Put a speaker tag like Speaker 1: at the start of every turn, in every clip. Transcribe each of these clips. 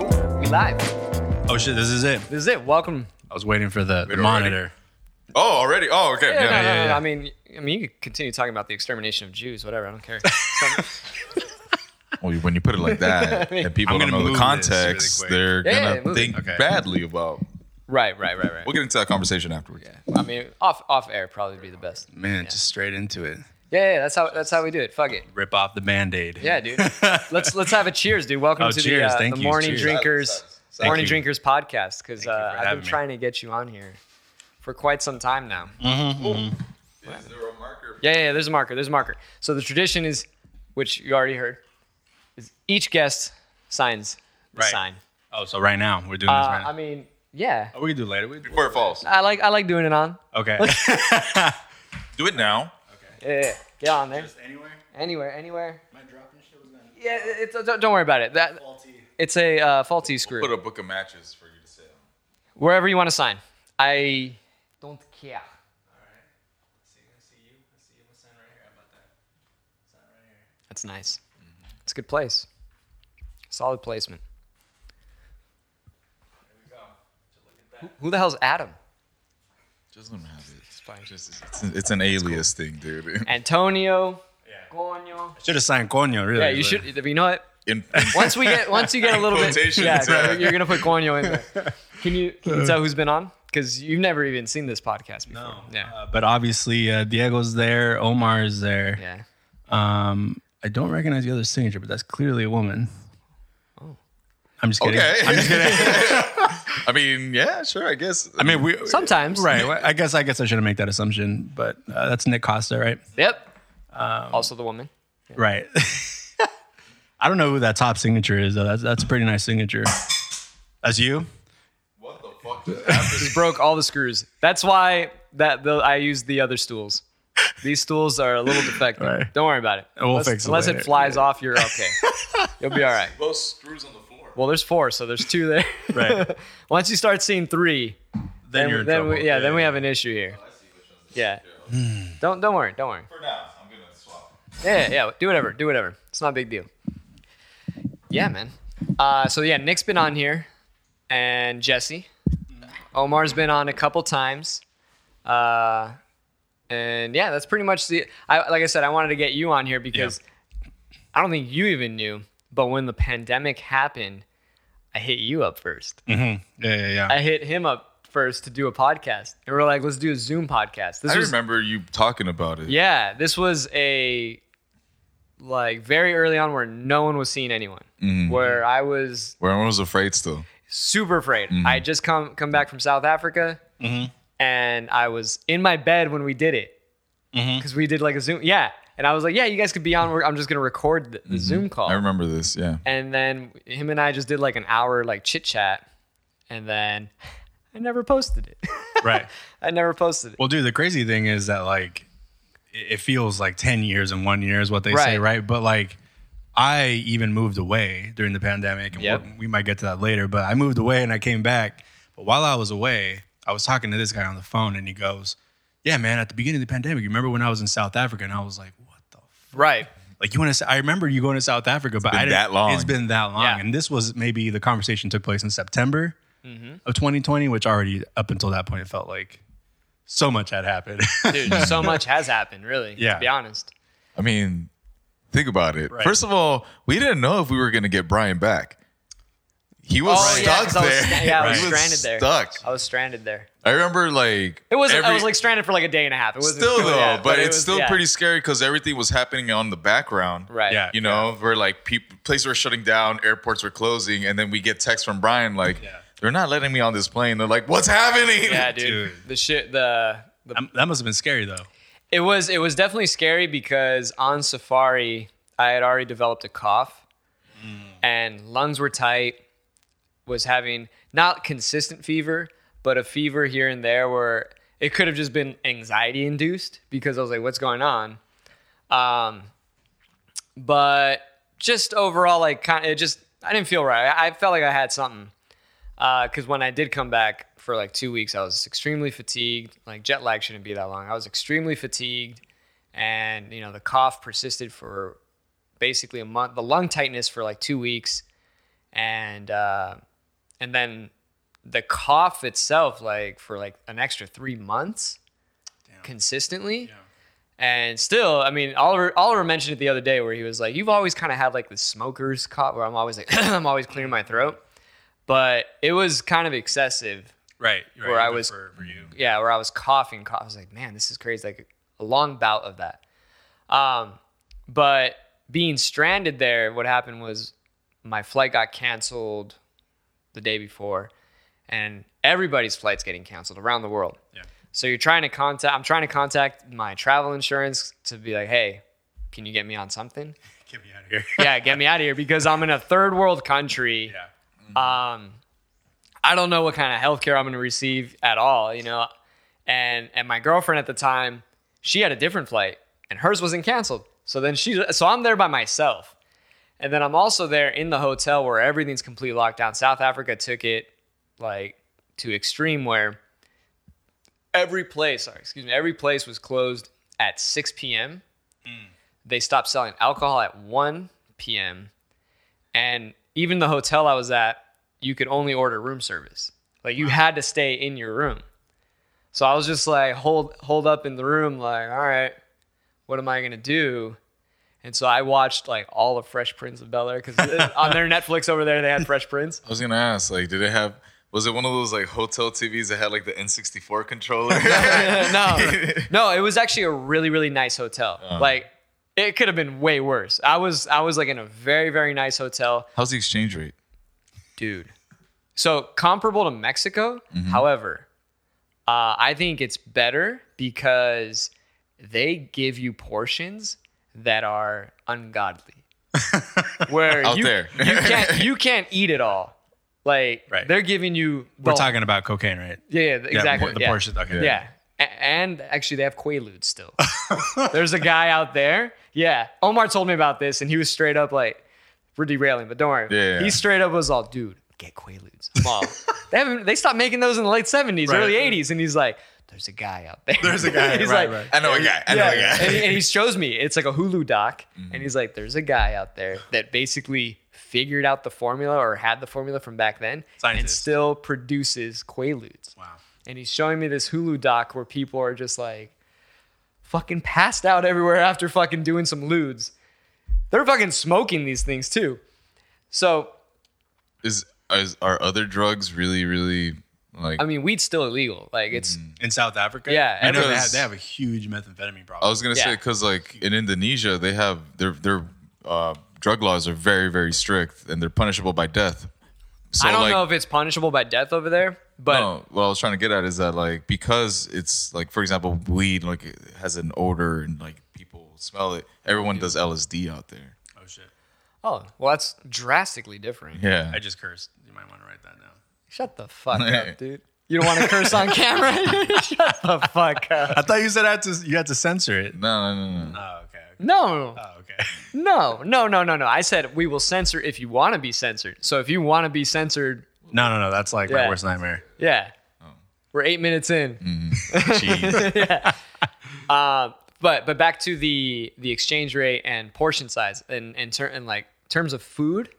Speaker 1: live.
Speaker 2: Oh shit, this is it.
Speaker 1: This is it. Welcome.
Speaker 2: I was waiting for the, the
Speaker 3: already?
Speaker 2: monitor.
Speaker 3: Oh, already? Oh, okay. Yeah.
Speaker 1: Yeah, no, no,
Speaker 2: yeah,
Speaker 1: no,
Speaker 2: yeah.
Speaker 1: I mean, I mean, you could continue talking about the extermination of Jews, whatever. I don't care.
Speaker 3: Well, when you put it like that, and people
Speaker 2: I'm
Speaker 3: don't
Speaker 2: gonna
Speaker 3: know the
Speaker 2: move this
Speaker 3: context,
Speaker 2: really quick.
Speaker 3: they're
Speaker 1: Yeah, yeah,
Speaker 3: gonna
Speaker 1: move it.
Speaker 3: think
Speaker 2: Okay.
Speaker 3: badly about.
Speaker 1: right, right, right, right.
Speaker 3: We'll get into that conversation afterwards.
Speaker 1: I mean, off off air probably be the best.
Speaker 2: Man, just straight into it.
Speaker 1: Yeah, yeah, that's how that's how we do it. Fuck it.
Speaker 2: Rip off the band-aid.
Speaker 1: Yeah, dude. let's let's have a cheers, dude. Welcome
Speaker 2: Oh,
Speaker 1: to
Speaker 2: cheers.
Speaker 1: the, uh,
Speaker 2: Thank
Speaker 1: the
Speaker 2: you.
Speaker 1: Morning
Speaker 2: Cheers.
Speaker 1: Drinkers
Speaker 3: Thank
Speaker 1: Morning
Speaker 2: you.
Speaker 1: Drinkers podcast because
Speaker 2: you for
Speaker 1: uh, I've
Speaker 2: having
Speaker 1: been
Speaker 2: me.
Speaker 1: trying to get you on here for quite some time now.
Speaker 3: Is there a marker?
Speaker 1: Yeah, yeah, yeah, there's a marker. There's a marker. So the tradition is, which you already heard, is each guest signs the
Speaker 2: Right.
Speaker 1: sign.
Speaker 2: Oh, so right now we're doing
Speaker 1: Uh,
Speaker 2: this right now.
Speaker 1: I mean, yeah,
Speaker 2: oh, we can do it later. We can do it
Speaker 3: Before it falls.
Speaker 1: I like I like doing it on.
Speaker 2: later. Okay.
Speaker 3: Do it now.
Speaker 1: Yeah, yeah, yeah. get on there.
Speaker 2: anywhere.
Speaker 1: Anywhere, anywhere.
Speaker 2: My dropping shit was gonna
Speaker 1: Yeah, it's, don't, don't worry about it. That
Speaker 2: faulty.
Speaker 1: it's a uh, faulty screw.
Speaker 3: Put a book of matches for you to sit on.
Speaker 1: Wherever you want to sign, I don't care. That's nice. It's a good place. Solid placement. Who, who the hell's Adam?
Speaker 3: Just let him have it. It's fine. Just, it's, it's an alias thing, dude.
Speaker 1: Antonio.
Speaker 2: Yeah.
Speaker 1: Coño.
Speaker 2: Should have signed Coño, really.
Speaker 1: Yeah, you
Speaker 2: but-
Speaker 1: should. You know what?
Speaker 3: In,
Speaker 1: Once we get once you get a little bit,
Speaker 3: Quotations,
Speaker 1: yeah,
Speaker 3: yeah.
Speaker 1: you're gonna put Coño in there. Can you can you tell who's been on? Because you've never even seen this podcast before.
Speaker 2: No.
Speaker 1: Yeah.
Speaker 2: Uh, but obviously, uh, Diego's there. Omar is there.
Speaker 1: yeah.
Speaker 2: Um, I don't recognize the other signature, but that's clearly a woman.
Speaker 1: Oh.
Speaker 2: I'm just kidding.
Speaker 3: Okay.
Speaker 2: I'm just kidding.
Speaker 3: I mean, yeah, sure, I guess.
Speaker 2: I mean, we
Speaker 1: Sometimes.
Speaker 2: right. well, I guess I guess I shouldn't make that assumption, but uh, that's Nick Costa, right?
Speaker 1: Yep.
Speaker 2: Um,
Speaker 1: also the woman.
Speaker 2: Right. I don't know who that top signature is though. That's that's a pretty nice signature. That's you.
Speaker 3: what the fuck just happened?
Speaker 1: broke all the screws. That's why that the, I used the other stools. These stools are a little defective.
Speaker 2: Right.
Speaker 1: Don't worry about it.
Speaker 2: We'll
Speaker 1: unless
Speaker 2: fix it
Speaker 1: unless
Speaker 2: later.
Speaker 1: it flies off, you're okay. You'll be all right.
Speaker 3: Both screws on the floor.
Speaker 1: Well, there's four, so there's two there.
Speaker 2: Right.
Speaker 1: Once you start seeing three,
Speaker 2: Then, you're in trouble.
Speaker 1: we, yeah, then we have an issue here. Yeah. Don't don't worry. Don't worry.
Speaker 3: For now, I'm gonna swap.
Speaker 1: Yeah, yeah. Do whatever. Do whatever. It's not a big deal. Yeah, man. Uh, so yeah, Nick's been on here, and Jesse, Omar's been on a couple times, uh, and yeah, that's pretty much the. I like I said, I wanted to get you on here because I don't think you even knew, but when the pandemic happened, I hit you up first.
Speaker 2: Yeah, yeah, yeah.
Speaker 1: I hit him up first to do a podcast, and we're like, let's do a Zoom podcast. This
Speaker 3: I
Speaker 1: was
Speaker 3: remember you talking about it.
Speaker 1: yeah, this was a like very early on where no one was seeing anyone.
Speaker 3: Mm-hmm.
Speaker 1: Where I was
Speaker 3: Where everyone was afraid still.
Speaker 1: super afraid.
Speaker 3: Mm-hmm.
Speaker 1: I had just come come back from South Africa, and I was in my bed when we did it
Speaker 3: Mm-hmm.
Speaker 1: because we did like a Zoom. Yeah, and I was like, yeah, you guys could be on. We're- I'm just gonna record the, the Zoom call.
Speaker 3: Mm-hmm. I remember this, yeah.
Speaker 1: and then him and I just did like an hour like chit chat, and then I never posted it.
Speaker 2: right.
Speaker 1: I never posted it.
Speaker 2: Well, dude, the crazy thing is that like it it feels like 10 years and one year is what they say,
Speaker 1: Right.
Speaker 2: right? But like I even moved away during the pandemic and
Speaker 1: Yep.
Speaker 2: we- we might get to that later, but I moved away and I came back. But while I was away, I was talking to this guy on the phone and he goes, "Yeah, man, at the beginning of the pandemic, you remember when I was in South Africa?" And I was like, "What the f-?
Speaker 1: Right.
Speaker 2: Like you want to? I remember you going to South Africa, but
Speaker 3: been
Speaker 2: I didn't,
Speaker 3: that long.
Speaker 2: It's been that long,
Speaker 1: Yeah.
Speaker 2: and this was maybe the conversation took place in September
Speaker 4: Mm-hmm.
Speaker 2: of 2020, which already up until that point it felt like so much had happened.
Speaker 1: Dude, so much has happened, really.
Speaker 2: Yeah.
Speaker 1: To be honest.
Speaker 3: I mean, think about it. First of all, we didn't know if we were gonna get Brian back. He was
Speaker 1: Oh, yeah, 'cause
Speaker 3: stuck
Speaker 1: I was-
Speaker 3: there.
Speaker 1: yeah, I was
Speaker 3: He
Speaker 1: stranded there.
Speaker 3: Stuck.
Speaker 1: I was stranded there.
Speaker 3: I remember like
Speaker 1: It wasn't. I
Speaker 3: every-
Speaker 1: was like stranded for like a day and a half. It wasn't
Speaker 3: still though,
Speaker 1: yeah,
Speaker 3: but,
Speaker 1: it
Speaker 3: it's
Speaker 1: was-
Speaker 3: still
Speaker 1: yeah.
Speaker 3: pretty scary because everything was happening on the background.
Speaker 1: Right.
Speaker 2: Yeah.
Speaker 3: You know, where like people places were shutting down, airports were closing, and then we get text from Brian like they're not letting me on this plane. They're like, What's happening?
Speaker 1: Yeah, dude.
Speaker 2: Dude.
Speaker 1: The shit. The, the
Speaker 2: Um, that must have been scary though.
Speaker 1: it was it was definitely scary because on safari I had already developed a cough, and lungs were tight. Was having not consistent fever, but a fever here and there where it could have just been anxiety induced because I was like, "What's going on?" Um, but just overall, like, kind it just I didn't feel right. I, I felt like I had something because Uh, when I did come back for like two weeks, I was extremely fatigued. Like jet lag shouldn't be that long. I was extremely fatigued, and you know the cough persisted for basically a month. The lung tightness for like two weeks, and uh, and then the cough itself, like for like an extra three months, consistently. And still, I mean, Oliver Oliver mentioned it the other day where he was like, "You've always kind of had like the smoker's cough, where I'm always like, I'm always clearing my throat." But it was kind of excessive
Speaker 4: Right. right.
Speaker 1: Where I
Speaker 4: Good
Speaker 1: was-
Speaker 4: for, for you.
Speaker 1: yeah, where I was coughing, cough. I was like, man, this is crazy. Like a long bout of that. Um, but being stranded there, what happened was my flight got canceled the day before, and everybody's flights getting canceled around the world.
Speaker 4: Yeah.
Speaker 1: So you're trying to contact. I'm trying to contact my travel insurance to be like, hey, can you get me on something?
Speaker 4: Get me out of here.
Speaker 1: yeah, get me out of here because I'm in a third world country.
Speaker 4: yeah.
Speaker 1: Um, I don't know what kind of healthcare I'm going to receive at all, you know. And and my girlfriend at the time, she had a different flight, and hers wasn't canceled. So then she, so I'm there by myself, and then I'm also there in the hotel where everything's completely locked down. South Africa took it like to extreme where every place, sorry, excuse me, every place was closed at 6 p.m. They stopped selling alcohol at 1 p.m. And even the hotel I was at, you could only order room service. Like you had to stay in your room. So I was just like hold hold up in the room, like, all right, what am I gonna do? And so I watched like all of Fresh Prince of Bel Air because on their Netflix over there they had Fresh Prince.
Speaker 3: I was gonna ask, like, did it have? Was it one of those like hotel TVs that had like the N64 controller?
Speaker 1: no, no, it was actually a really, really nice hotel. Like it could have been way worse. I was, I was like in a very, very nice hotel,
Speaker 3: How's the exchange rate?
Speaker 1: dude. So comparable to Mexico,
Speaker 4: Mm-hmm.
Speaker 1: however, uh, I think it's better because they give you portions that are ungodly, where
Speaker 3: Out
Speaker 1: you
Speaker 3: there.
Speaker 1: you can't you can't eat it all. Like
Speaker 4: Right.
Speaker 1: they're giving you. The,
Speaker 4: We're talking about cocaine, right?
Speaker 1: Yeah, yeah, exactly.
Speaker 4: Yeah, the
Speaker 1: yeah.
Speaker 4: Porsche. Okay.
Speaker 1: Yeah. A- And actually, they have Quaaludes still. There's a guy out there. Yeah. Omar told me about this, and he was straight up like, we're derailing, but don't worry.
Speaker 3: Yeah, yeah, yeah.
Speaker 1: He straight up was all, dude, get Quaaludes. I'm all, they, haven't, they stopped making those in the late 70s,
Speaker 4: Right.
Speaker 1: early 80s. And he's like, there's a guy out there.
Speaker 4: There's a guy,
Speaker 1: he's
Speaker 4: right,
Speaker 1: like,
Speaker 4: right.
Speaker 3: I know a guy. I know
Speaker 1: yeah.
Speaker 3: a guy.
Speaker 1: and, he, and he shows me it's like a Hulu doc,
Speaker 4: Mm-hmm.
Speaker 1: and he's like, "There's a guy out there that basically figured out the formula or had the formula from back then, and
Speaker 4: Scientist.
Speaker 1: still produces quaaludes."
Speaker 4: Wow.
Speaker 1: and he's showing me this Hulu doc where people are just like fucking passed out everywhere after fucking doing some lewds. They're fucking smoking these things too. So,
Speaker 3: is, is are other drugs really really like?
Speaker 1: I mean, weed's still illegal. Like it's
Speaker 3: Mm.
Speaker 4: In South Africa?
Speaker 1: Yeah,
Speaker 4: I know they
Speaker 3: everyone's-
Speaker 4: have, they have a huge methamphetamine problem.
Speaker 3: I was gonna 'cause say
Speaker 1: Yeah.
Speaker 3: because like in Indonesia they have their their uh, drug laws are very very strict and they're punishable by death. So
Speaker 1: I don't
Speaker 3: like,
Speaker 1: know if it's punishable by death over there, but
Speaker 3: no, what I was trying to get at is that like because it's like for example weed like it has an odor and like people smell it. Everyone does LSD out there.
Speaker 4: oh shit!
Speaker 1: oh, well that's drastically different.
Speaker 3: Yeah,
Speaker 4: I just cursed. You might want to write that down.
Speaker 1: Shut the fuck up, dude. You don't want to curse on camera? Shut the fuck up.
Speaker 4: I thought you said I had to. You had to censor it.
Speaker 3: no no no no.
Speaker 4: Oh okay.
Speaker 1: No.
Speaker 4: Oh okay.
Speaker 1: No, no, no, no, no. I said we will censor if you want to be censored. So if you want to be censored,
Speaker 4: No no no. That's like my
Speaker 1: Yeah.
Speaker 4: worst nightmare.
Speaker 1: Yeah.
Speaker 3: Oh.
Speaker 1: We're eight minutes in.
Speaker 3: Jeez.
Speaker 1: But but back to the the exchange rate and portion size and and, ter- and like terms of food,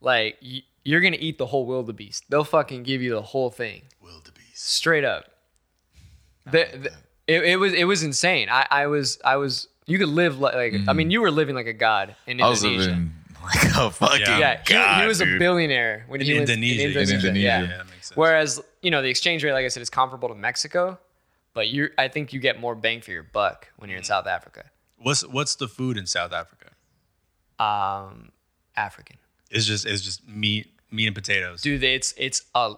Speaker 1: like y- you're gonna eat the whole wildebeest. They'll fucking give you the whole thing
Speaker 4: Wildebeest.
Speaker 1: straight up. The, the- it, it was it was insane. I, I was I was you could live li- like I mean you were living like a god in
Speaker 3: I was
Speaker 1: Indonesia.
Speaker 3: living like a fucking
Speaker 1: yeah, he- he,
Speaker 3: god,
Speaker 1: was a
Speaker 3: dude.
Speaker 1: billionaire when he was
Speaker 4: Indonesia,
Speaker 1: in
Speaker 4: you
Speaker 1: Indonesia.
Speaker 3: said.
Speaker 1: yeah.
Speaker 4: Yeah, that makes sense.
Speaker 1: Whereas you know the exchange rate, like I said, is comparable to Mexico, but you I think you get more bang for your buck when you're in South Africa.
Speaker 4: What's what's the food in South Africa?
Speaker 1: Um, African
Speaker 4: It's just it's just meat meat and potatoes.
Speaker 1: dude, it's it's a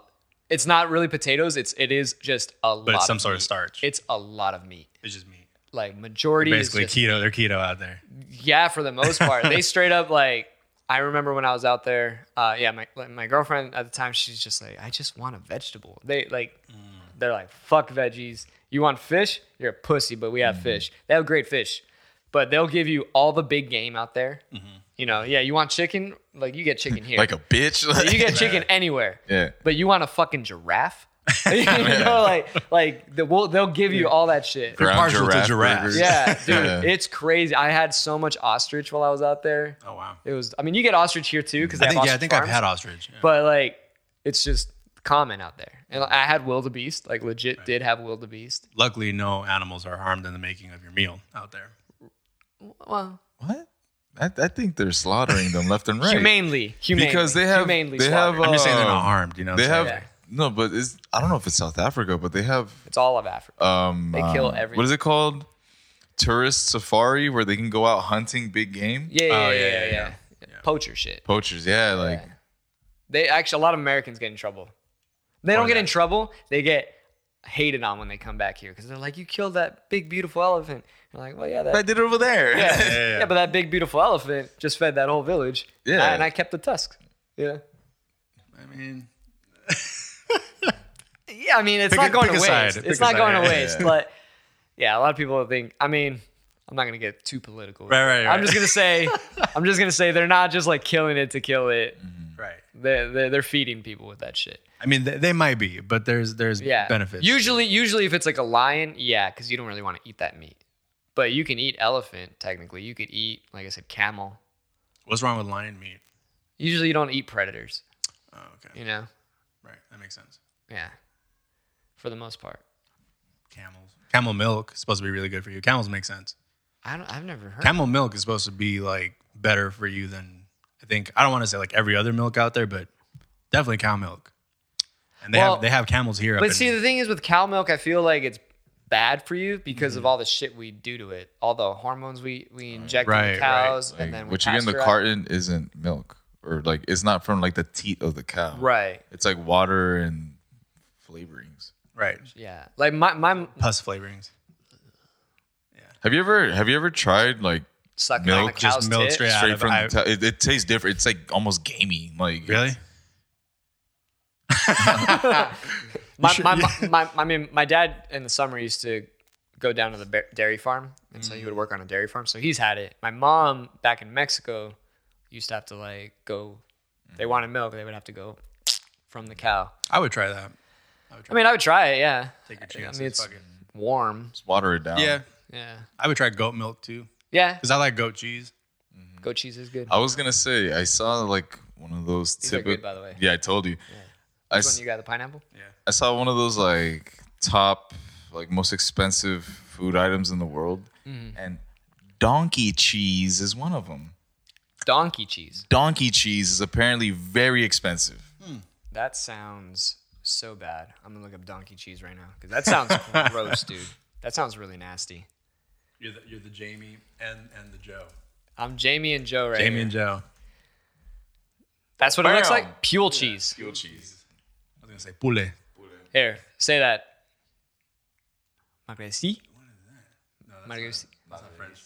Speaker 1: it's not really potatoes. It's it is just a lot.
Speaker 4: but it's some
Speaker 1: of
Speaker 4: sort of
Speaker 1: meat.
Speaker 4: starch.
Speaker 1: It's a lot of meat.
Speaker 4: it's just meat.
Speaker 1: Like majority is
Speaker 4: Basically
Speaker 1: just-
Speaker 4: keto. They're keto out there.
Speaker 1: yeah, for the most part, they straight up like. I remember when I was out there. Uh, yeah, my like, my girlfriend at the time, she's just like, I just want a vegetable. They like,
Speaker 4: Mm.
Speaker 1: they're like, fuck veggies. You want fish? You're a pussy. But we have
Speaker 4: Mm-hmm.
Speaker 1: fish. They have great fish, but they'll give you all the big game out there.
Speaker 4: Mm-hmm.
Speaker 1: You know, yeah. You want chicken? Like you get chicken here.
Speaker 3: like a bitch.
Speaker 1: you get chicken anywhere.
Speaker 3: Yeah.
Speaker 1: But you want a fucking giraffe? you know, like like the, we'll, they'll give you all that shit.
Speaker 3: Ground
Speaker 4: partial to
Speaker 3: giraffe
Speaker 4: giraffes.
Speaker 3: burgers.
Speaker 1: Yeah, dude,
Speaker 3: Yeah.
Speaker 1: it's crazy. I had so much ostrich while I was out there.
Speaker 4: Oh wow.
Speaker 1: It was. I mean, you get ostrich here too because
Speaker 4: I think
Speaker 1: ostrich
Speaker 4: yeah. I think I've
Speaker 1: farms,
Speaker 4: had ostrich. Yeah.
Speaker 1: But like, it's just common out there. And I had wildebeest, like legit did have wildebeest.
Speaker 2: Luckily, no animals are harmed in the making of your meal out there.
Speaker 1: Well,
Speaker 3: What? I, I think they're slaughtering them left and right.
Speaker 1: humanely, humanely,
Speaker 3: because they have
Speaker 1: humanely
Speaker 3: they have.
Speaker 1: slaughtered.
Speaker 2: I'm just saying they're
Speaker 3: uh,
Speaker 2: not harmed. You know, what
Speaker 3: They
Speaker 2: I'm
Speaker 3: have
Speaker 2: saying?
Speaker 1: Yeah.
Speaker 3: no, but it's I don't know if it's South Africa, but they have
Speaker 1: it's all of Africa.
Speaker 3: um
Speaker 1: They kill
Speaker 3: um, What is
Speaker 1: everything.
Speaker 3: it called? Tourist safari where they can go out hunting big game.
Speaker 1: yeah, yeah,
Speaker 2: oh,
Speaker 1: yeah,
Speaker 2: yeah,
Speaker 1: yeah,
Speaker 2: yeah,
Speaker 1: yeah. Poacher shit.
Speaker 3: Poachers, yeah, like
Speaker 1: They actually a lot of Americans get in trouble. They don't get in trouble. They get hated on when they come back here because they're like, "You killed that big beautiful elephant." You're like, "Well, yeah, that,
Speaker 3: I did it over there.
Speaker 1: yeah,
Speaker 3: Yeah.
Speaker 1: yeah, but that big beautiful elephant just fed that whole village."
Speaker 3: Yeah.
Speaker 1: and I, and I kept the tusks. Yeah,
Speaker 2: I mean,
Speaker 1: yeah. I mean, it's
Speaker 2: Pick
Speaker 1: not
Speaker 2: a-
Speaker 1: going
Speaker 2: pick
Speaker 1: to
Speaker 2: a
Speaker 1: waste.
Speaker 2: side, pick
Speaker 1: It's
Speaker 2: a
Speaker 1: not
Speaker 2: side,
Speaker 1: going to
Speaker 2: yeah.
Speaker 1: waste. But yeah, a lot of people think. I mean, I'm not gonna get too political.
Speaker 2: Right, right,
Speaker 1: I'm
Speaker 2: right.
Speaker 1: just gonna say, I'm just gonna say they're not just like killing it to kill it.
Speaker 2: right.
Speaker 1: They're, they're they're feeding people with that shit.
Speaker 2: I mean, they, they might be, but there's there's
Speaker 1: yeah
Speaker 2: benefits.
Speaker 1: usually usually if it's like a lion yeah because you don't really want to eat that meat but you can eat elephant technically you could eat like i said camel
Speaker 2: What's wrong with lion meat?
Speaker 1: usually you don't eat predators
Speaker 2: Oh, okay,
Speaker 1: you know
Speaker 2: right. That makes sense.
Speaker 1: yeah for the most part
Speaker 2: Camels, camel milk is supposed to be really good for you. Camels make sense.
Speaker 1: i don't i've never heard
Speaker 2: Camel milk is supposed to be like better for you than I think. I don't want to say like every other milk out there, but definitely cow milk. And they
Speaker 1: Well,
Speaker 2: have they have camels here. up
Speaker 1: but
Speaker 2: in-
Speaker 1: see the thing is with cow milk i feel like it's bad for you because of all the shit we do to it all the hormones we we inject
Speaker 2: Mm-hmm. Right,
Speaker 1: into
Speaker 2: right.
Speaker 1: cows
Speaker 3: Like,
Speaker 1: and then we
Speaker 3: what you get in the
Speaker 1: pasteurize-
Speaker 3: carton isn't milk or like it's not from like the teat of the cow.
Speaker 1: right
Speaker 3: It's like water and flavorings.
Speaker 2: right
Speaker 1: yeah like my my
Speaker 2: pus flavorings.
Speaker 3: Have you ever have you ever tried like
Speaker 1: sucking
Speaker 3: Milk,
Speaker 1: on a
Speaker 2: just
Speaker 1: cow's
Speaker 2: milk
Speaker 1: tit.
Speaker 2: straight Yeah,
Speaker 3: straight
Speaker 2: I've-
Speaker 3: from the
Speaker 2: I've-
Speaker 3: t- it, it tastes different. It's like almost gamey. Like
Speaker 2: Really?
Speaker 1: my, my, my, my, I mean, my dad in the summer used to go down to the ba- dairy farm, and so he would work on a dairy farm. So he's had it. My mom back in Mexico used to have to like go.
Speaker 2: Mm.
Speaker 1: They wanted milk, they would have to go from the cow.
Speaker 2: I would try that.
Speaker 1: I mean, I would try it. Yeah,
Speaker 2: Take your
Speaker 1: I
Speaker 2: chances.
Speaker 1: mean, it's
Speaker 2: fuck it.
Speaker 1: warm.
Speaker 3: Just water it down.
Speaker 2: Yeah,
Speaker 1: Yeah,
Speaker 2: um, I would try goat milk too
Speaker 1: yeah.
Speaker 2: because I like goat cheese. Mm.
Speaker 1: Goat cheese is
Speaker 2: Uh,
Speaker 1: good.
Speaker 3: I was gonna say I saw like one of those
Speaker 1: These are
Speaker 3: typical.
Speaker 1: good, by the way.
Speaker 3: Yeah, I told you. I,
Speaker 1: This
Speaker 3: s-
Speaker 1: one you got the pineapple.
Speaker 3: I saw one of those like top like most expensive food items in the world,
Speaker 1: Mm-hmm.
Speaker 3: and donkey cheese is one of them.
Speaker 1: Donkey cheese.
Speaker 3: Donkey cheese is apparently very expensive.
Speaker 1: That sounds so bad. I'm gonna look up donkey cheese right now because that sounds gross, dude. That sounds really nasty.
Speaker 2: You're the, you're the Jamie and and the Joe.
Speaker 1: I'm Jamie and Joe right
Speaker 2: Jamie
Speaker 1: here.
Speaker 2: and Joe.
Speaker 1: That's what it looks
Speaker 3: Bam.
Speaker 1: like. Pule cheese.
Speaker 3: Fuel cheese.
Speaker 2: I was gonna say poulet.
Speaker 1: Here, say that. Magresi. Magresi.
Speaker 2: That's not French.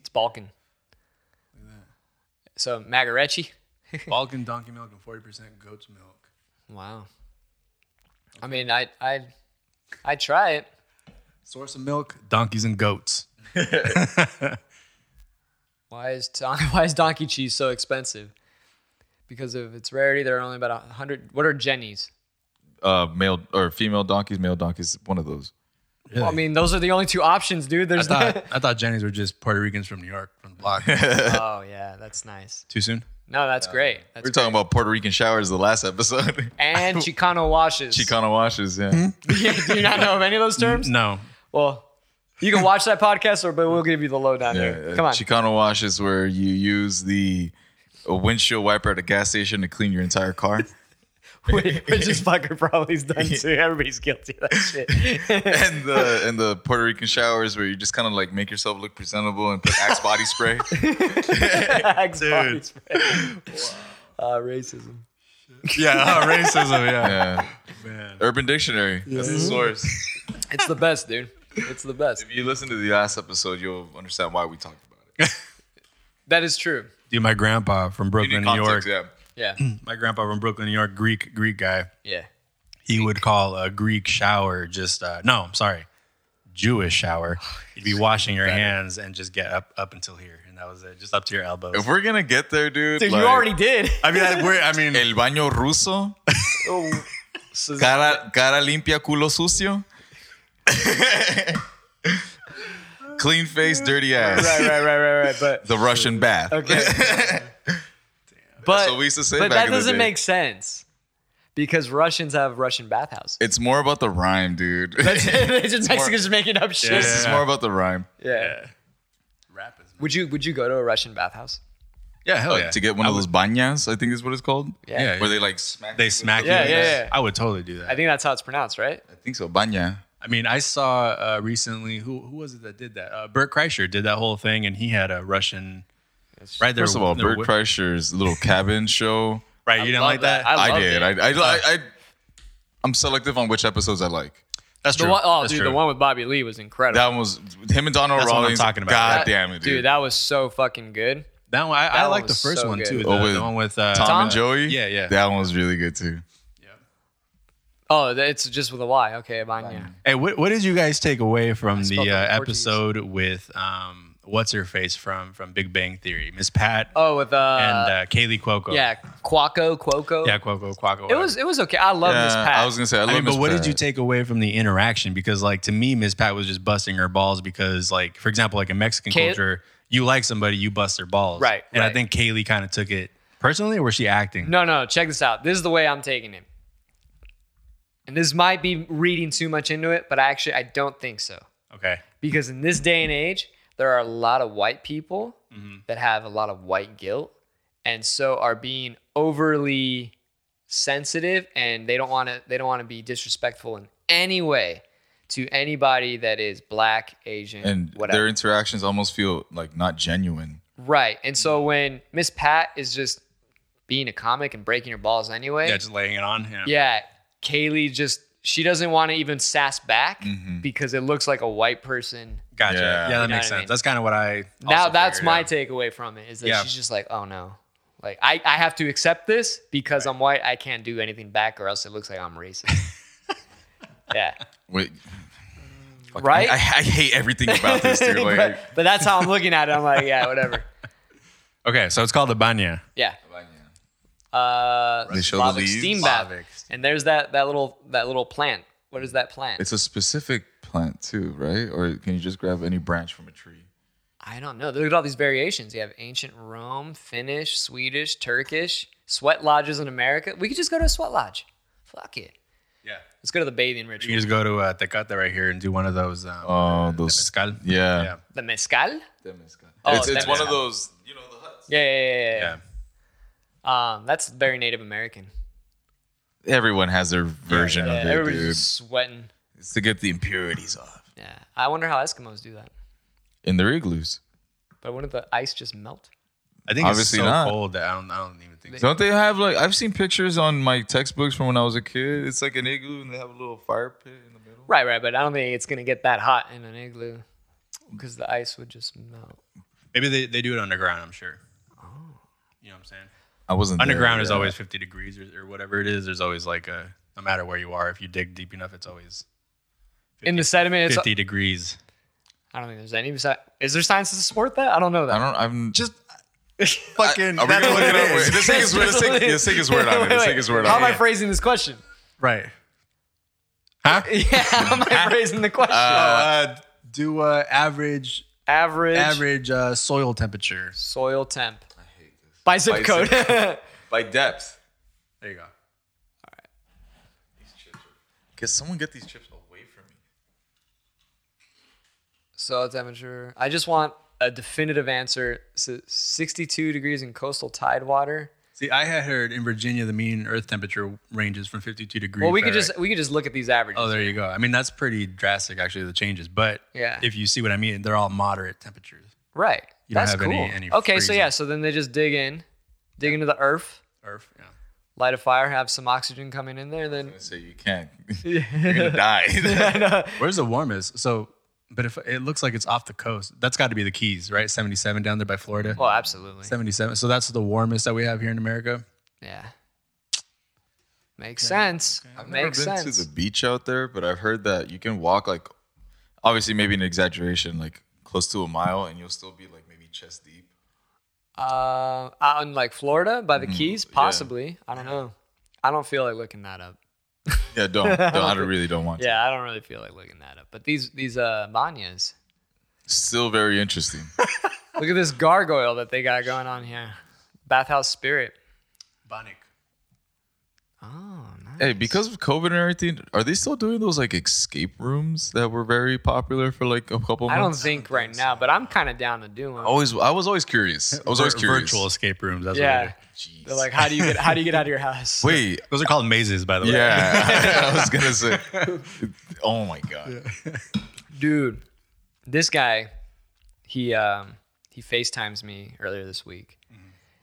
Speaker 1: It's Balkan. So Magarechi.
Speaker 2: Balkan donkey milk and forty percent goat's milk.
Speaker 1: Wow. I mean, I I I try it.
Speaker 2: Source of milk: donkeys and goats.
Speaker 1: Why is don- why is donkey cheese so expensive? Because of its rarity, there are only about a hundred. What are jennies?
Speaker 3: Uh, male or female donkeys, male donkeys, one of those.
Speaker 1: Well, I mean, those are the only two options, dude.
Speaker 2: I
Speaker 1: There's
Speaker 2: thought I thought Jennies were just Puerto Ricans from New York from the block.
Speaker 1: oh yeah, that's nice.
Speaker 2: Too soon?
Speaker 1: No, that's great. That's
Speaker 3: We were talking about Puerto Rican showers the last episode.
Speaker 1: and Chicano washes.
Speaker 3: Chicano washes, yeah.
Speaker 1: Do you not know of any of those terms?
Speaker 2: No.
Speaker 1: Well, you can watch that podcast, or but we'll give you the lowdown
Speaker 3: Yeah,
Speaker 1: here.
Speaker 3: uh,
Speaker 1: Come on.
Speaker 3: Chicano wash is where you use the a windshield wiper at a gas station to clean your entire car.
Speaker 1: which this fucker probably's done too. Everybody's guilty of that shit.
Speaker 3: and the and the Puerto Rican showers where you just kind of like make yourself look presentable and put Axe body spray.
Speaker 1: Axe body spray. Uh, racism.
Speaker 2: Yeah, uh, racism. Yeah.
Speaker 3: Yeah.
Speaker 2: Man.
Speaker 3: Urban Dictionary. That's the source.
Speaker 1: It's the best, dude. It's the best.
Speaker 3: If you listen to the last episode, you'll understand why we talked about it.
Speaker 1: That is true.
Speaker 2: Dude, my grandpa from
Speaker 3: You
Speaker 2: Brooklyn,
Speaker 3: need
Speaker 2: New York.
Speaker 3: context, yeah.
Speaker 1: Yeah.
Speaker 2: My grandpa from Brooklyn, New York, Greek Greek guy.
Speaker 1: Yeah.
Speaker 2: He would call a Greek shower just uh, no. I'm sorry, Jewish shower. You'd be washing your hands and just get up up until here, and that was it, just up to your elbows.
Speaker 3: If we're gonna get there, dude.
Speaker 1: Dude,
Speaker 3: like,
Speaker 1: you already did.
Speaker 2: I mean, I, we're, I mean,
Speaker 3: El baño ruso,
Speaker 1: Oh, so-
Speaker 3: cara, cara limpia, culo sucio. Clean face, dirty ass.
Speaker 1: right, right, right, right, right. But
Speaker 3: The Russian bath.
Speaker 1: okay. But
Speaker 3: what we used to say
Speaker 1: But
Speaker 3: back
Speaker 1: that
Speaker 3: in the
Speaker 1: doesn't
Speaker 3: day.
Speaker 1: make sense because Russians have Russian bathhouses.
Speaker 3: It's more about the rhyme, dude.
Speaker 1: That's it. It's just
Speaker 3: more-
Speaker 1: Mexicans making up shit.
Speaker 3: It's more about the rhyme.
Speaker 1: Yeah.
Speaker 2: Rap is-
Speaker 1: Would you Would you go to a Russian bathhouse?
Speaker 2: Yeah, hell
Speaker 3: Like,
Speaker 2: yeah.
Speaker 3: To get one of those banyas, I think is what it's called.
Speaker 2: Yeah.
Speaker 3: Where they like smack.
Speaker 2: They smack
Speaker 1: Yeah,
Speaker 2: you.
Speaker 1: yeah,
Speaker 2: Yes.
Speaker 1: yeah.
Speaker 2: I would totally do that.
Speaker 1: I think that's how it's pronounced, right?
Speaker 3: I think so. Banya.
Speaker 2: I mean, I saw uh, recently who who was it that did that? Uh, Bert Kreischer did that whole thing, and he had a Russian. Right there,
Speaker 3: First of all,
Speaker 2: there-
Speaker 3: Bert Kreischer's little cabin show.
Speaker 2: Right, you didn't
Speaker 1: love
Speaker 2: like that.
Speaker 1: that. I
Speaker 3: I,
Speaker 1: loved
Speaker 3: did.
Speaker 1: it.
Speaker 3: I, I, I, I, I'm selective on which episodes I like.
Speaker 2: That's
Speaker 1: The
Speaker 2: true.
Speaker 1: one, oh,
Speaker 2: That's
Speaker 1: dude,
Speaker 2: true.
Speaker 1: the one with Bobby Lee was incredible.
Speaker 3: That one was him and Donald
Speaker 2: That's what I'm
Speaker 3: Rawlings.
Speaker 2: talking about.
Speaker 3: God
Speaker 2: That-
Speaker 3: damn it, dude.
Speaker 1: that was so fucking good.
Speaker 2: That one. I, I
Speaker 1: one
Speaker 2: like the
Speaker 1: was
Speaker 2: first
Speaker 1: so
Speaker 2: one
Speaker 1: good.
Speaker 2: too. The,
Speaker 3: Oh, with
Speaker 2: the one with uh,
Speaker 3: Tom,
Speaker 1: Tom-
Speaker 3: and Joey.
Speaker 2: Yeah, yeah.
Speaker 3: That one was really good too.
Speaker 1: Oh, th- it's just with a Y. Okay, Vanya.
Speaker 2: Hey, what, what did you guys take away from the
Speaker 1: spelled
Speaker 2: uh,
Speaker 1: it with Portuguese.
Speaker 2: episode with um, what's her face from from Big Bang Theory? Miss Pat
Speaker 1: Oh, with uh,
Speaker 2: and uh, Kaylee Cuoco.
Speaker 1: yeah, Quaco, Quoco.
Speaker 2: yeah, Cuoco, Cuoco.
Speaker 1: it was it was okay. I love this
Speaker 3: Yeah,
Speaker 1: pack.
Speaker 3: I was gonna say. I, love
Speaker 2: I mean, but
Speaker 3: Miss
Speaker 2: what did
Speaker 3: Pat.
Speaker 2: you take away from the interaction? Because, like, to me, Miss Pat was just busting her balls because, like, for example, like in Mexican
Speaker 1: Kay-
Speaker 2: culture, you like somebody, you bust their balls.
Speaker 1: Right,
Speaker 2: And I
Speaker 1: right.
Speaker 2: think Kaylee kind of took it personally, or was she acting?
Speaker 1: No, no, check this out. This is the way I'm taking it. And this might be reading too much into it, but I actually I don't think so.
Speaker 2: Okay.
Speaker 1: Because in this day and age, there are a lot of white people
Speaker 2: Mm-hmm.
Speaker 1: that have a lot of white guilt and so are being overly sensitive and they don't want to they don't want to be disrespectful in any way to anybody that is black, Asian,
Speaker 3: And
Speaker 1: whatever.
Speaker 3: their interactions almost feel like not genuine.
Speaker 1: Right. And
Speaker 2: Mm-hmm.
Speaker 1: so when Miss Pat is just being a comic and breaking her balls anyway,
Speaker 2: Yeah, just laying it on him.
Speaker 1: yeah, Kaylee just she doesn't want to even sass back
Speaker 2: Mm-hmm.
Speaker 1: because it looks like a white person.
Speaker 2: Gotcha.
Speaker 3: Yeah.
Speaker 2: Yeah,
Speaker 1: You
Speaker 2: that
Speaker 1: know what
Speaker 2: makes
Speaker 1: I
Speaker 2: sense.
Speaker 1: mean?
Speaker 2: That's kind of what I.
Speaker 1: now
Speaker 2: also
Speaker 1: that's
Speaker 2: figured
Speaker 1: my
Speaker 2: out.
Speaker 1: takeaway from it is that
Speaker 2: Yeah.
Speaker 1: she's just like, oh no, like I, I have to accept this because I'm white. I can't do anything back or else it looks like I'm racist. yeah,
Speaker 3: Wait. Fuck,
Speaker 1: Right?
Speaker 3: I, I, I hate everything about this, dude. Like,
Speaker 1: but, but that's how I'm looking at it. I'm like, yeah, whatever.
Speaker 2: Okay, so it's called the banya.
Speaker 1: Yeah. Uh,
Speaker 3: They show the
Speaker 1: Slavic
Speaker 3: leaves?
Speaker 1: steam bath,
Speaker 2: Slavic.
Speaker 1: and there's that that little that little plant. What is that plant?
Speaker 3: it's a specific plant too, right? Or can you just grab any branch from a tree?
Speaker 1: I don't know. Look at all these variations. You have ancient Rome, Finnish, Swedish, Turkish, sweat lodges in America. We could just go to a sweat lodge. Fuck it.
Speaker 2: Yeah.
Speaker 1: Let's go to the bathing
Speaker 2: You can
Speaker 1: ritual.
Speaker 2: just go to uh, Tecate right here and do one of those. Um,
Speaker 3: Oh, those
Speaker 2: mezcal.
Speaker 3: Yeah.
Speaker 2: Yeah.
Speaker 1: The mezcal? Oh,
Speaker 3: it's it's
Speaker 1: that
Speaker 3: one
Speaker 1: is-
Speaker 3: of those, you know, the huts.
Speaker 1: Yeah, yeah, yeah. yeah,
Speaker 2: Yeah.
Speaker 1: yeah. Um, that's very Native American.
Speaker 3: Everyone has their version
Speaker 1: Yeah,
Speaker 3: of it,
Speaker 1: everybody's
Speaker 3: dude.
Speaker 1: just sweating.
Speaker 3: It's to get the impurities off
Speaker 1: Yeah. I wonder how Eskimos do that.
Speaker 3: in their igloos.
Speaker 1: But wouldn't the ice just melt?
Speaker 2: I think
Speaker 3: Obviously
Speaker 2: it's so
Speaker 3: not.
Speaker 2: cold that I don't, I don't even think. So.
Speaker 3: Don't they have like I've seen pictures on my textbooks from when I was a kid. It's like an igloo and they have a little fire pit in the middle.
Speaker 1: Right, right. But I don't think it's going to get that hot in an igloo because the ice would just melt.
Speaker 2: Maybe they, they do it underground. I'm sure.
Speaker 1: Oh.
Speaker 2: You know what I'm saying?
Speaker 3: I wasn't there,
Speaker 2: Underground is
Speaker 3: yeah.
Speaker 2: always 50 degrees or, or whatever it is. There's always like a no matter where you are, if you dig deep enough, it's always
Speaker 1: In the sediment, it's.
Speaker 2: 50 degrees.
Speaker 1: I don't think there's any. sci- Is there science to support that? I don't know that.
Speaker 3: I don't. I'm just
Speaker 2: Fucking.
Speaker 3: Are we gonna look it up? Wait, Let's take his word. Let's take, let's take his word on it.
Speaker 1: Wait,
Speaker 3: Let's
Speaker 1: wait.
Speaker 3: take his word
Speaker 1: How
Speaker 3: on
Speaker 1: am I
Speaker 3: it.
Speaker 1: phrasing this question?
Speaker 2: Right. Huh?
Speaker 1: Yeah, how am I phrasing the question?
Speaker 2: Uh, do uh, average
Speaker 1: average,
Speaker 2: average uh, soil temperature.
Speaker 1: soil temp. I hate this. By zip
Speaker 3: By
Speaker 1: code.
Speaker 3: zip By depth.
Speaker 2: There you go.
Speaker 3: Can someone get these chips away from me?
Speaker 1: soil temperature. I just want a definitive answer. So 62 degrees in coastal tidewater.
Speaker 2: See, I had heard in Virginia the mean Earth temperature ranges from 52 degrees.
Speaker 1: Well, we could
Speaker 2: Fahrenheit.
Speaker 1: just we could just look at these averages.
Speaker 2: Oh, there you go. I mean, that's pretty drastic, actually, the changes. But
Speaker 1: Yeah.
Speaker 2: if you see what I mean, they're all moderate temperatures.
Speaker 1: right.
Speaker 2: You don't
Speaker 1: That's
Speaker 2: have
Speaker 1: cool.
Speaker 2: any- any
Speaker 1: okay, so
Speaker 2: freezing.
Speaker 1: yeah, so then they just dig in, dig into the earth,
Speaker 2: Earth, yeah.
Speaker 1: light a fire, have some oxygen coming in there, then
Speaker 3: So you can't. You're gonna die.
Speaker 2: Where's the warmest? So, but if it looks like it's off the coast, that's got to be the Keys, right? 77 down there by Florida.
Speaker 1: well, absolutely.
Speaker 2: 77. So that's the warmest that we have here in America.
Speaker 1: Yeah. Makes sense.
Speaker 3: I've never
Speaker 1: Makes
Speaker 3: been
Speaker 1: sense.
Speaker 3: to the beach out there, but I've heard that you can walk like, obviously maybe an exaggeration, like close to a mile, and you'll still be like maybe chest deep.
Speaker 1: Uh, out in like Florida by the
Speaker 2: Mm-hmm.
Speaker 1: Keys, possibly. I don't know. I don't feel like looking that up.
Speaker 3: Yeah, don't. don't I really don't want.
Speaker 1: Yeah, I don't really feel like looking that up. But these these uh banyas.
Speaker 3: To. Still very interesting.
Speaker 1: Look at this gargoyle that they got going on here. Bathhouse spirit.
Speaker 2: Bonic.
Speaker 1: Oh, nice.
Speaker 3: Hey, because of COVID and everything, are they still doing those like escape rooms that were very popular for like a couple?
Speaker 1: I don't
Speaker 3: months?
Speaker 1: think right now, but I'm kind of down to do them.
Speaker 3: Always, I was always curious. I was always
Speaker 2: Vir-
Speaker 3: curious.
Speaker 2: Virtual escape rooms. That's what they
Speaker 1: yeah.
Speaker 2: do.
Speaker 3: Jeez.
Speaker 1: They're like, how do you get how do you get out of your house?
Speaker 3: Wait,
Speaker 2: Those are called mazes, by the way.
Speaker 3: yeah, I was gonna say. Oh my god.
Speaker 1: dude this guy he um he facetimes me earlier this week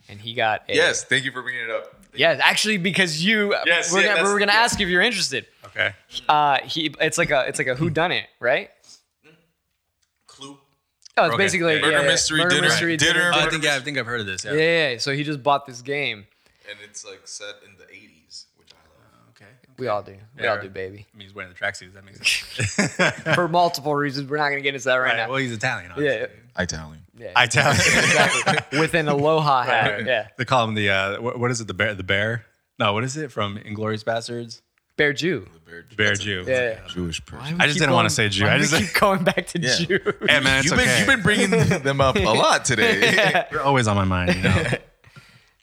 Speaker 1: and he got a,
Speaker 3: Mm-hmm. Yes, thank you for bringing it up.
Speaker 1: yeah actually because you
Speaker 3: Yes,
Speaker 1: we're
Speaker 3: yeah,
Speaker 1: gonna,
Speaker 3: that's-
Speaker 1: we're gonna ask if you're interested
Speaker 2: Okay.
Speaker 1: uh he it's like a it's like a who done it right
Speaker 3: Clue.
Speaker 1: oh it's
Speaker 2: Okay.
Speaker 1: basically
Speaker 2: Murder
Speaker 1: yeah, yeah,
Speaker 3: mystery,
Speaker 1: murder
Speaker 3: dinner-
Speaker 1: mystery
Speaker 3: dinner-
Speaker 2: Oh, I think yeah, I think I've heard of this. Yeah.
Speaker 1: yeah, yeah yeah so he just bought this game
Speaker 3: And it's like set in the 80s, which I love.
Speaker 2: Okay.
Speaker 1: we all do we
Speaker 2: Yeah.
Speaker 1: all do baby
Speaker 2: I mean, he's wearing the tracksuits. That makes sense. right,
Speaker 1: for multiple reasons we're not gonna get into that right, now
Speaker 2: Well, he's Italian.
Speaker 1: yeah,
Speaker 2: Obviously.
Speaker 3: Uh, Italian.
Speaker 1: yeah,
Speaker 2: Italian.
Speaker 1: exactly with an aloha hat
Speaker 2: Right.
Speaker 1: yeah
Speaker 2: They call him the uh, what, what is it? The bear. The bear. No, what is it from Inglorious Bastards?
Speaker 1: bear Jew
Speaker 3: The bear,
Speaker 2: Bear Jew.
Speaker 1: yeah
Speaker 3: Jewish person.
Speaker 2: I just didn't want to say Jew. I just
Speaker 1: keep going back to
Speaker 3: Yeah.
Speaker 1: Jew.
Speaker 2: hey man, it's
Speaker 3: You've been,
Speaker 2: okay.
Speaker 3: you've been bringing them up a lot today.
Speaker 2: You're always on my mind. You know?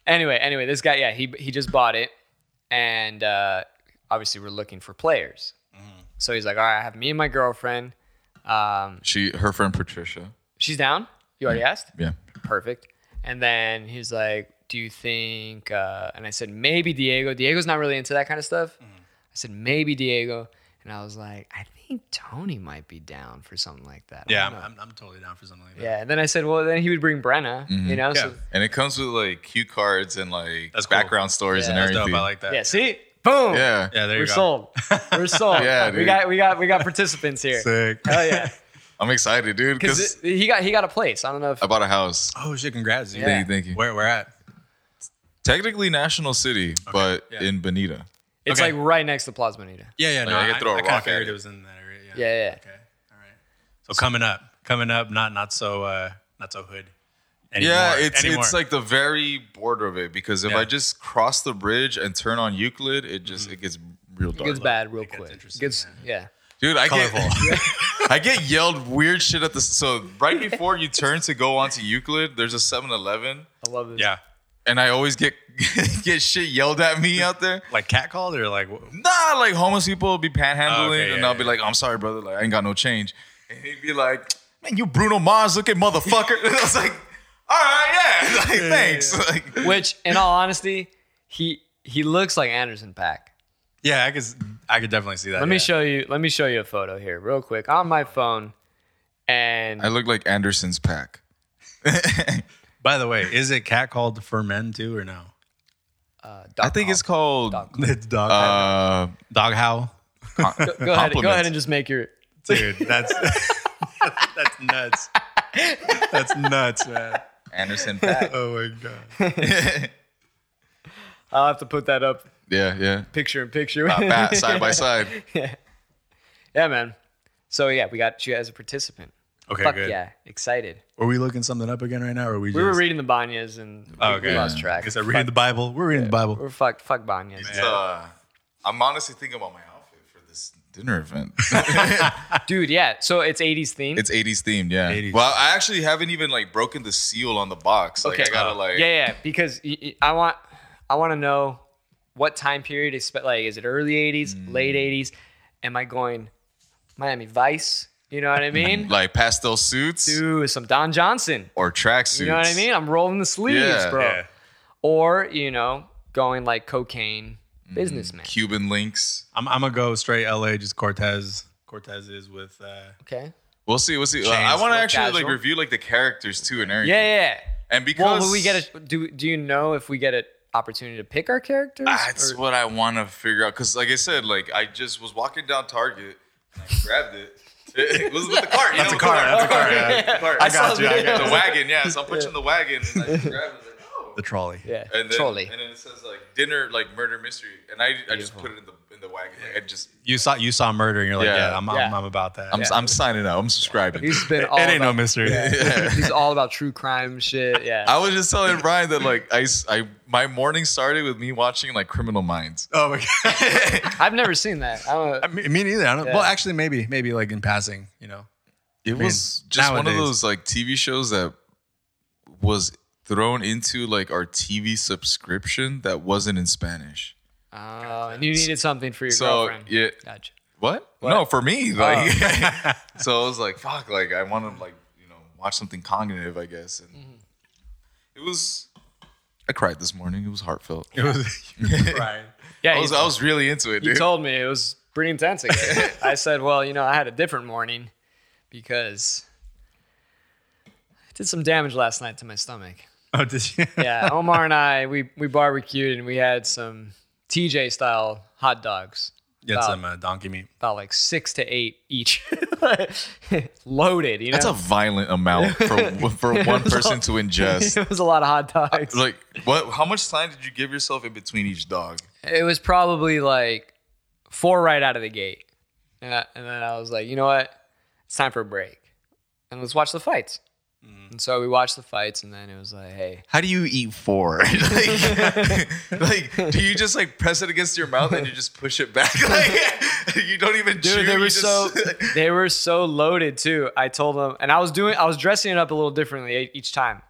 Speaker 1: anyway, anyway, this guy, yeah, he he just bought it, and uh, obviously we're looking for players. So he's like, all right, I have me and my girlfriend. Um,
Speaker 3: she, her friend Patricia.
Speaker 1: she's down. You already asked.
Speaker 3: Yeah.
Speaker 1: Perfect. And then he's like, do you think? Uh, and I said maybe Diego. Diego's not really into that kind of stuff.
Speaker 2: Mm-hmm.
Speaker 1: I said maybe Diego, and I was like, I think Tony might be down for something like that. I
Speaker 2: yeah, I'm,
Speaker 1: don't know.
Speaker 2: I'm, I'm totally down for something like that.
Speaker 1: Yeah, and then I said, well, then he would bring Brenna, you know. So
Speaker 3: And it comes with like cue cards and like
Speaker 2: That's cool.
Speaker 3: background stories
Speaker 1: Yeah,
Speaker 3: and
Speaker 1: that's
Speaker 2: Dope,
Speaker 3: everything.
Speaker 2: I like that.
Speaker 1: yeah, see, boom,
Speaker 3: yeah.
Speaker 2: Yeah, there
Speaker 1: We're
Speaker 2: you go.
Speaker 1: sold. We're sold.
Speaker 3: Yeah,
Speaker 1: we
Speaker 3: dude.
Speaker 1: got we got we got participants here.
Speaker 2: Sick.
Speaker 1: Hell yeah!
Speaker 3: I'm excited, dude,
Speaker 1: Because
Speaker 3: because
Speaker 1: he got he got a place. I don't know if
Speaker 3: I bought a house.
Speaker 2: Oh shit! Congrats. dude.
Speaker 1: Yeah.
Speaker 3: Thank you. Thank you.
Speaker 2: Where we're at?
Speaker 3: Technically National City, but
Speaker 2: yeah.
Speaker 3: in Bonita.
Speaker 1: it's
Speaker 2: okay.
Speaker 1: like right next to Plaza Bonita.
Speaker 2: Yeah, yeah. No,
Speaker 3: I
Speaker 2: I,
Speaker 3: could throw a
Speaker 2: I kind
Speaker 3: rock
Speaker 2: of
Speaker 3: at
Speaker 2: figured
Speaker 3: it.
Speaker 2: it was in that area.
Speaker 1: Yeah, yeah.
Speaker 2: Okay. All right. So coming up, coming up, not not so uh not so hood. Anymore.
Speaker 3: Yeah, it's
Speaker 2: anymore.
Speaker 3: it's like the very border of it because if
Speaker 2: Yeah. Mm-hmm.
Speaker 3: I just cross the bridge and turn on Euclid, it just it gets real
Speaker 1: It
Speaker 3: dark.
Speaker 1: gets bad real
Speaker 2: gets
Speaker 1: quick.
Speaker 2: interesting,
Speaker 1: Gets yeah.
Speaker 3: Dude, I
Speaker 2: Colorful.
Speaker 3: get I get yelled weird shit at the so right before you turn to go onto Euclid, there's a 7-Eleven
Speaker 1: I love this.
Speaker 2: yeah,
Speaker 3: and I always get get shit yelled at me out there.
Speaker 2: like catcalled or like wh-
Speaker 3: Nah, like homeless people will be panhandling
Speaker 2: Oh, okay, yeah,
Speaker 3: and I'll be
Speaker 2: yeah.
Speaker 3: like, I'm sorry, brother, like I ain't got no change. And he'd be like, Man, you Bruno Mars looking motherfucker. And I was like, All right, yeah. Like, thanks. Like,
Speaker 1: Which, in all honesty, he he looks like Anderson Pack.
Speaker 2: yeah. I could s- I could definitely see that.
Speaker 1: Let me
Speaker 2: yeah.
Speaker 1: show you. Let me show you a photo here, real quick, on my phone. And
Speaker 3: I look like Anderson's pack.
Speaker 2: By the way, is it catcalled for men too or no?
Speaker 1: uh,
Speaker 3: I think it's called
Speaker 2: It's dog
Speaker 3: uh,
Speaker 2: dog howl,
Speaker 1: Go ahead. Go ahead and just make your.
Speaker 2: dude. That's that's nuts. That's nuts, man.
Speaker 3: Anderson pack.
Speaker 2: Oh my god.
Speaker 1: I'll have to put that up
Speaker 3: yeah, yeah.
Speaker 1: picture in picture.
Speaker 3: Bat, side by side.
Speaker 1: yeah, man. So yeah, we got you as a participant.
Speaker 2: Okay,
Speaker 1: Fuck
Speaker 2: good.
Speaker 1: yeah, excited.
Speaker 2: Are we looking something up again right now? Or are we?
Speaker 1: We were
Speaker 2: just-
Speaker 1: reading the Banyas and we-
Speaker 2: Okay.
Speaker 1: we lost track.
Speaker 2: Because I reading the Bible. We're reading the Bible.
Speaker 1: We're fucked. Fuck Banyas.
Speaker 3: It's, uh, I'm honestly thinking about my outfit for this dinner event.
Speaker 1: Dude, yeah. So it's 80s themed.
Speaker 3: it's 80s themed, yeah.
Speaker 2: 80s.
Speaker 3: Well, I actually haven't even like broken the seal on the box. Like,
Speaker 1: Okay.
Speaker 3: I gotta
Speaker 2: Oh.
Speaker 3: like.
Speaker 1: yeah, yeah. Because y- y- I want, I want to know what time period is spe- like. Is it early 80s,
Speaker 3: Mm.
Speaker 1: late 80s? Am I going Miami Vice? You know what I mean?
Speaker 3: Like pastel suits
Speaker 1: Do some Don Johnson.
Speaker 3: or tracksuits.
Speaker 1: You know what I mean? I'm rolling the sleeves,
Speaker 3: Yeah,
Speaker 1: bro.
Speaker 2: yeah.
Speaker 1: Or you know, going like cocaine
Speaker 3: Mm-hmm.
Speaker 1: businessman.
Speaker 3: Cuban links.
Speaker 2: I'm, I'm gonna go straight LA. Just Cortez. Cortez is with. Uh,
Speaker 1: Okay.
Speaker 3: We'll see. We'll see. Uh,
Speaker 2: Chains
Speaker 3: I want to
Speaker 1: look
Speaker 3: actually like
Speaker 1: casual.
Speaker 3: review like the characters too and everything.
Speaker 1: Yeah, yeah. yeah.
Speaker 3: And because
Speaker 1: Well, will we get a, do do you know if we get an opportunity to pick our characters?
Speaker 3: That's
Speaker 1: Or-
Speaker 3: what I want to figure out. Cause like I said, like I just was walking down Target and I grabbed it. It was with the cart. You
Speaker 2: That's
Speaker 3: know,
Speaker 2: a car,
Speaker 3: the
Speaker 2: that's a car,
Speaker 1: yeah.
Speaker 3: Cart.
Speaker 1: I got
Speaker 3: saw
Speaker 1: you, I
Speaker 3: the-
Speaker 1: got
Speaker 3: the
Speaker 1: you.
Speaker 3: wagon. Yeah, so I'm punching the wagon and I just grabbed it. Like, oh.
Speaker 2: the trolley.
Speaker 1: yeah,
Speaker 3: And then,
Speaker 1: trolley.
Speaker 3: and then it says like dinner, like murder mystery, and I, I just
Speaker 1: Beautiful.
Speaker 3: put it in the in the wagon. Like, I just
Speaker 2: You saw you saw murder, and you're like,
Speaker 3: Yeah.
Speaker 2: yeah, I'm, I'm,
Speaker 1: Yeah.
Speaker 2: I'm about that.
Speaker 3: I'm, I'm signing up. I'm subscribing.
Speaker 1: He's been all
Speaker 2: it ain't no
Speaker 1: about,
Speaker 2: mystery.
Speaker 1: he's all about true crime shit. Yeah.
Speaker 3: I was just telling Brian that like I, s- I- my morning started with me watching like Criminal Minds.
Speaker 2: Oh my god.
Speaker 1: I've never seen that. I don't,
Speaker 2: I mean, me neither. I don't.
Speaker 1: Yeah.
Speaker 2: Well, actually, maybe maybe like in passing, you know.
Speaker 3: It was just one of
Speaker 2: nowadays-
Speaker 3: those like TV shows that was the thrown into like our TV subscription that wasn't in Spanish.
Speaker 1: Oh, and you needed something for your
Speaker 3: So
Speaker 1: girlfriend.
Speaker 3: yeah,
Speaker 1: Gotcha.
Speaker 3: what? No, for me,
Speaker 1: Oh.
Speaker 3: like, so I was like, fuck, like I want to like you know watch something cognitive, I guess, and
Speaker 1: Mm-hmm.
Speaker 3: it was. I cried this morning. It was heartfelt.
Speaker 4: It was right.
Speaker 1: Yeah,
Speaker 3: I
Speaker 1: you-
Speaker 3: was, I was really into it,
Speaker 1: you
Speaker 3: dude.
Speaker 1: told me it was pretty intense. Again. I said, well, you know, I had a different morning because I did some damage last night to my stomach.
Speaker 4: Oh, did you?
Speaker 1: Yeah, Omar and I we we barbecued and we had some TJ style hot dogs.
Speaker 4: Get
Speaker 1: Wow.
Speaker 4: some uh, donkey meat.
Speaker 1: About like six to eight each, loaded. You know,
Speaker 3: That's a violent amount for for one person to ingest.
Speaker 1: it was a lot of hot dogs.
Speaker 3: Uh, Like, what? How much time did you give yourself in between each dog?
Speaker 1: it was probably like four right out of the gate. And, I, and then I was like, you know what? It's time for a break. And let's watch the fights.
Speaker 4: Mm-hmm.
Speaker 1: And so we watched the fights, and then it was like, hey,
Speaker 3: How do you eat four? like, like, do you just like press it against your mouth and you just push it back? Like, you don't even chew.
Speaker 1: Dude, they
Speaker 3: you
Speaker 1: were
Speaker 3: just-
Speaker 1: so they were so loaded too. I told them, and I was doing, I was dressing it up a little differently e- each time.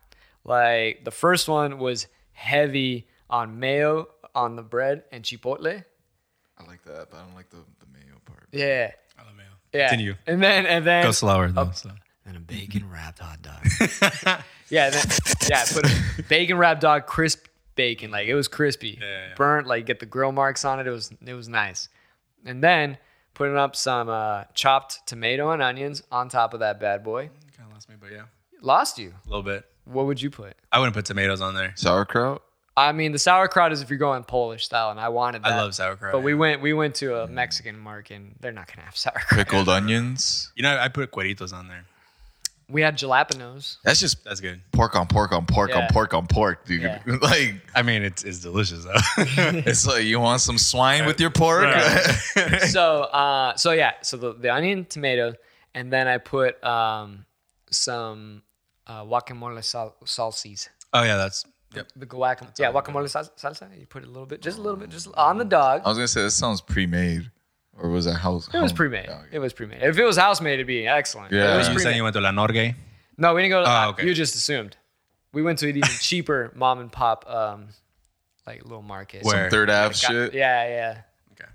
Speaker 1: Like the first one was heavy on mayo on the bread and chipotle.
Speaker 3: I like that, but I don't like the, the mayo part.
Speaker 1: Yeah,
Speaker 4: I love mayo.
Speaker 1: yeah.
Speaker 4: Continue.
Speaker 1: And then and then
Speaker 4: Go slower though. so.
Speaker 1: and a bacon wrapped hot dog. Mm-hmm. yeah, and then, yeah. Put a bacon wrapped dog, crisp bacon. Like it was crispy,
Speaker 4: yeah, yeah.
Speaker 1: burnt. Like get the grill marks on it. It was it was nice. And then putting up some uh, chopped tomato and onions on top of that bad boy.
Speaker 4: Kind of lost me, but yeah, a
Speaker 1: Lost you.
Speaker 4: little bit.
Speaker 1: What would you put?
Speaker 4: I wouldn't put tomatoes on there.
Speaker 3: Sauerkraut?
Speaker 1: I mean, the sauerkraut is if you're going Polish style, and I wanted that.
Speaker 4: I love sauerkraut.
Speaker 1: But we went we went to a Mexican market, and they're not gonna have sauerkraut.
Speaker 3: Pickled onions?
Speaker 4: you know, I put cueritos on there.
Speaker 1: We had jalapenos.
Speaker 3: That's just
Speaker 4: That's good.
Speaker 3: pork on pork on pork
Speaker 1: Yeah.
Speaker 3: on pork on pork, dude.
Speaker 1: Yeah.
Speaker 3: Like,
Speaker 4: I mean, it's it's delicious though.
Speaker 3: it's like you want some swine with your pork?
Speaker 1: so uh, so yeah, so the, the onion, tomato, and then I put um, some uh, guacamole sal- salsies.
Speaker 4: oh yeah, that's yep.
Speaker 1: The guacamole, yeah, guacamole sal- salsa. You put it a little bit, just a little bit, just on the dog.
Speaker 3: I was going to say, that sounds pre made. Or was that house?
Speaker 4: Oh,
Speaker 1: It was pre-made. It was pre-made. If it was house-made, it'd be excellent.
Speaker 3: Yeah.
Speaker 1: It was
Speaker 4: You
Speaker 1: pre-made.
Speaker 4: saying you went to La Norgue?
Speaker 1: No, we didn't go to.
Speaker 4: Oh, okay.
Speaker 1: You just assumed. We went to an even cheaper mom and pop, um, like little market.
Speaker 4: Where?
Speaker 3: Third Ave
Speaker 1: Got-
Speaker 3: shit.
Speaker 1: Yeah, yeah,
Speaker 4: Okay,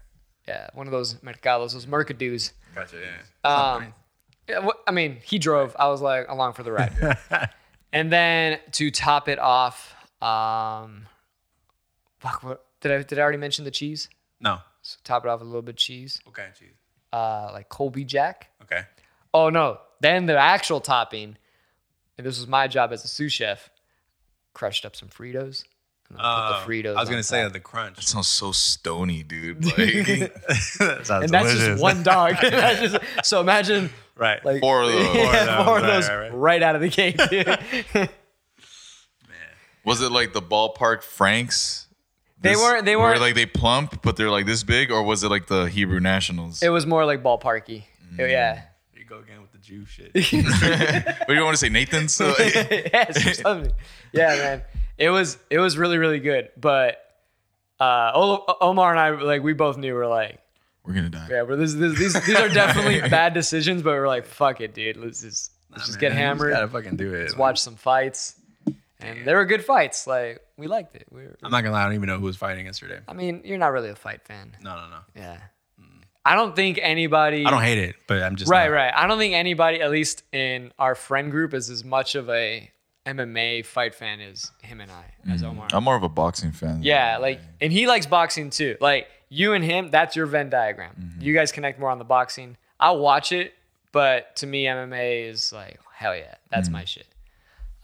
Speaker 1: yeah. One of those mercados, those mercados.
Speaker 4: gotcha. Yeah. Oh,
Speaker 1: Um, yeah, wh- I mean, he drove. I was like along for the ride. and then to top it off, um, fuck, what did I did I already mention the cheese?
Speaker 4: No.
Speaker 1: So top it off with a little bit of cheese,
Speaker 4: Okay, cheese.
Speaker 1: uh, like Colby Jack.
Speaker 4: Okay.
Speaker 1: Oh no! Then the actual topping, and this was my job as a sous chef, crushed up some Fritos and then
Speaker 4: Uh,
Speaker 1: put the Fritos.
Speaker 4: I was
Speaker 1: on
Speaker 4: gonna say
Speaker 1: top.
Speaker 4: the crunch.
Speaker 3: Sounds so stony, dude. Like,
Speaker 4: that sounds
Speaker 1: and that's
Speaker 4: delicious.
Speaker 1: just one dog. That's just- so imagine
Speaker 4: right.
Speaker 1: like
Speaker 3: four of those.
Speaker 1: yeah, four of
Speaker 4: Right,
Speaker 1: those
Speaker 4: right, right.
Speaker 1: right out of the gate. dude.
Speaker 3: Was it like the ballpark Franks?
Speaker 1: They weren't- they
Speaker 3: where,
Speaker 1: weren't-
Speaker 3: like they plump, but they're like this big, or was it like the Hebrew Nationals?
Speaker 1: it was more like ballparky. Yeah.
Speaker 4: you go again with the Jew shit.
Speaker 3: what do you want to say, Nathan's? So,
Speaker 4: Mm.
Speaker 1: yes, or something. Yeah, man. It was it was really really good, but uh, O- Omar and I like we both knew we're like
Speaker 3: we're gonna die.
Speaker 1: Yeah, well, this, this, these these are definitely bad decisions, but we're like, fuck it, dude. Let's just let's just get hammered.
Speaker 4: gotta fucking do it.
Speaker 1: Let's watch some fights, and they were good fights. Like we liked it. We were,
Speaker 4: I'm not gonna lie. I don't even know who was fighting yesterday.
Speaker 1: I mean, you're not really a fight fan.
Speaker 4: No, no, no.
Speaker 1: Yeah, I don't think anybody.
Speaker 4: Mm. I don't hate it, but I'm just
Speaker 1: Right,
Speaker 4: not-
Speaker 1: right. I don't think anybody, at least in our friend group, is as much of a MMA fight fan as him and I, as Omar.
Speaker 3: Mm-hmm. I'm more of a boxing fan.
Speaker 1: Yeah, like, and he likes boxing too. Like, you and him, that's your Venn diagram.
Speaker 3: Mm-hmm.
Speaker 1: You guys connect more on the boxing. I'll watch it, but to me, MMA is like, hell yeah, that's my
Speaker 3: Mm-hmm.
Speaker 1: shit.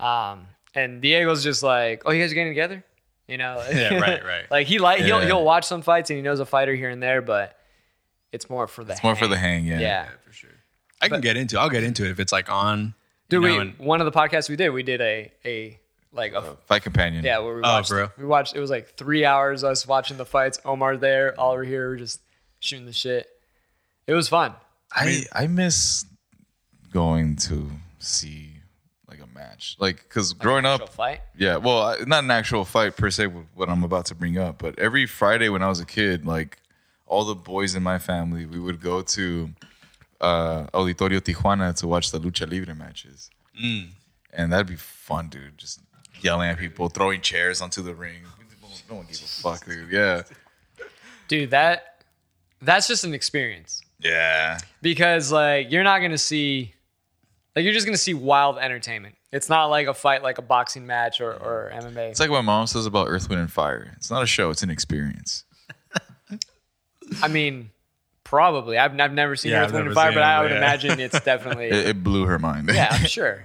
Speaker 1: Um, and Diego's just like, oh, you guys are getting together? You know?
Speaker 4: Yeah, right, right.
Speaker 1: like, he like, he'll,
Speaker 3: Yeah.
Speaker 1: he'll watch some fights and he knows a fighter here and there, but it's more for the
Speaker 3: it's more for the hang. Yeah.
Speaker 1: Yeah.
Speaker 4: for sure. I can get into. it. I'll get into it if it's like on.
Speaker 1: Dude,
Speaker 4: you know,
Speaker 1: we,
Speaker 4: and-
Speaker 1: one of the podcasts we did, we did a, a, like a
Speaker 3: Fight companion.
Speaker 1: Yeah, where we
Speaker 4: Oh,
Speaker 1: watched.
Speaker 4: bro.
Speaker 1: We watched. It was like three hours us watching the fights. Omar there, Oliver here, we're just shooting the shit. It was fun.
Speaker 3: I I miss going to see like a match, like because growing
Speaker 1: Actual
Speaker 3: up,
Speaker 1: fight.
Speaker 3: Yeah, well, I- not an actual fight per se, with what I'm about to bring up, but every Friday when I was a kid, like all the boys in my family, we would go to uh, Auditorio Tijuana to watch the Lucha Libre matches. And that'd be fun, dude. Just yelling at people, throwing chairs onto the ring. No one gave a fuck, dude. Yeah.
Speaker 1: dude. That that's just an experience
Speaker 3: Yeah.
Speaker 1: because like you're not gonna see, like you're just gonna see wild entertainment. It's not like a fight, like a boxing match or, or MMA.
Speaker 3: It's like what my mom says about Earth, Wind, and Fire. It's not a show, it's an experience.
Speaker 1: I mean, probably. I've, I've never seen
Speaker 2: Yeah,
Speaker 1: Earth,
Speaker 2: I've
Speaker 1: Wind, and
Speaker 2: never
Speaker 1: Fire,
Speaker 2: seen
Speaker 1: but
Speaker 2: it,
Speaker 1: I would
Speaker 2: but yeah.
Speaker 1: imagine it's definitely.
Speaker 3: It, it blew her mind.
Speaker 1: yeah, I'm sure.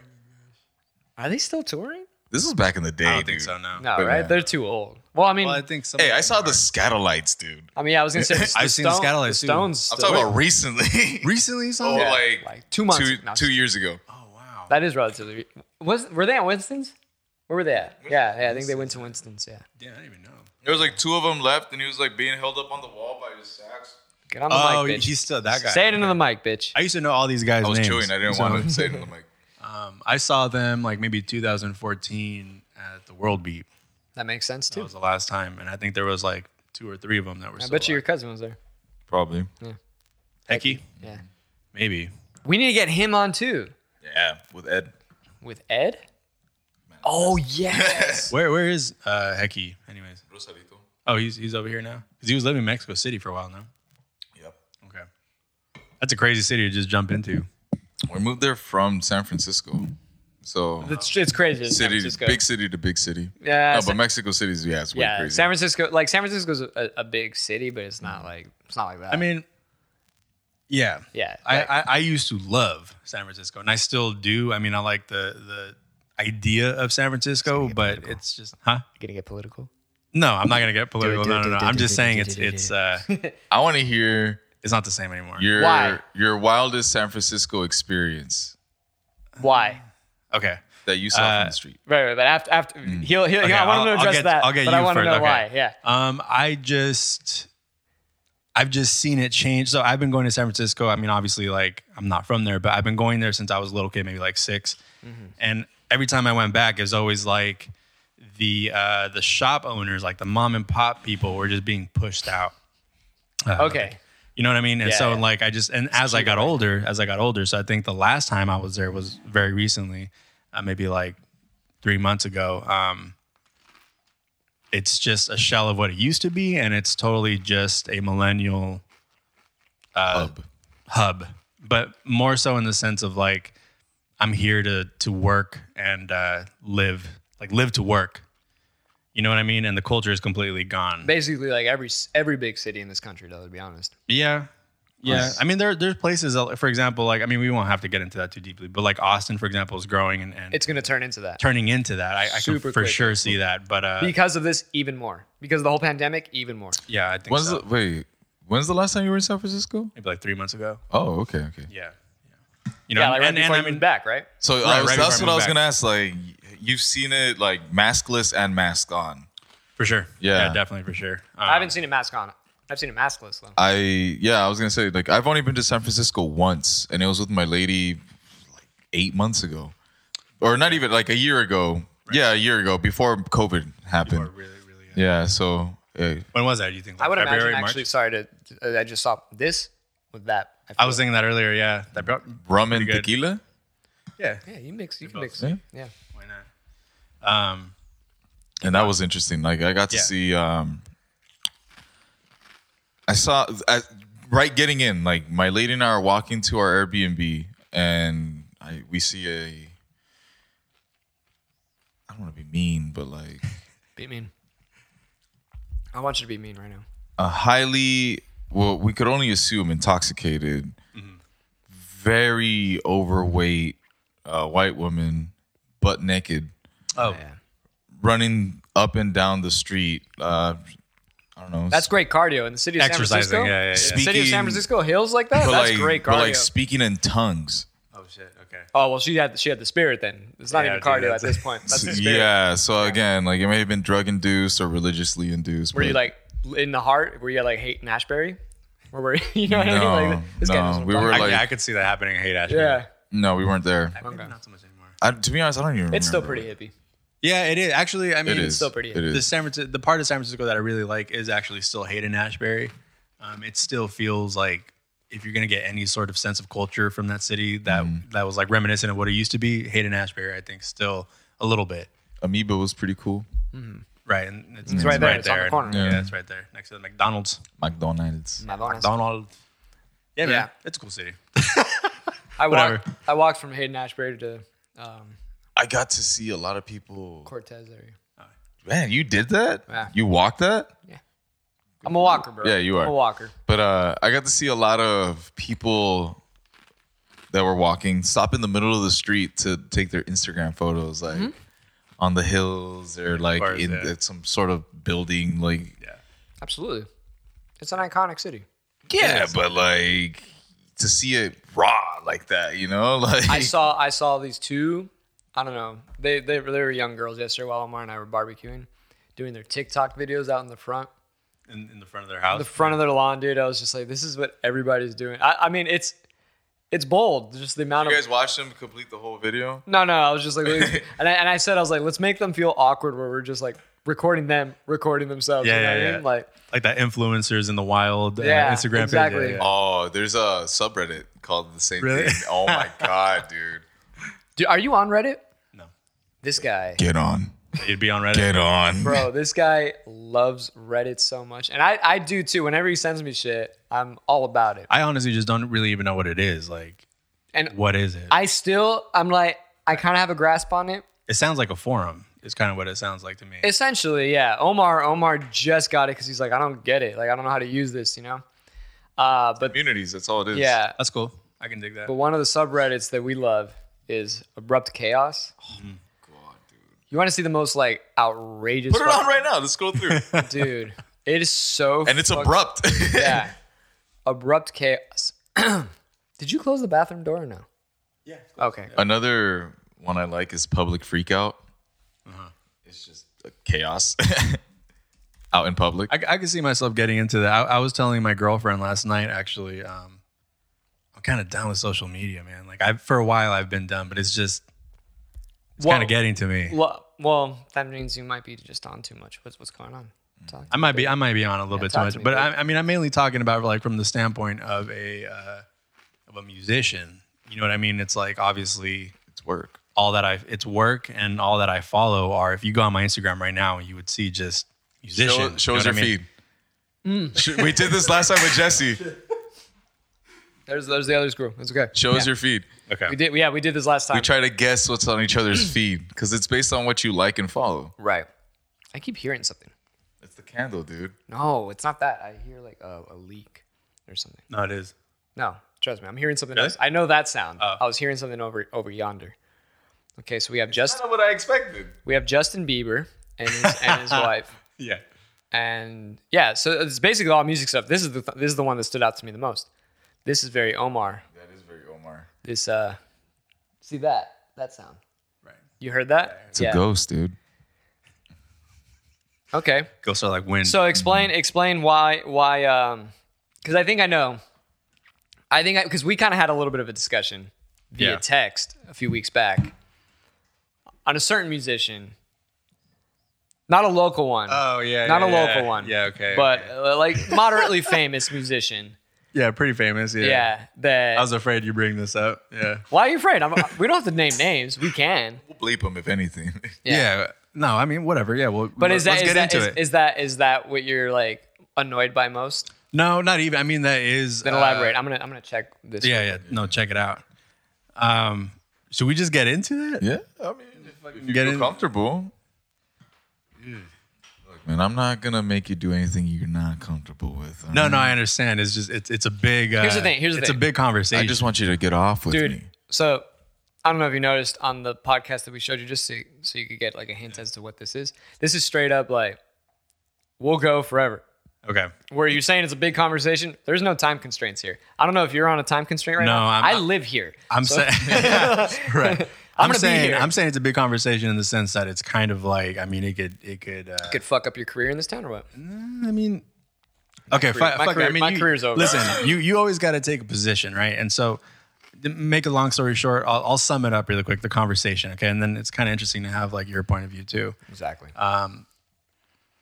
Speaker 1: Are they still touring?
Speaker 3: this was back in the day.
Speaker 2: I don't think
Speaker 3: dude.
Speaker 2: so. No.
Speaker 1: No,
Speaker 3: But
Speaker 1: right?
Speaker 3: yeah.
Speaker 1: They're too old. Well, I mean,
Speaker 2: Well, I think some.
Speaker 3: Hey, I saw the Scatolites, dude.
Speaker 1: I mean, yeah, I was gonna say the,
Speaker 2: I've seen the
Speaker 1: Stone-
Speaker 2: Satellites,
Speaker 1: the
Speaker 2: too.
Speaker 1: Stones.
Speaker 3: I'm
Speaker 1: still-
Speaker 3: talking about recently.
Speaker 2: recently. you Saw
Speaker 3: oh,
Speaker 2: it?
Speaker 1: Yeah,
Speaker 3: like,
Speaker 1: like two months-
Speaker 3: two,
Speaker 1: no,
Speaker 3: two years ago.
Speaker 2: Oh wow.
Speaker 1: That is relatively. Was were they at Winston's? Where were they at? Yeah, yeah, I think they went to Winston's. Yeah,
Speaker 2: yeah, I didn't even know.
Speaker 3: There was like two of them left, and he was like being held up on the wall by his sacks.
Speaker 1: get on the
Speaker 2: Oh,
Speaker 1: mic, bitch.
Speaker 2: he's still that guy.
Speaker 1: Say it into the mic, bitch.
Speaker 2: I used to know all these guys.
Speaker 3: I was
Speaker 2: names.
Speaker 3: chewing. I didn't
Speaker 2: So,
Speaker 3: want to say it. I'm like,
Speaker 2: Um, I saw them like maybe 2014 at the World Beat.
Speaker 1: That makes sense
Speaker 2: That
Speaker 1: too.
Speaker 2: was the last time, and I think there was like two or three of them that
Speaker 1: I
Speaker 2: were. still
Speaker 1: bet you your
Speaker 2: alive.
Speaker 1: cousin was there.
Speaker 3: probably.
Speaker 2: Hecky, Mm-hmm.
Speaker 1: Yeah,
Speaker 2: maybe.
Speaker 1: we need to get him on too
Speaker 3: Yeah, with Ed.
Speaker 1: with Ed. Oh yes.
Speaker 2: Where where is uh, Hecky? Anyways,
Speaker 3: Rosarito.
Speaker 2: oh he's he's over here now because he was living in Mexico City for a while now.
Speaker 3: Yep.
Speaker 2: Okay, that's a crazy city to just jump into.
Speaker 3: We moved there from San Francisco. So
Speaker 1: It's, it's crazy. in San
Speaker 3: city,
Speaker 1: Francisco.
Speaker 3: big city to big city.
Speaker 1: Yeah,
Speaker 3: No,
Speaker 1: Sa-
Speaker 3: but Mexico City's yeah, it's way
Speaker 1: yeah,
Speaker 3: crazy.
Speaker 1: San Francisco. Like San Francisco's a, a big city, but it's not like it's not like that.
Speaker 2: I mean, yeah,
Speaker 1: Yeah,
Speaker 2: I,
Speaker 1: like-
Speaker 2: I I used to love San Francisco, and I still do. I mean, I like the the idea of San Francisco, but it's just huh.
Speaker 1: gonna get political.
Speaker 2: No, I'm not gonna get political.
Speaker 1: do it,
Speaker 2: No, no,
Speaker 1: do
Speaker 2: no.
Speaker 1: it, do
Speaker 2: I'm
Speaker 1: it,
Speaker 2: just
Speaker 1: do it,
Speaker 2: saying
Speaker 1: do it,
Speaker 2: it's
Speaker 1: do it, do
Speaker 2: it's uh
Speaker 3: I want to hear
Speaker 2: it's not the same anymore.
Speaker 3: your
Speaker 1: Why?
Speaker 3: your wildest San Francisco experience
Speaker 1: Why?
Speaker 2: Okay.
Speaker 3: that you saw
Speaker 2: Uh,
Speaker 3: from the street.
Speaker 1: Right, right. But after, after he'll, he'll,
Speaker 2: Hmm. Okay,
Speaker 1: I want him to
Speaker 2: I'll- I'll
Speaker 1: address
Speaker 2: get-
Speaker 1: that.
Speaker 2: I'll get
Speaker 1: but I
Speaker 2: you
Speaker 1: want to
Speaker 2: first,
Speaker 1: know
Speaker 2: okay.
Speaker 1: why. Yeah.
Speaker 2: Um, I just I've just seen it change. So I've been going to San Francisco. I mean, obviously, like I'm not from there, but I've been going there since I was a little kid, maybe like 6
Speaker 1: Mm-hmm.
Speaker 2: And every time I went back, it was always like the uh the shop owners, like the mom and pop people were just being pushed out. Uh,
Speaker 1: Okay.
Speaker 2: You know what I mean? And
Speaker 1: Yeah,
Speaker 2: so
Speaker 1: yeah.
Speaker 2: like I just and as I got older, as I got older, so I think the last time I was there was very recently, uh, maybe like three months ago. Um, it's just a shell of what it used to be, and it's totally just a millennial
Speaker 3: Hub.
Speaker 2: hub, but more so in the sense of like I'm here to to work and uh, live, like live to work. You know what I mean? And the culture is completely gone.
Speaker 1: Basically, like every s- every big city in this country, though, to be honest.
Speaker 2: Yeah. Yeah.
Speaker 3: Yes.
Speaker 2: I mean, there there's places, uh, for example, like, I mean, we won't have to get into that too deeply, but like Austin, for example, is growing and, and
Speaker 1: It's going to turn into that
Speaker 2: turning into that. I, I can
Speaker 1: Super
Speaker 2: for
Speaker 1: quick.
Speaker 2: sure see that. But uh,
Speaker 1: because of this, even more. Because of the whole pandemic, even more.
Speaker 2: yeah, I think
Speaker 3: When's
Speaker 2: so.
Speaker 3: the, wait? When's the last time you were in San Francisco?
Speaker 2: maybe like three months ago.
Speaker 3: Oh, okay, okay.
Speaker 2: Yeah. yeah. You know,
Speaker 1: yeah, like right
Speaker 2: and, and
Speaker 1: before
Speaker 2: I
Speaker 1: you
Speaker 2: mean,
Speaker 1: moved back, right?
Speaker 3: So I
Speaker 2: Right,
Speaker 3: was-
Speaker 2: right
Speaker 3: that's
Speaker 2: before I
Speaker 3: what I
Speaker 2: moved back.
Speaker 3: was gonna ask. Like, you've seen it like maskless and mask on.
Speaker 2: for sure.
Speaker 3: Yeah.
Speaker 2: definitely for sure.
Speaker 1: I
Speaker 2: Um,
Speaker 1: haven't seen a mask on. I've seen a maskless though.
Speaker 3: I yeah, I was gonna say like I've only been to San Francisco once, and it was with my lady like eight months ago, or not even like a year ago. Yeah, a year ago before COVID happened.
Speaker 2: or really, really. uh,
Speaker 3: Yeah, so uh,
Speaker 2: When was that? Do you think? Like
Speaker 1: I would
Speaker 2: February,
Speaker 1: imagine.
Speaker 2: March?
Speaker 1: Actually, sorry to. uh, I just saw this with that.
Speaker 2: I was thinking that earlier. Yeah. That brought,
Speaker 3: rum
Speaker 2: Pretty
Speaker 3: and
Speaker 2: good.
Speaker 3: tequila.
Speaker 2: yeah.
Speaker 1: Yeah, you mix. You can mix.
Speaker 3: Yeah.
Speaker 1: Yeah.
Speaker 2: Why not? Um,
Speaker 3: and that was interesting. Like I got to
Speaker 2: Yeah.
Speaker 3: see. um I saw I, right getting in. Like my lady and I are walking to our Airbnb, and I we see a. I don't want to be mean, but like
Speaker 1: Be mean. I want you to be mean right now.
Speaker 3: a highly well, we could only assume intoxicated, very overweight uh, white woman, butt naked.
Speaker 2: oh,
Speaker 1: Yeah.
Speaker 3: running up and down the street. Uh, I don't know.
Speaker 1: That's great cardio in the city of
Speaker 2: Exercising,
Speaker 1: San Francisco.
Speaker 2: yeah, yeah, yeah.
Speaker 1: The city of San
Speaker 3: Speaking-
Speaker 1: Francisco hills like that.
Speaker 3: But
Speaker 1: That's
Speaker 3: like,
Speaker 1: great
Speaker 3: but
Speaker 1: cardio.
Speaker 3: like speaking in tongues.
Speaker 2: oh shit. Okay.
Speaker 1: Oh well, she had she had the spirit then. It's not
Speaker 2: Yeah,
Speaker 1: even
Speaker 2: dude,
Speaker 1: cardio at
Speaker 2: that's-
Speaker 1: this point. That's the spirit.
Speaker 3: Yeah. So again, like it may have been drug induced or religiously induced.
Speaker 1: Were you
Speaker 3: but
Speaker 1: like in the heart? Were you like hating Ashbury? Or were you, you know what I mean?
Speaker 3: No,
Speaker 1: Like this guy
Speaker 3: no,
Speaker 1: doesn't
Speaker 3: we
Speaker 1: apply.
Speaker 3: were-
Speaker 2: I,
Speaker 3: like-
Speaker 2: yeah, I could see that happening. I hate Ashbury.
Speaker 1: yeah,
Speaker 3: No, we weren't there.
Speaker 2: Maybe
Speaker 1: Okay.
Speaker 2: Not so much anymore.
Speaker 3: I, to be honest, I don't even. Remember.
Speaker 1: it's still pretty hippie.
Speaker 2: Yeah, it is actually. I mean,
Speaker 3: It is
Speaker 1: still pretty
Speaker 3: It
Speaker 1: hippie.
Speaker 3: is.
Speaker 2: the San Francisco, the part of San Francisco that I really like is actually still Hayden Ashbury. Um, it still feels like if you're gonna get any sort of sense of culture
Speaker 3: Mm-hmm.
Speaker 2: from that city that that was like reminiscent of what it used to be, Hayden Ashbury, I think, still a little bit.
Speaker 3: Amoeba was pretty cool.
Speaker 2: Right, and it's,
Speaker 3: right
Speaker 1: there. It's on the corner.
Speaker 2: Yeah.
Speaker 3: Yeah.
Speaker 2: it's right there next to the McDonald's.
Speaker 3: McDonald's.
Speaker 1: McDonald's.
Speaker 2: Donald. Yeah, man,
Speaker 1: Yeah.
Speaker 2: it's a cool city.
Speaker 1: I
Speaker 2: Whatever.
Speaker 1: walked. I walked from Hayden Ashbury to um,
Speaker 3: I got to see a lot of people.
Speaker 1: Cortez area.
Speaker 3: Man, you did that?
Speaker 1: Yeah.
Speaker 3: You walked that?
Speaker 1: I'm a walker, bro.
Speaker 3: Yeah, you are.
Speaker 1: I'm a walker.
Speaker 3: But uh, I got to see a lot of people that were walking stop in the middle of the street to take their Instagram photos, like on the hills or like
Speaker 2: course,
Speaker 3: in
Speaker 2: yeah.
Speaker 3: at some sort of building. Like, yeah,
Speaker 1: Absolutely. It's an iconic city.
Speaker 3: but like to see it raw like that, you know? Like,
Speaker 1: I saw I saw these two. I don't know. They they, they were young girls yesterday while Omar and I were barbecuing, doing their TikTok videos out in the front,
Speaker 2: In, in the front of their house.
Speaker 1: the front of their lawn, dude. I was just like, this is what everybody's doing. I, I mean, it's it's bold. Just the amount
Speaker 3: you
Speaker 1: of
Speaker 3: guys watched them complete the whole video.
Speaker 1: no, no. I was just like, look- and I, and I said I was like, let's make them feel awkward where we're just like recording them, recording themselves.
Speaker 2: Yeah,
Speaker 1: you know
Speaker 2: yeah,
Speaker 1: what I
Speaker 2: yeah.
Speaker 1: mean? Like
Speaker 2: like that influencers in the wild uh,
Speaker 1: Yeah,
Speaker 2: Instagram page.
Speaker 1: exactly.
Speaker 2: Yeah, yeah.
Speaker 3: Oh, there's a subreddit called the same
Speaker 2: Really?
Speaker 3: thing. Oh my god, dude!
Speaker 1: Do, are you on Reddit?
Speaker 2: No.
Speaker 1: This guy,
Speaker 3: Get on,
Speaker 2: You'd be on Reddit.
Speaker 3: get on,
Speaker 1: bro, this guy loves Reddit so much, and I, I do too. Whenever he sends me shit, I'm all about it.
Speaker 2: I honestly just don't really even know what it is. Like,
Speaker 1: And
Speaker 2: what is it?
Speaker 1: I still, I'm like, I kind of have a grasp on it.
Speaker 2: it sounds like a forum. Is kind of what it sounds like to me.
Speaker 1: Essentially, yeah. Omar, Omar just got it because he's like, I don't get it. Like, I don't know how to use this, you know. Uh, but
Speaker 3: Communities, that's all it is.
Speaker 1: yeah,
Speaker 2: That's cool. I can dig that.
Speaker 1: but one of the subreddits that we love is abrupt chaos.
Speaker 3: Oh
Speaker 1: Mm-hmm.
Speaker 3: God, dude.
Speaker 1: You want to see the most like outrageous?
Speaker 3: Put it on right now. Let's scroll through.
Speaker 1: right, dude. It is so
Speaker 3: and it's
Speaker 1: fucking-
Speaker 3: abrupt.
Speaker 1: yeah. Abrupt chaos. Did you close the bathroom door or no? Yeah. Okay.
Speaker 3: Another one I like is public freakout. Uh-huh. It's just uh, chaos out in public.
Speaker 2: I, I could see myself getting into that. I, I was telling my girlfriend last night, actually, um, I'm kind of down with social media, man. Like, I for a while I've been done, but it's just it's
Speaker 1: Whoa.
Speaker 2: kind of getting to me.
Speaker 1: Well, well, that means you might be just on too much. What's what's going on? Talk to
Speaker 2: I might be I might be on a little bit too
Speaker 1: talk
Speaker 2: much,
Speaker 1: to me,
Speaker 2: but
Speaker 1: dude.
Speaker 2: I, I mean I'm mainly talking about like from the standpoint of a uh, of a musician. You know what I mean? It's like obviously
Speaker 3: It's work.
Speaker 2: all that I it's work and all that I follow are. If you go on my Instagram right now, you would see just musicians. you
Speaker 3: Show, show
Speaker 2: know
Speaker 3: us
Speaker 2: what I
Speaker 3: your
Speaker 2: mean?
Speaker 3: feed. Sh- We did this last time with Jesse.
Speaker 1: There's there's the other screw. It's okay.
Speaker 3: Show us your feed.
Speaker 1: We
Speaker 2: Okay.
Speaker 1: did yeah we did this last time.
Speaker 3: We try to guess what's on each other's feed because it's based on what you like and follow.
Speaker 1: right. I keep hearing something.
Speaker 3: It's the candle, dude.
Speaker 1: No, it's not that. I hear like a, a leak or something.
Speaker 2: No, it is.
Speaker 1: No, trust me. I'm hearing something
Speaker 2: Really?
Speaker 1: else. I know that sound.
Speaker 2: Oh.
Speaker 1: I was hearing something over over yonder. Okay, so we have just
Speaker 3: That's not what I expected.
Speaker 1: we have Justin Bieber and his, and his wife.
Speaker 2: Yeah.
Speaker 1: and yeah, so it's basically all music stuff. This is the this is the one that stood out to me the most. This is very Omar.
Speaker 3: That is very Omar.
Speaker 1: This uh, see that that sound.
Speaker 2: Right.
Speaker 1: You heard that?
Speaker 3: It's a ghost, dude.
Speaker 1: Okay.
Speaker 2: Ghosts are like wind.
Speaker 1: So explain explain why why um, because I think I know. I think because we kind of had a little bit of a discussion via
Speaker 2: Yeah.
Speaker 1: text a few weeks back on a certain musician, not a local one,
Speaker 2: oh yeah.
Speaker 1: not
Speaker 2: yeah,
Speaker 1: a
Speaker 2: yeah.
Speaker 1: local one,
Speaker 2: Yeah. Okay.
Speaker 1: but
Speaker 2: okay.
Speaker 1: uh, like moderately famous musician.
Speaker 2: yeah, pretty famous. Yeah.
Speaker 1: Yeah, that
Speaker 2: I was afraid you bring this up. Yeah.
Speaker 1: Why are you afraid? I'm, uh, we don't have to name names. We can.
Speaker 3: We'll bleep him if anything.
Speaker 1: Yeah.
Speaker 2: No, I mean whatever. Yeah. Well,
Speaker 1: But is
Speaker 2: let's
Speaker 1: that is
Speaker 2: get
Speaker 1: that
Speaker 2: into
Speaker 1: is,
Speaker 2: it?
Speaker 1: is that is that what you're like annoyed by most?
Speaker 2: no, not even. I mean that is. uh,
Speaker 1: Then elaborate. I'm gonna I'm gonna check this.
Speaker 2: Yeah, yeah. No, check it out. Um, should we just get into that?
Speaker 3: yeah, I mean, if, like, if you
Speaker 2: Get
Speaker 3: feel
Speaker 2: in-
Speaker 3: comfortable. Look, man, I'm not gonna make you do anything you're not comfortable with. all
Speaker 2: No,
Speaker 3: right?
Speaker 2: no, I understand. It's just it's it's a big. Uh,
Speaker 1: Here's the thing, here's the
Speaker 2: it's
Speaker 1: thing.
Speaker 2: a big conversation.
Speaker 3: I just want you to get off with me.
Speaker 1: dude. So I don't know if you noticed on the podcast that we showed you, just so, so you could get like a hint as to what this is. This is straight up like we'll go forever.
Speaker 2: okay.
Speaker 1: Where you're saying it's a big conversation, there's no time constraints here. I don't know if you're on a time constraint right
Speaker 2: No,
Speaker 1: now.
Speaker 2: I'm
Speaker 1: I
Speaker 2: not.
Speaker 1: live here.
Speaker 2: I'm saying. right. I'm,
Speaker 1: gonna be
Speaker 2: saying
Speaker 1: here.
Speaker 2: I'm saying it's a big conversation in the sense that it's kind of like I mean it could it could. Uh,
Speaker 1: could fuck up your career in this town or what?
Speaker 3: Mm-hmm.
Speaker 2: I mean, okay,
Speaker 1: career-
Speaker 2: fi-
Speaker 1: my
Speaker 2: fuck it.
Speaker 1: career-
Speaker 2: I mean,
Speaker 1: my
Speaker 2: you-
Speaker 1: career's over.
Speaker 2: Listen, you you always got to take a position, right? And so, to make a long story short, I'll, I'll sum it up really quick. The conversation, okay, and then it's kind of interesting to have like your point of view too.
Speaker 1: Exactly.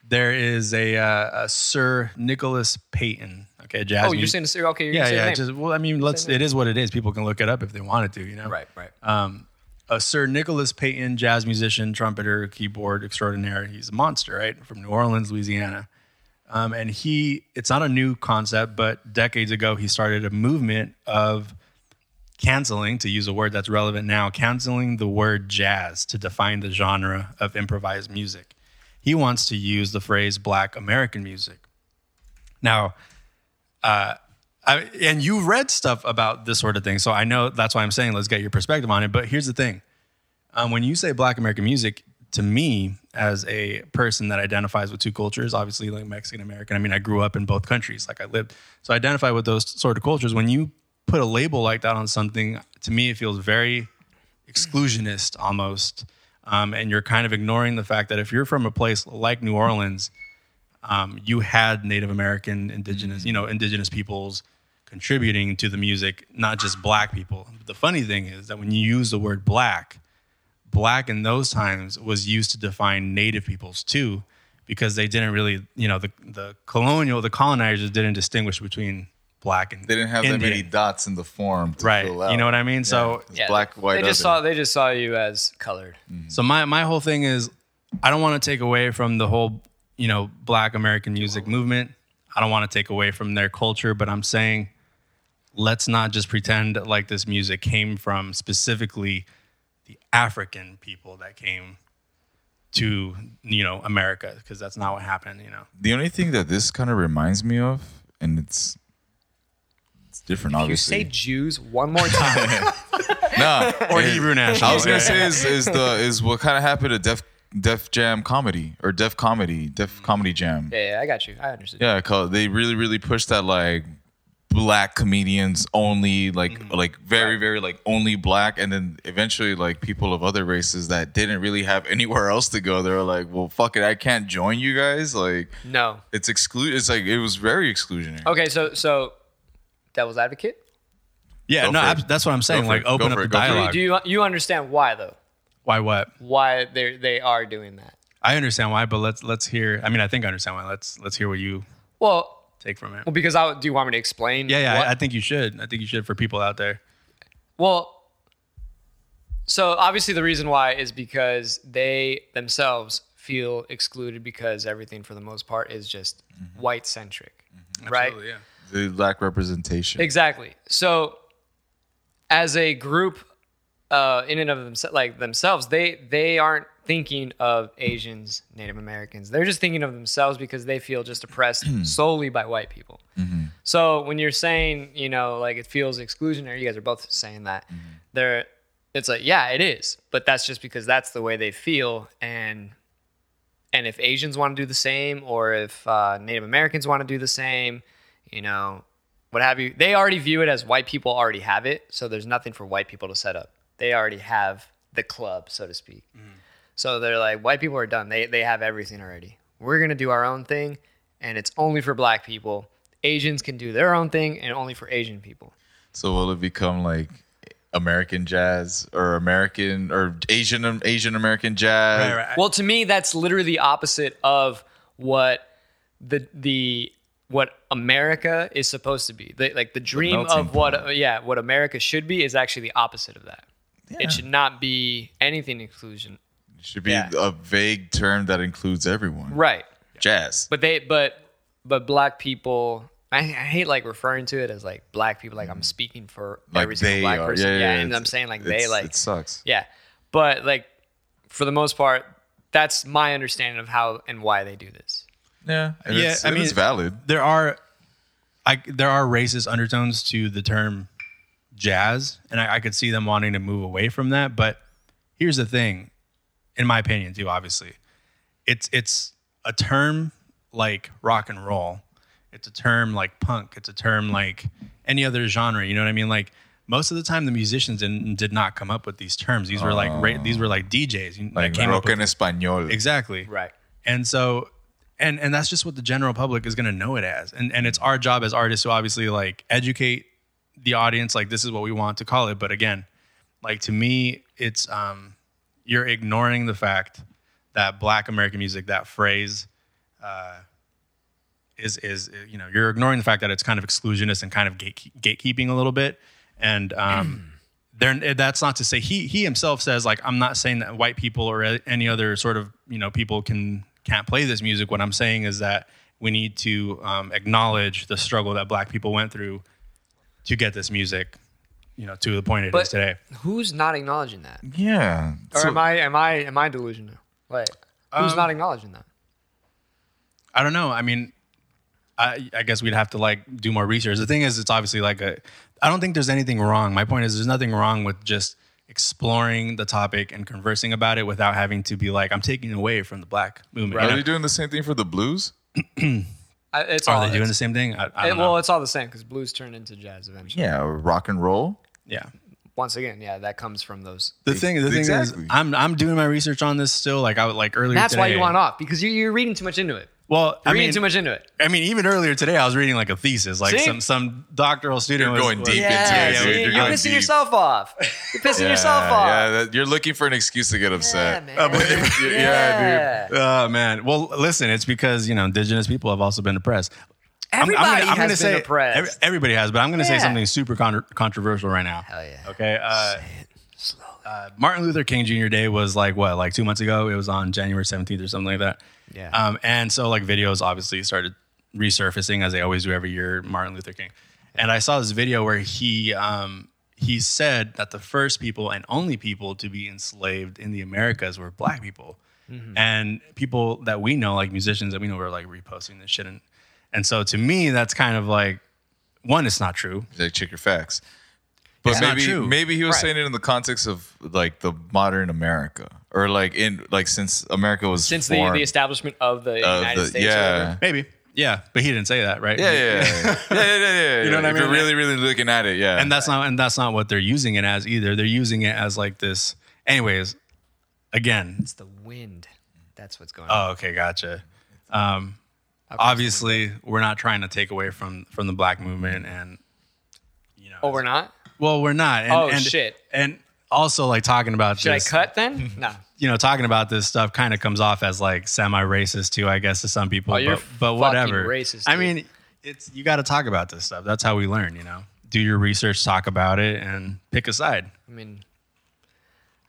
Speaker 2: There is a, uh, a Sir Nicholas Payton, okay, jazz.
Speaker 1: oh, you're
Speaker 2: music-
Speaker 1: saying this, okay? You're
Speaker 2: yeah,
Speaker 1: saying
Speaker 2: yeah.
Speaker 1: the name. Uh,
Speaker 2: Just well, I mean, let's. It is what it is. People can look it up if they wanted to, you know.
Speaker 1: right, right.
Speaker 2: Um, a Sir Nicholas Payton jazz musician, trumpeter, keyboard extraordinaire. He's a monster, right? From New Orleans, Louisiana. Um, and he, it's not a new concept, but decades ago, he started a movement of canceling, to use a word that's relevant now, canceling the word jazz to define the genre of improvised music. He wants to use the phrase black American music. Now, uh, I, and you've read stuff about this sort of thing, so I know that's why I'm saying let's get your perspective on it. But here's the thing: um, when you say Black American music, to me, as a person that identifies with two cultures, obviously like Mexican American, I mean, I grew up in both countries, like I lived, so I identify with those sort of cultures. When you put a label like that on something, to me, it feels very exclusionist almost, um, and you're kind of ignoring the fact that if you're from a place like New Orleans um, you had Native American, indigenous, you know, indigenous peoples contributing to the music, not just black people. The funny thing is that when you use the word black, black in those times was used to define Native peoples too, because they didn't really, you know, the, the colonial, the colonizers didn't distinguish between black and
Speaker 3: They didn't have that many
Speaker 2: Indian.
Speaker 3: dots in the form to
Speaker 2: Right.
Speaker 3: fill out.
Speaker 2: You know what I mean? So
Speaker 3: It's black, white,
Speaker 1: They just
Speaker 3: other.
Speaker 1: saw they just saw you as colored.
Speaker 2: So my my whole thing is I don't want to take away from the whole, you know, black American music movement. I don't want to take away from their culture, but I'm saying let's not just pretend that, like this music came from specifically the African people that came to, you know, America because that's not what happened, you know.
Speaker 3: The only thing that this kind of reminds me of, and it's it's different,
Speaker 1: You
Speaker 3: obviously.
Speaker 1: say Jews one more time.
Speaker 3: nah,
Speaker 2: Or
Speaker 3: it-
Speaker 2: Hebrew national.
Speaker 3: I was gonna say is, is the is what kind of happened to Def Def Jam comedy or Def Comedy Def Comedy Jam.
Speaker 1: yeah, yeah, I got you. I understood.
Speaker 3: Yeah, 'cause they really really pushed that like black comedians only like
Speaker 1: Mm-hmm.
Speaker 3: like very very like only black and then eventually like people of other races that didn't really have anywhere else to go they were like well fuck it i can't join you guys like
Speaker 1: No.
Speaker 3: it's exclude it's like it was very exclusionary
Speaker 1: Okay, so so devil's advocate.
Speaker 2: Yeah,
Speaker 3: Go
Speaker 2: no,
Speaker 3: for it.
Speaker 2: abs- that's what I'm saying.
Speaker 3: for
Speaker 2: Like
Speaker 3: it. Go
Speaker 2: open
Speaker 3: for
Speaker 2: up
Speaker 3: it.
Speaker 2: the
Speaker 3: Go for it.
Speaker 2: dialogue.
Speaker 1: Do you you understand why though?
Speaker 2: Why what?
Speaker 1: Why they they are doing that?
Speaker 2: I understand why, but let's let's hear I mean, I think I understand why. Let's let's hear what you
Speaker 1: Well,
Speaker 2: take from it.
Speaker 1: well, because I do you want me to explain?
Speaker 2: Yeah, yeah,
Speaker 1: what-
Speaker 2: I, I think you should. I think you should for people out there.
Speaker 1: Well, so obviously the reason why is because they themselves feel excluded because everything for the most part is just white centric, right?
Speaker 2: Mm-hmm. Absolutely, yeah.
Speaker 3: they lack representation
Speaker 1: Exactly. So, as a group, uh, in and of themselves, like themselves, they they aren't thinking of Asians, Native Americans. They're just thinking of themselves because they feel just oppressed solely by white people. So when you're saying, you know, like it feels exclusionary, you guys are both saying that. They're, it's like, yeah, it is, but that's just because that's the way they feel, and and if Asians want to do the same, or if uh, Native Americans want to do the same, you know, what have you, they already view it as white people already have it. So there's nothing for white people to set up. They already have the club, so to speak. So they're like, white people are done. They they have everything already. We're gonna do our own thing, and it's only for black people. Asians can do their own thing, and only for Asian people.
Speaker 3: So will it become like American jazz or American or Asian Asian American jazz?
Speaker 1: Well, to me, that's literally the opposite of what the the what America is supposed to be. The, like the dream
Speaker 3: melting
Speaker 1: of what yeah what America should be is actually the opposite of that. It should not be anything inclusion.
Speaker 3: It should be
Speaker 1: Yeah.
Speaker 3: a vague term that includes everyone.
Speaker 1: Right.
Speaker 3: Jazz.
Speaker 1: But they but but black people. I, I hate like referring to it as like black people. Like I'm speaking for every single black person. Yeah, and
Speaker 3: it's-
Speaker 1: I'm saying like they
Speaker 3: it's-
Speaker 1: like
Speaker 3: it sucks.
Speaker 1: Yeah. But like for the most part, that's my understanding of how and why they do this.
Speaker 3: Yeah, and
Speaker 2: Yeah,
Speaker 3: it's,
Speaker 2: I
Speaker 3: and
Speaker 2: mean-
Speaker 3: it's valid.
Speaker 2: There are, I there are racist undertones to the term jazz, and I, I could see them wanting to move away from that. But here's the thing, in my opinion, too. Obviously, it's it's a term like rock and roll. It's a term like punk. It's a term like any other genre. You know what I mean? Like most of the time, the musicians didn't, did not come up with these terms. These were like ra- these were like DJs. that
Speaker 3: Like
Speaker 2: came up
Speaker 3: rock
Speaker 2: with
Speaker 3: en español.
Speaker 2: Exactly.
Speaker 1: Right.
Speaker 2: And so and and that's just what the general public is going to know it as. And and it's our job as artists to obviously like educate the audience like this is what we want to call it, but again, like to me it's um you're ignoring the fact that black American music that phrase uh, is is you know you're ignoring the fact that it's kind of exclusionist and kind of gate, gatekeeping a little bit and um they're, that's not to say he he himself says like I'm not saying that white people or any other sort of you know people can can't play this music. What I'm saying is that we need to um, acknowledge the struggle that Black people went through to get this music, you know, to the point it is
Speaker 1: But-
Speaker 2: today.
Speaker 1: Who's not acknowledging that?
Speaker 3: Yeah.
Speaker 1: Or
Speaker 3: So-
Speaker 1: am I am I am I delusional? Like who's
Speaker 2: Um,
Speaker 1: not acknowledging that?
Speaker 2: I don't know. I mean, I, I guess we'd have to like do more research. The thing is, it's obviously like a. I don't think there's anything wrong. My point is, there's nothing wrong with just exploring the topic and conversing about it without having to be like, I'm taking away from the black movement.
Speaker 3: Are
Speaker 2: You
Speaker 3: they
Speaker 2: know?
Speaker 3: doing the same thing for the blues?
Speaker 1: I, it's all
Speaker 2: Are they doing
Speaker 1: it's-
Speaker 2: the same thing? I, I
Speaker 1: it-
Speaker 2: don't know.
Speaker 1: well, it's all the same because blues turn into jazz eventually.
Speaker 3: Yeah, rock and roll.
Speaker 2: yeah.
Speaker 1: Once again, yeah, that comes from those.
Speaker 2: The thing, the thing
Speaker 3: e Exactly.
Speaker 2: is, I'm I'm doing my research on this still. Like I would like earlier.
Speaker 1: That's why you
Speaker 2: today-
Speaker 1: want off because you, you're reading too much into it.
Speaker 2: Well, I
Speaker 1: You're reading
Speaker 2: mean,
Speaker 1: too much into it.
Speaker 2: I mean, even earlier today, I was reading like a thesis, like
Speaker 1: See?
Speaker 2: some some doctoral student
Speaker 3: You're
Speaker 2: was
Speaker 3: going
Speaker 2: was-
Speaker 3: deep Yeah, into it,
Speaker 1: see,
Speaker 3: dude.
Speaker 1: you're,
Speaker 3: You're going
Speaker 1: pissing
Speaker 3: deep.
Speaker 1: yourself off. You're pissing yourself
Speaker 3: yeah,
Speaker 1: off.
Speaker 3: Yeah, that, you're looking for an excuse to get upset.
Speaker 1: man.
Speaker 3: yeah, dude.
Speaker 1: Yeah.
Speaker 2: Oh man. Well, listen, it's because you know indigenous people have also been oppressed. I'm- I'm gonna-
Speaker 1: Everybody
Speaker 2: I'm gonna
Speaker 1: has
Speaker 2: say-
Speaker 1: been oppressed.
Speaker 2: every- everybody has, but I'm going to say
Speaker 1: Yeah.
Speaker 2: something super con- controversial right now. Hell
Speaker 1: yeah.
Speaker 2: Okay. Uh, uh, Martin Luther King Jr. Day was like what, like two months ago? It was on January 17th or something like that.
Speaker 1: Yeah.
Speaker 2: Um, and so like videos obviously started resurfacing as they always do every year, Martin Luther King. And I saw this video where he um, he said that the first people and only people to be enslaved in the Americas were black people.
Speaker 1: Mm-hmm.
Speaker 2: And people that we know, like musicians that we know, were like reposting this shit. And, and so to me, that's kind of like one, it's not true.
Speaker 3: Like, check your facts. But
Speaker 2: It's not
Speaker 3: maybe
Speaker 2: true.
Speaker 3: maybe he was saying it in the context of like the modern America, or like in like since America was
Speaker 1: Since the,
Speaker 3: formed,
Speaker 1: the establishment of the
Speaker 3: of
Speaker 1: United
Speaker 3: the-
Speaker 1: States. or
Speaker 3: yeah.
Speaker 1: whatever.
Speaker 2: Maybe. Yeah. But he didn't say that, right?
Speaker 3: Yeah, yeah, yeah, yeah, yeah, yeah, yeah. You
Speaker 2: know what I
Speaker 3: If
Speaker 2: mean?
Speaker 3: you're really, really looking at it, yeah.
Speaker 2: and that's not and that's not what they're using it as either. They're using it as like this. Anyways, again.
Speaker 1: It's the wind. That's what's going on.
Speaker 2: Oh, okay, gotcha. Um, obviously, we're not trying to take away from from the black movement, and you know,
Speaker 1: oh, we're not?
Speaker 2: well, we're not. And,
Speaker 1: Oh,
Speaker 2: and,
Speaker 1: shit.
Speaker 2: And also, like talking about
Speaker 1: Did I
Speaker 2: this,
Speaker 1: cut then? No.
Speaker 2: you know, talking about this stuff kind of comes off as like semi-racist too, I guess, to some people.
Speaker 1: Oh, you're
Speaker 2: but, but
Speaker 1: fucking
Speaker 2: whatever.
Speaker 1: racist,
Speaker 2: I
Speaker 1: dude.
Speaker 2: mean, it's you got to talk about this stuff. That's how we learn. You know, do your research, talk about it, and pick a side.
Speaker 1: I mean,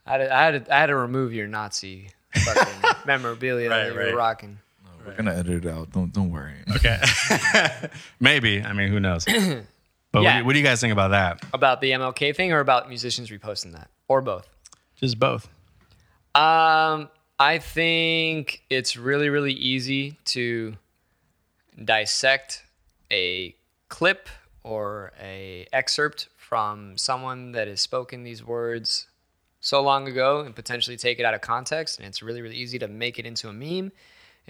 Speaker 1: I had to, I had to, I had to remove your Nazi fucking memorabilia
Speaker 2: Right,
Speaker 1: that you were
Speaker 2: right.
Speaker 1: rocking.
Speaker 3: We're gonna edit it out. Don't don't worry.
Speaker 2: Okay. Maybe. I mean, who knows? But what, do
Speaker 1: Yeah.
Speaker 2: you, what do you guys think about that?
Speaker 1: About the MLK thing or about musicians reposting that? Or both?
Speaker 2: Just both.
Speaker 1: Um, I think it's really, really easy to dissect a clip or a excerpt from someone that has spoken these words so long ago and potentially take it out of context. And it's really, really easy to make it into a meme.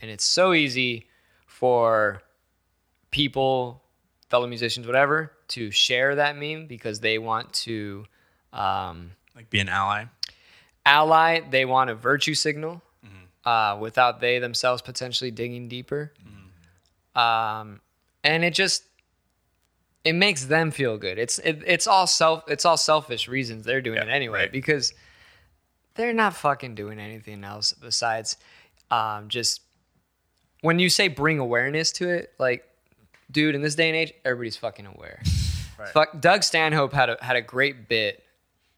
Speaker 1: And it's so easy for people, fellow musicians, whatever, to share that meme because they want to. Um,
Speaker 2: Like be an ally.
Speaker 1: ally they want a virtue signal uh, without they themselves potentially digging deeper um, and it just it makes them feel good it's it, it's all self it's all selfish reasons they're doing it anyway
Speaker 2: right.
Speaker 1: because they're not fucking doing anything else besides um, just when you say bring awareness to it like dude in this day and age everybody's fucking aware Fuck, doug stanhope had a had a great bit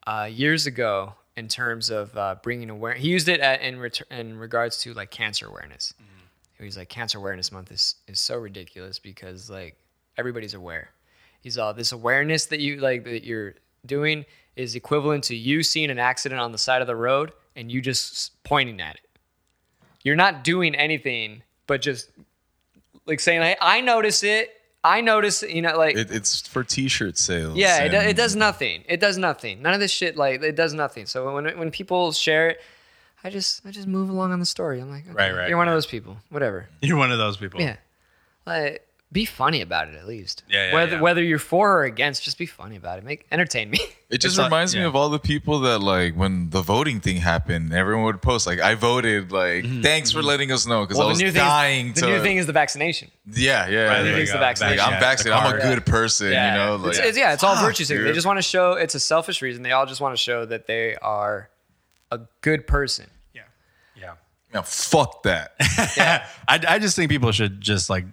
Speaker 1: uh, years ago in terms of uh, bringing awareness. He used it at, in retur in regards to like cancer awareness. He was like, "Cancer Awareness Month is is so ridiculous because like everybody's aware." He's all this awareness that you like that you're doing is equivalent to you seeing an accident on the side of the road and you just s- pointing at it. You're not doing anything but just like saying, "Hey, I notice it. I notice." it," You know, like
Speaker 3: It, it's for T-shirt sales.
Speaker 1: yeah, it, do- it
Speaker 3: and-
Speaker 1: does nothing. It does nothing. None of this shit like it does nothing. So when when people share it, I just I just move along on the story. I'm like, okay,
Speaker 2: Right, right,
Speaker 1: You're one of those people. Whatever.
Speaker 2: You're one of those people.
Speaker 1: Yeah. Like be funny about it at least.
Speaker 2: Yeah, yeah,
Speaker 1: whether
Speaker 2: yeah.
Speaker 1: whether you're for or against, just be funny about it. Make entertain me.
Speaker 3: It just
Speaker 2: It's like-
Speaker 3: reminds me
Speaker 2: yeah.
Speaker 3: of all the people that like when the voting thing happened, everyone would post like, "I voted." Like, thanks for letting us know because I was
Speaker 1: Mm-hmm. the new
Speaker 3: dying
Speaker 1: thing. Is,
Speaker 3: to.
Speaker 1: the new thing is the vaccination.
Speaker 2: Right,
Speaker 3: yeah, yeah.
Speaker 1: new
Speaker 2: there
Speaker 3: like,
Speaker 2: you
Speaker 1: thing's the
Speaker 2: go.
Speaker 1: vaccination.
Speaker 2: Back-
Speaker 3: I'm
Speaker 2: yeah,
Speaker 3: vaccinated.
Speaker 2: the
Speaker 3: I'm a
Speaker 2: card.
Speaker 3: good person. You know, like
Speaker 1: it's, it's- yeah, it's all
Speaker 3: Fuck,
Speaker 1: virtue signaling. They
Speaker 3: dude.
Speaker 1: just want to show it's a selfish reason. They all just want to show that they are a good person.
Speaker 2: Yeah. Yeah.
Speaker 3: Yeah, fuck that.
Speaker 2: I, I just think people should just like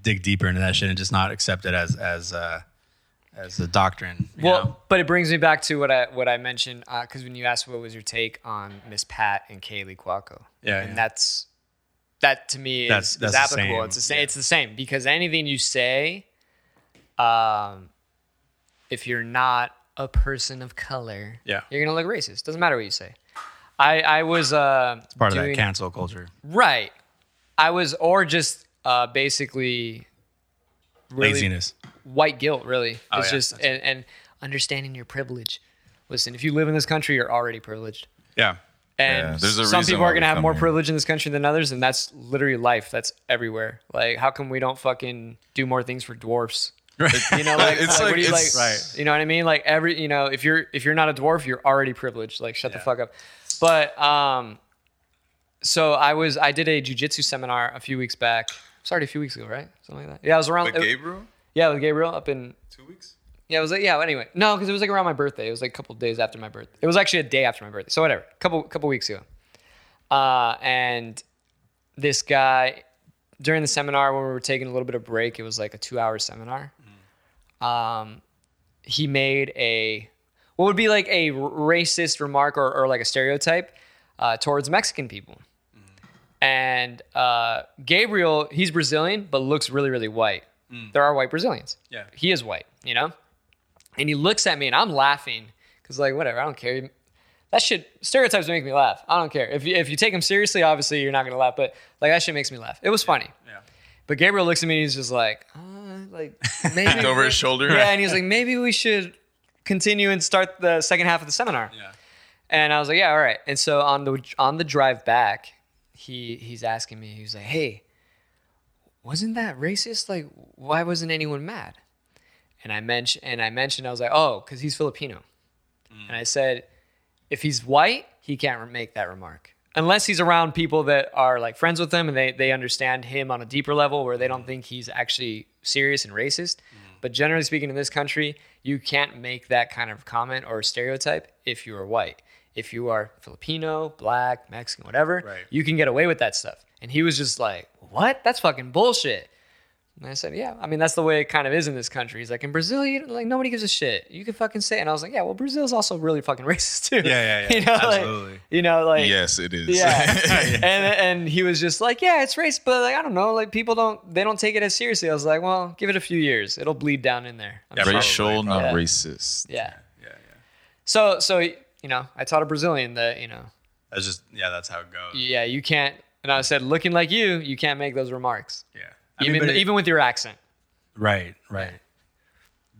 Speaker 2: dig deeper into that shit and just not accept it as as uh,
Speaker 4: as the doctrine. you
Speaker 1: Well,
Speaker 4: know?
Speaker 1: but it brings me back to what I what I mentioned because when you asked what was your take on Miss Pat and Kaylee Cuoco,
Speaker 4: Yeah,
Speaker 1: and
Speaker 4: yeah.
Speaker 1: that's that to me is,
Speaker 4: That's- that's
Speaker 1: is
Speaker 4: the
Speaker 1: applicable.
Speaker 4: same,
Speaker 1: It's the same.
Speaker 4: yeah.
Speaker 1: It's the same because anything you say, um, if you're not a person of color,
Speaker 4: Yeah.
Speaker 1: you're gonna look racist. Doesn't matter what you say. I I was uh,
Speaker 4: part of
Speaker 1: doing-
Speaker 4: that cancel culture.
Speaker 1: right. I was or just uh, basically really
Speaker 4: Laziness.
Speaker 1: white guilt really
Speaker 3: Oh,
Speaker 1: it's
Speaker 4: yeah,
Speaker 1: just and, and understanding your privilege listen if you live in this country you're already privileged
Speaker 4: Yeah.
Speaker 1: and
Speaker 3: Yeah, there's a
Speaker 1: some
Speaker 3: reason
Speaker 1: people are
Speaker 3: why we
Speaker 1: going to have
Speaker 3: come
Speaker 1: more
Speaker 3: here.
Speaker 1: privilege in this country than others and that's literally life that's everywhere like how come we don't fucking do more things for dwarfs you know like, like,
Speaker 3: It's like-
Speaker 1: what do you
Speaker 3: it's-
Speaker 1: like
Speaker 4: Right.
Speaker 1: you know what i mean like every you know if you're if you're not a dwarf you're already privileged like shut the fuck up but um so i was i did a jujitsu seminar a few weeks back sorry a few weeks ago right something like that yeah i was around
Speaker 3: But Gabriel,
Speaker 1: yeah with gabriel up in
Speaker 3: two weeks.
Speaker 1: yeah, it was like yeah. Anyway, no, because it was like around my birthday. It was like a couple days after my birthday. It was actually a day after my birthday. So whatever, couple couple weeks ago. Uh, and this guy during the seminar when we were taking a little bit of break, it was like a two hour seminar.
Speaker 3: Mm.
Speaker 1: Um, he made a what would be like a r- racist remark or, or like a stereotype uh, towards Mexican people.
Speaker 3: Mm.
Speaker 1: And uh, Gabriel, he's Brazilian, but looks really, really white. There are white Brazilians
Speaker 4: Mm. Yeah.
Speaker 1: he is white, you know? And he looks at me and I'm laughing because, like, whatever, I don't care. That shit, stereotypes make me laugh. I don't care. If you, if you take them seriously, obviously you're not going to laugh, but like, that shit makes me laugh. It was funny.
Speaker 4: Yeah.
Speaker 1: But Gabriel looks at me and he's just like, uh, like, maybe.
Speaker 3: over his shoulder.
Speaker 1: Yeah. And he's like, maybe we should continue and start the second half of the seminar.
Speaker 4: Yeah.
Speaker 1: And I was like, yeah, all right. And so on the on the drive back, he he's asking me, he's like, hey, wasn't that racist? Like, why wasn't anyone mad? And I mentioned and I mentioned I was like, oh, because he's Filipino. And I said, if he's white, he can't re- make that remark unless he's around people that are like friends with him and they they understand him on a deeper level where they don't think he's actually serious and racist. But generally speaking, in this country, you can't make that kind of comment or stereotype if you are white. If you are Filipino, black, Mexican, whatever,
Speaker 4: Right.
Speaker 1: you can get away with that stuff. And he was just like, "What? That's fucking bullshit." And I said, yeah, I mean, that's the way it kind of is in this country. He's like, in Brazil, you, like, nobody gives a shit. You can fucking say it. And I was like, yeah, well, Brazil's also really fucking racist, too.
Speaker 4: Yeah, yeah, yeah.
Speaker 1: You know, like-
Speaker 4: Absolutely.
Speaker 1: you know, like,
Speaker 3: Yes, it is.
Speaker 1: yeah. and, and he was just like, yeah, it's race, but like, I don't know. Like, people don't, they don't take it as seriously. I was like, well, give it a few years. It'll bleed down in there. I'm
Speaker 4: Yeah,
Speaker 1: sure.
Speaker 4: probably,
Speaker 3: Racial, not
Speaker 1: probably.
Speaker 3: racist.
Speaker 1: yeah.
Speaker 4: Yeah. Yeah.
Speaker 1: So, so, you know, I taught a Brazilian that, you know,
Speaker 4: That's just yeah. That's how it goes. Yeah.
Speaker 1: yeah, you can't. And I said, looking like you, you can't make those remarks.
Speaker 4: I mean,
Speaker 1: even,
Speaker 4: but it-
Speaker 1: even with your accent.
Speaker 4: Right, right.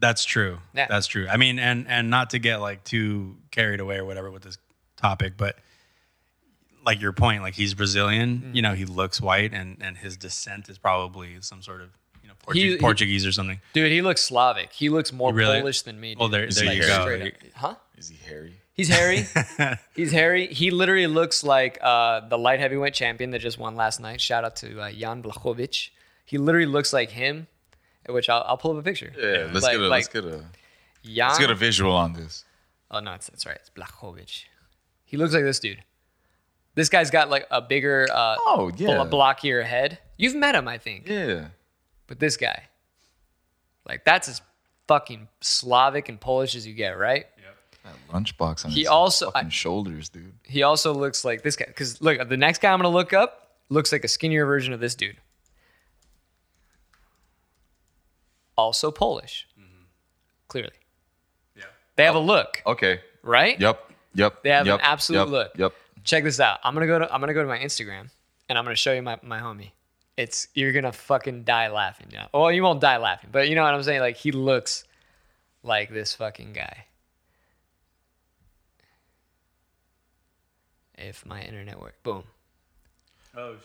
Speaker 4: That's true.
Speaker 1: Yeah.
Speaker 4: That's true. I mean, and and not to get like too carried away or whatever with this topic, but like your point, like he's Brazilian,
Speaker 1: Mm.
Speaker 4: you know, he looks white and and his descent is probably some sort of, you know, Portu-
Speaker 1: He- he-
Speaker 4: Portuguese or something.
Speaker 1: Dude, he looks Slavic. He looks more
Speaker 4: really-
Speaker 1: Polish than me. Dude.
Speaker 4: Well, there there
Speaker 3: like
Speaker 4: you
Speaker 3: straight
Speaker 4: go.
Speaker 1: Straight up. Huh?
Speaker 3: Is he hairy?
Speaker 1: He's hairy. He's hairy. He literally looks like uh, the light heavyweight champion that just won last night. Shout out to uh, Jan Blachowicz. He literally looks like him, which I'll, I'll pull up a picture.
Speaker 3: Yeah, let's
Speaker 1: Like-
Speaker 3: get a
Speaker 1: like
Speaker 3: let's get a
Speaker 1: Jan.
Speaker 3: let's get a visual on this.
Speaker 1: oh no, it's, that's right. It's Blachowicz. He looks like this dude. This guy's got like a bigger, uh,
Speaker 3: Oh
Speaker 1: bl-
Speaker 3: yeah,
Speaker 1: blockier head. You've met him, I think.
Speaker 3: yeah.
Speaker 1: But this guy, like, that's as fucking Slavic and Polish as you get, right?
Speaker 3: That lunchbox on
Speaker 1: He
Speaker 3: his
Speaker 1: also-
Speaker 3: fucking
Speaker 1: I-
Speaker 3: shoulders, dude.
Speaker 1: he also looks like this guy because look the next guy i'm gonna look up looks like a skinnier version of this dude also polish clearly
Speaker 4: Yeah.
Speaker 1: they have a look
Speaker 3: Okay.
Speaker 1: right
Speaker 3: Yep. Yep.
Speaker 1: They have an
Speaker 3: yep,
Speaker 1: absolute
Speaker 3: yep,
Speaker 1: look.
Speaker 3: Yep.
Speaker 1: check this out i'm gonna go to i'm gonna go to my instagram and i'm gonna show you my, my homie it's you're gonna fucking die laughing yeah well you won't die laughing but you know what i'm saying like he looks like this fucking guy if my internet works boom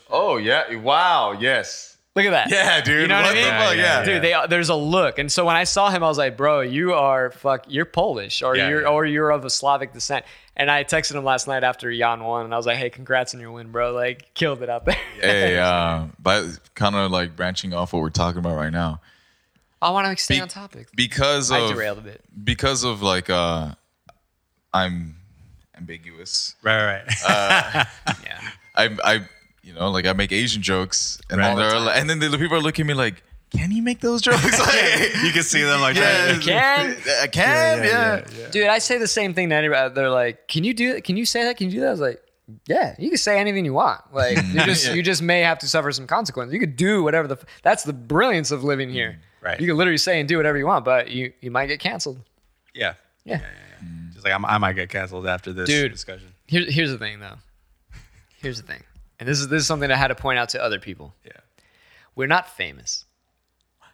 Speaker 3: Oh yeah. Wow. Yes.
Speaker 1: Look at that.
Speaker 3: Yeah, dude.
Speaker 1: You know what,
Speaker 3: What
Speaker 1: I mean?
Speaker 3: the fuck? Yeah.
Speaker 1: Dude, they, uh, there's a look. And so when I saw him, I was like, bro, you are fuck, you're Polish or
Speaker 4: Yeah,
Speaker 1: you're
Speaker 4: yeah.
Speaker 1: or you're of a Slavic descent. And I texted him last night after Jan won, and I was like, hey, congrats on your win, bro. Like, killed it out there.
Speaker 3: Hey, uh, but kind of like branching off what we're talking about right now
Speaker 1: I want to stay
Speaker 3: Be-
Speaker 1: on topic.
Speaker 3: because
Speaker 1: I
Speaker 3: of
Speaker 1: derailed a bit.
Speaker 3: because of like uh, I'm ambiguous.
Speaker 4: Right, right.
Speaker 1: Yeah.
Speaker 3: I I you know like I make Asian jokes and
Speaker 4: Right.
Speaker 3: then they're like, and then the people are looking at me like can you make those jokes? Like,
Speaker 2: You can see them like
Speaker 3: yeah,
Speaker 2: trying to-
Speaker 1: Can?
Speaker 3: I can, yeah.
Speaker 1: Dude, I say the same thing to anybody. They're like, "Can you do? Can you say that? Can you do that?" I was like, "Yeah, you can say anything you want. Like, you just
Speaker 3: Yeah.
Speaker 1: you just may have to suffer some consequences. You could do whatever the. f- That's the brilliance of living here.
Speaker 2: Right.
Speaker 1: You can literally say and do whatever you want, but you you might get canceled.
Speaker 2: yeah.
Speaker 1: Yeah.
Speaker 2: Just like I'm, I might get canceled after this
Speaker 1: Dude.
Speaker 2: discussion.
Speaker 1: Here's here's the thing though. Here's the thing, and this is this is something I had to point out to other people.
Speaker 2: Yeah.
Speaker 1: We're not famous.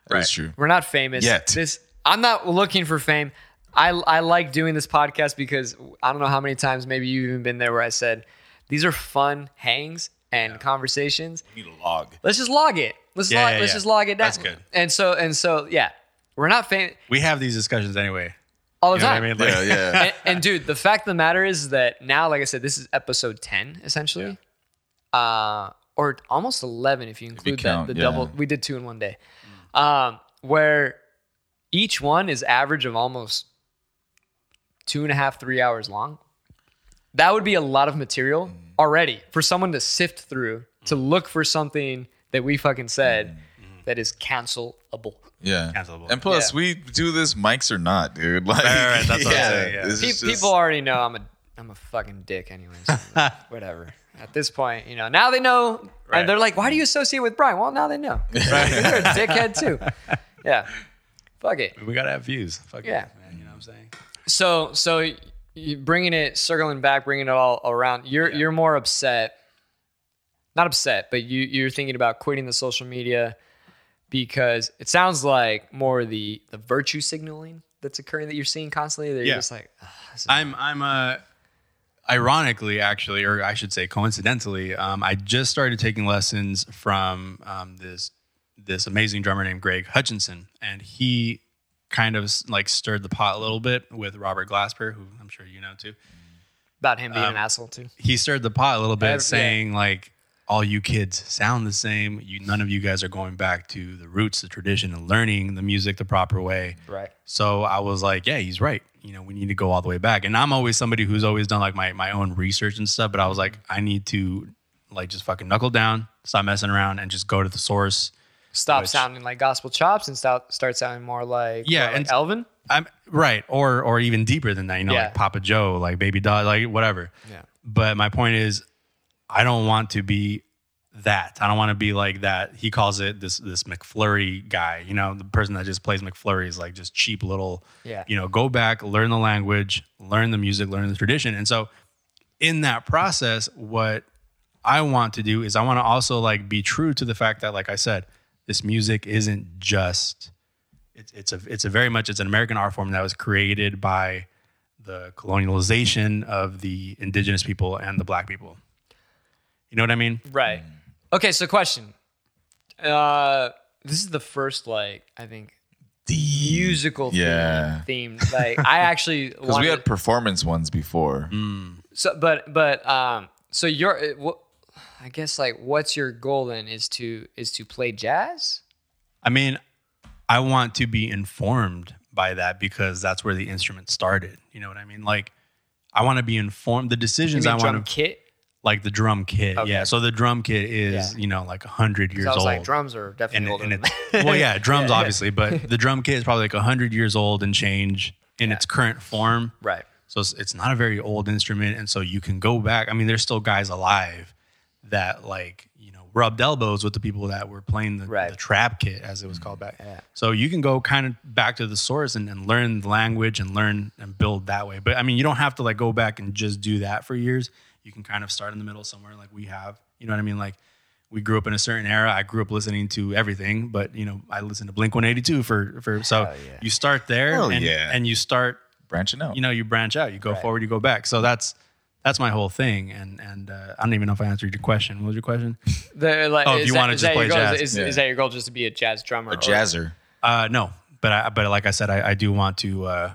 Speaker 3: That's true.
Speaker 1: We're not famous
Speaker 3: Yet.
Speaker 1: This I'm not looking for fame. I I like doing this podcast because I don't know how many times maybe you've even been there where I said these are fun hangs and conversations.
Speaker 3: Need a log.
Speaker 1: Let's just log it. Let's
Speaker 2: Yeah,
Speaker 1: log,
Speaker 2: yeah,
Speaker 1: let's
Speaker 2: yeah.
Speaker 1: just log it down.
Speaker 2: That's good.
Speaker 1: And so and so yeah, we're not famous
Speaker 2: We have these discussions anyway.
Speaker 1: all the
Speaker 2: You know what I
Speaker 1: time.
Speaker 2: mean? Like,
Speaker 3: Yeah, yeah.
Speaker 1: and, and dude, the fact of the matter is that now, like I said, this is episode ten essentially, uh, or almost eleven if you include
Speaker 3: count,
Speaker 1: that the
Speaker 3: yeah.
Speaker 1: double. We did two in one day, um, where each one is average of almost two and a half, three hours long. That would be a lot of material
Speaker 3: Mm.
Speaker 1: already for someone to sift through to look for something that we fucking said
Speaker 3: Mm.
Speaker 1: that is cancelable.
Speaker 3: Yeah.
Speaker 2: Cancelable.
Speaker 3: And plus,
Speaker 1: Yeah.
Speaker 3: we do this mics or not, dude. Like,
Speaker 2: right, right, that's what I'm saying, yeah.
Speaker 3: this
Speaker 1: Pe-
Speaker 3: is just-
Speaker 1: people already know I'm a I'm a fucking dick anyways. Whatever. At this point, you know, now they know
Speaker 2: Right.
Speaker 1: and they're like, why do you associate with Brian? Well, now they know. You're a dickhead too. Yeah. Fuck it.
Speaker 2: we gotta have views. Fuck
Speaker 1: Yeah.
Speaker 2: it, man. You know what I'm saying?
Speaker 1: So so y- you bringing it circling back, bringing it all around. You're you're more upset. Not upset, but you you're thinking about quitting the social media because it sounds like more the the virtue signaling that's occurring that you're seeing constantly. That you're
Speaker 2: Yeah.
Speaker 1: just like, "Ugh, this is
Speaker 2: I'm I'm uh ironically actually or I should say coincidentally um, I just started taking lessons from um, this this amazing drummer named Greg Hutchinson and he kind of like stirred the pot a little bit with Robert Glasper who I'm sure you know too
Speaker 1: about him being an asshole too.
Speaker 2: he stirred the pot a little bit
Speaker 1: Every- yeah.
Speaker 2: saying like all you kids sound the same you none of you guys are going back to the roots the tradition and learning the music the proper way
Speaker 1: Right.
Speaker 2: So I was like, yeah, he's right. You know, we need to go all the way back. And I'm always somebody who's always done like my my own research and stuff, but I was like, I need to like just fucking knuckle down, stop messing around and just go to the source.
Speaker 1: stop
Speaker 2: which-
Speaker 1: sounding like gospel chops and start start sounding more like
Speaker 2: Yeah,
Speaker 1: more like
Speaker 2: and-
Speaker 1: Elvin.
Speaker 2: I'm right, or or even deeper than that, you know,
Speaker 1: Yeah.
Speaker 2: like Papa Joe, like Baby Doll, like whatever.
Speaker 1: Yeah.
Speaker 2: But my point is, I don't want to be that. I don't want to be like that. He calls it this this McFlurry guy. You know, the person that just plays McFlurry is like just cheap little.
Speaker 1: Yeah.
Speaker 2: You know, go back, learn the language, learn the music, learn the tradition, and so in that process, what I want to do is I want to also like be true to the fact that, like I said, this music isn't just it's it's a it's a very much it's an American art form that was created by the colonialization of the indigenous people and the black people. You know what I mean?
Speaker 1: Right. Okay, so question. Uh this is the first like I think musical
Speaker 3: Yeah.
Speaker 1: theme, theme. Like I actually
Speaker 3: Because
Speaker 1: wanted,
Speaker 3: we had performance ones before.
Speaker 2: Mm.
Speaker 1: so but but um so your uh, what I guess like what's your goal then is to is to play jazz?
Speaker 2: I mean, I want to be informed by that because that's where the instrument started. You know what I mean? Like I want to be informed. The
Speaker 1: You
Speaker 2: decisions
Speaker 1: mean
Speaker 2: I
Speaker 1: drum
Speaker 2: want to
Speaker 1: kit?
Speaker 2: like the drum kit.
Speaker 1: Okay.
Speaker 2: Yeah. So the drum kit is,
Speaker 1: Yeah.
Speaker 2: you know, like hundred years
Speaker 1: So I was
Speaker 2: old.
Speaker 1: like drums are definitely
Speaker 2: and, it-
Speaker 1: older.
Speaker 2: and
Speaker 1: than
Speaker 2: it's
Speaker 1: that.
Speaker 2: well, yeah, drums obviously, but the drum kit is probably like hundred years old and change in its current form.
Speaker 1: right.
Speaker 2: So it's, it's not a very old instrument, and so you can go back. I mean, there's still guys alive that like you know rubbed elbows with the people that were playing the,
Speaker 1: Right.
Speaker 2: the trap kit as it was called back. So you can go kind of back to the source and, and learn the language and learn and build that way. But I mean, you don't have to like go back and just do that for years. You can kind of start in the middle somewhere, like we have. You know what I mean? Like we grew up in a certain era. I grew up listening to everything, but you know, I listened to Blink 182 for for so you start there
Speaker 3: Hell
Speaker 2: and,
Speaker 3: yeah.
Speaker 2: and you start
Speaker 3: Branching out.
Speaker 2: you know you branch out you go forward you go back so that's that's my whole thing and and uh, i don't even know if i answered your question what was your question
Speaker 1: The, like,
Speaker 2: Oh, if
Speaker 1: is
Speaker 2: you
Speaker 1: that-
Speaker 2: wanna
Speaker 1: is
Speaker 2: just
Speaker 1: that your
Speaker 2: play
Speaker 1: goal?
Speaker 2: jazz.
Speaker 1: Is, is,
Speaker 3: Yeah.
Speaker 1: that your goal just to be a jazz drummer?
Speaker 3: a jazzer.
Speaker 2: uh no but i but like i said i, I do want to uh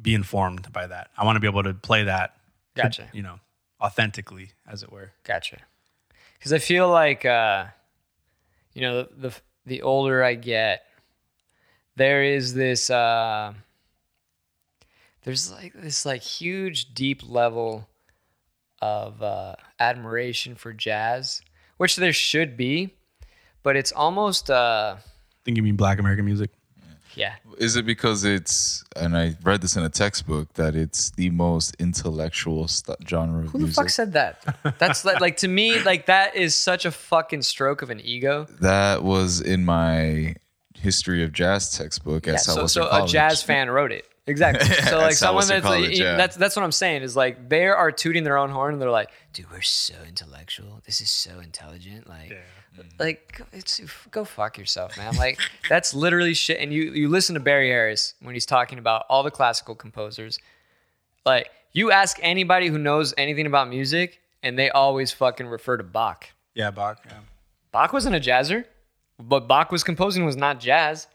Speaker 2: be informed by that i want to be able to play that
Speaker 1: Gotcha.
Speaker 2: you know authentically as it were
Speaker 1: Gotcha. Because I feel like, uh, you know, the, the the older I get, there is this uh, there's like this like huge deep level of uh, admiration for jazz, which there should be, but it's almost uh,
Speaker 4: think you mean black American music.
Speaker 1: Yeah.
Speaker 3: Is it because it's, and I read this in a textbook, that it's the most intellectual st- genre
Speaker 1: Who
Speaker 3: of
Speaker 1: the
Speaker 3: music?
Speaker 1: fuck said that? That's like, like to me, like that is such a fucking stroke of an ego.
Speaker 3: that was in my history of jazz textbook at
Speaker 1: Yeah, so,
Speaker 3: Southwestern
Speaker 1: so a
Speaker 3: College.
Speaker 1: jazz fan wrote it. Exactly. So
Speaker 3: At
Speaker 1: like someone
Speaker 3: Southwestern
Speaker 1: that's like,
Speaker 3: College, yeah.
Speaker 1: that's that's what I'm saying is like they are tooting their own horn and they're like, dude, we're so intellectual. This is so intelligent. Like, Mm-hmm. like go- it's go fuck yourself, man. Like that's literally shit. And you you listen to Barry Harris when he's talking about all the classical composers. Like you ask anybody who knows anything about music, and they always fucking refer to Bach.
Speaker 4: Yeah, Bach. Yeah.
Speaker 1: Bach wasn't a jazzer, but Bach was composing was not jazz.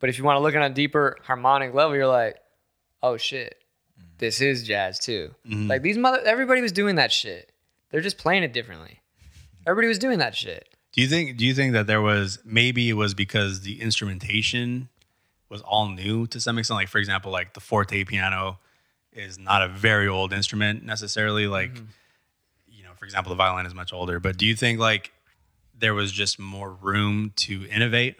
Speaker 1: But if you want to look on a deeper harmonic level, you're like, oh shit,
Speaker 4: Mm.
Speaker 1: this is jazz too.
Speaker 4: Mm-hmm.
Speaker 1: Like these mother, everybody was doing that shit. They're just playing it differently. Everybody was doing that shit.
Speaker 4: Do you think? Do you think that there was maybe it was because the instrumentation was all new to some extent? Like for example, like the forte piano is not a very old instrument necessarily. Like you know, for example, the violin is much older. But do you think like there was just more room to innovate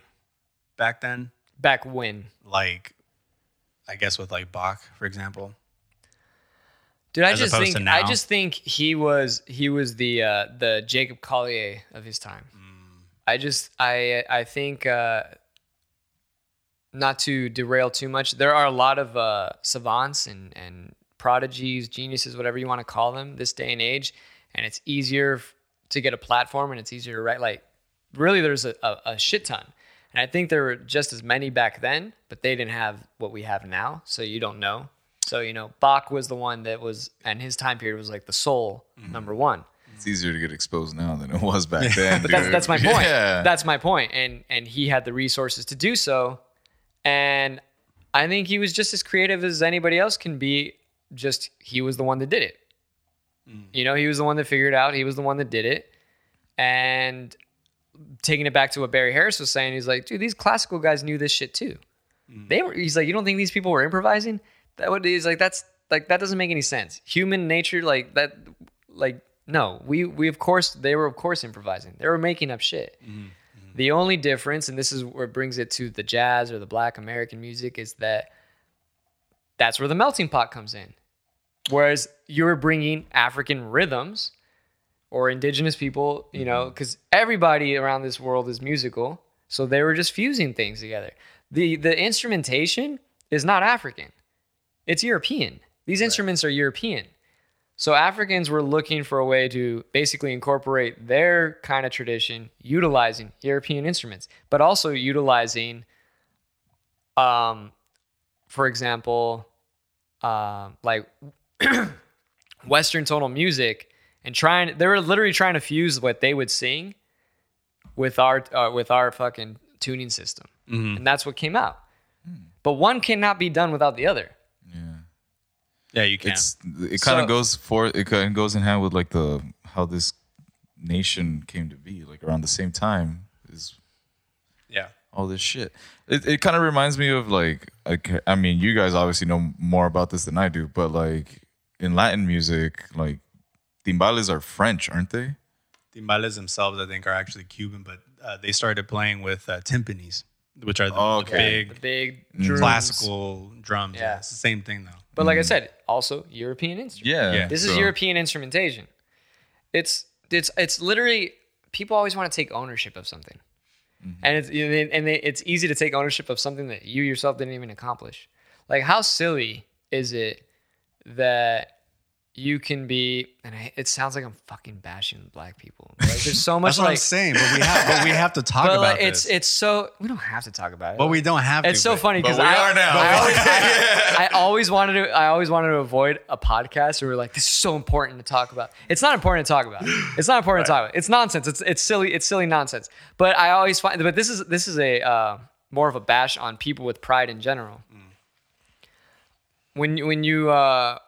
Speaker 4: back then?
Speaker 1: Back when,
Speaker 4: Like I guess with like Bach, for example.
Speaker 1: dude, I
Speaker 4: As
Speaker 1: just
Speaker 4: opposed
Speaker 1: think
Speaker 4: to
Speaker 1: I
Speaker 4: now?
Speaker 1: just think he was he was the uh, the Jacob Collier of his time.
Speaker 4: Mm.
Speaker 1: I just I I think uh, not to derail too much, there are a lot of uh, savants and and prodigies, geniuses, whatever you want to call them, this day and age, and it's easier f- to get a platform and it's easier to write. Like, really, there's a, a, a shit ton, and I think there were just as many back then, but they didn't have what we have now, so you don't know. So you know, Bach was the one that was, and his time period was like the soul number one.
Speaker 3: It's easier to get exposed now than it was back then.
Speaker 1: But that's,
Speaker 3: dude.
Speaker 1: that's my point.
Speaker 3: Yeah.
Speaker 1: That's my point. And and he had the resources to do so. And I think he was just as creative as anybody else can be. Just he was the one that did it.
Speaker 3: Mm.
Speaker 1: You know, he was the one that figured it out. He was the one that did it. And taking it back to what Barry Harris was saying, he's like, dude, these classical guys knew this shit too.
Speaker 3: Mm.
Speaker 1: They were. He's like, you don't think these people were improvising? That would. He's like, that's like that doesn't make any sense. Human nature, like that, like no. We we of course they were of course improvising. They were making up shit. The only difference, and this is where it brings it to the jazz or the Black American music, is that that's where the melting pot comes in. Whereas you're bringing African rhythms or indigenous people, you know, because everybody around this world is musical. So they were just fusing things together. The the instrumentation is not African. It's European. These instruments are European. So Africans were looking for a way to basically incorporate their kind of tradition, utilizing European instruments, but also utilizing um for example, um, like Western tonal music, and trying they were literally trying to fuse what they would sing with our uh, with our fucking tuning system,
Speaker 4: Mm-hmm.
Speaker 1: and that's what came out. But one cannot be done without the other.
Speaker 4: Yeah, you can.
Speaker 3: it's it kind
Speaker 1: So-
Speaker 3: of goes for it kind of goes in hand with like the how this nation came to be like around the same time is
Speaker 4: yeah.
Speaker 3: all this shit. It, it kind of reminds me of like, like I mean, you guys obviously know more about this than I do, but like in Latin music, like timbales are French, aren't they?
Speaker 4: timbales themselves, I think, are actually Cuban, but uh, they started playing with uh, timpanis, which are the,
Speaker 3: Oh, Okay.
Speaker 1: The
Speaker 4: big
Speaker 1: big drums.
Speaker 4: classical drums. Yeah.
Speaker 1: Yeah.
Speaker 4: it's the same thing though.
Speaker 1: but like I said, also European instruments.
Speaker 3: Yeah.
Speaker 4: Mm-hmm. Yeah.
Speaker 1: This is
Speaker 3: so-
Speaker 1: European instrumentation. It's it's it's literally people always want to take ownership of something,
Speaker 4: Mm-hmm.
Speaker 1: and it's and, they, and they, it's easy to take ownership of something that you yourself didn't even accomplish. Like how silly is it that you can be? And I, it sounds like I'm fucking bashing black people. Like, there's so much
Speaker 4: That's what I'm
Speaker 1: like,
Speaker 4: saying. But we have, but we have to talk
Speaker 1: but
Speaker 4: about
Speaker 1: like
Speaker 4: it.
Speaker 1: it's it's so we don't have to talk about it.
Speaker 4: but we don't have.
Speaker 1: It's
Speaker 4: to,
Speaker 1: so
Speaker 4: but-
Speaker 1: funny
Speaker 3: But
Speaker 1: because
Speaker 3: we
Speaker 1: I,
Speaker 3: are now.
Speaker 1: I always, I, I always wanted to. I always wanted to avoid a podcast where we're like, "This is so important to talk about." It's not important to talk about. It's not important to talk about. It's nonsense. It's it's silly. It's silly nonsense. But I always find. But this is this is a uh, more of a bash on people with pride in general.
Speaker 3: Mm.
Speaker 1: When you- when you. Uh,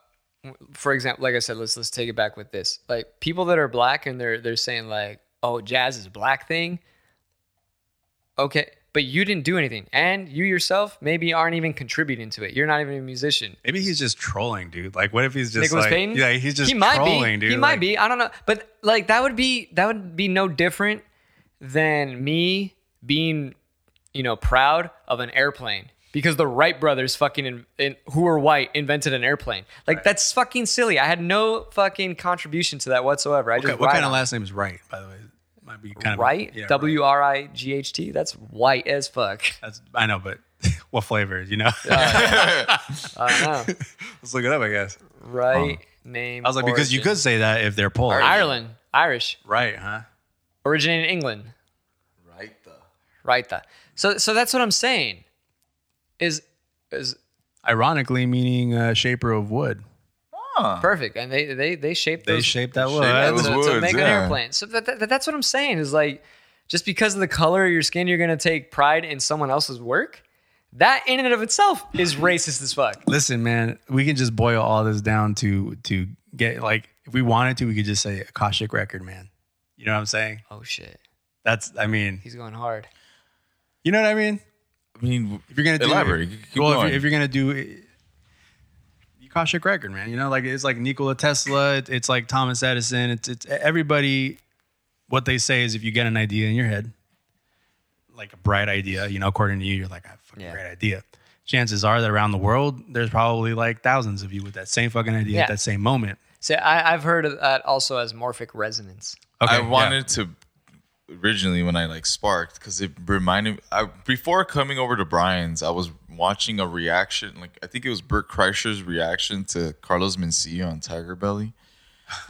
Speaker 1: for example, like I said, let's let's take it back with this. Like people that are black and they're they're saying like, "Oh, jazz is a black thing." Okay, but you didn't do anything, and you yourself maybe aren't even contributing to it. You're not even a musician.
Speaker 4: Maybe he's just trolling, dude. Like, what if he's just
Speaker 1: Nicholas
Speaker 4: like,
Speaker 1: Payton.
Speaker 4: yeah, he's just
Speaker 1: he might
Speaker 4: trolling,
Speaker 1: be.
Speaker 4: dude.
Speaker 1: He might
Speaker 4: Like,
Speaker 1: be. I don't know, but like that would be that would be no different than me being you know, proud of an airplane because the Wright brothers, fucking, in, in, who were white, invented an airplane. Like that's fucking silly. I had no fucking contribution to that whatsoever. I
Speaker 2: Okay,
Speaker 1: just
Speaker 2: what
Speaker 1: ride
Speaker 2: kind of
Speaker 1: on
Speaker 2: last name is Wright, by the way? Might be kind of
Speaker 1: Wright,
Speaker 2: Yeah, Wright.
Speaker 1: W R I G H T. That's white as fuck.
Speaker 2: That's, I know, but what flavor? You know,
Speaker 1: I don't know.
Speaker 2: let's look it up. I guess
Speaker 1: Right name.
Speaker 2: I was like because you could say that if they're Polish,
Speaker 1: Ireland, Irish,
Speaker 2: right? Huh?
Speaker 1: originated in England.
Speaker 3: Right. The
Speaker 1: Right. That. So so that's what I'm saying. Is is
Speaker 2: Ironically, meaning uh, shaper of wood.
Speaker 1: perfect, and they they they shape
Speaker 2: They
Speaker 1: those
Speaker 2: shaped that wood.
Speaker 3: that
Speaker 1: to,
Speaker 3: those
Speaker 1: to
Speaker 3: woods,
Speaker 1: make an
Speaker 3: yeah.
Speaker 1: airplane. So that, that, that's what I'm saying is like just because of the color of your skin, you're gonna take pride in someone else's work. That in and of itself is racist as fuck.
Speaker 2: Listen, man, we can just boil all this down to to get like if we wanted to, we could just say Akashic record, man. You know what I'm saying?
Speaker 1: Oh shit,
Speaker 2: That's I mean,
Speaker 1: he's going hard.
Speaker 2: you know what I mean?
Speaker 3: I mean,
Speaker 2: If you're gonna do,
Speaker 3: Elaborate. Keep
Speaker 2: well, if
Speaker 3: going.
Speaker 2: you're, if you're gonna do Akashic record, man, you know, like it's like Nikola Tesla, it- it's like Thomas Edison, it's it's everybody. What they say is if you get an idea in your head, like a bright idea, you know, according to you, you're like, I fucking
Speaker 1: Yeah.
Speaker 2: great idea. Chances are that around the world, there's probably like thousands of you with that same fucking idea
Speaker 1: Yeah.
Speaker 2: at that same moment.
Speaker 1: So I, I've heard of that also as morphic resonance.
Speaker 2: Okay,
Speaker 3: I wanted to originally when I like sparked because it reminded me. I, before coming over to Brian's, I was watching a reaction. Like I think it was Bert Kreischer's reaction to Carlos Mencia on Tiger Belly,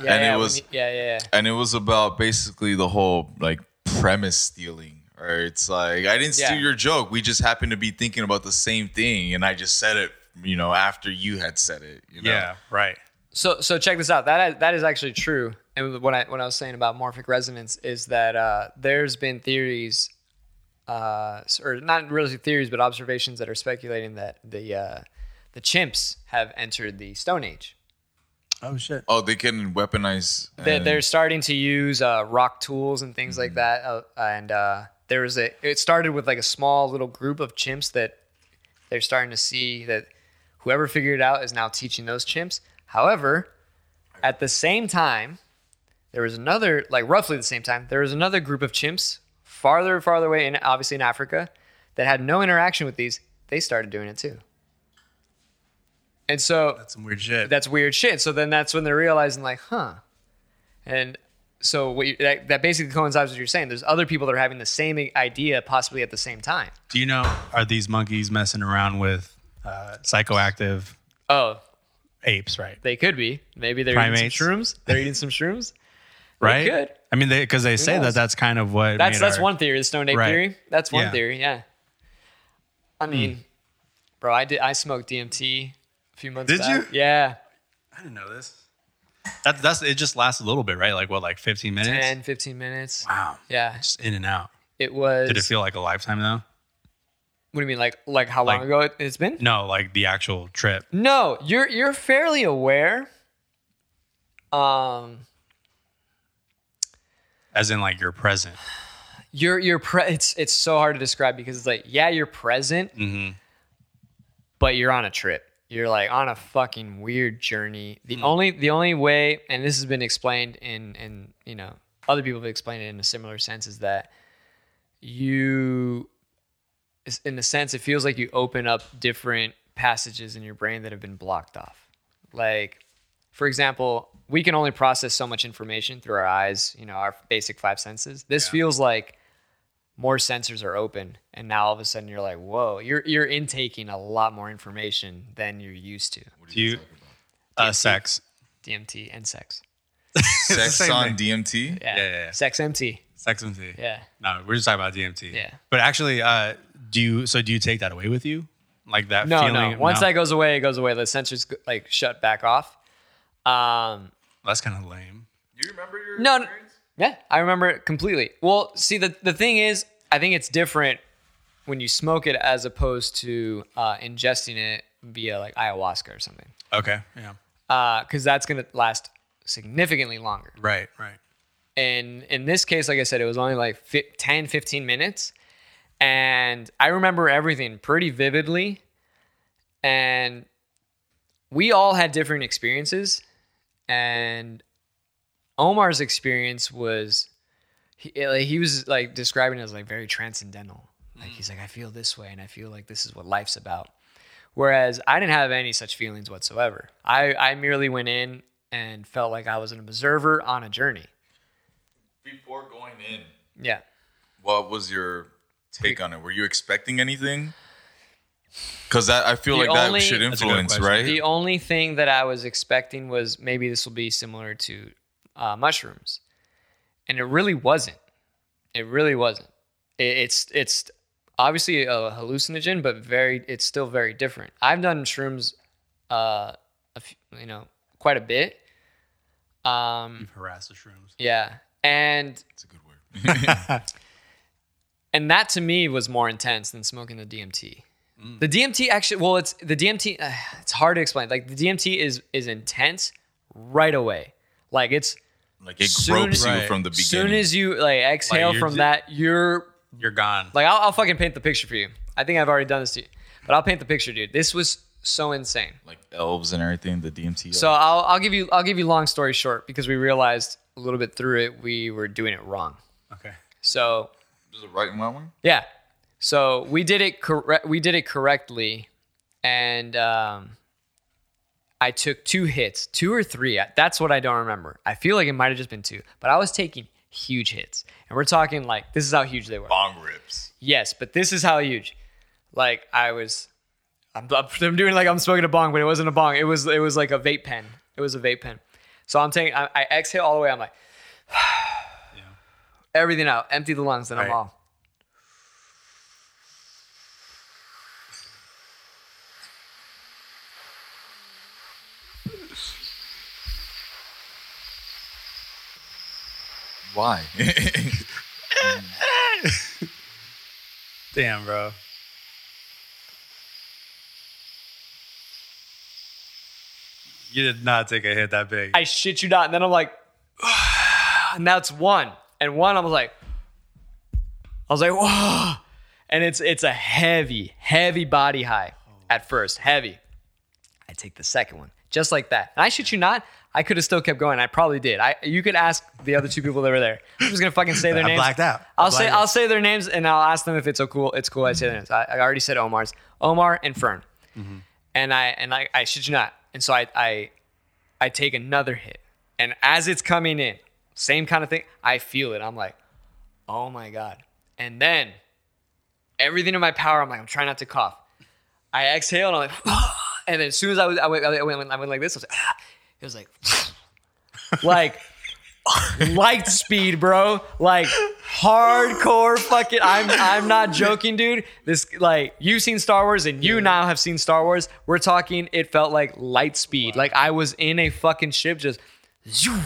Speaker 1: Yeah,
Speaker 3: And it
Speaker 1: yeah, when
Speaker 3: was-
Speaker 1: you- yeah, yeah, yeah.
Speaker 3: and it was about basically the whole like premise stealing. Or it's like I didn't
Speaker 1: Yeah.
Speaker 3: steal your joke. We just happened to be thinking about the same thing, and I just said it. You know, after you had said it. You know?
Speaker 2: yeah, right.
Speaker 1: So so check this out. That that is actually true. And what I what I was saying about morphic resonance is that uh, there's been theories, uh, or not really theories, but observations that are speculating that the uh, the chimps have entered the Stone Age.
Speaker 2: Oh shit.
Speaker 3: Oh, they can weaponize.
Speaker 1: They,
Speaker 3: and-
Speaker 1: they're starting to use uh, rock tools and things like that. Uh, and uh, there was a it started with like a small little group of chimps that they're starting to see that whoever figured it out is now teaching those chimps. However, at the same time, there was another like roughly the same time there was another group of chimps farther and farther away in obviously in Africa that had no interaction with these. They started doing it too. And so
Speaker 2: That's some weird shit.
Speaker 1: that's weird shit. So then that's when they're realizing like, huh. And so what you, that, that basically coincides with what you're saying. There's other people that are having the same idea possibly at the same time.
Speaker 2: Do you know are these monkeys messing around with uh, psychoactive
Speaker 1: Oh,
Speaker 2: apes, right?
Speaker 1: they could be. Maybe they're
Speaker 2: Primates.
Speaker 1: eating some shrooms. They're eating some shrooms.
Speaker 2: Right?
Speaker 1: could.
Speaker 2: I mean, they because they say
Speaker 1: knows?
Speaker 2: that that's kind of what
Speaker 1: That's
Speaker 2: made
Speaker 1: that's
Speaker 2: our-
Speaker 1: one theory. The Stone Ape
Speaker 2: Right.
Speaker 1: theory. That's one
Speaker 2: Yeah. Hmm.
Speaker 1: theory. Yeah. I mean, bro, I did. I smoked DMT a few months.
Speaker 2: Did
Speaker 1: back.
Speaker 2: you?
Speaker 1: Yeah,
Speaker 2: I didn't know this. That, that's it. Just lasts a little bit, right? Like what, like fifteen minutes?
Speaker 1: 10, 15 minutes.
Speaker 2: Wow,
Speaker 1: Yeah,
Speaker 2: just in and out.
Speaker 1: it was.
Speaker 2: Did it feel like a lifetime though?
Speaker 1: what do you mean? Like like how long
Speaker 2: Like-
Speaker 1: ago it, it's been?
Speaker 2: No, like the actual trip.
Speaker 1: No, you're you're fairly aware. Um,
Speaker 2: As in, like you're present.
Speaker 1: you're you're pre- it's it's so hard to describe because it's like yeah you're present, but you're on a trip. You're like on a fucking weird journey. The only the only way, and this has been explained in in you know other people have explained it in a similar sense is that you, it's- in a sense, it feels like you open up different passages in your brain that have been blocked off, like. for example, we can only process so much information through our eyes, you know, our basic five senses. This feels like more sensors are open and now all of a sudden you're like, "Whoa, you're you're intaking a lot more information than you're used to."
Speaker 2: Do you? Uh, sex.
Speaker 1: DMT and sex.
Speaker 2: It's the
Speaker 3: sex
Speaker 2: same
Speaker 3: on
Speaker 2: thing.
Speaker 3: DMT.
Speaker 1: Yeah.
Speaker 2: Yeah, yeah, yeah.
Speaker 1: Sex MT.
Speaker 2: Sex and tea.
Speaker 1: Yeah.
Speaker 2: No, we're just talking about DMT.
Speaker 1: Yeah.
Speaker 2: But actually, uh, do you? So do you take that away with you? Like that
Speaker 1: No,
Speaker 2: feeling?
Speaker 1: no. Once that goes away, it goes away. The sensors like shut back off. Um
Speaker 2: that's kind of lame.
Speaker 3: You remember your
Speaker 1: No, n- yeah, I remember it completely. Well, see, the the thing is, I think it's different when you smoke it as opposed to uh, ingesting it via like ayahuasca or something,
Speaker 2: Okay. Yeah.
Speaker 1: because that's gonna last significantly longer.
Speaker 2: Right. Right.
Speaker 1: And in this case, like I said, it was only like fi 10, 15 minutes, and I remember everything pretty vividly. And we all had different experiences, and Omar's eh, experience was he, like, he was like describing it as like very transcendental. Like he's like, I feel this way, and I feel like this is what life's about. Whereas I didn't have any such feelings whatsoever. I, I merely went in and felt like I was an observer on a journey.
Speaker 3: Before going in,
Speaker 1: Yeah.
Speaker 3: what was your take on it? Were you expecting anything? Because that I feel
Speaker 1: The
Speaker 3: like
Speaker 1: only-
Speaker 3: that should
Speaker 1: That's
Speaker 4: a good
Speaker 3: influence,
Speaker 4: question.
Speaker 3: right?
Speaker 1: The only thing that I was expecting was maybe this will be similar to uh, mushrooms, and it really wasn't. It really wasn't. It, it's it's obviously a hallucinogen, but very it's still very different. I've done shrooms, uh, a f- you know, quite a bit. Um,
Speaker 4: Harass the shrooms.
Speaker 1: yeah, and
Speaker 3: That's a good word.
Speaker 1: and that to me was more intense than smoking the DMT. The DMT actually, well, it's the DMT. Uh, it's hard to explain. Like the DMT is is intense right away. Like it's
Speaker 3: like it
Speaker 1: Soon-
Speaker 3: gropes you
Speaker 4: Right.
Speaker 3: from the beginning.
Speaker 1: soon as you like exhale
Speaker 4: you're
Speaker 1: from
Speaker 4: di-
Speaker 1: that, you're
Speaker 4: You're gone.
Speaker 1: like, I'll, I'll fucking paint the picture for you. I think I've already done this to you, but I'll paint the picture, dude. This was so insane.
Speaker 3: like elves and everything, the DMT.
Speaker 1: So I'll I'll give you I'll give you long story short because we realized a little bit through it we were doing it wrong.
Speaker 4: okay.
Speaker 1: So
Speaker 3: is it right and wrong one?
Speaker 1: Yeah. So we did it correct. We did it correctly, and um, I took two hits, two or three. I- That's what I don't remember. I feel like it might have just been two, but I was taking huge hits, and we're talking like this is how huge they were.
Speaker 3: Bong rips.
Speaker 1: Yes, but this is how huge. Like I was, I'm, I'm doing like I'm smoking a bong, but it wasn't a bong. It was it was like a vape pen. It was a vape pen. So I'm taking. I, I exhale all the way. I'm like, everything out, empty the lungs, then I'm
Speaker 4: Right.
Speaker 1: all.
Speaker 3: Why?
Speaker 4: Damn, bro. You did not take a hit that big.
Speaker 1: I shit you not. And then I'm like, and that's one. And one, I was like, I was like, whoa. And it's it's a heavy, heavy body high at first, heavy. I take the second one, just like that. And I shit you not, I could have still kept going. I probably did. I you could ask the other two people that were there. I'm just gonna fucking say their
Speaker 4: I
Speaker 1: names.
Speaker 4: blacked out. I
Speaker 1: I'll say
Speaker 4: blacked out.
Speaker 1: I'll say their names and I'll ask them if it's so cool. It's cool. I say their names. I, I already said Omar's, Omar and Fern, and I and I, I shit you not. And so I I I take another hit. And as it's coming in, same kind of thing, I feel it. I'm like, oh my God. And then everything in my power, I'm like, I'm trying not to cough. I exhale and I'm like, and then as soon as I, was, I, went, I, went, I went like this, I was like, "Ah," it was like, like light speed, bro. Like hardcore fucking. I'm, I'm not joking, dude. This, like, you've seen Star Wars and you now have seen Star Wars. We're talking, it felt like light speed. Like I was in a fucking ship just zoom,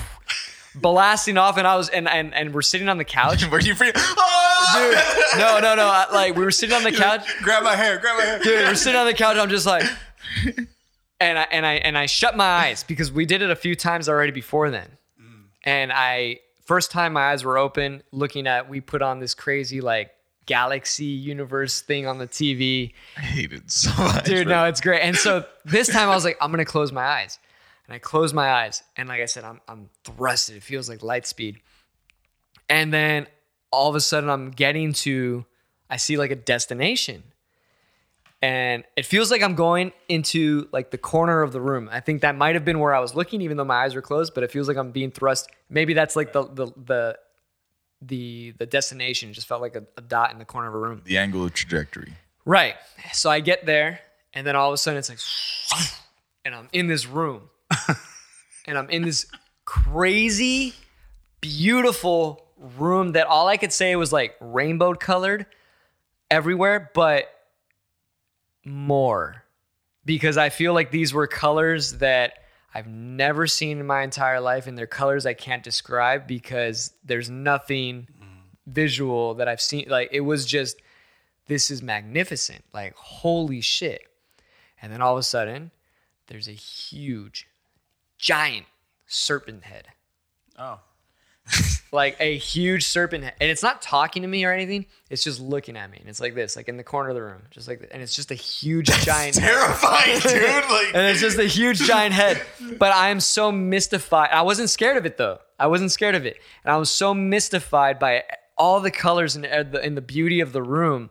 Speaker 1: blasting off and I was, and, and, and we're sitting on the couch.
Speaker 3: Were you free? Ah!
Speaker 1: Dude, no, no, no. I- like we were sitting on the couch.
Speaker 3: Grab my hair. Grab my hair.
Speaker 1: Dude, we're sitting on the couch. I'm just like, and I and I and I shut my eyes because we did it a few times already before then. And I first time my eyes were open, looking at we put on this crazy like galaxy universe thing on the TV.
Speaker 3: I hate it so much.
Speaker 1: Dude,
Speaker 3: bro.
Speaker 1: no, it's great. And so this time I was like, I'm gonna close my eyes. And I closed my eyes. And like I said, I'm I'm thrusted. It feels like light speed. And then all of a sudden I'm getting to I see like a destination. And it feels like I'm going into like the corner of the room. I think that might have been where I was looking, even though my eyes were closed, but it feels like I'm being thrust. Maybe that's like the the the the, the destination. It just felt like a, a dot in the corner of a room.
Speaker 3: The angle of trajectory.
Speaker 1: Right. So I get there, and then all of a sudden it's like, and I'm in this room, and I'm in this crazy, beautiful room that all I could say was like rainbow colored everywhere, but more because I feel like these were colors that I've never seen in my entire life, and they're colors I can't describe because there's nothing visual that I've seen. Like it was just this is magnificent. Like, holy shit. And then all of a sudden, there's a huge, giant serpent head.
Speaker 4: oh.
Speaker 1: Like a huge serpent head. And it's not talking to me or anything. It's just looking at me. And it's like this, like in the corner of the room. Just like that. And it's just a huge giant head.
Speaker 3: Terrifying, dude.
Speaker 1: And it's just a huge giant head. But I am so mystified. I wasn't scared of it though. I wasn't scared of it. e-, And I was so mystified by all the colors and and the, and the beauty of the room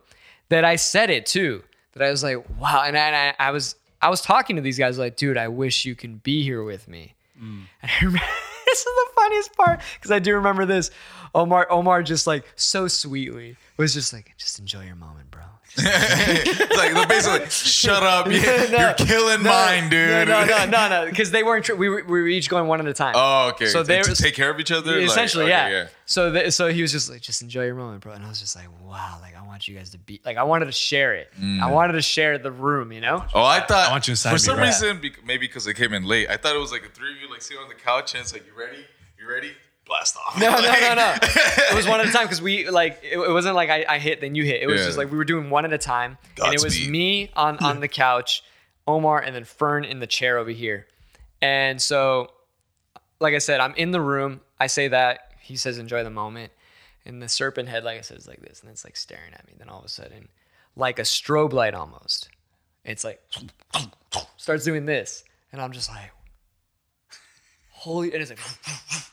Speaker 1: that I said it too. That I was like, wow. And I, and I, I was I was talking to these guys like, dude, I wish you can be here with me. And I remember, this is the funniest part because I do remember this. Omar Omar just like so sweetly was just like, just enjoy your moment, bro.
Speaker 3: It's like they're basically, shut up, you- you're,
Speaker 1: No,
Speaker 3: killing
Speaker 1: no,
Speaker 3: mine, dude.
Speaker 1: No, no, no, no, because they weren't. Tri- we, were, we were each going one at a time.
Speaker 3: Oh, okay.
Speaker 1: So
Speaker 3: So
Speaker 1: they
Speaker 3: they
Speaker 1: were-
Speaker 3: take care of each other. Like,
Speaker 1: essentially,
Speaker 3: okay,
Speaker 1: yeah. So, th- so he was just like, just enjoy your moment, bro. And I was just like, wow, like I want you guys to be, like I wanted to share it.
Speaker 3: Mm.
Speaker 1: I wanted to share the room, you know.
Speaker 3: Oh, I thought
Speaker 4: I want you inside
Speaker 3: for
Speaker 4: me,
Speaker 3: some
Speaker 4: bro.
Speaker 3: reason, bec- maybe because I came in late, I thought it was like the three of you like sitting on the couch and it's like, you ready? You ready? Blast off.
Speaker 1: No, no, no, no. It was one at a time because we like it, it wasn't like I, I hit then you hit. It was
Speaker 3: Yeah.
Speaker 1: just like we were doing one at a time, and it was
Speaker 3: Godspeed.
Speaker 1: me on on the couch, Omar, and then Fern in the chair over here. And so, like I said, I'm in the room. I say that he says, "Enjoy the moment." And the serpent head, like I said, is like this, and it's like staring at me. Then all of a sudden, like a strobe light almost, it's like starts doing this, and I'm just like, holy and it's like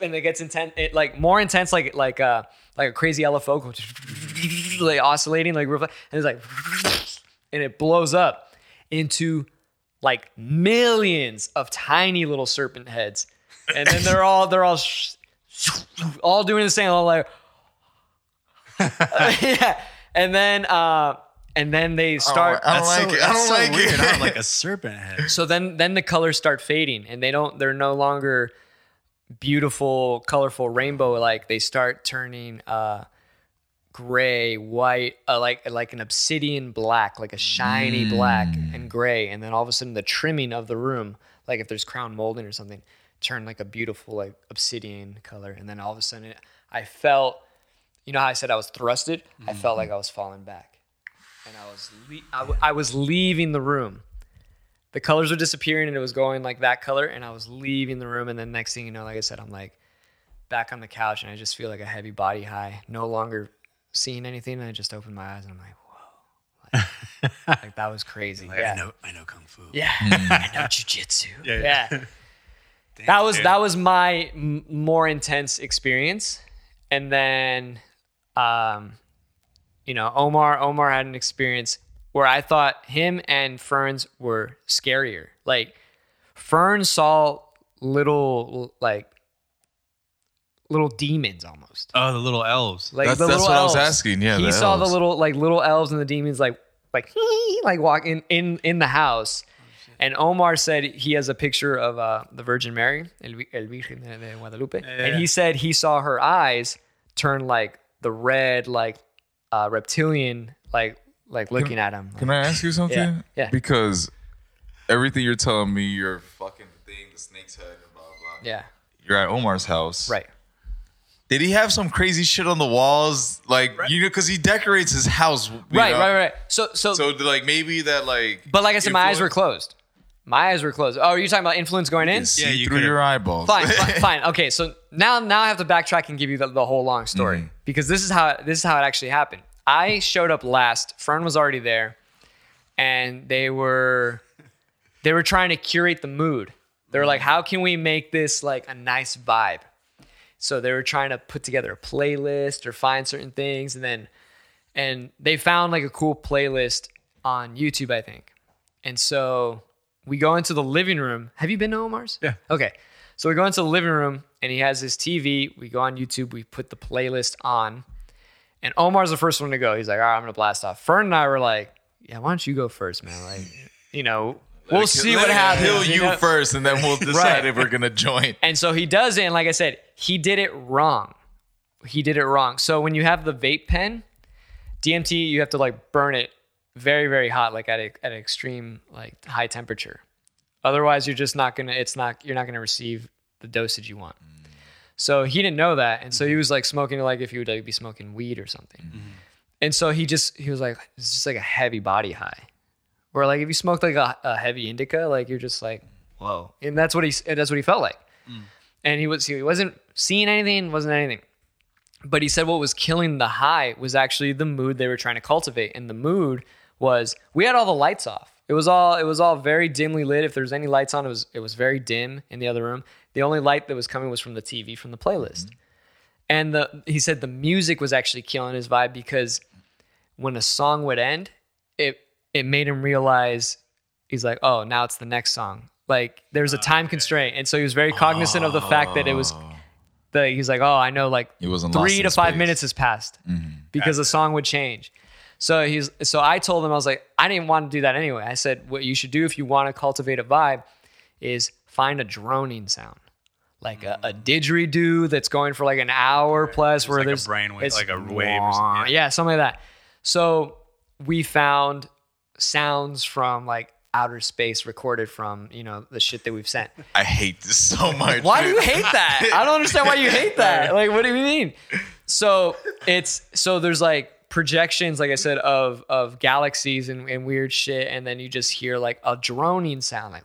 Speaker 1: and it gets intense it like more intense like like uh like a crazy LFO like oscillating like refle- and it's like and it blows up into like millions of tiny little serpent heads and then they're all they're all sh- all doing the same all like yeah and then uh and then they start
Speaker 2: oh,
Speaker 3: I don't like it. I don't like it.
Speaker 4: I have, like a serpent head.
Speaker 1: so then then the colors start fading and they don't they're no longer beautiful colorful rainbow like they start turning uh gray white uh, like like an obsidian black like a shiny black and gray and then all of a sudden the trimming of the room like if there's crown molding or something turned like a beautiful like obsidian color and then all of a sudden it, i felt you know how i said i was thrusted i felt like i was falling back and i was le- I, w- I was leaving the room the colors were disappearing and it was going like that color and i was leaving the room and then next thing you know like i said i'm like back on the couch and i just feel like a heavy body high no longer seeing anything and i just opened my eyes and i'm like whoa like, like, that was crazy yeah
Speaker 4: I know, I know kung fu.
Speaker 1: yeah i know jujitsu yeah,
Speaker 4: yeah.
Speaker 1: that was
Speaker 4: dude.
Speaker 1: that was my m- more intense experience and then um you know omar omar had an experience where i thought him and ferns were scarier like fern saw little like little demons almost
Speaker 4: Oh, the little elves.
Speaker 1: like
Speaker 3: That's-
Speaker 1: the
Speaker 3: that's
Speaker 1: little
Speaker 3: what I was
Speaker 1: elves.
Speaker 3: asking, yeah,
Speaker 1: he
Speaker 3: the
Speaker 1: saw the
Speaker 3: elves.
Speaker 1: little like little elves and the demons like like like walking in in the house. And Omar said he has a picture of uh, the Virgin Mary, El, Vi- El Virgen de, de Guadalupe, and he said he saw her eyes turn like the red, like uh, reptilian, like like looking at him.
Speaker 3: Can I ask you something?
Speaker 1: Yeah, yeah.
Speaker 3: Because everything you're telling me, you're fucking the thing, the snake's head, and blah, blah.
Speaker 1: yeah,
Speaker 3: You're at Omar's house.
Speaker 1: right.
Speaker 3: Did he have some crazy shit on the walls? Like, you know, because he decorates his house. you
Speaker 1: right,
Speaker 3: know?
Speaker 1: right, right. So, so,
Speaker 3: So, like, maybe that, like.
Speaker 1: but like I said, my eyes were
Speaker 3: influence-
Speaker 1: closed. My eyes were closed. Oh, are you talking about influence going in?
Speaker 3: See
Speaker 4: Yeah, you
Speaker 3: through
Speaker 4: could've-
Speaker 3: your eyeballs.
Speaker 1: fine, fine, fine. Okay, so now now I have to backtrack and give you the, the whole long story because this is how this is how it actually happened. I showed up last. Fern was already there, and they were they were trying to curate the mood. They were like, "How can we make this like a nice vibe?" So they were trying to put together a playlist or find certain things, and then and they found like a cool playlist on YouTube, I think. And so we go into the living room. Have you been to Omar's?
Speaker 4: Yeah.
Speaker 1: Okay. So we go into the living room and he has his TV. We go on YouTube, we put the playlist on. And Omar's the first one to go. He's like, all right, I'm gonna blast off. Fern and I were like, Yeah, why don't you go first, man? Like, you know, we'll see what happens.
Speaker 3: Heal
Speaker 1: you
Speaker 3: you
Speaker 1: know?
Speaker 3: first, and then we'll decide if we're gonna join.
Speaker 1: And so he does it. And like I said, he did it wrong. He did it wrong. So when you have the vape pen, DMT, you have to like burn it very, very hot, like at, a, at an extreme, like high temperature. Otherwise, you're just not going to, it's not, you're not going to receive the dosage you want. So he didn't know that. And so he was like smoking, like if he would like, be smoking weed or something. And so he just, he was like, it's just like a heavy body high. Where like if you smoked like a, a heavy indica, like you're just like, whoa. And that's what he, and that's what he felt like and he was he wasn't seeing anything, wasn't anything. But he said what was killing the high was actually the mood they were trying to cultivate, and the mood was we had all the lights off. It was all it was all very dimly lit. If there was any lights on, it was it was very dim in the other room. The only light that was coming was from the TV from the playlist, and the he said the music was actually killing his vibe because when a song would end, it it made him realize he's like, oh, now it's the next song. Like there's a time constraint, and so he was very cognizant of the fact that it was. The, he's like, oh, I know, like
Speaker 3: He wasn't lost
Speaker 1: three
Speaker 3: in
Speaker 1: to five
Speaker 3: space. Mm-hmm.
Speaker 1: minutes has passed because the song would change. So he's so I told him I was like I didn't want to do that anyway. I said what you should do if you want to cultivate a vibe is find a droning sound. Like a, a didgeridoo that's going for like an hour plus, where
Speaker 4: like a
Speaker 1: there's
Speaker 4: brainwave-
Speaker 1: it's
Speaker 4: like a wave or something.
Speaker 1: wah, yeah, something like that. So we found sounds from like outer space recorded from you know the shit that we've sent.
Speaker 3: I hate this so much.
Speaker 1: Why do you hate that? I don't understand why you hate that. Like, what do you mean? So it's so there's like projections, like I said, of of galaxies and, and weird shit, and then you just hear like a droning sound, like.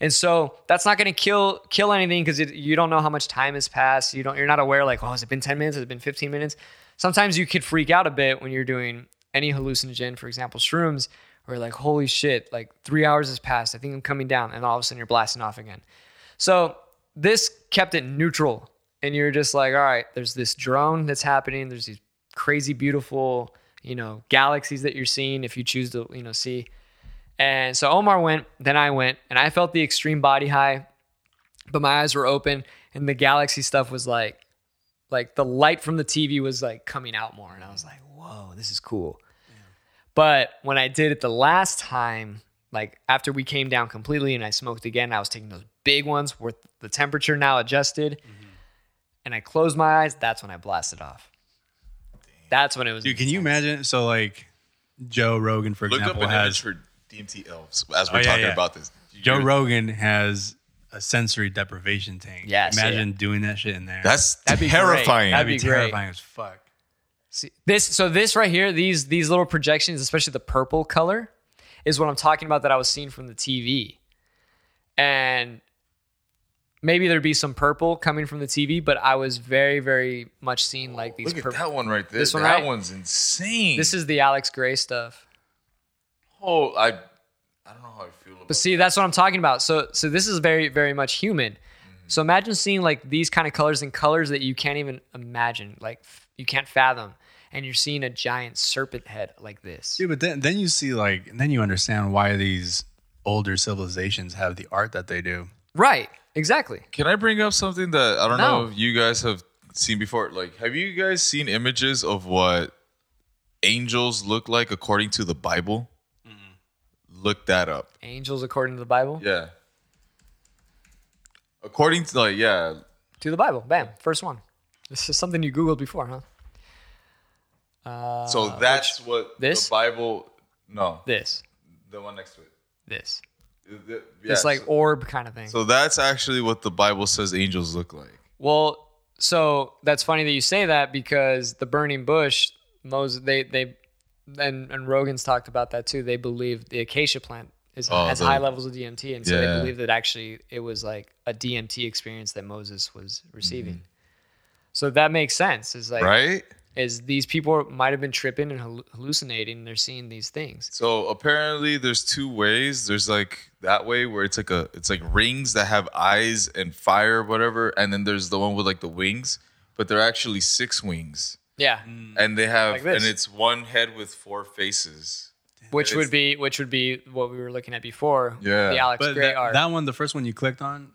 Speaker 1: And so that's not going to kill kill anything because you don't know how much time has passed. You don't you're not aware like oh has it been ten minutes? Has it been fifteen minutes? Sometimes you could freak out a bit when you're doing any hallucinogen, for example, shrooms, or like holy shit, like three hours has passed. I think I'm coming down, and all of a sudden you're blasting off again. So this kept it neutral, and you're just like all right, there's this drone that's happening. There's these crazy beautiful you know galaxies that you're seeing if you choose to you know see. And so Omar went, then I went, and I felt the extreme body high, but my eyes were open, and the galaxy stuff was like, like the light from the TV was like coming out more, and I was like, whoa, this is cool. But when I did it the last time, like after we came down completely and I smoked again, I was taking those big ones where the temperature now adjusted, and I closed my eyes. That's when I blasted off. That's when it was.
Speaker 4: Dude, can you imagine? So like Joe Rogan, for
Speaker 3: Look up
Speaker 4: example,
Speaker 3: an
Speaker 4: has
Speaker 3: image for DMT elves as we're
Speaker 4: Oh, yeah,
Speaker 3: talking
Speaker 4: yeah.
Speaker 3: about this.
Speaker 4: Joe Rogan has a sensory deprivation tank.
Speaker 1: Yes,
Speaker 4: Imagine doing that shit in there.
Speaker 3: That's
Speaker 1: That'd be great.
Speaker 3: terrifying.
Speaker 1: That'd
Speaker 4: That'd be
Speaker 1: be great.
Speaker 4: terrifying as fuck.
Speaker 1: See, this so this right here, these these little projections, especially the purple color, is what I'm talking about that I was seeing from the TV. And maybe there'd be some purple coming from the TV, but I was very, very much seeing like these
Speaker 3: Look at
Speaker 1: purple.
Speaker 3: that one right there.
Speaker 1: This one
Speaker 3: that
Speaker 1: right-
Speaker 3: one's insane.
Speaker 1: This is the Alex Gray stuff.
Speaker 3: oh, I, I don't know how I feel about.
Speaker 1: But see, that's what I'm talking about. So so this is very, very much human. So imagine seeing like these kind of colors and colors that you can't even imagine, like f- you can't fathom. And you're seeing a giant serpent head like this.
Speaker 4: Dude, but then then you see like and then you understand why these older civilizations have the art that they do.
Speaker 1: Right. Exactly.
Speaker 3: Can I bring up something that I don't
Speaker 1: No.
Speaker 3: know if you guys have seen before? Like, have you guys seen images of what angels look like according to the Bible? Look that up.
Speaker 1: Angels according to the Bible.
Speaker 3: Yeah. According to like yeah,
Speaker 1: to the Bible. Bam, first one. This is something you googled before, huh?
Speaker 3: so that's what
Speaker 1: Uh, this?
Speaker 3: the Bible. No,
Speaker 1: This,
Speaker 3: the one next to it.
Speaker 1: this,
Speaker 3: The- the-
Speaker 1: this
Speaker 3: yeah,
Speaker 1: like
Speaker 3: so-
Speaker 1: orb kind of thing.
Speaker 3: so that's actually what the Bible says angels look like.
Speaker 1: well, so that's funny that you say that because the burning bush, Moses, they they, and and Rogan's talked about that too. They believe the acacia plant is
Speaker 3: Oh,
Speaker 1: has
Speaker 3: the-
Speaker 1: high levels of DMT, and so
Speaker 3: Yeah.
Speaker 1: they believe that actually it was like a DMT experience that Moses was receiving. So that makes sense. Is like
Speaker 3: Mm-hmm. Right?
Speaker 1: is these people might have been tripping and hallu- hallucinating. And they're seeing these things.
Speaker 3: So apparently there's two ways. There's like that way where it's like a it's like rings that have eyes and fire whatever and then there's the one with like the wings, but they're actually six wings.
Speaker 1: Yeah.
Speaker 3: And they have
Speaker 1: Hmm. Like this.
Speaker 3: and it's one head with four faces.
Speaker 1: which
Speaker 3: It's-
Speaker 1: would be which would be what we were looking at before.
Speaker 3: Yeah.
Speaker 1: the Alex
Speaker 4: But
Speaker 1: Gray
Speaker 4: that,
Speaker 1: art.
Speaker 4: that one, the first one you clicked on,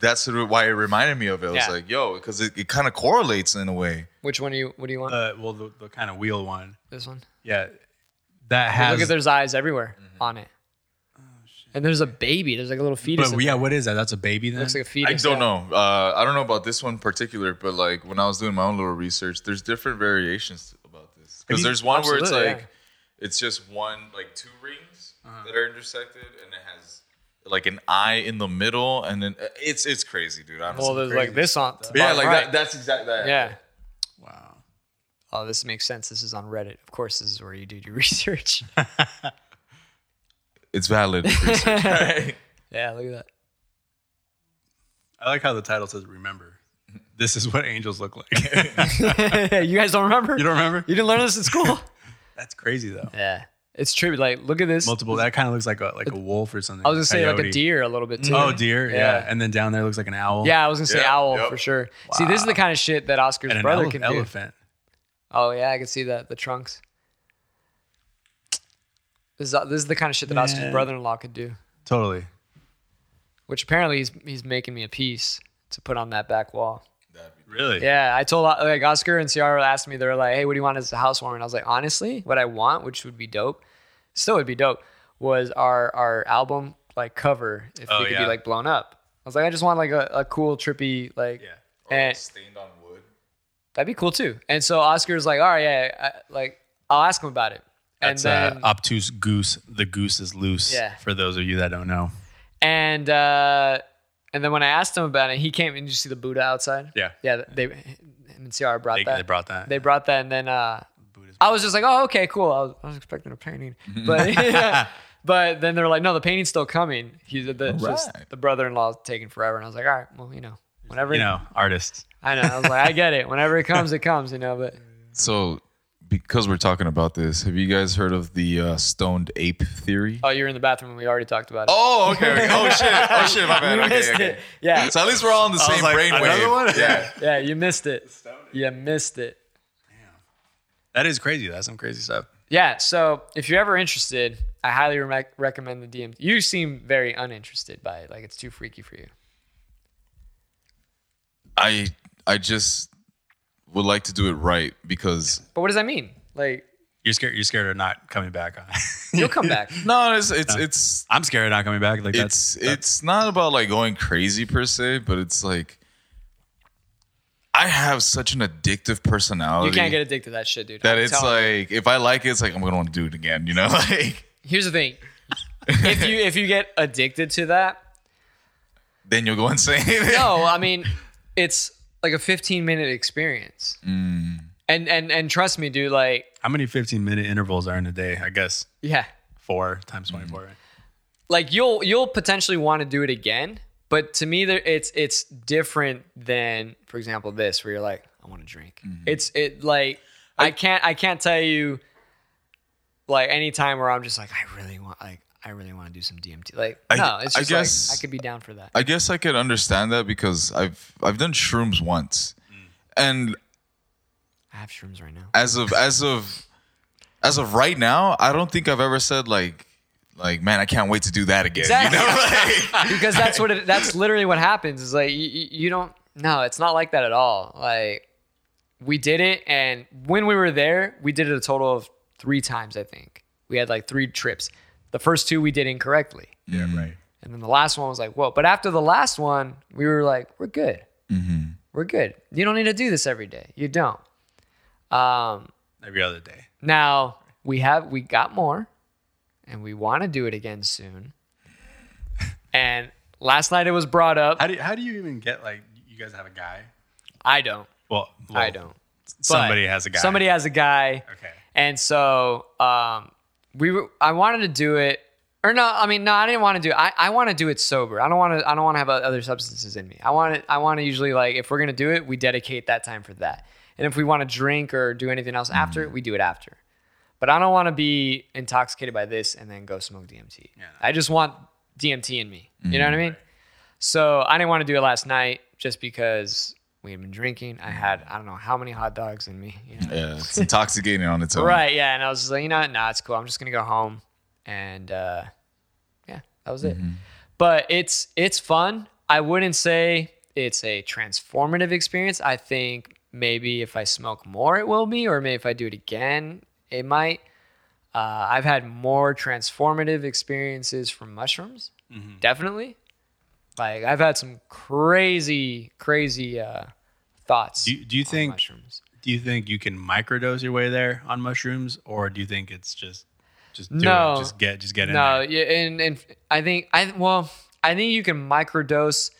Speaker 3: That's sort of why it reminded me of it. I was
Speaker 1: Yeah.
Speaker 3: like, yo, because it, it kind of correlates in a way.
Speaker 1: which one do you what do you want?
Speaker 4: uh, well, the, the kind of wheel one.
Speaker 1: this one.
Speaker 4: Yeah, that
Speaker 1: Look
Speaker 4: has.
Speaker 1: at there's eyes everywhere
Speaker 3: Mm-hmm.
Speaker 1: on it. And there's a baby. There's like a little fetus.
Speaker 4: but
Speaker 1: in
Speaker 4: yeah,
Speaker 1: there.
Speaker 4: what is that? That's a baby. Then
Speaker 1: looks like a
Speaker 3: I
Speaker 1: fetus.
Speaker 3: don't
Speaker 1: yeah.
Speaker 3: know. Uh, I don't know about this one in particular, but like when I was doing my own little research, there's different variations about this. Because
Speaker 4: you-
Speaker 3: there's one where it's
Speaker 1: Absolutely, Uh-huh.
Speaker 3: like it's just one like two rings that are intersected, and it has like an eye in the middle, and then uh, it's it's crazy, dude. Honestly,
Speaker 1: Well, there's like this on.
Speaker 3: But yeah,
Speaker 1: bottom
Speaker 3: like
Speaker 1: right.
Speaker 3: that. That's exactly that.
Speaker 1: Yeah.
Speaker 4: wow.
Speaker 1: Oh, this makes sense. This is on Reddit. Of course, this is where you did your research.
Speaker 3: it's valid. Research, right?
Speaker 1: yeah, look at that.
Speaker 4: I like how the title says "Remember." This is what angels look like.
Speaker 1: you guys don't remember?
Speaker 4: you don't remember?
Speaker 1: You didn't learn this in school?
Speaker 4: That's crazy though.
Speaker 1: yeah, it's true. Like, look at this.
Speaker 4: Multiple. That kind of looks like a like a wolf or something.
Speaker 1: I was gonna say like a
Speaker 4: coyote.
Speaker 1: deer a little bit too.
Speaker 4: Oh, deer. Yeah.
Speaker 1: Yeah.
Speaker 4: And then down there looks like an owl.
Speaker 1: Yeah, I was gonna say
Speaker 3: Yeah,
Speaker 1: owl
Speaker 3: yep.
Speaker 1: for sure. See, this is the kind of shit that Oscar's
Speaker 4: And an
Speaker 1: brother
Speaker 4: ele-
Speaker 1: can do.
Speaker 4: elephant.
Speaker 1: Oh yeah, I can see that the trunks. This is this is the kind of shit that Oscar's
Speaker 4: Man.
Speaker 1: brother-in-law could do.
Speaker 4: Totally.
Speaker 1: Which apparently he's he's making me a piece to put on that back wall.
Speaker 4: Really?
Speaker 1: Yeah, I told like Oscar and Ciara asked me, they were like, "Hey, what do you want as a housewarming?" I was like, "Honestly, what I want, which would be dope, still would be dope, was our our album like cover if
Speaker 4: Oh,
Speaker 1: it could be
Speaker 4: yeah.
Speaker 1: like blown up." I was like, "I just want like a, a cool, trippy like."
Speaker 4: Yeah.
Speaker 1: and-
Speaker 3: stained on wood.
Speaker 1: That'd be cool too. And so Oscar's like, "All right, yeah, I, like I'll ask him about it."
Speaker 4: That's
Speaker 1: and then
Speaker 4: uh, obtuse goose. The goose is loose.
Speaker 1: Yeah.
Speaker 4: For those of you that don't know.
Speaker 1: and uh, and then when I asked him about it, he came and you see the Buddha outside.
Speaker 4: Yeah.
Speaker 1: yeah. They him and Ciara brought
Speaker 4: They,
Speaker 1: that.
Speaker 4: they brought that.
Speaker 1: They brought that, and then uh, I was just like, "Oh, okay, cool." I was, I was expecting a painting, but but then they're like, "No, the painting's still coming." He's the it's just
Speaker 3: Alright.
Speaker 1: the brother-in-law's taking forever, and I was like, "All right, well, you know, whenever
Speaker 4: you know, artists.
Speaker 1: I know, I was like, I get it. Whenever it comes, it comes, you know." But
Speaker 3: So, because we're talking about this, have you guys heard of the uh, stoned ape theory?
Speaker 1: oh, you're in the bathroom, and we already talked about it.
Speaker 3: Oh, okay. okay. Oh shit. Oh shit. My bad.
Speaker 1: you
Speaker 3: Okay,
Speaker 1: missed
Speaker 3: okay.
Speaker 1: it. Yeah,
Speaker 3: So at least we're all on the
Speaker 4: was
Speaker 3: same
Speaker 4: like,
Speaker 3: brainwave.
Speaker 4: another one?
Speaker 3: Yeah.
Speaker 1: yeah, you missed it. You missed it.
Speaker 4: That is crazy. That's some crazy stuff.
Speaker 1: Yeah. So if you're ever interested, I highly re- recommend the DM. You seem very uninterested by it. Like it's too freaky for you.
Speaker 3: I I just would like to do it right because
Speaker 1: But what does that mean? Like
Speaker 4: You're scared. You're scared of not coming back. On.
Speaker 1: you'll come back.
Speaker 3: no, it's it's it's
Speaker 4: I'm scared of not coming back. Like
Speaker 3: it's
Speaker 4: that's
Speaker 3: it's not about like going crazy per se, but it's like I have such an addictive personality
Speaker 1: You can't get addicted to that shit, dude.
Speaker 3: that
Speaker 1: I'm
Speaker 3: it's
Speaker 1: telling you.
Speaker 3: like if I like it, it's like I'm gonna want to do it again. You know, like
Speaker 1: here's the thing. if you if you get addicted to that,
Speaker 3: then you'll go insane.
Speaker 1: no, I mean, it's like a 15 minute experience.
Speaker 3: Mm.
Speaker 1: And and and trust me, dude. Like
Speaker 4: how many 15 minute intervals are in a day? I guess
Speaker 1: yeah,
Speaker 4: four
Speaker 1: Mm.
Speaker 4: times 24. right?
Speaker 1: like you'll you'll potentially want to do it again. But to me, there it's it's different than, for example, this where you're like, I want to drink.
Speaker 3: Mm-hmm.
Speaker 1: It's it like I can't I can't tell you like any time where I'm just like I really want like I really want to do some DMT. Like
Speaker 3: I-
Speaker 1: no, it's
Speaker 3: I
Speaker 1: just like,
Speaker 3: guess-
Speaker 1: I could be down for that.
Speaker 3: I guess I could understand that because I've I've done shrooms once,
Speaker 1: Mm.
Speaker 3: and
Speaker 1: I have shrooms right now.
Speaker 3: as of as of as of right now, I don't think I've ever said like like man, I can't wait to do that again.
Speaker 1: Exactly.
Speaker 3: You know, like,
Speaker 1: because that's what it, that's literally what happens is like you, you don't no it's not like that at all like we did it and when we were there we did it a total of three times i think we had like three trips the first two we did incorrectly
Speaker 4: Yeah. Right.
Speaker 1: and then the last one was like whoa but after the last one we were like we're good
Speaker 3: Mm-hmm.
Speaker 1: we're good you don't need to do this every day you don't um
Speaker 4: Every other day.
Speaker 1: now we have we got more, and we want to do it again soon. And last night it was brought up.
Speaker 4: How do how do you even get like you guys have a guy?
Speaker 1: I don't.
Speaker 4: Well,
Speaker 1: I
Speaker 4: well,
Speaker 1: don't.
Speaker 4: Somebody
Speaker 1: But
Speaker 4: has a guy.
Speaker 1: Somebody has a guy.
Speaker 4: Okay.
Speaker 1: And so um, we were, I wanted to do it. Or no, I mean no, I didn't want to do. It. I I want to do it sober. I don't want to. I don't want to have o- other substances in me. I want to. I want to usually like if we're gonna do it, we dedicate that time for that. And if we want to drink or do anything else after, we do it after. But I don't want to be intoxicated by this and then go smoke DMT. I just want DMT in me. You know what I mean? So I didn't want to do it last night just because we had been drinking. I had I don't know how many hot dogs in me. You know?
Speaker 3: yeah, it's intoxicating on its own.
Speaker 1: Right, yeah. And I was just like, you know what? Nah, it's cool. I'm just gonna go home. And uh yeah, that was
Speaker 4: Mm-hmm.
Speaker 1: it. But it's it's fun. I wouldn't say it's a transformative experience. I think maybe if I smoke more it will be, or maybe if I do it again, it might. Uh, I've had more transformative experiences from mushrooms,
Speaker 4: Mm-hmm.
Speaker 1: definitely. Like I've had some crazy, crazy uh, thoughts.
Speaker 4: Do, do you
Speaker 1: on
Speaker 4: think
Speaker 1: mushrooms?
Speaker 4: do you think you can microdose your way there on mushrooms, or do you think it's just just do
Speaker 1: No.
Speaker 4: it, just get just get in
Speaker 1: No,
Speaker 4: there?
Speaker 1: yeah, and and I think I well, I think you can microdose.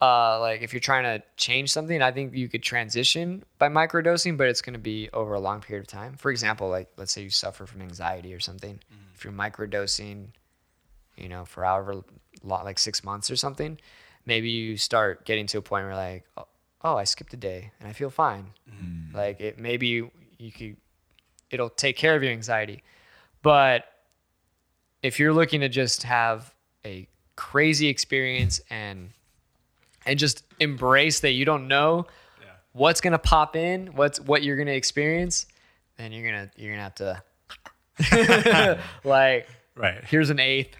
Speaker 1: Uh, like if you're trying to change something, I think you could transition by microdosing, but it's going to be over a long period of time. For example, like let's say you suffer from anxiety or something,
Speaker 4: Mm-hmm.
Speaker 1: if you're microdosing, you know, for however long, like six months or something, maybe you start getting to a point where like, oh, oh I skipped a day and I feel fine.
Speaker 4: Mm-hmm.
Speaker 1: Like it maybe you, you could, it'll take care of your anxiety, but if you're looking to just have a crazy experience and and just embrace that you don't know what's gonna pop in, what's what you're gonna experience, then you're gonna you're gonna have to like
Speaker 4: Right.
Speaker 1: here's an eighth.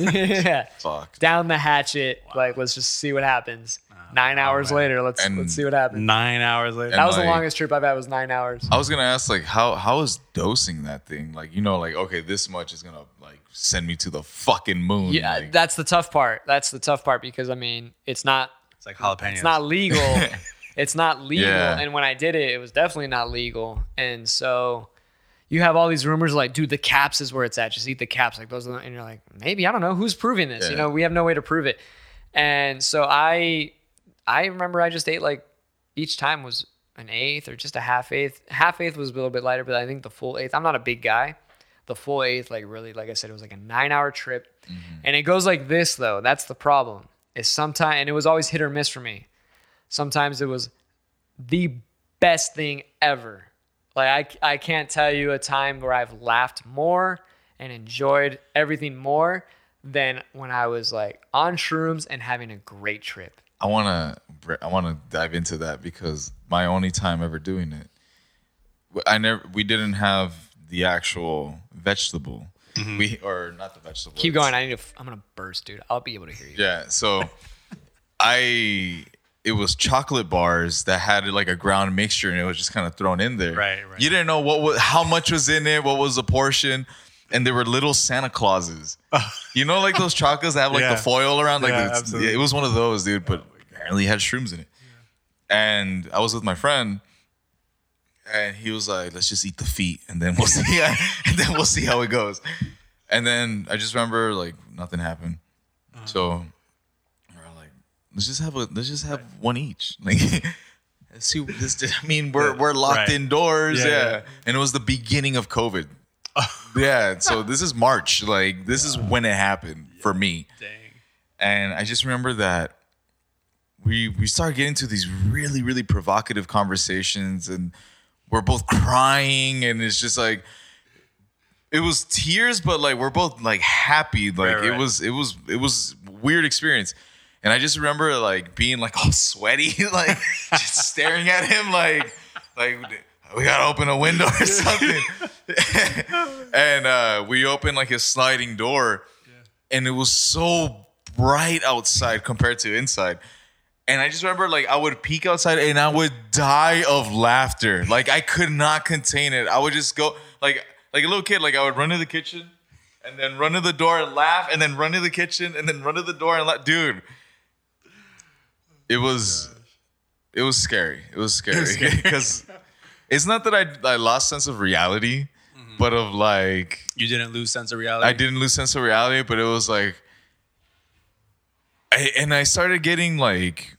Speaker 1: yeah.
Speaker 3: Fuck.
Speaker 1: Down the hatchet. Like let's just see what happens. Nine hours later, let's
Speaker 3: And-
Speaker 1: let's see what happens.
Speaker 4: Nine hours later.
Speaker 1: That was the
Speaker 3: like-
Speaker 1: longest trip I've had was nine hours.
Speaker 3: I was gonna ask like how how is dosing that thing? Like you know like okay this much is gonna like send me to the fucking moon.
Speaker 1: Yeah,
Speaker 3: like,
Speaker 1: that's the tough part. That's the tough part because I mean it's not
Speaker 4: it's like jalapenos.
Speaker 1: it's not legal. it's not legal.
Speaker 3: Yeah.
Speaker 1: And when I did it, it was definitely not legal. And so you have all these rumors like, dude, the caps is where it's at. Just eat the caps. Like those, are the, and you're like, maybe I don't know who's proving this. You
Speaker 3: Yeah.
Speaker 1: know, we have no way to prove it. And so I, I remember I just ate like each time was an eighth or just a half eighth. Half eighth was a little bit lighter, but I think the full eighth. I'm not a big guy. The full eighth, like really, like I said, it was like a nine hour trip,
Speaker 3: Mm-hmm.
Speaker 1: and it goes like this though. That's the problem. Is sometimes, and it was always hit or miss for me sometimes it was the best thing ever. Like I, I can't tell you a time where I've laughed more and enjoyed everything more than when I was like on shrooms and having a great trip.
Speaker 3: I wanna br- I wanna dive into that because my only time ever doing it, I never we didn't have the actual vegetable. We or not the vegetable.
Speaker 1: Mm-hmm. Keep
Speaker 3: it's-
Speaker 1: going. I need to. f- I'm gonna burst, dude. I'll be able to hear you.
Speaker 3: Yeah. So I it was chocolate bars that had like a ground mixture and it was just kind of thrown in there.
Speaker 4: Right, right.
Speaker 3: You didn't know what was how much was in it, what was the portion. And there were little Santa Clauses. you know, like those chocolates that have like
Speaker 4: Yeah.
Speaker 3: the foil around? Like
Speaker 4: Yeah,
Speaker 3: it's-
Speaker 4: absolutely.
Speaker 3: it was one of those, dude, but apparently had shrooms in it. And I was with my friend and he was like, "Let's just eat the feet, and then we'll see, and then we'll see how it goes." And then I just remember like nothing happened,
Speaker 4: Uh-huh.
Speaker 3: so we're like, "Let's just have a let's just have one each." Like, let's see, what this I mean, we're we're locked
Speaker 4: Right.
Speaker 3: indoors,
Speaker 4: Yeah,
Speaker 3: yeah,
Speaker 4: yeah.
Speaker 3: And it was the beginning of COVID. yeah, so this is March. Like, this is when it happened for me
Speaker 4: Dang.
Speaker 3: and I just remember that we we started getting to these really really provocative conversations, and we're both crying, and it's just like it was tears, but like we're both like happy, like
Speaker 4: Right,
Speaker 3: it
Speaker 4: right.
Speaker 3: was it was it was weird experience. And I just remember like being like all sweaty, like just staring at him, like like we gotta open a window or something. and uh, we opened like his sliding door, and it was so bright outside compared to inside. And I just remember like I would peek outside and I would die of laughter. Like I could not contain it. I would just go like like a little kid, like I would run to the kitchen and then run to the door and laugh and then run to the kitchen and then run to the door and laugh. Dude. It was it was scary. It was scary. Because it's not that I I lost sense of reality, but of like
Speaker 4: You didn't lose sense of reality.
Speaker 3: I didn't lose sense of reality, but it was like, I, and I started getting like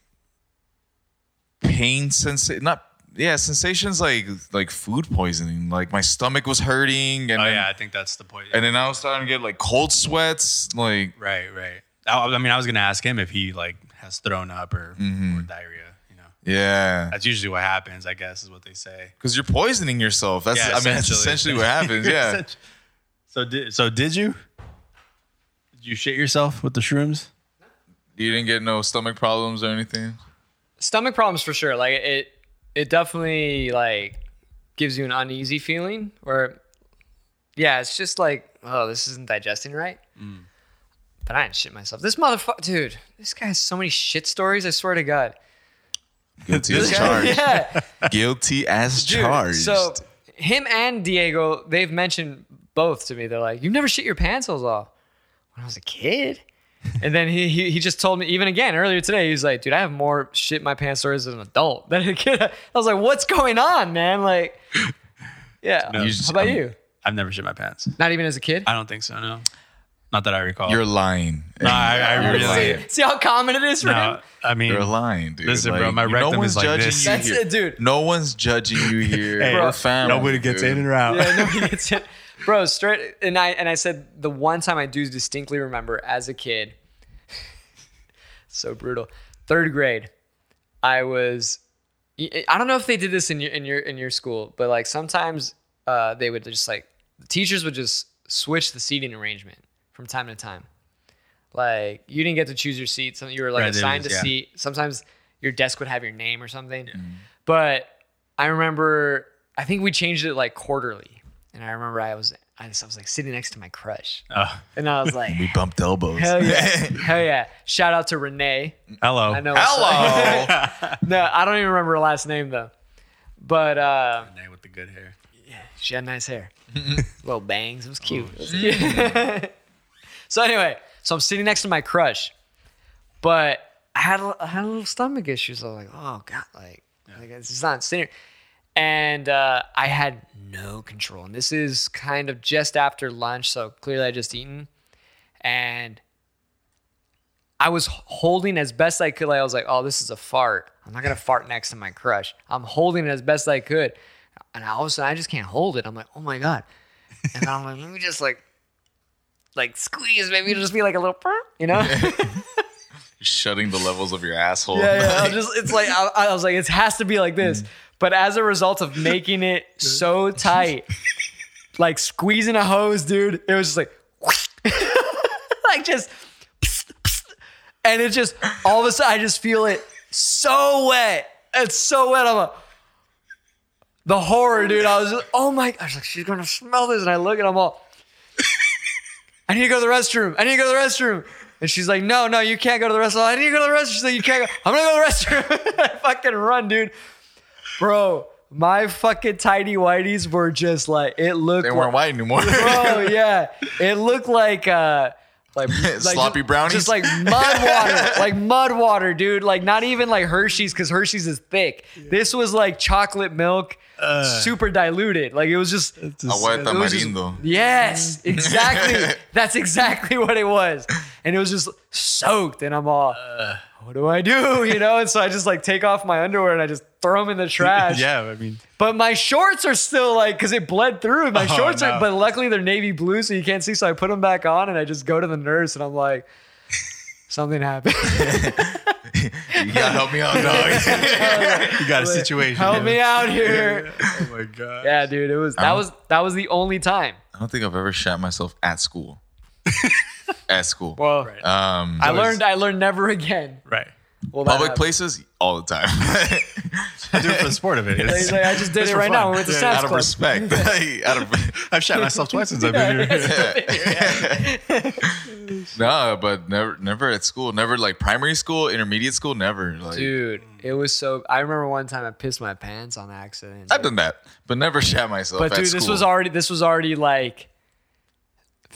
Speaker 3: pain sensation, not yeah, sensations like like food poisoning. Like my stomach was hurting, and
Speaker 4: Oh
Speaker 3: then,
Speaker 4: yeah, I think that's the point.
Speaker 3: and then I was starting to get like cold sweats. Like
Speaker 4: right, right. I, I mean, I was gonna ask him if he like has thrown up or,
Speaker 3: Mm-hmm.
Speaker 4: or diarrhea. You know,
Speaker 3: yeah,
Speaker 4: that's usually what happens. I guess is what they say.
Speaker 3: because you're poisoning yourself. That's
Speaker 4: Yeah,
Speaker 3: I mean that's
Speaker 4: essentially.
Speaker 3: essentially what happens. Yeah,
Speaker 4: So did so did you? Did you shit yourself with the shrooms?
Speaker 3: you didn't get no stomach problems or anything.
Speaker 1: Stomach problems for sure. Like it, it definitely like gives you an uneasy feeling. Or yeah, it's just like oh, this isn't digesting right. But I didn't shit myself. This motherfucker, dude. This guy has so many shit stories. I swear to God.
Speaker 3: Guilty as
Speaker 1: This guy-
Speaker 3: charged.
Speaker 1: yeah.
Speaker 3: Guilty as
Speaker 1: Dude,
Speaker 3: charged.
Speaker 1: So him and Diego, they've mentioned both to me. They're like, "You never shit your pants holes off when I was a kid." and then he, he he just told me even again earlier today. He's like, "Dude, I have more shit my pants stories as an adult than a kid." I was like, "What's going on, man?" Like, yeah.
Speaker 4: No.
Speaker 1: How
Speaker 4: You
Speaker 3: just-
Speaker 1: about
Speaker 3: I'm-
Speaker 1: you?
Speaker 4: I've never shit my pants.
Speaker 1: Not even as a kid.
Speaker 4: I don't think so. No, not that I recall.
Speaker 3: you're lying.
Speaker 4: no, I, I
Speaker 3: You're
Speaker 4: really.
Speaker 3: lying.
Speaker 1: See how common it is for
Speaker 4: No,
Speaker 1: him.
Speaker 4: I mean,
Speaker 3: You're lying, dude.
Speaker 4: Listen, bro, my rectum is like this.
Speaker 1: That's
Speaker 3: here.
Speaker 1: it, dude.
Speaker 3: No one's judging you here.
Speaker 4: hey,
Speaker 3: We're family.
Speaker 4: nobody gets
Speaker 3: dude.
Speaker 4: in or out.
Speaker 1: Yeah, nobody gets it. Bro, straight and I and I said the one time I do distinctly remember as a kid. so brutal. Third grade, I was I don't know if they did this in your in your in your school, but like sometimes uh, they would just like the teachers would just switch the seating arrangement from time to time. Like you didn't get to choose your seat. Something you were like
Speaker 4: Right, they
Speaker 1: assigned a
Speaker 4: just- yeah.
Speaker 1: seat. Sometimes your desk would have your name or something. But I remember, I think we changed it like quarterly, and I remember I was I was, I was like sitting next to my crush,
Speaker 4: Oh,
Speaker 1: and I was like,
Speaker 3: We bumped elbows.
Speaker 1: hell yeah, hell yeah! Shout out to Renee.
Speaker 4: hello.
Speaker 1: I know. what's up.
Speaker 3: Hello.
Speaker 1: no, I don't even remember her last name though, but. uh
Speaker 4: Renee with the good hair.
Speaker 1: She had nice hair. Little bangs. It was cute. It was cute. so anyway, so I'm sitting next to my crush, but I had a, I had a little stomach issues. I was like, oh god, like, like this is not sitting. here." And uh, I had no control. And this is kind of just after lunch, so clearly I just eaten, and I was h- holding as best I could. Like I was like, oh, this is a fart. I'm not gonna fart next to my crush. I'm holding it as best I could, and all of a sudden I just can't hold it. I'm like, oh my god. And then I'm like, let me just like, like squeeze. Maybe it'll just be like a little, perp, you know? yeah,
Speaker 3: Shutting the levels of your asshole.
Speaker 1: yeah. I'll just, it's like I, I was like, it has to be like this. But as a result of making it so tight, like squeezing a hose, dude, it was just like, like just, and it just all of a sudden I just feel it so wet. It's so wet. I'm like, the horror, dude. I was just, oh my, I was like, she's gonna smell this, and I look and I'm all, I need to go to the restroom. I need to go to the restroom. And she's like, no, no, you can't go to the restroom. I need to go to the restroom. She's like, you can't go. I'm gonna go to the restroom. I fucking run, dude. Bro, my fucking tidy whiteys were just like, it looked
Speaker 3: They
Speaker 1: like,
Speaker 3: weren't white anymore.
Speaker 1: Bro, Oh, yeah. It looked like uh like, like
Speaker 3: Sloppy
Speaker 1: just,
Speaker 3: brownies?
Speaker 1: Just like mud water. like mud water, dude. Like not even like Hershey's because Hershey's is thick. This was like chocolate milk, super diluted. Like it was just
Speaker 3: Agua
Speaker 1: it was just-
Speaker 3: tamarindo.
Speaker 1: Yes, exactly. That's exactly what it was. And it was just soaked, and I'm all, what do I do? You know? And so I just like take off my underwear and I just throw them in the trash.
Speaker 4: yeah, I mean,
Speaker 1: But my shorts are still like, because it bled through. My
Speaker 4: Oh,
Speaker 1: shorts
Speaker 4: no.
Speaker 1: are, but luckily they're navy blue, so you can't see. So I put them back on and I just go to the nurse and I'm like, something happened.
Speaker 3: You gotta help me out, dog.
Speaker 4: you got a situation.
Speaker 1: Help me
Speaker 4: man.
Speaker 1: out here.
Speaker 4: Oh my god.
Speaker 1: Yeah, dude. It was, that was, that was the only time.
Speaker 3: I don't think I've ever shat myself at school. at school.
Speaker 1: Well,
Speaker 3: um,
Speaker 1: I learned, I learned never again.
Speaker 4: Right.
Speaker 1: Well, that
Speaker 3: public
Speaker 1: happened.
Speaker 3: places all the time.
Speaker 4: I do it for the sport of it. It's-
Speaker 1: He's like, I just did
Speaker 4: Just
Speaker 1: it
Speaker 4: for
Speaker 1: right now.
Speaker 4: fun.
Speaker 1: We went to
Speaker 4: Yeah,
Speaker 1: Sam's
Speaker 3: out of
Speaker 1: Club.
Speaker 3: respect. Like, out of-
Speaker 4: I've shot myself twice since I've been here.
Speaker 3: no, but never, never at school. Never like primary school, intermediate school. Never. Like
Speaker 1: Dude, it was so. I remember one time I pissed my pants on accident.
Speaker 3: I've done that, but never shat myself.
Speaker 1: but
Speaker 3: at
Speaker 1: dude,
Speaker 3: school.
Speaker 1: this was already this was already like,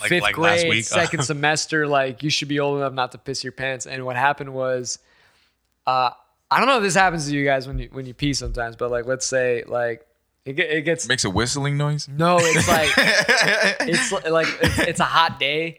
Speaker 4: Like-
Speaker 1: fifth
Speaker 4: like last
Speaker 1: grade,
Speaker 4: week.
Speaker 1: second semester. Like you should be old enough not to piss your pants. And what happened was, uh, I don't know if this happens to you guys when you when you pee sometimes, but like let's say like it, ge- it gets
Speaker 3: makes a whistling noise.
Speaker 1: No, it's like it's li- like it's, it's a hot day,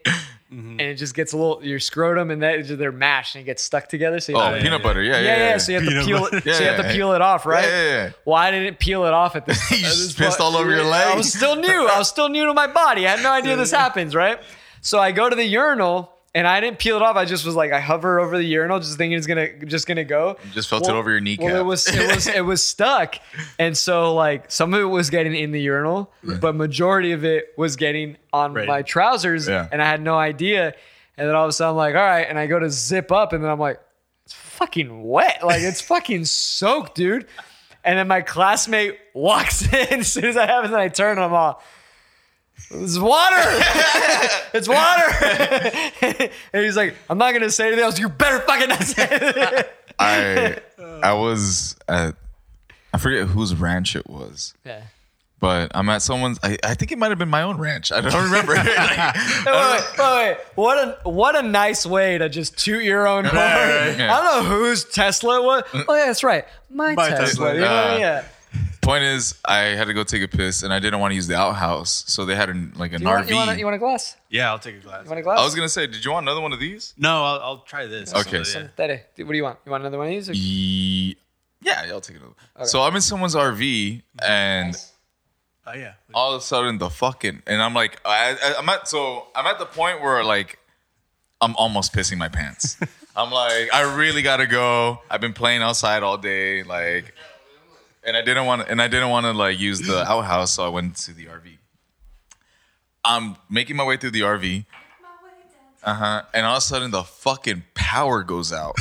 Speaker 4: Mm-hmm.
Speaker 1: and it just gets a little your scrotum and that they're mashed and it gets stuck together. So you
Speaker 3: Oh,
Speaker 1: know,
Speaker 3: peanut butter. Yeah,
Speaker 1: yeah,
Speaker 3: yeah,
Speaker 1: yeah, So you have
Speaker 4: Peanut
Speaker 1: to peel
Speaker 4: butter.
Speaker 1: it. so you have
Speaker 3: Yeah.
Speaker 1: to peel it off, right?
Speaker 3: Yeah, yeah, yeah.
Speaker 1: Well, I didn't peel it off at this.
Speaker 3: You
Speaker 1: at
Speaker 3: just
Speaker 1: this
Speaker 3: pissed all over your
Speaker 1: I
Speaker 3: leg.
Speaker 1: was still new. I was still new to my body. I had no idea this happens, right? So I go to the urinal and I didn't peel it off. I just was like, I hover over the urinal, just thinking it's gonna just gonna go.
Speaker 3: just felt it over your kneecap.
Speaker 1: Well, it was it was it was stuck, and so like some of it was getting in the urinal, but majority of it was getting on
Speaker 4: Right.
Speaker 1: my trousers,
Speaker 3: Yeah.
Speaker 1: and I had no idea. And then all of a sudden, I'm like, all right, and I go to zip up, and then I'm like, it's fucking wet, like it's fucking soaked, dude. And then my classmate walks in as soon as that happens, and I turn, and I'm all. It's water. it's water. and he's like, I'm not gonna say anything else. You better fucking not say anything.
Speaker 3: I I was at I forget whose ranch it was.
Speaker 1: yeah.
Speaker 3: but I'm at someone's. I, I think it might have been my own ranch. I don't remember. Like,
Speaker 1: Wait, wait, wait. What a what a nice way to just toot your own horn.
Speaker 3: right, Mm. right.
Speaker 1: I don't know whose Tesla was. Oh yeah, that's right, my,
Speaker 4: My
Speaker 1: Tesla.
Speaker 4: Tesla,
Speaker 1: You know,
Speaker 3: uh,
Speaker 1: yeah.
Speaker 3: point is, I had to go take a piss, and I didn't want to use the outhouse, so they had an, like an
Speaker 1: You
Speaker 3: RV.
Speaker 1: want, you, want a, you want a glass?
Speaker 4: Yeah, I'll take a glass.
Speaker 1: You want a glass?
Speaker 3: I was gonna say, did you want another one of these?
Speaker 4: No, I'll, I'll try this.
Speaker 3: Okay.
Speaker 4: So, yeah.
Speaker 1: Daddy, what do you want? You want another one of these? or-
Speaker 3: Ye- Yeah, I'll take another. one. So I'm in someone's RV, and
Speaker 4: Oh yeah.
Speaker 3: all of a sudden the fucking, and I'm like, I, I, I'm at so I'm at the point where like I'm almost pissing my pants. I'm like, I really gotta go. I've been playing outside all day, like, and I didn't want to, and I didn't want to like use the outhouse, so I went to the RV. I'm making my way through the Uh-huh, RV, uh huh, and all of a sudden the fucking power goes out.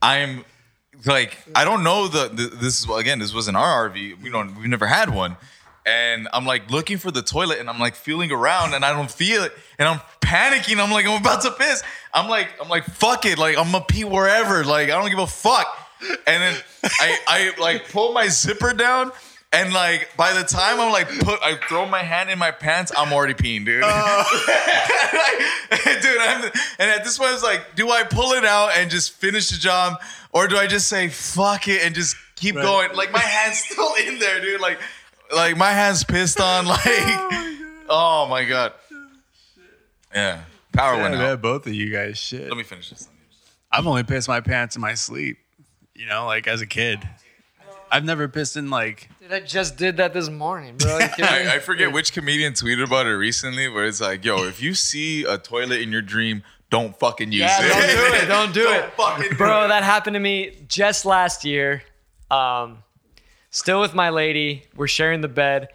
Speaker 3: I'm like I don't know the, the this is again this was an RRV we don't we've never had one and I'm like looking for the toilet and I'm like feeling around and I don't feel it and I'm panicking I'm like I'm about to piss I'm like I'm like fuck it like I'm gonna pee wherever like I don't give a fuck and then I I like pull my zipper down and like by the time I'm like put I throw my hand in my pants I'm already peeing dude like, dude, I'm, and at this point, I was like, do I pull it out and just finish the job, or do I just say fuck it and just keep going? Like my hand's still in there, dude. Like, like my hand's pissed on. Like, oh my god. Yeah, power
Speaker 4: Yeah,
Speaker 3: went
Speaker 4: man,
Speaker 3: out.
Speaker 4: both of you guys. Shit.
Speaker 3: Let me finish this.
Speaker 4: I've only pissed my pants in my sleep. You know, like as a kid, I've never pissed in like.
Speaker 1: Dude, I just did that this morning, bro. Are you kidding me?
Speaker 3: I, I forget which comedian tweeted about it recently, but it's like, yo, if you see a toilet in your dream, don't fucking use
Speaker 1: Yeah,
Speaker 3: it.
Speaker 1: don't do it. Don't do
Speaker 3: Don't
Speaker 1: it.
Speaker 3: fucking do
Speaker 1: Bro,
Speaker 3: it.
Speaker 1: that happened to me just last year. Um, still with my lady. We're sharing the bed,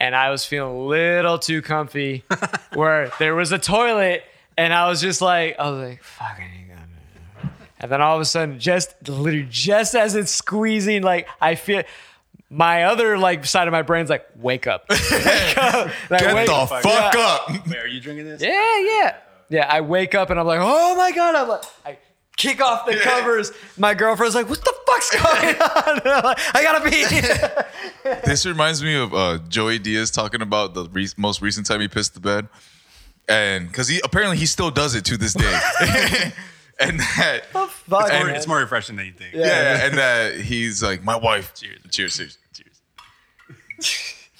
Speaker 1: and I was feeling a little too comfy where there was a toilet, and I was just like, I was like, fuck, I need to go. And then all of a sudden, just literally just as it's squeezing, like I feel my other like side of my brain's like, wake up. Wake up. Like,
Speaker 3: Get
Speaker 1: wake-
Speaker 3: the fuck up.
Speaker 4: Wait, are you drinking this?
Speaker 1: yeah, yeah. Yeah, I wake up and I'm like, oh my god, I'm like, I kick off the covers. My girlfriend's like, what the fuck's going on? And I'm like, I gotta pee.
Speaker 3: This reminds me of uh, Joey Diaz talking about the re- most recent time he pissed the bed, and because he apparently he still does it to this day, and that
Speaker 1: Fuck,
Speaker 4: It's more,
Speaker 1: man.
Speaker 4: it's more refreshing than you think.
Speaker 3: yeah, and that he's like my wife.
Speaker 4: Cheers.
Speaker 3: cheers, cheers.
Speaker 4: Cheers.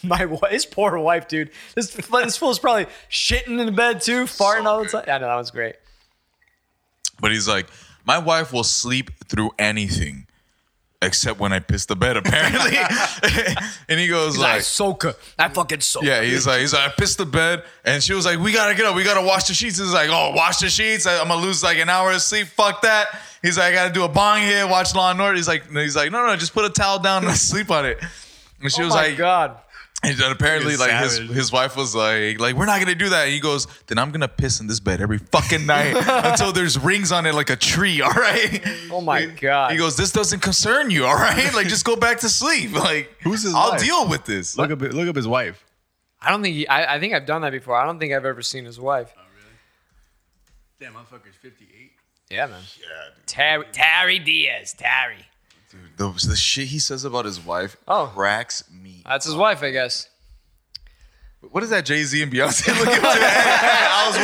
Speaker 1: My wife, his poor wife, dude. This this fool's probably shitting in bed too, farting all the
Speaker 3: good.
Speaker 1: time. I know that was great.
Speaker 3: But he's like, my wife will sleep through anything, except when I piss the bed. Apparently, and he goes
Speaker 1: I
Speaker 3: like.
Speaker 1: soak her. I fucking soak.
Speaker 3: yeah, he's like, he's like, I pissed the bed, and she was like, "We gotta get up, we gotta wash the sheets." He's like, "Oh, wash the sheets, I, am gonna lose like an hour of sleep. Fuck that." He's like, "I gotta do a bong here, watch Law and Order." He's like, "He's like, no, no, just put a towel down and sleep on it." And she
Speaker 1: Oh
Speaker 3: was
Speaker 1: my
Speaker 3: like,
Speaker 1: god.
Speaker 3: and then apparently,
Speaker 4: You're
Speaker 3: like his,
Speaker 4: savage.
Speaker 3: his wife was like, like we're not gonna do that. And he goes, then I'm gonna piss in this bed every fucking night until there's rings on it like a tree. All right.
Speaker 1: Oh my god.
Speaker 3: He goes, this doesn't concern you. All right, like just go back to sleep. Like
Speaker 4: Who's his
Speaker 3: I'll
Speaker 4: wife?
Speaker 3: deal with this.
Speaker 4: Look up. Look up his wife.
Speaker 1: I don't think he, I, I think I've done that before. I don't think I've ever seen his wife.
Speaker 4: Damn, motherfucker's fifty-eight.
Speaker 1: Yeah, man. Yeah, Terry, Terry Diaz. Terry.
Speaker 3: the, the shit he says about his wife
Speaker 1: Oh.
Speaker 3: cracks me.
Speaker 1: That's his wife, I guess.
Speaker 3: What is that Jay Z and Beyonce looking at? I was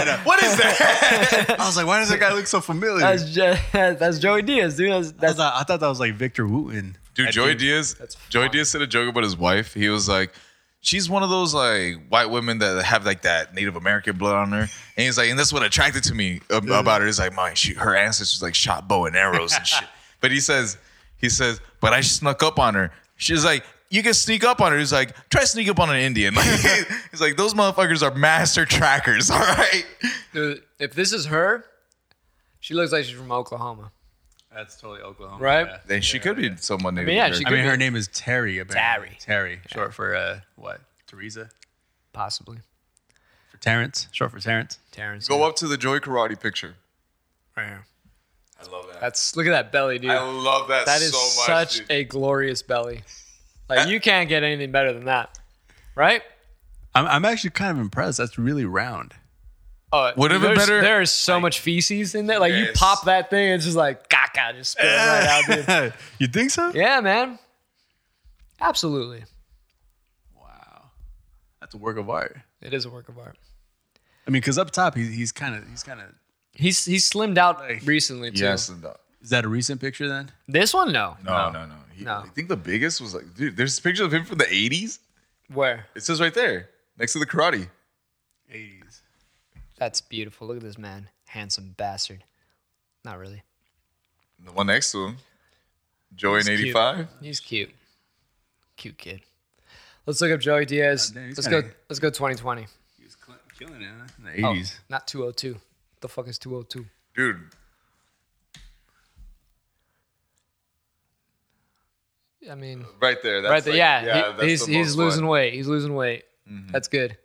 Speaker 3: wondering. what is that?
Speaker 4: I was like, why does that guy look so familiar?
Speaker 1: That's Je- that's Joey Diaz, dude. That's,
Speaker 4: I,
Speaker 1: that's
Speaker 4: thought, I thought that was like Victor Wooten.
Speaker 3: Dude,
Speaker 4: I
Speaker 3: Joey
Speaker 4: think-
Speaker 3: Diaz. Joey Diaz said a joke about his wife. He was like, "She's one of those like white women that have like that Native American blood on her." And he's like, "And that's what attracted to me ab- about her." Is like, "My, she, her ancestors like shot bow and arrows and shit." But he says, he says, "But I snuck up on her." She's like. You can sneak up on her. He's like, try to sneak up on an Indian. Like, he's like, those motherfuckers are master trackers. All right.
Speaker 1: Dude, if this is her, she looks like she's from Oklahoma.
Speaker 4: That's totally Oklahoma.
Speaker 1: Right?
Speaker 4: yeah.
Speaker 3: Then she could be someone named.
Speaker 1: yeah,
Speaker 3: American.
Speaker 1: she
Speaker 4: I
Speaker 1: could
Speaker 4: mean,
Speaker 1: be.
Speaker 4: her name is Terry. Apparently. Terry,
Speaker 1: Terry.
Speaker 4: short for uh, what? Teresa.
Speaker 1: Possibly.
Speaker 4: For Terrence, short for Terrence.
Speaker 1: Terrence.
Speaker 3: Go up to the Joy Karate picture.
Speaker 1: Right here.
Speaker 3: I love that.
Speaker 1: That's look at that belly, dude.
Speaker 3: I love that,
Speaker 1: That is
Speaker 3: so much.
Speaker 1: such
Speaker 3: dude.
Speaker 1: a glorious belly. Like you can't get anything better than that. Right?
Speaker 4: I'm, I'm actually kind of impressed. That's really round.
Speaker 1: Oh,
Speaker 3: Would have been
Speaker 1: there's-
Speaker 3: better-
Speaker 1: There is so much feces in there. Like you
Speaker 3: Yes.
Speaker 1: pop that thing, it's just like caca, just spilling right out, dude.
Speaker 4: you think so?
Speaker 1: Yeah, man. Absolutely,
Speaker 4: Wow, that's a work of art.
Speaker 1: it is a work of art.
Speaker 4: I mean, because up top, he's he's kind of he's kind of.
Speaker 1: He's he's slimmed out
Speaker 4: Like-
Speaker 1: recently too.
Speaker 3: Yes, and no.
Speaker 4: Is that a recent picture then?
Speaker 1: This one, no.
Speaker 3: No, no, no. He-
Speaker 1: No.
Speaker 3: I think the biggest was like, dude, there's a picture of him from the 80s.
Speaker 1: Where?
Speaker 3: It says right there next to the karate.
Speaker 4: 80s.
Speaker 1: That's beautiful. Look at this man, handsome bastard. Not really.
Speaker 3: The one next to him, Joey in
Speaker 1: He's cute.
Speaker 3: 85.
Speaker 1: He's cute. Cute kid. Let's look up Joey Diaz.
Speaker 4: God Ah, damn, he's
Speaker 1: let's
Speaker 4: kinda-
Speaker 1: go. Let's go 2020.
Speaker 4: He was cl- killing it huh? in the
Speaker 1: Oh,
Speaker 4: 80s.
Speaker 1: not 202. The fuck is 202?
Speaker 3: Dude,
Speaker 1: I mean,
Speaker 3: right there. That's
Speaker 1: right there.
Speaker 3: like-
Speaker 1: yeah, he-
Speaker 3: that's
Speaker 1: he's
Speaker 3: the
Speaker 1: he's
Speaker 3: most Mm-hmm.
Speaker 1: losing
Speaker 3: one.
Speaker 1: weight. He's losing weight. That's good.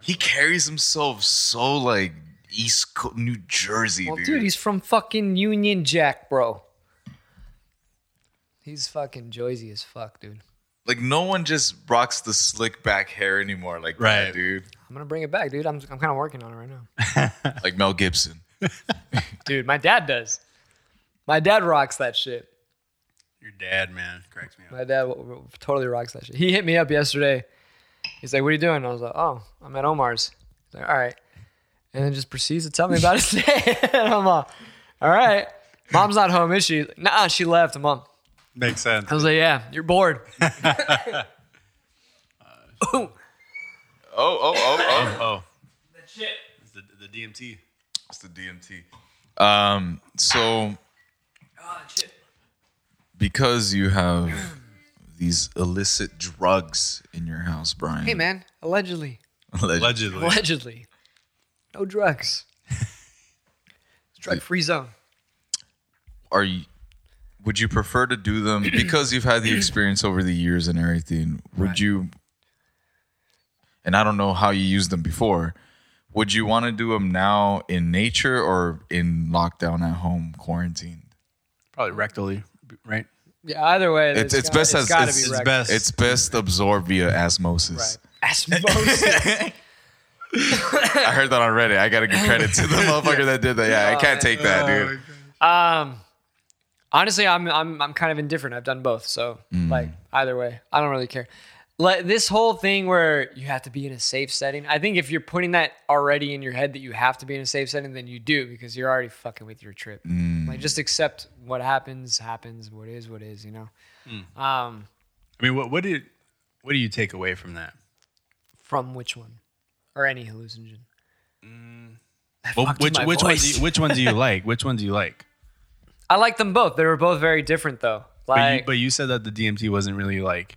Speaker 3: He carries himself so like East Co- New Jersey,
Speaker 1: Well,
Speaker 3: dude.
Speaker 1: dude, he's from fucking Union Jack, bro. He's fucking Joyzy as fuck, dude.
Speaker 3: like no one just rocks the slick back hair anymore, like
Speaker 4: Right.
Speaker 3: that, dude.
Speaker 1: I'm gonna bring it back, dude. I'm I'm kind of working on it right now.
Speaker 3: Like Mel Gibson.
Speaker 1: Dude, my dad does. My dad rocks that shit.
Speaker 4: Your dad, man, cracks me up.
Speaker 1: My dad w- w- totally rocks that shit. He hit me up yesterday. He's like, "What are you doing?" I was like, "Oh, I'm at Omar's." He's like, "All right," and then just proceeds to tell me about his day. and I'm like, "All right." Mom's not home, is she? Nah, she left. Mom.
Speaker 4: Makes sense.
Speaker 1: I was like, "Yeah, you're bored." Ooh.
Speaker 3: Oh, oh, oh, oh.
Speaker 4: Oh, that's the, the DMT.
Speaker 3: It's the DMT. Um, so because you have these illicit drugs in your house, Brian.
Speaker 1: Hey, man. Allegedly.
Speaker 3: Allegedly.
Speaker 4: Allegedly.
Speaker 1: Allegedly. No drugs. Drug free zone.
Speaker 3: are you would you prefer to do them because you've had the experience over the years and everything would you and i don't know how you used them before would you want to do them now in nature or in lockdown at home quarantined
Speaker 4: Probably rectally, right?
Speaker 1: Yeah. Either way,
Speaker 3: it's, it's
Speaker 1: gotta-
Speaker 3: best as
Speaker 1: gotta
Speaker 3: it's,
Speaker 1: be
Speaker 3: it's
Speaker 1: wrecked.
Speaker 4: best.
Speaker 3: it's best absorbed via osmosis
Speaker 1: Asmosis.
Speaker 3: i heard that on reddit i gotta give credit to the motherfucker that did that yeah i can't take that
Speaker 4: Oh,
Speaker 3: dude
Speaker 1: Um, honestly, I'm I'm I'm kind of indifferent. I've done both, so
Speaker 4: Mm.
Speaker 1: like either way, I don't really care. Like this whole thing where you have to be in a safe setting. I think if you're putting that already in your head that you have to be in a safe setting, then you do because you're already fucking with your trip.
Speaker 4: Mm.
Speaker 1: Like just accept what happens happens. What is what is. You know.
Speaker 4: Mm.
Speaker 1: Um,
Speaker 4: I mean, what what did what do you take away from that?
Speaker 1: from which one, or any hallucinogen?
Speaker 4: Well,
Speaker 1: fucked with
Speaker 4: which
Speaker 1: my
Speaker 4: which one do
Speaker 1: voice.
Speaker 4: you, which one do you like? Which one do you like?
Speaker 1: I like them both. They were both very different though.
Speaker 4: But you,
Speaker 1: Like
Speaker 4: but you said that the DMT wasn't really like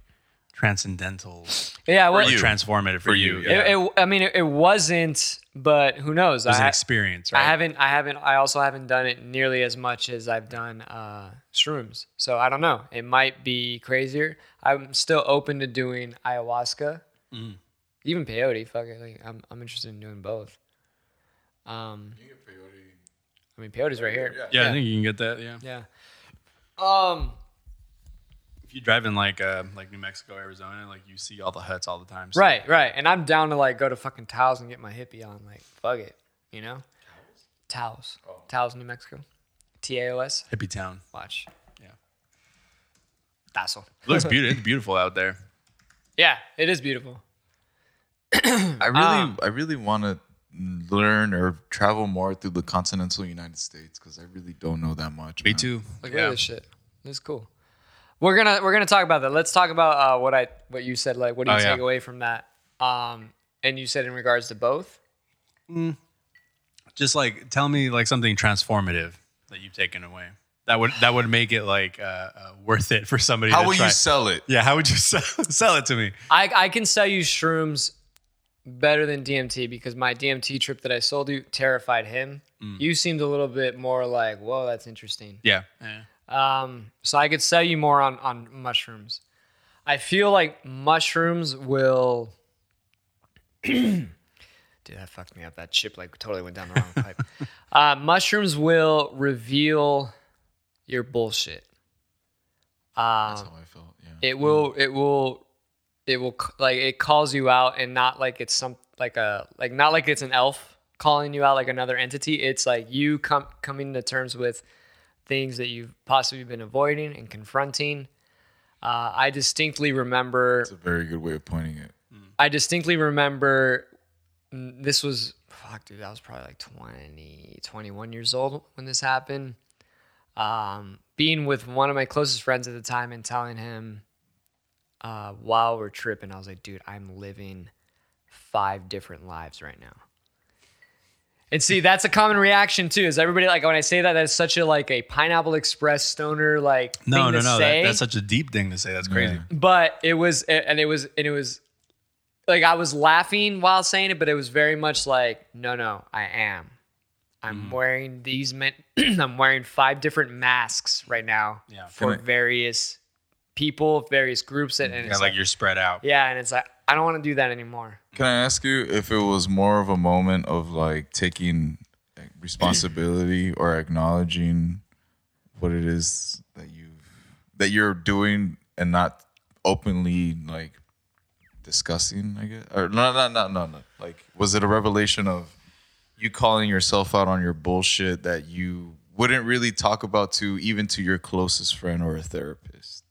Speaker 4: transcendental
Speaker 1: yeah,
Speaker 4: or
Speaker 1: well,
Speaker 4: transformative for, you.
Speaker 3: you,
Speaker 4: yeah.
Speaker 1: It, it, I mean, it, it wasn't, but who knows?
Speaker 4: was
Speaker 1: I,
Speaker 4: an
Speaker 1: ha-
Speaker 4: experience,
Speaker 1: I
Speaker 4: right?
Speaker 1: haven't, I haven't, I also haven't done it nearly as much as I've done uh, shrooms. So I don't know. It might be crazier. I'm still open to doing ayahuasca, even peyote. Fuck it, like, I'm, I'm interested in doing both. Um, I mean, peyote's right here.
Speaker 4: yeah, I think you can get that. Yeah,
Speaker 1: Yeah. Um.
Speaker 4: if you drive in like uh, like New Mexico, Arizona, like you see all the huts all the time. so-
Speaker 1: Right, right. And I'm down to like go to fucking Taos and get my hippie on. Like, fuck it. You know? Taos. Oh. Taos, New Mexico. T A O S.
Speaker 4: hippie town.
Speaker 1: Watch.
Speaker 4: Yeah.
Speaker 1: Tassel.
Speaker 4: It looks beautiful. it's beautiful out there.
Speaker 1: Yeah, it is beautiful.
Speaker 3: i really
Speaker 4: Um,
Speaker 3: i really want to learn or travel more through the continental united states because i really don't know that much
Speaker 4: Me
Speaker 3: man.
Speaker 4: too.
Speaker 1: Like, look at this shit. This is cool. We're gonna we're gonna talk about that. Let's talk about uh, what I what you said. Like, what do you
Speaker 4: Oh, yeah.
Speaker 1: take away from that? Um, and you said in regards to both.
Speaker 4: just like tell me like something transformative that you've taken away that would that would make it like uh, uh, worth it for somebody
Speaker 3: How
Speaker 4: to
Speaker 3: will
Speaker 4: try.
Speaker 3: you sell it?
Speaker 4: yeah how would you sell, sell it to me
Speaker 1: I, I can sell you shrooms better than DMT because my DMT trip that I sold you terrified him. You seemed a little bit more like, whoa, that's interesting.
Speaker 4: yeah
Speaker 1: Um, so I could sell you more on, on mushrooms. I feel like mushrooms will. Dude, that fucked me up. That chip like totally went down the wrong pipe. Uh, mushrooms will reveal your bullshit. Um,
Speaker 3: That's how I felt. Yeah.
Speaker 1: it will it will it will c- like it calls you out and not like it's some like a like not like it's an elf calling you out like another entity it's like you come coming to terms with things that you've possibly been avoiding and confronting uh, i distinctly remember
Speaker 3: It's a very good way of pointing it.
Speaker 1: I distinctly remember mm, this was fuck dude I was probably like 20 21 years old when this happened um, being with one of my closest friends at the time and telling him uh, while we're tripping I was like dude I'm living five different lives right now and see that's a common reaction too is everybody like when I say that that's such a like a pineapple express stoner like
Speaker 4: no no
Speaker 1: thing to
Speaker 4: no
Speaker 1: say
Speaker 4: that, that's such a deep thing to say that's crazy
Speaker 3: Yeah.
Speaker 1: but it was and it was and it was like I was laughing while saying it, but it was very much like, no, no, I am.
Speaker 4: Mm.
Speaker 1: I'm wearing these men- I'm wearing five different masks right now
Speaker 4: Yeah.
Speaker 1: for
Speaker 3: Can I-
Speaker 1: various people, various groups, and, and
Speaker 4: Yeah,
Speaker 1: it's
Speaker 4: like
Speaker 1: like,
Speaker 4: you're spread out
Speaker 1: yeah, and it's like I don't want to do that anymore.
Speaker 3: Can I ask you if it was more of a moment of like taking responsibility or acknowledging what it is that you that you're doing and not openly like discussing, I guess. Or no, no, no, no, no. Like, was it a revelation of you calling yourself out on your bullshit that you wouldn't really talk about to even to your closest friend or a therapist?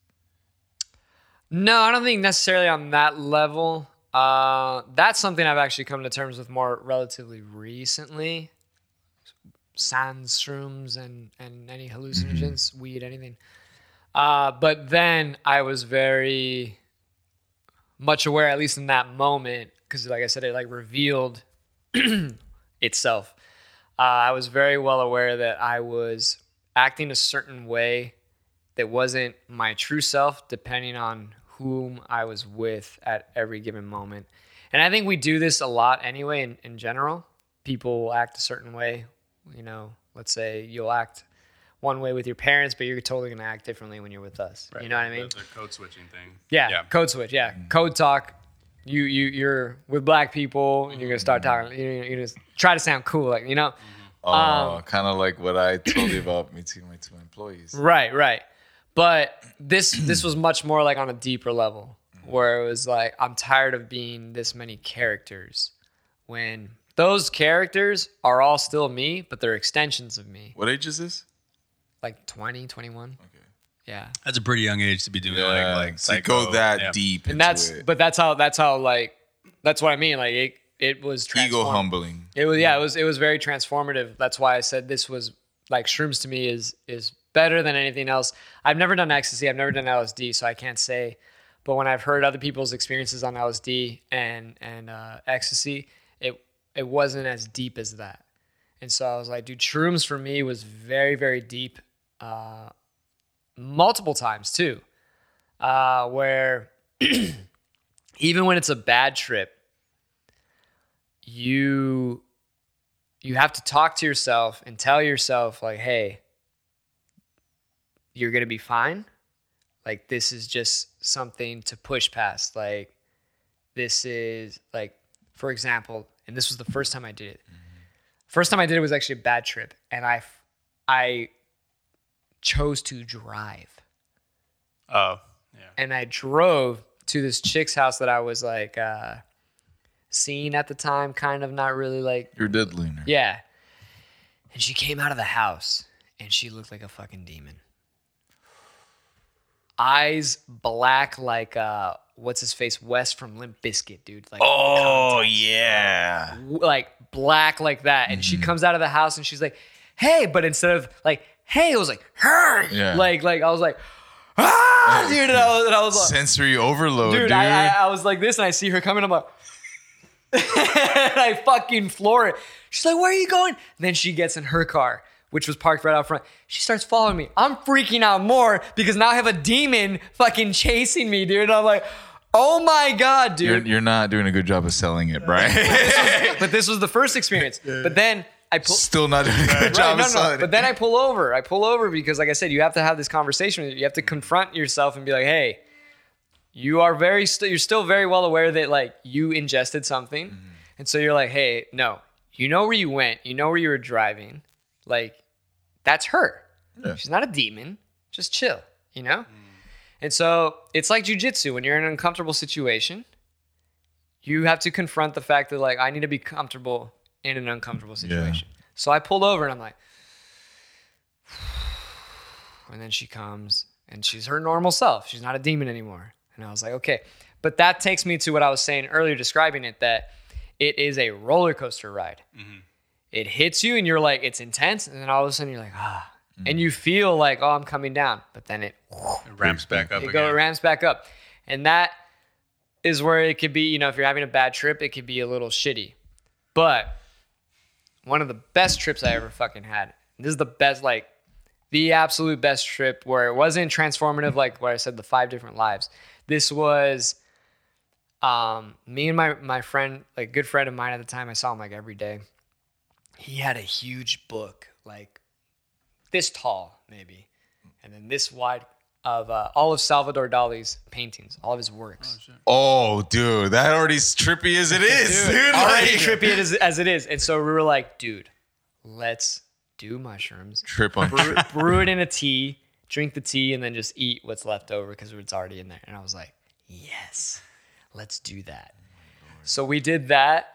Speaker 1: No, I don't think necessarily on that level. Uh, that's something I've actually come to terms with more relatively recently. Sans shrooms and and any hallucinogens, weed, anything. Uh, but then I was very much aware, at least in that moment, because like I said, it like revealed itself. Uh, I was very well aware that I was acting a certain way that wasn't my true self, depending on whom I was with at every given moment. And I think we do this a lot anyway, in, in general. People will act a certain way. You know, let's say you'll act one way with your parents, but you're totally going to act differently when you're with us. You know what I mean?
Speaker 2: The code switching thing.
Speaker 1: Yeah,
Speaker 4: Yeah.
Speaker 1: code switch. Yeah,
Speaker 3: Mm-hmm.
Speaker 1: code talk. You you you're with black people, and you're gonna start
Speaker 3: Mm-hmm.
Speaker 1: talking. You you just try to sound cool, like you know.
Speaker 3: Oh, kind of like what I told you about me to my two employees.
Speaker 1: Right, right. But this this was much more like on a deeper level,
Speaker 3: Mm-hmm.
Speaker 1: where it was like I'm tired of being this many characters, when those characters are all still me, but they're extensions of me,
Speaker 3: What age is this?
Speaker 1: like 20, 21.
Speaker 3: Okay.
Speaker 1: Yeah.
Speaker 4: That's a pretty young age to be doing like like
Speaker 3: so you
Speaker 4: psycho-
Speaker 3: go that
Speaker 4: yeah.
Speaker 3: deep,
Speaker 1: And that's
Speaker 3: it.
Speaker 1: but that's how that's how like that's what I mean. Like it it was
Speaker 3: ego
Speaker 1: transformed.
Speaker 3: humbling.
Speaker 1: It was yeah, it was it was very transformative. That's why I said this was like shrooms to me is is better than anything else. I've never done ecstasy, I've never done LSD, so I can't say. But when I've heard other people's experiences on LSD and and uh, ecstasy, it it wasn't as deep as that. And so I was like, dude, shrooms for me was very very deep, uh, multiple times too, uh, where even when it's a bad trip, you you have to talk to yourself and tell yourself like hey you're gonna be fine like this is just something to push past like this is like for example and this was the first time i did it first time i did it was actually a bad trip and i f- i chose to drive
Speaker 2: Oh, yeah.
Speaker 1: and I drove to this chick's house that I was like uh seeing at the time, kind of not really like
Speaker 3: You're diddling. her.
Speaker 1: yeah. And she came out of the house and she looked like a fucking demon. Eyes black like uh what's his face? West from Limp Biscuit, dude. Like
Speaker 3: Oh yeah.
Speaker 1: w- like black like that. And she
Speaker 3: Mm-hmm.
Speaker 1: comes out of the house and she's like, hey, but instead of like, hey, it was like her.
Speaker 3: Yeah.
Speaker 1: Like, like I was like, ah dude, and I was, and I was like,
Speaker 3: Sensory overload, dude.
Speaker 1: dude, I, I, I was like this, and I see her coming. I'm like, and I fucking floor it. She's like, "Where are you going?" And then she gets in her car, which was parked right out front. She starts following me. I'm freaking out more because now I have a demon fucking chasing me, dude. And I'm like, "Oh my god, dude!"
Speaker 3: you're, you're not doing a good job of selling it, Brian.
Speaker 1: but this was the first experience. But then I pull.
Speaker 3: Still not doing a good
Speaker 1: Right,
Speaker 3: job
Speaker 1: no,
Speaker 3: of
Speaker 1: no.
Speaker 3: selling
Speaker 1: But
Speaker 3: it.
Speaker 1: then I pull over. I pull over because, like I said, you have to have this conversation. with You You have to confront yourself and be like, "Hey, you are very, st- you're still very well aware that like you ingested something,
Speaker 3: Mm-hmm.
Speaker 1: and so you're like, hey, no, you know where you went, you know where you were driving, like that's her. She's not a demon. Just chill, you know." And so it's like jujitsu. When you're in an uncomfortable situation, you have to confront the fact that like I need to be comfortable in an uncomfortable situation. So I pulled over and I'm like, and then she comes and she's her normal self. She's not a demon anymore. And I was like, okay. But that takes me to what I was saying earlier, describing it that it is a roller coaster ride. It hits you and you're like, it's intense. And then all of a sudden you're like, ah. And you feel like, oh, I'm coming down. But then it
Speaker 2: It ramps back up
Speaker 1: it
Speaker 2: again.
Speaker 1: go, it ramps back up. And that is where it could be, you know, if you're having a bad trip, it could be a little shitty. But one of the best trips I ever fucking had. This is the best, like, the absolute best trip where it wasn't transformative, like where I said the five different lives. This was um, me and my my friend, like good friend of mine at the time, I saw him like every day. He had a huge book, like this tall, maybe, and then this wide of uh, all of Salvador Dali's paintings, all of his works.
Speaker 3: oh, dude, that already's trippy as it is, dude.
Speaker 1: already
Speaker 3: like-
Speaker 1: trippy it is- as it is, and so we were like, dude, let's do mushrooms.
Speaker 3: Trip on
Speaker 1: Brew, brew it in a tea, drink the tea, and then just eat what's left over because it's already in there. And I was like, yes, let's do that. So we did that.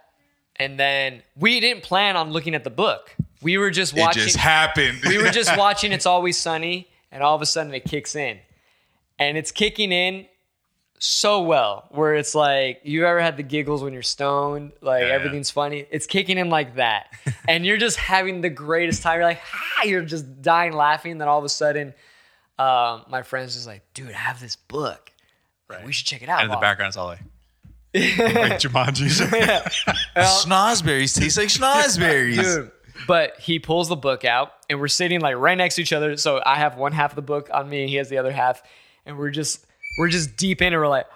Speaker 1: And then we didn't plan on looking at the book. We were just
Speaker 3: it
Speaker 1: watching
Speaker 3: just happened.
Speaker 1: we were just watching It's Always Sunny, and all of a sudden it kicks in. And it's kicking in so well, where it's like, you ever had the giggles when you're stoned? Like,
Speaker 2: yeah.
Speaker 1: everything's funny. It's kicking in like that. and you're just having the greatest time. You're like, ha, you're just dying laughing. Then all of a sudden, um, my friend's just like, dude, I have this book. Like, We should check it out.
Speaker 2: And in the
Speaker 1: Bob."
Speaker 2: background, it's all like, like Jumanji.
Speaker 3: schnozberries taste like schnozberries.
Speaker 1: Dude. But he pulls the book out, and we're sitting like right next to each other. So I have one half of the book on me, and he has the other half, and we're just we're just deep in, and we're like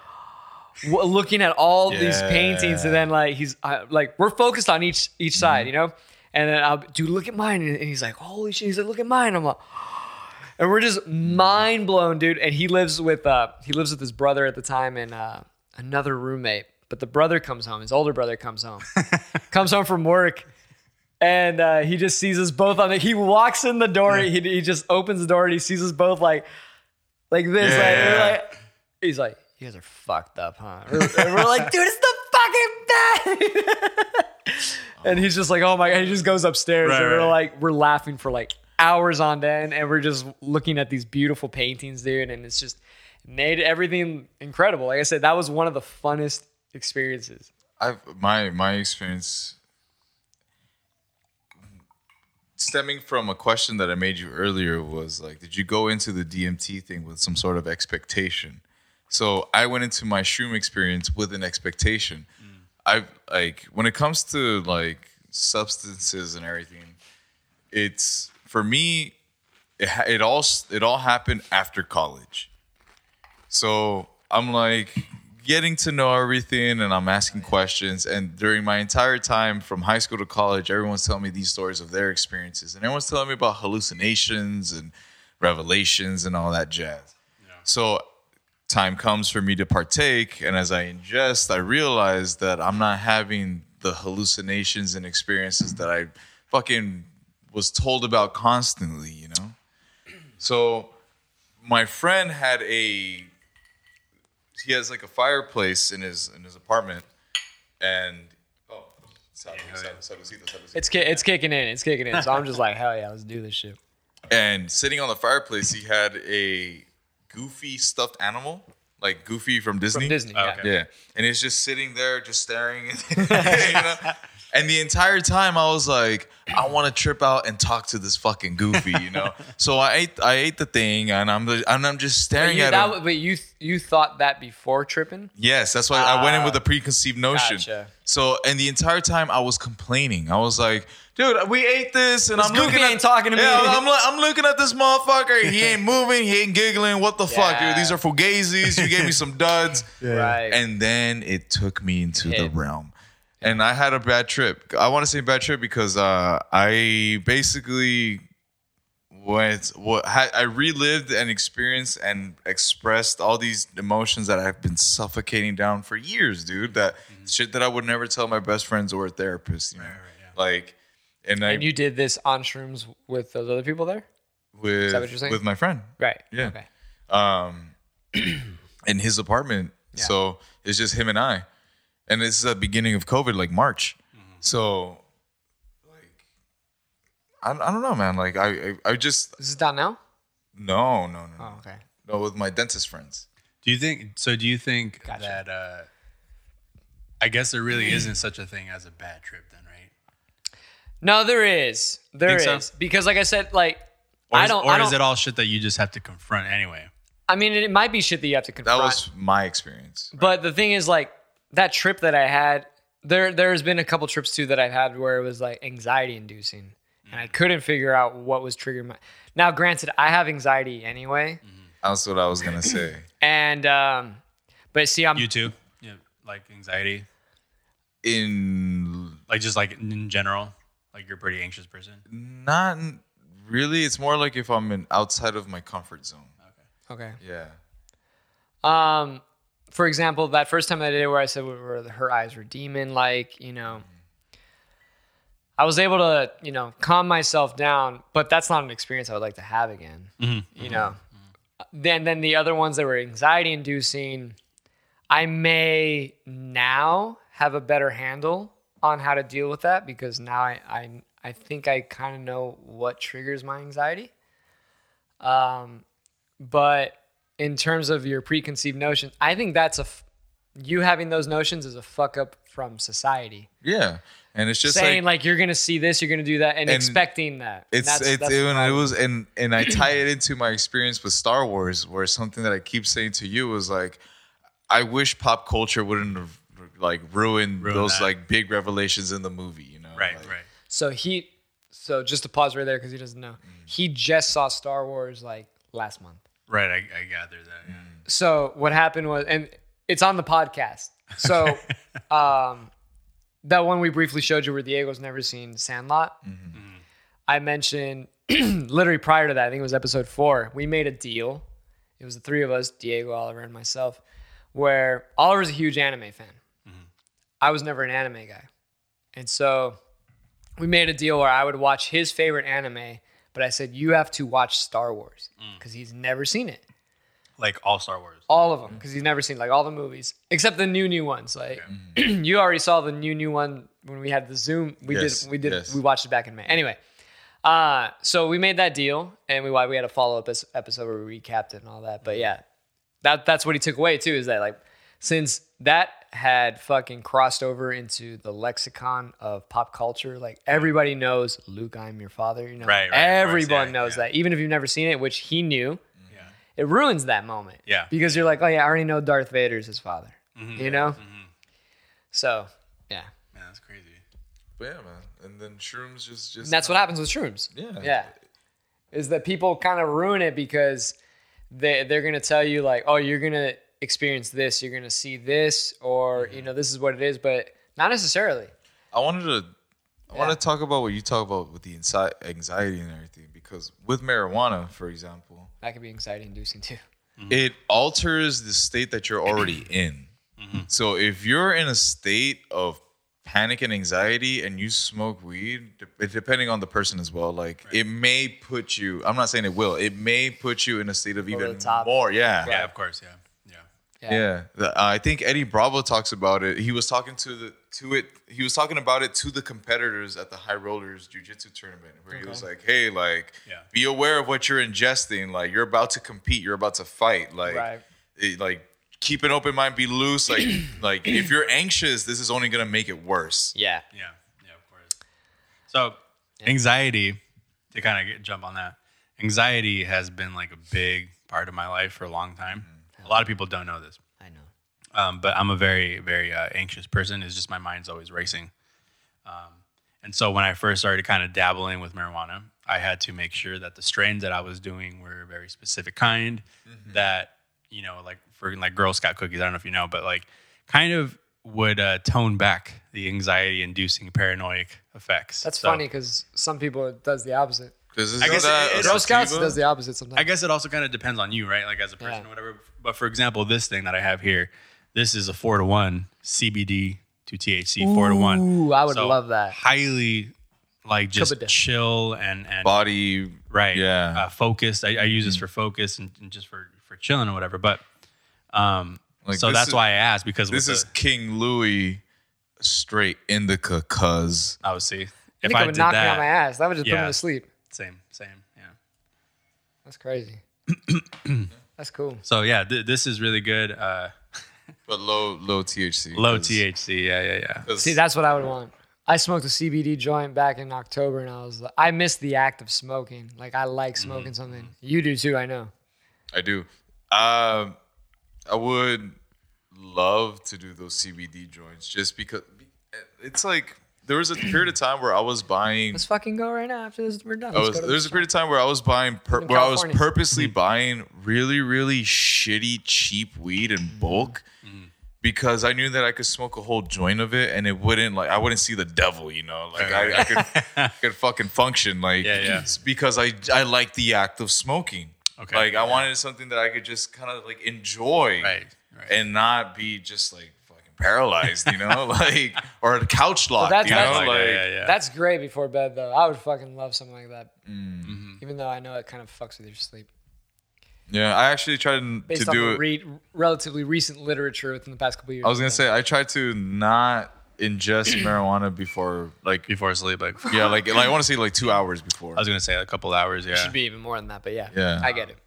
Speaker 1: w- looking at all these
Speaker 3: Yeah.
Speaker 1: paintings, and then like he's uh, like we're focused on each each side, you know. And then I'll dude, look at mine, and and he's like, holy shit, he's like, look at mine. I'm like. And we're just mind blown, dude. And he lives with uh he lives with his brother at the time and uh another roommate. But the brother comes home, his older brother comes home. comes home from work and uh, he just sees us both on the he walks in the door he, he just opens the door and he sees us both like like this
Speaker 3: Yeah,
Speaker 1: like, we're
Speaker 3: yeah,
Speaker 1: like- he's like you guys are fucked up huh and we're, and we're like dude it's the fucking best and he's just like oh my god he just goes upstairs
Speaker 2: Right,
Speaker 1: and we're
Speaker 2: right.
Speaker 1: like we're laughing for like hours on end and we're just looking at these beautiful paintings dude and it's just made everything incredible like i said that was one of the funnest experiences
Speaker 3: I've my my experience stemming from a question that I made you earlier was like, did you go into the DMT thing with some sort of expectation? So I went into my shroom experience with an expectation. I've like when it comes to like substances and everything, it's for me. It, ha- it all s- it all happened after college. So I'm like getting to know everything and I'm asking questions. And during my entire time from high school to college, everyone's telling me these stories of their experiences. And everyone's telling me about hallucinations and revelations and all that jazz. So time comes for me to partake. And as I ingest, I realize that I'm not having the hallucinations and experiences that I fucking was told about constantly, you know? So my friend had a he has like a fireplace in his in his apartment and oh sorry, sorry, sorry, sorry, sorry, sorry.
Speaker 1: It's ki- it's kicking in. It's kicking in. So I'm just like, hell yeah, let's do this shit.
Speaker 3: and sitting on the fireplace he had a goofy stuffed animal like goofy from disney
Speaker 1: From Disney. yeah.
Speaker 2: okay.
Speaker 3: yeah and it's just sitting there just staring you know? and the entire time i was like i want to trip out and talk to this fucking goofy you know so i ate i ate the thing and i'm the, and i'm just staring
Speaker 1: You,
Speaker 3: at
Speaker 1: that
Speaker 3: him
Speaker 1: w- but you you thought that before tripping?
Speaker 3: Yes, that's why I went in with a preconceived notion.
Speaker 1: Ah. Gotcha.
Speaker 3: So, and the entire time I was complaining. I was like, "Dude, we ate this, and I'm
Speaker 1: goofy
Speaker 3: looking at
Speaker 1: ain't talking to me."
Speaker 3: Yeah, I'm, I'm, like- I'm looking at this motherfucker. He ain't moving. He ain't giggling. What the fuck,
Speaker 1: Yeah.
Speaker 3: dude? These are fugazis. You gave me some duds.
Speaker 1: Right.
Speaker 3: And then it took me into the
Speaker 1: hit.
Speaker 3: realm. And I had a bad trip. I want to say bad trip because uh, I basically went, what, ha- I relived and experienced and expressed all these emotions that I've been suffocating down for years, dude. That
Speaker 1: Mm-hmm.
Speaker 3: shit that I would never tell my best friends or a therapist, you know? Like, and I,
Speaker 1: and you did this on shrooms with those other people there?
Speaker 3: with,
Speaker 1: that what you're saying?
Speaker 3: with my friend.
Speaker 1: Right.
Speaker 3: Yeah.
Speaker 1: Okay.
Speaker 3: um, in his apartment. So it's just him and I. And this is the beginning of COVID, like March.
Speaker 1: Mm-hmm.
Speaker 3: So, like, I, I don't know, man. Like, I, I, I just,
Speaker 1: Is this down now?
Speaker 3: no, no, no, no.
Speaker 1: Oh, okay.
Speaker 3: no, with my dentist friends.
Speaker 2: Do you think so? Do you think that uh, I guess there really isn't such a thing as a bad trip, then, right?
Speaker 1: No, there is. There
Speaker 2: Think so?
Speaker 1: is. Because like I said, like
Speaker 2: Or,
Speaker 1: I
Speaker 2: is,
Speaker 1: don't
Speaker 2: or
Speaker 1: I don't
Speaker 2: is it all shit that you just have to confront anyway?
Speaker 1: I mean it, it might be shit that you have to
Speaker 3: That
Speaker 1: confront.
Speaker 3: was my experience.
Speaker 1: But the thing is, like that trip that I had, there there's been a couple trips too that I've had where it was like anxiety inducing, and I couldn't figure out what was triggering my. Now, granted, I have anxiety anyway,
Speaker 3: That's what I was gonna say.
Speaker 1: and um, but see, I'm
Speaker 2: You too? Yeah, like anxiety,
Speaker 3: In
Speaker 2: like just like in general, like you're a pretty anxious person.
Speaker 3: not really. It's more like if I'm in outside of my comfort zone.
Speaker 1: okay.
Speaker 3: Yeah.
Speaker 1: Um, for example, that first time I did it, where I said where her eyes were demon like, you know, I was able to, you know, calm myself down, but that's not an experience I would like to have again. You know, then then the other ones that were anxiety inducing, I may now have a better handle on how to deal with that because now I I, I think I kind of know what triggers my anxiety. Um, but in terms of your preconceived notions, I think that's a f- you having those notions is a fuck up from society
Speaker 3: Yeah, and it's just
Speaker 1: saying
Speaker 3: like,
Speaker 1: like, you're gonna see this, you're gonna do that, and,
Speaker 3: And
Speaker 1: expecting that. And
Speaker 3: it's
Speaker 1: that's-
Speaker 3: it's
Speaker 1: that's
Speaker 3: it,
Speaker 1: the
Speaker 3: and it
Speaker 1: problem.
Speaker 3: was and and I tie it into my experience with Star Wars, where something that I keep saying to you was like, I wish pop culture wouldn't have like ruined those
Speaker 2: that.
Speaker 3: like big revelations in the movie. You know,
Speaker 2: Right,
Speaker 3: Like,
Speaker 2: right.
Speaker 1: so he. So just to pause right there because he doesn't know. He just saw Star Wars like last month.
Speaker 2: Right, I, I gather that. Yeah.
Speaker 1: So what happened was, and it's on the podcast. So, um, that one we briefly showed you where Diego's never seen Sandlot. I mentioned literally prior to that, I think it was episode four. We made a deal. It was the three of us, Diego, Oliver, and myself, where Oliver's a huge anime fan. I was never an anime guy, and so we made a deal where I would watch his favorite anime, but I said you have to watch Star Wars because he's never seen it
Speaker 2: Like all Star Wars.
Speaker 1: all of them because he's never seen like all the movies except the new new ones like you already saw the new new one when we had the zoom we
Speaker 3: Yes,
Speaker 1: did we did
Speaker 3: yes.
Speaker 1: we watched it back in may anyway uh so we made that deal and we why we had a follow-up es- episode where we recapped it and all that
Speaker 2: Mm-hmm.
Speaker 1: but yeah that that's what he took away too is that like since that had fucking crossed over into the lexicon of pop culture like everybody knows luke i'm your father you know
Speaker 2: Right, right, of course,
Speaker 1: everyone
Speaker 2: yeah,
Speaker 1: knows
Speaker 2: yeah.
Speaker 1: that even if you've never seen it which he knew
Speaker 2: Yeah.
Speaker 1: it ruins that moment.
Speaker 2: Yeah. Mm-hmm.
Speaker 1: Because you're like, oh yeah, I already know Darth Vader's his father. You know? So yeah.
Speaker 2: Man, that's crazy.
Speaker 3: But yeah, man. And then shrooms just just
Speaker 1: And that's what happens with shrooms.
Speaker 3: Yeah.
Speaker 1: Yeah. Is that people kind of ruin it because they they're gonna tell you like, oh, you're gonna experience this, you're gonna see this, or
Speaker 2: Mm-hmm.
Speaker 1: you know, this is what it is, but not necessarily.
Speaker 3: I wanted to I
Speaker 1: Yeah.
Speaker 3: want to talk about what you talk about with the insi- anxiety and everything because with marijuana, for example,
Speaker 1: That could be anxiety inducing too. Mm-hmm.
Speaker 3: it alters the state that you're already in.
Speaker 1: Mm-hmm.
Speaker 3: So if you're in a state of panic and anxiety and you smoke weed, de- depending on the person as well, like it may put you, I'm not saying it will, it may put you in a state of
Speaker 1: Over
Speaker 3: even
Speaker 1: the top.
Speaker 3: more, yeah.
Speaker 2: Yeah, of course. Yeah. Yeah.
Speaker 3: Yeah, The- uh, I think Eddie Bravo talks about it. He was talking to the to it. He was talking about it to the competitors at the High Rollers Jiu Jitsu tournament, where he was like, "Hey, like,
Speaker 2: Yeah.
Speaker 3: be aware of what you're ingesting. Like, you're about to compete. You're about to fight. Like,
Speaker 1: Right.
Speaker 3: it- like." Keep an open mind, be loose. Like, like if you're anxious, this is only gonna make it worse.
Speaker 1: Yeah.
Speaker 2: Yeah. Yeah, of course. So, anxiety, to kind of jump on that, anxiety has been like a big part of my life for a long time. A lot of people don't know this.
Speaker 1: I know.
Speaker 2: um, but I'm a very, very uh, anxious person. It's just my mind's always racing. Um, and so when I first started kind of dabbling with marijuana, I had to make sure that the strains that I was doing were a very specific kind. That you know, like for like Girl Scout cookies, I don't know if you know, but like kind of would uh, tone back the anxiety-inducing paranoid effects.
Speaker 1: That's
Speaker 2: So-
Speaker 1: funny because some people it does the opposite.
Speaker 3: Because
Speaker 2: I guess it- it-
Speaker 1: Girl Scouts does the opposite sometimes.
Speaker 2: I guess it also kind of depends on you, right? Like as a person
Speaker 1: Yeah.
Speaker 2: or whatever. But for example, this thing that I have here, this is a four to one CBD to THC, four to one.
Speaker 1: Ooh, I would love that.
Speaker 2: Highly, like just
Speaker 1: Kabada.
Speaker 2: chill and and
Speaker 3: body,
Speaker 2: right,
Speaker 3: Yeah,
Speaker 2: uh, focused. I, I use this for focus and, and just for for chilling or whatever. But um,
Speaker 3: Like,
Speaker 2: so
Speaker 3: this
Speaker 2: that's
Speaker 3: is-
Speaker 2: why I asked because
Speaker 3: this
Speaker 2: with
Speaker 3: is
Speaker 2: the,
Speaker 3: King Louis straight indica. Cause
Speaker 2: I would
Speaker 1: I
Speaker 2: see if
Speaker 1: think
Speaker 2: I,
Speaker 1: it would
Speaker 2: did
Speaker 1: knock me on my
Speaker 2: that.
Speaker 1: ass. That would just put me
Speaker 2: Yeah.
Speaker 1: to sleep.
Speaker 2: Same, same, yeah.
Speaker 1: That's crazy. That's cool.
Speaker 2: So yeah, th- this is really good. Uh,
Speaker 3: but low, low THC.
Speaker 2: low
Speaker 3: 'cause-
Speaker 2: THC. Yeah, yeah, yeah.
Speaker 3: 'cause-
Speaker 1: See, that's what I would want. I smoked a CBD joint back in October, and I was like, I missed the act of smoking. Like, I
Speaker 2: Mm-hmm.
Speaker 1: like smoking something. You do too, I know.
Speaker 3: I do. Um, I would love to do those CBD joints just because it's like there was a period of time where I was buying.
Speaker 1: Let's fucking go right now after this. We're done.
Speaker 3: I
Speaker 1: Let's
Speaker 3: was,
Speaker 1: go to
Speaker 3: there's
Speaker 1: the
Speaker 3: a period of time where I was buying, pur-
Speaker 1: In
Speaker 3: where I was
Speaker 1: California.
Speaker 2: Mm.
Speaker 3: purposely buying really, really shitty, cheap weed
Speaker 2: Mm.
Speaker 3: in bulk because I knew that I could smoke a whole joint of it and it wouldn't like I wouldn't see the devil, you know. Like I, I could, could fucking function like
Speaker 2: Yeah, yeah.
Speaker 3: it's because I I like the act of smoking.
Speaker 2: Okay.
Speaker 3: Like I wanted something that I could just kind of like enjoy
Speaker 2: Right, right.
Speaker 3: and not be just like fucking paralyzed, you know, like or a couch lock,
Speaker 1: that's-
Speaker 3: you know,
Speaker 1: that's-
Speaker 3: like
Speaker 2: yeah, yeah, yeah.
Speaker 1: That's great before bed, though. I would fucking love something like that.
Speaker 3: Mm.
Speaker 2: Mm-hmm.
Speaker 1: Even though I know it kind of fucks with your sleep.
Speaker 3: yeah. I actually tried to
Speaker 1: Based on
Speaker 3: do
Speaker 1: the
Speaker 3: it.
Speaker 1: re- relatively recent literature within the past couple years.
Speaker 3: I was gonna say I tried to not ingest marijuana before, like
Speaker 2: before sleep. Like
Speaker 3: yeah, like, like I want to say like two hours before.
Speaker 2: I was gonna say a couple hours. Yeah.
Speaker 1: It should be even more than that, but yeah.
Speaker 3: Yeah.
Speaker 1: I get it.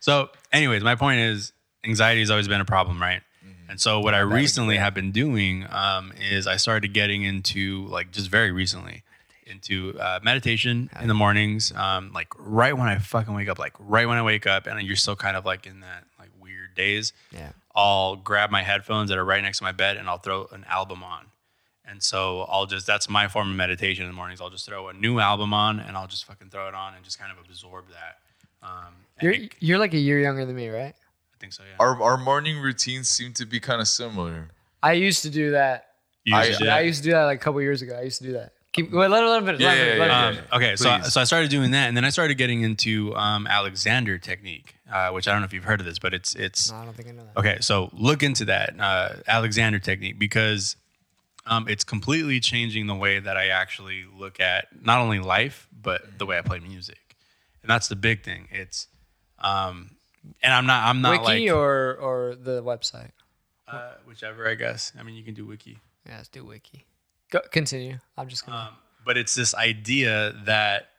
Speaker 2: So, anyways, my point is anxiety has always been a problem, right?
Speaker 1: Mm-hmm.
Speaker 2: And so, what I recently have been doing um, is I started getting into like just very recently into uh, meditation in the mornings, um, like right when I fucking wake up, like right when I wake up, and you're still kind of like in that like weird days.
Speaker 1: Yeah.
Speaker 2: I'll grab my headphones that are right next to my bed and I'll throw an album on. And so I'll just that's my form of meditation in the mornings. I'll just throw a new album on and I'll just fucking throw it on and just kind of absorb that. Um, and
Speaker 1: You're,
Speaker 2: it-
Speaker 1: you're like a year younger than me, right?
Speaker 2: I think so. Yeah.
Speaker 3: our our morning routines seem to be kind of similar.
Speaker 1: I used to do that.
Speaker 2: You
Speaker 3: I-
Speaker 2: just-
Speaker 1: I used to do that like a couple years ago. I used to do that. Keep, wait, let, let him finish. let him
Speaker 3: yeah,
Speaker 1: finish, let him
Speaker 3: yeah,
Speaker 1: finish.
Speaker 2: Um, okay, so
Speaker 3: Please.
Speaker 2: so I started doing that, and then I started getting into um, Alexander technique, uh, which I don't know if you've heard of this, but it's it's
Speaker 1: No, I don't think I know that.
Speaker 2: Okay, so look into that uh, Alexander technique because um, it's completely changing the way that I actually look at not only life but the way I play music, and that's the big thing. It's um, and I'm not I'm not
Speaker 1: Wiki
Speaker 2: like
Speaker 1: or, or the website?
Speaker 2: uh, whichever I guess. I mean, you can do wiki.
Speaker 1: Yeah, let's do Wiki. Go, continue. I'm just going to.
Speaker 2: Um, but it's this idea that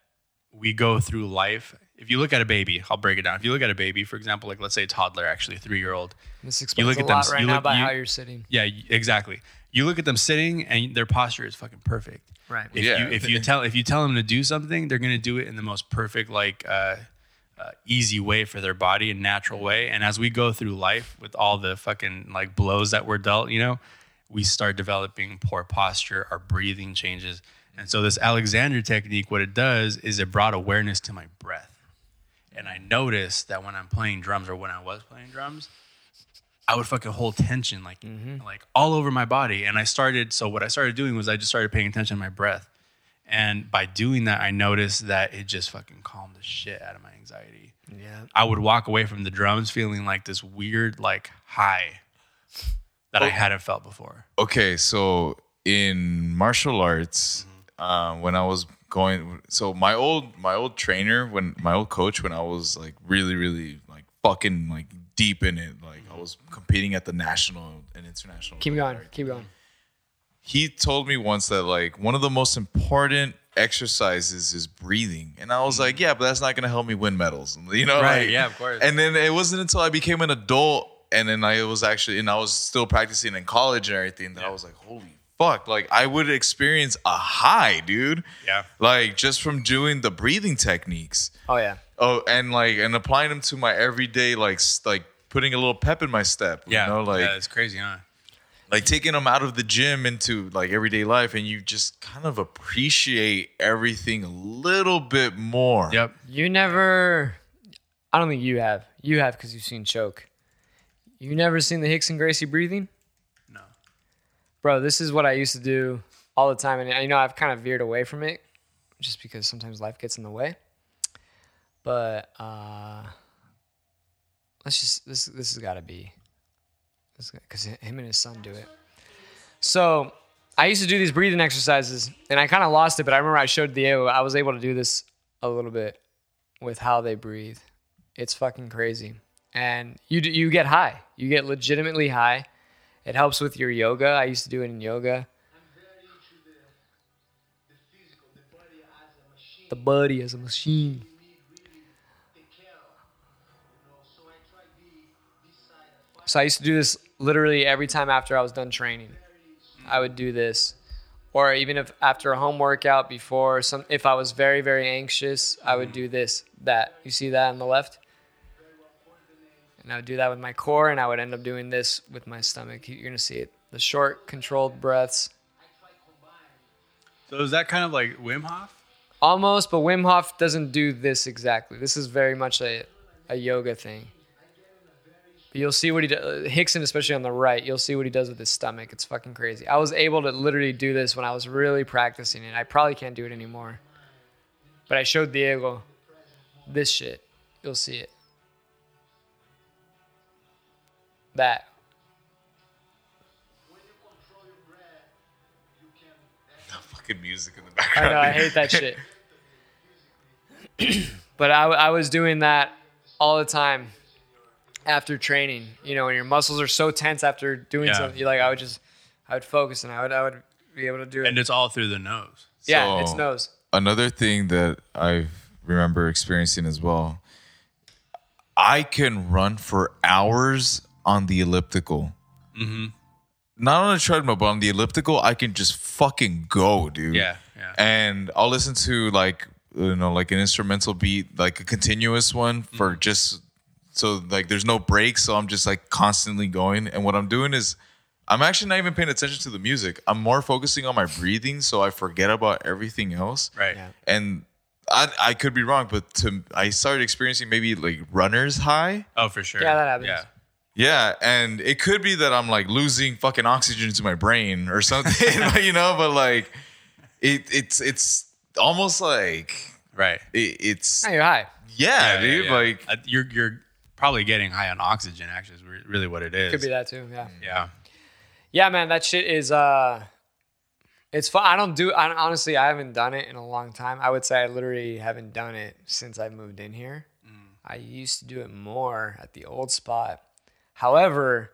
Speaker 2: we go through life. If you look at a baby, I'll break it down. If you look at a baby, for example, like let's say a toddler, actually a three year old,
Speaker 1: this explains
Speaker 2: look
Speaker 1: a
Speaker 2: at them-
Speaker 1: lot right
Speaker 2: you
Speaker 1: now
Speaker 2: look-
Speaker 1: about
Speaker 2: you-
Speaker 1: how you're sitting.
Speaker 2: Yeah, y- exactly. You look at them sitting, and their posture is fucking perfect.
Speaker 1: Right.
Speaker 2: If
Speaker 3: Yeah.
Speaker 2: you if you tell if you tell them to do something, they're gonna do it in the most perfect, like uh, uh, easy way for their body and natural way. And as we go through life with all the fucking like blows that we're dealt, you know, we start developing poor posture. Our breathing changes, and so this Alexander technique, what it does is it brought awareness to my breath. And I noticed that when I'm playing drums or when I was playing drums, I would fucking hold tension like
Speaker 3: Mm-hmm.
Speaker 2: like all over my body. And I started so what I started doing was I just started paying attention to my breath. And by doing that, I noticed that it just fucking calmed the shit out of my anxiety.
Speaker 1: Yeah.
Speaker 2: I would walk away from the drums feeling like this weird like high that
Speaker 3: Oh.
Speaker 2: I hadn't felt before.
Speaker 3: Okay, so in martial arts, um, when I was going, so my old my old trainer, when my old coach, when I was like really really like fucking like deep in it, like I was competing at the national and international.
Speaker 1: Keep
Speaker 3: level,
Speaker 1: going.
Speaker 3: right?
Speaker 1: Keep going.
Speaker 3: he told me once that like one of the most important exercises is breathing and i was like yeah but that's not going to help me win medals you know
Speaker 2: Mm. Right,
Speaker 3: like-
Speaker 2: yeah, of course.
Speaker 3: and then it wasn't until i became an adult and then i was actually and i was still practicing in college and everything that i was like holy fuck like i would experience a high dude
Speaker 2: Yeah.
Speaker 3: like just from doing the breathing techniques
Speaker 1: Oh, yeah.
Speaker 3: oh and like and applying them to my everyday like s- like putting a little pep in my step you know like
Speaker 2: yeah, it's crazy, huh?
Speaker 3: like taking them out of the gym into like everyday life and you just kind of appreciate everything a little bit more
Speaker 2: Yep.
Speaker 1: You never. I don't think you have. You have because you've seen Choke. You never seen the Hicks and Gracie breathing?
Speaker 2: No.
Speaker 1: Bro, this is what I used to do all the time. And I- you know, I've kind of veered away from it just because sometimes life gets in the way. But uh let's just, this, this has got to be. Because him and his son do it. So I used to do these breathing exercises and I kind of lost it, but I remember I showed Diego, I was able to do this a little bit with how they breathe. It's fucking crazy. And you do, you get high. You get legitimately high. It helps with your yoga. I used to do it in yoga. The body as a machine. So I used to do this literally every time after I was done training. I would do this. Or even if after a home workout before some if I was very, very anxious, I would do this, that. You see that on the left? And I would do that with my core and I would end up doing this with my stomach. You're gonna see it. The short controlled breaths.
Speaker 2: So is that kind of like Wim Hof?
Speaker 1: Almost, but Wim Hof doesn't do this exactly. This is very much a, a yoga thing. But you'll see what he does. Hickson, especially on the right, you'll see what he does with his stomach. It's fucking crazy. I was able to literally do this when I was really practicing it. I probably can't do it anymore. But I showed Diego this shit. You'll see it. That.
Speaker 3: fucking music in the
Speaker 1: I
Speaker 3: background.
Speaker 1: know. I hate that shit. but I, w- I was doing that all the time after training. You know, when your muscles are so tense after doing
Speaker 2: Yeah.
Speaker 1: something, you like I would just I would focus and I would I would be able to do it.
Speaker 2: and it's all through the nose.
Speaker 1: yeah,
Speaker 3: So-
Speaker 1: it's nose.
Speaker 3: another thing that I remember experiencing as well, I can run for hours on the elliptical.
Speaker 1: Mm-hmm.
Speaker 3: Not on a treadmill, but on the elliptical, I can just fucking go, dude.
Speaker 2: Yeah, yeah.
Speaker 3: And I'll listen to like you know like an instrumental beat, like a continuous one for just so like there's no break, so I'm just like constantly going. And what I'm doing is I'm actually not even paying attention to the music. I'm more focusing on my breathing, so I forget about everything else
Speaker 2: Right.
Speaker 1: Yeah.
Speaker 3: and I, I could be wrong, but to I started experiencing maybe like runner's high.
Speaker 2: Oh, for sure.
Speaker 1: Yeah, that happens.
Speaker 2: Yeah.
Speaker 3: Yeah, and it could be that I'm like losing fucking oxygen to my brain or something, but, you know. But like, it it's it's almost like
Speaker 2: Right.
Speaker 3: it, it's
Speaker 1: Now you're high.
Speaker 3: yeah,
Speaker 2: Yeah,
Speaker 3: dude.
Speaker 2: yeah, yeah.
Speaker 3: Like
Speaker 2: Uh, you're you're probably getting high on oxygen. Actually, is re- really what it is.
Speaker 1: Could be that too. Yeah.
Speaker 2: Yeah.
Speaker 1: Yeah, man, that shit is uh it's fun. I don't do I don't- honestly I haven't done it in a long time. I would say I literally haven't done it since I moved in here.
Speaker 2: Mm.
Speaker 1: I used to do it more at the old spot. However,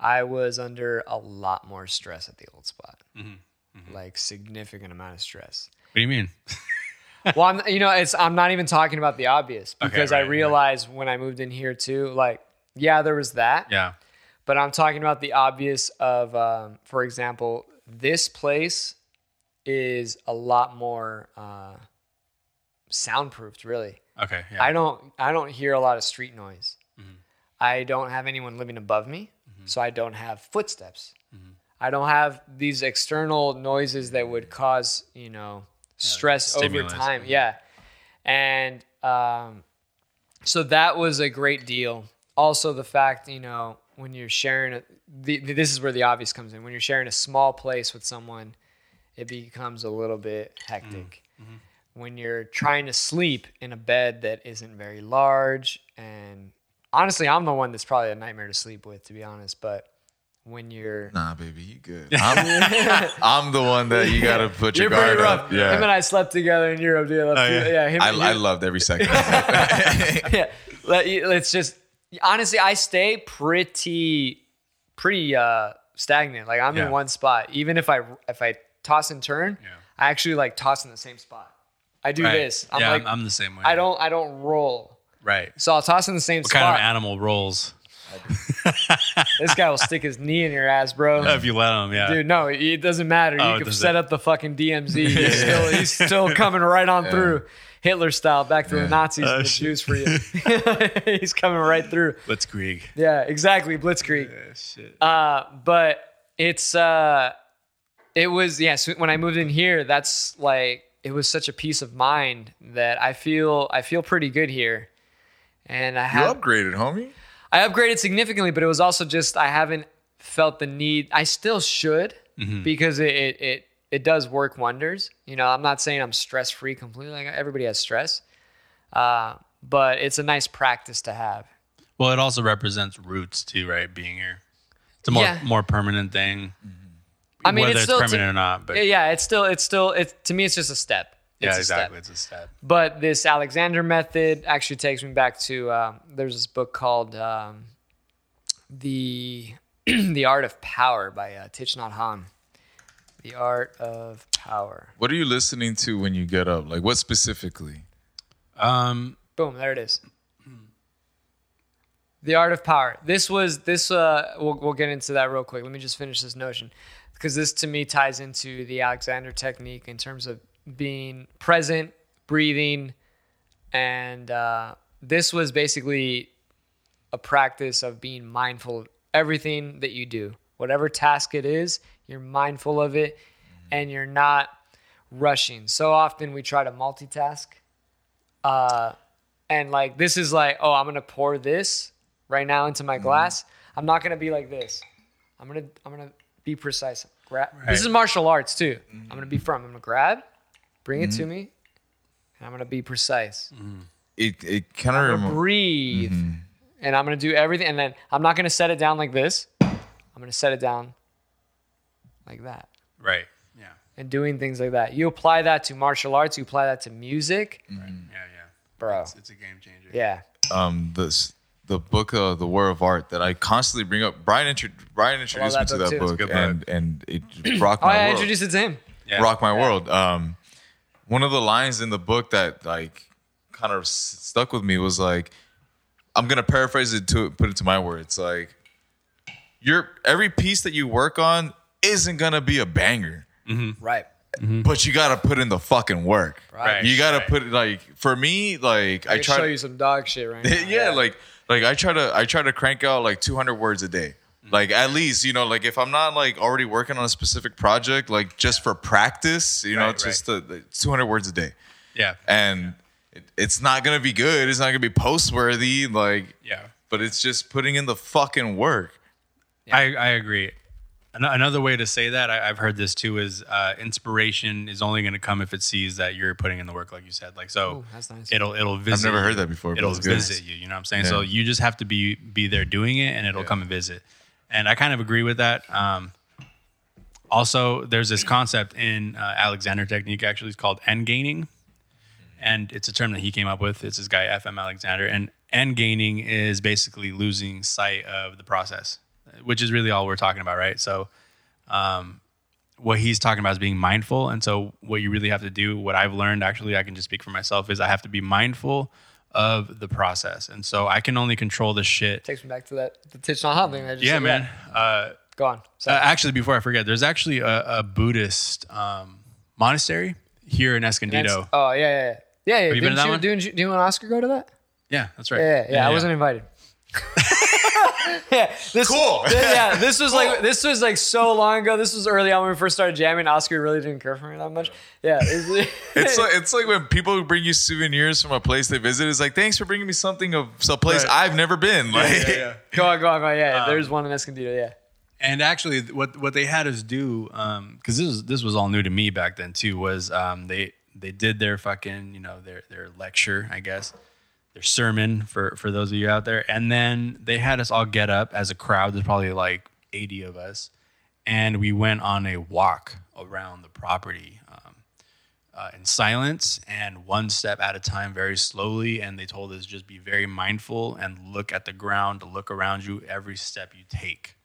Speaker 1: I was under a lot more stress at the old spot.
Speaker 2: Mm-hmm,
Speaker 1: Like significant amount of stress.
Speaker 2: What do you mean?
Speaker 1: well, I'm, you know, it's I'm not even talking about the obvious because
Speaker 2: right,
Speaker 1: I
Speaker 2: right.
Speaker 1: realized when I moved in here too, like yeah, there was that
Speaker 2: Yeah.
Speaker 1: but I'm talking about the obvious of, um, for example, this place is a lot more uh, soundproofed. Really,
Speaker 2: Okay. Yeah. Mm-hmm.
Speaker 1: I don't I don't hear a lot of street noise. I don't have anyone living above me, so I don't have footsteps.
Speaker 2: Mm-hmm.
Speaker 1: I don't have these external noises that would cause you know stress over
Speaker 2: stimulus. Mm-hmm.
Speaker 1: time. Yeah, and um, so that was a great deal. Also, the fact you know when you're sharing a, the, this is where the obvious comes in. When you're sharing a small place with someone, it becomes a little bit hectic. When you're trying to sleep in a bed that isn't very large, and honestly, I'm the one that's probably a nightmare to sleep with, to be honest. But when you're
Speaker 3: nah, baby, you good. I'm, I'm the one that you gotta put your
Speaker 1: you're
Speaker 3: guard
Speaker 1: pretty
Speaker 3: up.
Speaker 1: rough. Him and
Speaker 3: Yeah, Oh,
Speaker 1: I slept together in Europe. Dude. I love you.
Speaker 2: yeah.
Speaker 1: yeah. him,
Speaker 3: I,
Speaker 1: him-
Speaker 3: I loved every second. of it.
Speaker 1: yeah. Let, you- let's just honestly, I stay pretty, pretty uh, stagnant. Like I'm
Speaker 2: Yeah.
Speaker 1: in one spot. Even if I if I toss and turn, I actually like toss in the same spot. I do
Speaker 2: Right.
Speaker 1: this. I'm
Speaker 2: yeah,
Speaker 1: like
Speaker 2: I'm, I'm the same way.
Speaker 1: I don't I don't roll.
Speaker 2: Right.
Speaker 1: So I'll toss in the same
Speaker 2: What
Speaker 1: spot.
Speaker 2: kind of animal rolls?
Speaker 1: this guy will stick his knee in your ass, bro.
Speaker 2: If you let them, yeah.
Speaker 1: Dude, no, it doesn't matter.
Speaker 2: Oh, it
Speaker 1: you can
Speaker 2: doesn't.
Speaker 1: set up the fucking DMZ. He's, still, he's still coming right on through Hitler style back to
Speaker 3: Yeah.
Speaker 1: the Nazis
Speaker 2: Oh,
Speaker 1: and the
Speaker 2: shit.
Speaker 1: Jews for you. he's coming right through.
Speaker 2: Let's Grieg.
Speaker 1: Yeah, exactly. Blitzkrieg.
Speaker 2: shit.
Speaker 1: Uh, but it's uh, it was yes. when I moved in here, that's like it was such a peace of mind that I feel I feel pretty good here, and I
Speaker 3: You
Speaker 1: have
Speaker 3: upgraded, homie.
Speaker 1: I upgraded significantly, but it was also just I haven't felt the need. I still should
Speaker 2: Mm-hmm.
Speaker 1: because it, it it it does work wonders. You know, I'm not saying I'm stress free completely. Like everybody has stress, uh, but it's a nice practice to have.
Speaker 2: Well, it also represents roots too, right? Being here, it's a more
Speaker 1: Yeah, Mm-hmm.
Speaker 2: more permanent thing.
Speaker 1: I mean,
Speaker 2: whether
Speaker 1: it's
Speaker 2: it's,
Speaker 1: still to-
Speaker 2: permanent or not, but
Speaker 1: Yeah, yeah, it's still it's still it's to me it's just a step. It's
Speaker 2: yeah,
Speaker 1: a
Speaker 2: exactly.
Speaker 1: Step.
Speaker 2: It's a step.
Speaker 1: But this Alexander method actually takes me back to um, there's this book called um, the the Art of Power by uh, Thich Nhat Hanh. The Art of Power.
Speaker 3: What are you listening to when you get up? Like, what specifically?
Speaker 2: Um,
Speaker 1: Boom, there it is. The Art of Power. This was this. Uh, we'll we'll get into that real quick. Let me just finish this notion, because this to me ties into the Alexander technique in terms of being present, breathing, and uh, this was basically a practice of being mindful of everything that you do, whatever task it is. You're mindful of it, and you're not rushing. So often we try to multitask uh, and like this is like, oh, I'm gonna pour this right now into my glass. I'm not gonna be like this. I'm gonna I'm gonna be precise. Grab. This is martial arts too. I'm gonna be firm. I'm gonna grab, bring it to me, and I'm gonna be precise.
Speaker 3: It it kind of
Speaker 1: I'm gonna
Speaker 3: reminds.
Speaker 1: breathe, and I'm gonna do everything. And then I'm not gonna set it down like this. I'm gonna set it down like that.
Speaker 2: right. Yeah.
Speaker 1: and doing things like that. You apply that to martial arts, you apply that to music,
Speaker 2: Yeah. Yeah.
Speaker 1: bro.
Speaker 2: It's, it's a game changer.
Speaker 1: Mm. Oh. Yeah.
Speaker 3: um this the book uh, the war of art that i constantly bring up brian, intro- brian introduced me
Speaker 1: that
Speaker 3: to
Speaker 1: book
Speaker 3: that
Speaker 1: too. It's a
Speaker 3: book,
Speaker 2: good book.
Speaker 3: and and it rocked
Speaker 1: Oh,
Speaker 3: my
Speaker 1: I
Speaker 3: world
Speaker 1: introduced it to him.
Speaker 2: Yeah.
Speaker 3: rock my world um one of the lines in the book that like kind of s- stuck with me was like i'm gonna paraphrase it to put it to my words like your every piece that you work on isn't gonna be a banger
Speaker 1: Right.
Speaker 3: but you gotta put in the fucking work
Speaker 1: Right.
Speaker 3: you gotta
Speaker 2: Right.
Speaker 3: put it like for me like i,
Speaker 1: I, can
Speaker 3: try
Speaker 1: show
Speaker 3: to
Speaker 1: you some dog shit right now.
Speaker 3: yeah, like like I try to I try to crank out like 200 words a day.
Speaker 2: Mm-hmm.
Speaker 3: Like at least you know, like if I'm not like already working on a specific project, like just for practice, you know,
Speaker 2: Right,
Speaker 3: just the, the 200 words a day,
Speaker 2: Yeah.
Speaker 3: and it, it's not gonna be good. It's not gonna be post worthy. Like,
Speaker 2: Yeah.
Speaker 3: but it's just putting in the fucking work.
Speaker 2: I, I agree. An- Another way to say that, I, I've heard this too, is uh, inspiration is only going to come if it sees that you're putting in the work, like you said. Like so,
Speaker 1: Ooh, that's nice.
Speaker 2: it'll it'll
Speaker 3: I've
Speaker 2: visit.
Speaker 3: never
Speaker 2: you.
Speaker 3: heard that before. but
Speaker 2: It'll
Speaker 3: it's good.
Speaker 2: visit you. You know what I'm saying? So you just have to be be there doing it, and it'll come and visit. And I kind of agree with that. Um, also, there's this concept in uh, Alexander technique actually, it's called end gaining, and it's a term that he came up with. It's this guy FM Alexander, and end gaining is basically losing sight of the process, which is really all we're talking about, right? So um, what he's talking about is being mindful. And so, what you really have to do, what I've learned actually, I can just speak for myself, is I have to be mindful of the process. And so, I can only control the shit.
Speaker 1: Takes me back to that the Tich Nhat Hanh thing. I just
Speaker 2: Yeah,
Speaker 1: said.
Speaker 2: man. Uh,
Speaker 1: Go on. So,
Speaker 2: uh, actually, before I forget, there's actually a, a Buddhist um, monastery here in Escondido.
Speaker 1: oh yeah, yeah, yeah. Yeah, yeah.
Speaker 2: you been to
Speaker 1: Didn't
Speaker 2: that
Speaker 1: you,
Speaker 2: one?
Speaker 1: didn't you, didn't Oscar go to that?
Speaker 2: yeah, that's right.
Speaker 1: Yeah, yeah. yeah, I wasn't invited. yeah, this,
Speaker 3: Cool.
Speaker 1: th- yeah, this was like this was like so long ago. This was early on when we first started jamming. Oscar really didn't care for me that much. Yeah, it's,
Speaker 3: It's like it's like when people bring you souvenirs from a place they visit. It's like thanks for bringing me something of a place
Speaker 2: Right.
Speaker 3: I've never been. Like,
Speaker 1: go on, go on, go on. Yeah,
Speaker 2: Um,
Speaker 1: there's one in Escondido. Yeah,
Speaker 2: And actually, th- what what they had us do, because this was this was all new to me back then too, was um, they they did their fucking you know their their lecture, I guess, their sermon for for those of you out there, and then they had us all get up as a crowd. There's probably like eighty of us, and we went on a walk around the property. Um, uh, in silence and one step at a time, very slowly. And they told us just be very mindful and look at the ground, look around you every step you take.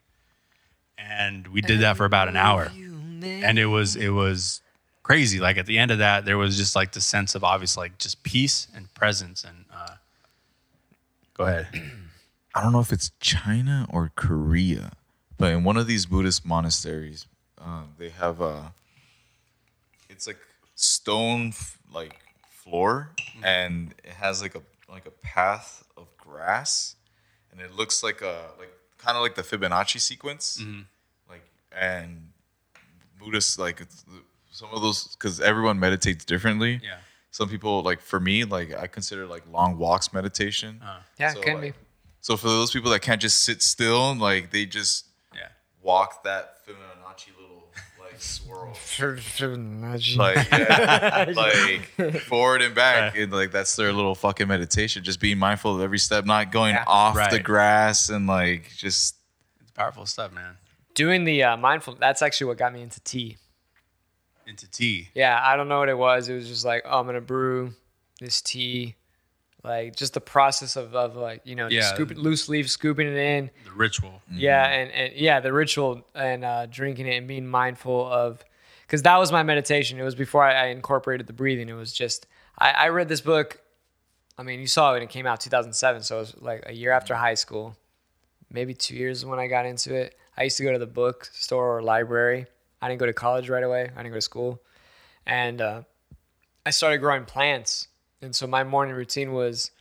Speaker 2: And we did that for about an hour, and it was it was crazy. Like at the end of that, there was just like the sense of obvious like just peace and presence. And uh, go ahead.
Speaker 3: I don't know if it's China or Korea, but in one of these Buddhist monasteries, uh, they have a. It's like stone f- like floor, and it has like a like a path of grass, and it looks like a like kind of like the Fibonacci sequence, like and Buddhists like it's, some of those because everyone meditates differently.
Speaker 2: Yeah.
Speaker 3: Some people like for me like I consider like long walks meditation.
Speaker 1: yeah,
Speaker 3: So,
Speaker 1: it can be.
Speaker 3: like, So for those people that can't just sit still, like they just
Speaker 2: Yeah.
Speaker 3: walk that Fibonacci little like swirl,
Speaker 1: Like,
Speaker 3: like yeah, like forward and back, and like that's their little fucking meditation. Just being mindful of every step, not going
Speaker 1: Yeah.
Speaker 3: off the
Speaker 2: Right.
Speaker 3: grass, and like just
Speaker 2: It's powerful stuff, man.
Speaker 1: Doing the uh, mindful. That's actually what got me into tea.
Speaker 2: Into tea.
Speaker 1: Yeah, I don't know what it was. It was just like, oh, I'm gonna brew this tea, like just the process of, of like you know,
Speaker 2: Yeah.
Speaker 1: just scooping loose leaf, scooping it in.
Speaker 2: The ritual.
Speaker 1: Yeah, and, and yeah, the ritual and uh, drinking it and being mindful of, because that was my meditation. It was before I, I incorporated the breathing. It was just I, I read this book. I mean, you saw it when it came out 2007, so it was like a year after high school, maybe two years when I got into it. I used to go to the bookstore or library. I didn't go to college right away. I didn't go to school, and uh, I started growing plants. And so my morning routine was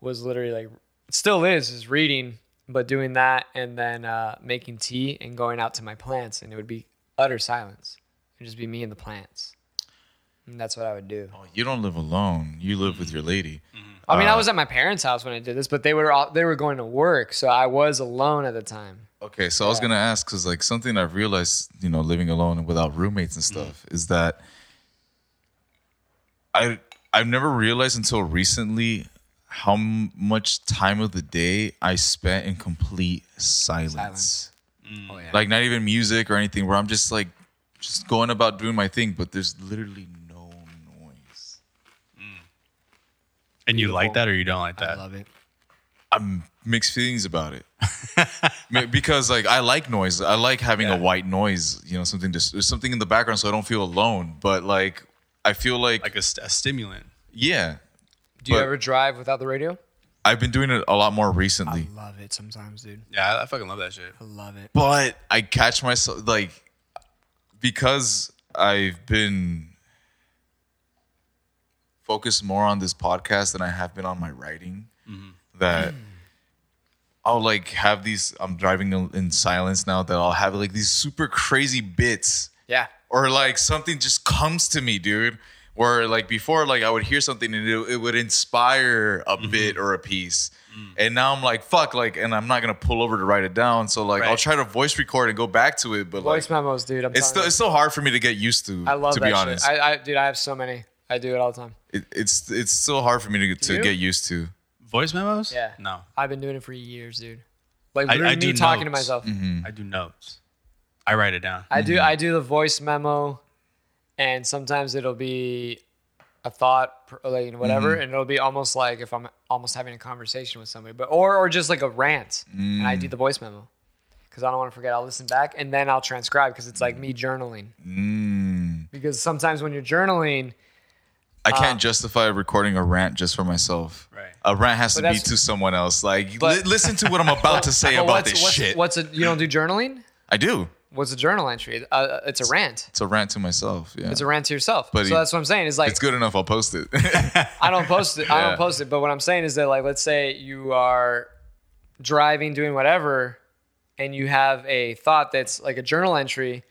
Speaker 1: was literally like still is is reading but doing that and then uh, making tea and going out to my plants and it would be utter silence it'd just be me and the plants and that's what i would do
Speaker 3: oh, you don't live alone. You live with your lady.
Speaker 1: i mean i was at my parents house when i did this but they were all they were going to work so i was alone at the time
Speaker 3: Okay, so I was gonna ask because like something I've realized, you know, living alone and without roommates and stuff, is that I I've never realized until recently how m- much time of the day I spent in complete silence.
Speaker 1: Silence. Oh,
Speaker 3: Like not even music or anything, where I'm just like just going about doing my thing, but there's literally no noise.
Speaker 2: And you like that or you don't like
Speaker 1: I
Speaker 2: that?
Speaker 1: love it.
Speaker 3: I'm mixed feelings about it Ma- because like I like noise. I like having a white noise, you know, something just there's something in the background so I don't feel alone. But like I feel like,
Speaker 2: like a, st- a stimulant.
Speaker 3: yeah,
Speaker 1: Do you
Speaker 3: But-
Speaker 1: ever drive without the radio?
Speaker 3: I've been doing it a lot more recently.
Speaker 1: Love it sometimes, dude.
Speaker 2: Yeah, I, I fucking love that shit.
Speaker 1: I love it.
Speaker 3: but I catch myself like because I've been focused more on this podcast than I have been on my writing that I'll like have these I'm driving in in silence now that I'll have like these super crazy bits
Speaker 1: Yeah.
Speaker 3: or like something just comes to me, dude. Where like before, like I would hear something and it, it would inspire a
Speaker 2: Mm-hmm.
Speaker 3: bit or a piece,
Speaker 2: Mm.
Speaker 3: and now I'm like, fuck, like, and I'm not gonna pull over to write it down. So like, I'll
Speaker 2: Right.
Speaker 3: try to voice record and go back to it, but
Speaker 1: Voice
Speaker 3: like,
Speaker 1: memos, dude. I'm
Speaker 3: it's still
Speaker 1: telling
Speaker 3: it's still hard for me to get used to.
Speaker 1: you. I love
Speaker 3: to
Speaker 1: that
Speaker 3: be honest.
Speaker 1: shit. I, I, dude, I have so many. I do it all the time.
Speaker 3: It, it's it's still hard for me to to
Speaker 1: you?
Speaker 3: get used to.
Speaker 2: Voice memos?
Speaker 1: Yeah.
Speaker 2: No,
Speaker 1: I've been doing it for years, dude. Like
Speaker 2: I-
Speaker 1: literally
Speaker 2: I do
Speaker 1: me talking to
Speaker 2: notes.
Speaker 1: myself.
Speaker 2: I do notes. I write it down.
Speaker 1: I
Speaker 3: Mm-hmm.
Speaker 1: do I do the voice memo, and sometimes it'll be a thought, pr- like whatever,
Speaker 3: Mm-hmm.
Speaker 1: and it'll be almost like if I'm almost having a conversation with somebody, but or or just like a rant, and I
Speaker 3: Mm.
Speaker 1: do the voice memo because I don't want to forget. I'll listen back and then I'll transcribe because it's like me journaling.
Speaker 3: Mm.
Speaker 1: Because sometimes when you're journaling,
Speaker 3: I
Speaker 1: Uh,
Speaker 3: can't justify recording a rant just for myself.
Speaker 2: Right.
Speaker 3: A rant has to be
Speaker 1: that's-
Speaker 3: to someone else. Like,
Speaker 1: But-
Speaker 3: li- listen to what I'm about to say
Speaker 1: But
Speaker 3: about
Speaker 1: what's,
Speaker 3: this
Speaker 1: what's,
Speaker 3: shit.
Speaker 1: What's a you don't do journaling?
Speaker 3: I do.
Speaker 1: What's a journal entry? Uh, it's a rant.
Speaker 3: It's a rant to myself. Yeah.
Speaker 1: It's a rant to yourself.
Speaker 3: But
Speaker 1: so
Speaker 3: he-
Speaker 1: that's what I'm saying. Is like
Speaker 3: It's good enough. I'll post it.
Speaker 1: I don't post it. I
Speaker 3: Yeah.
Speaker 1: don't post it. But what I'm saying is that, like, let's say you are driving, doing whatever, and you have a thought that's like a journal entry,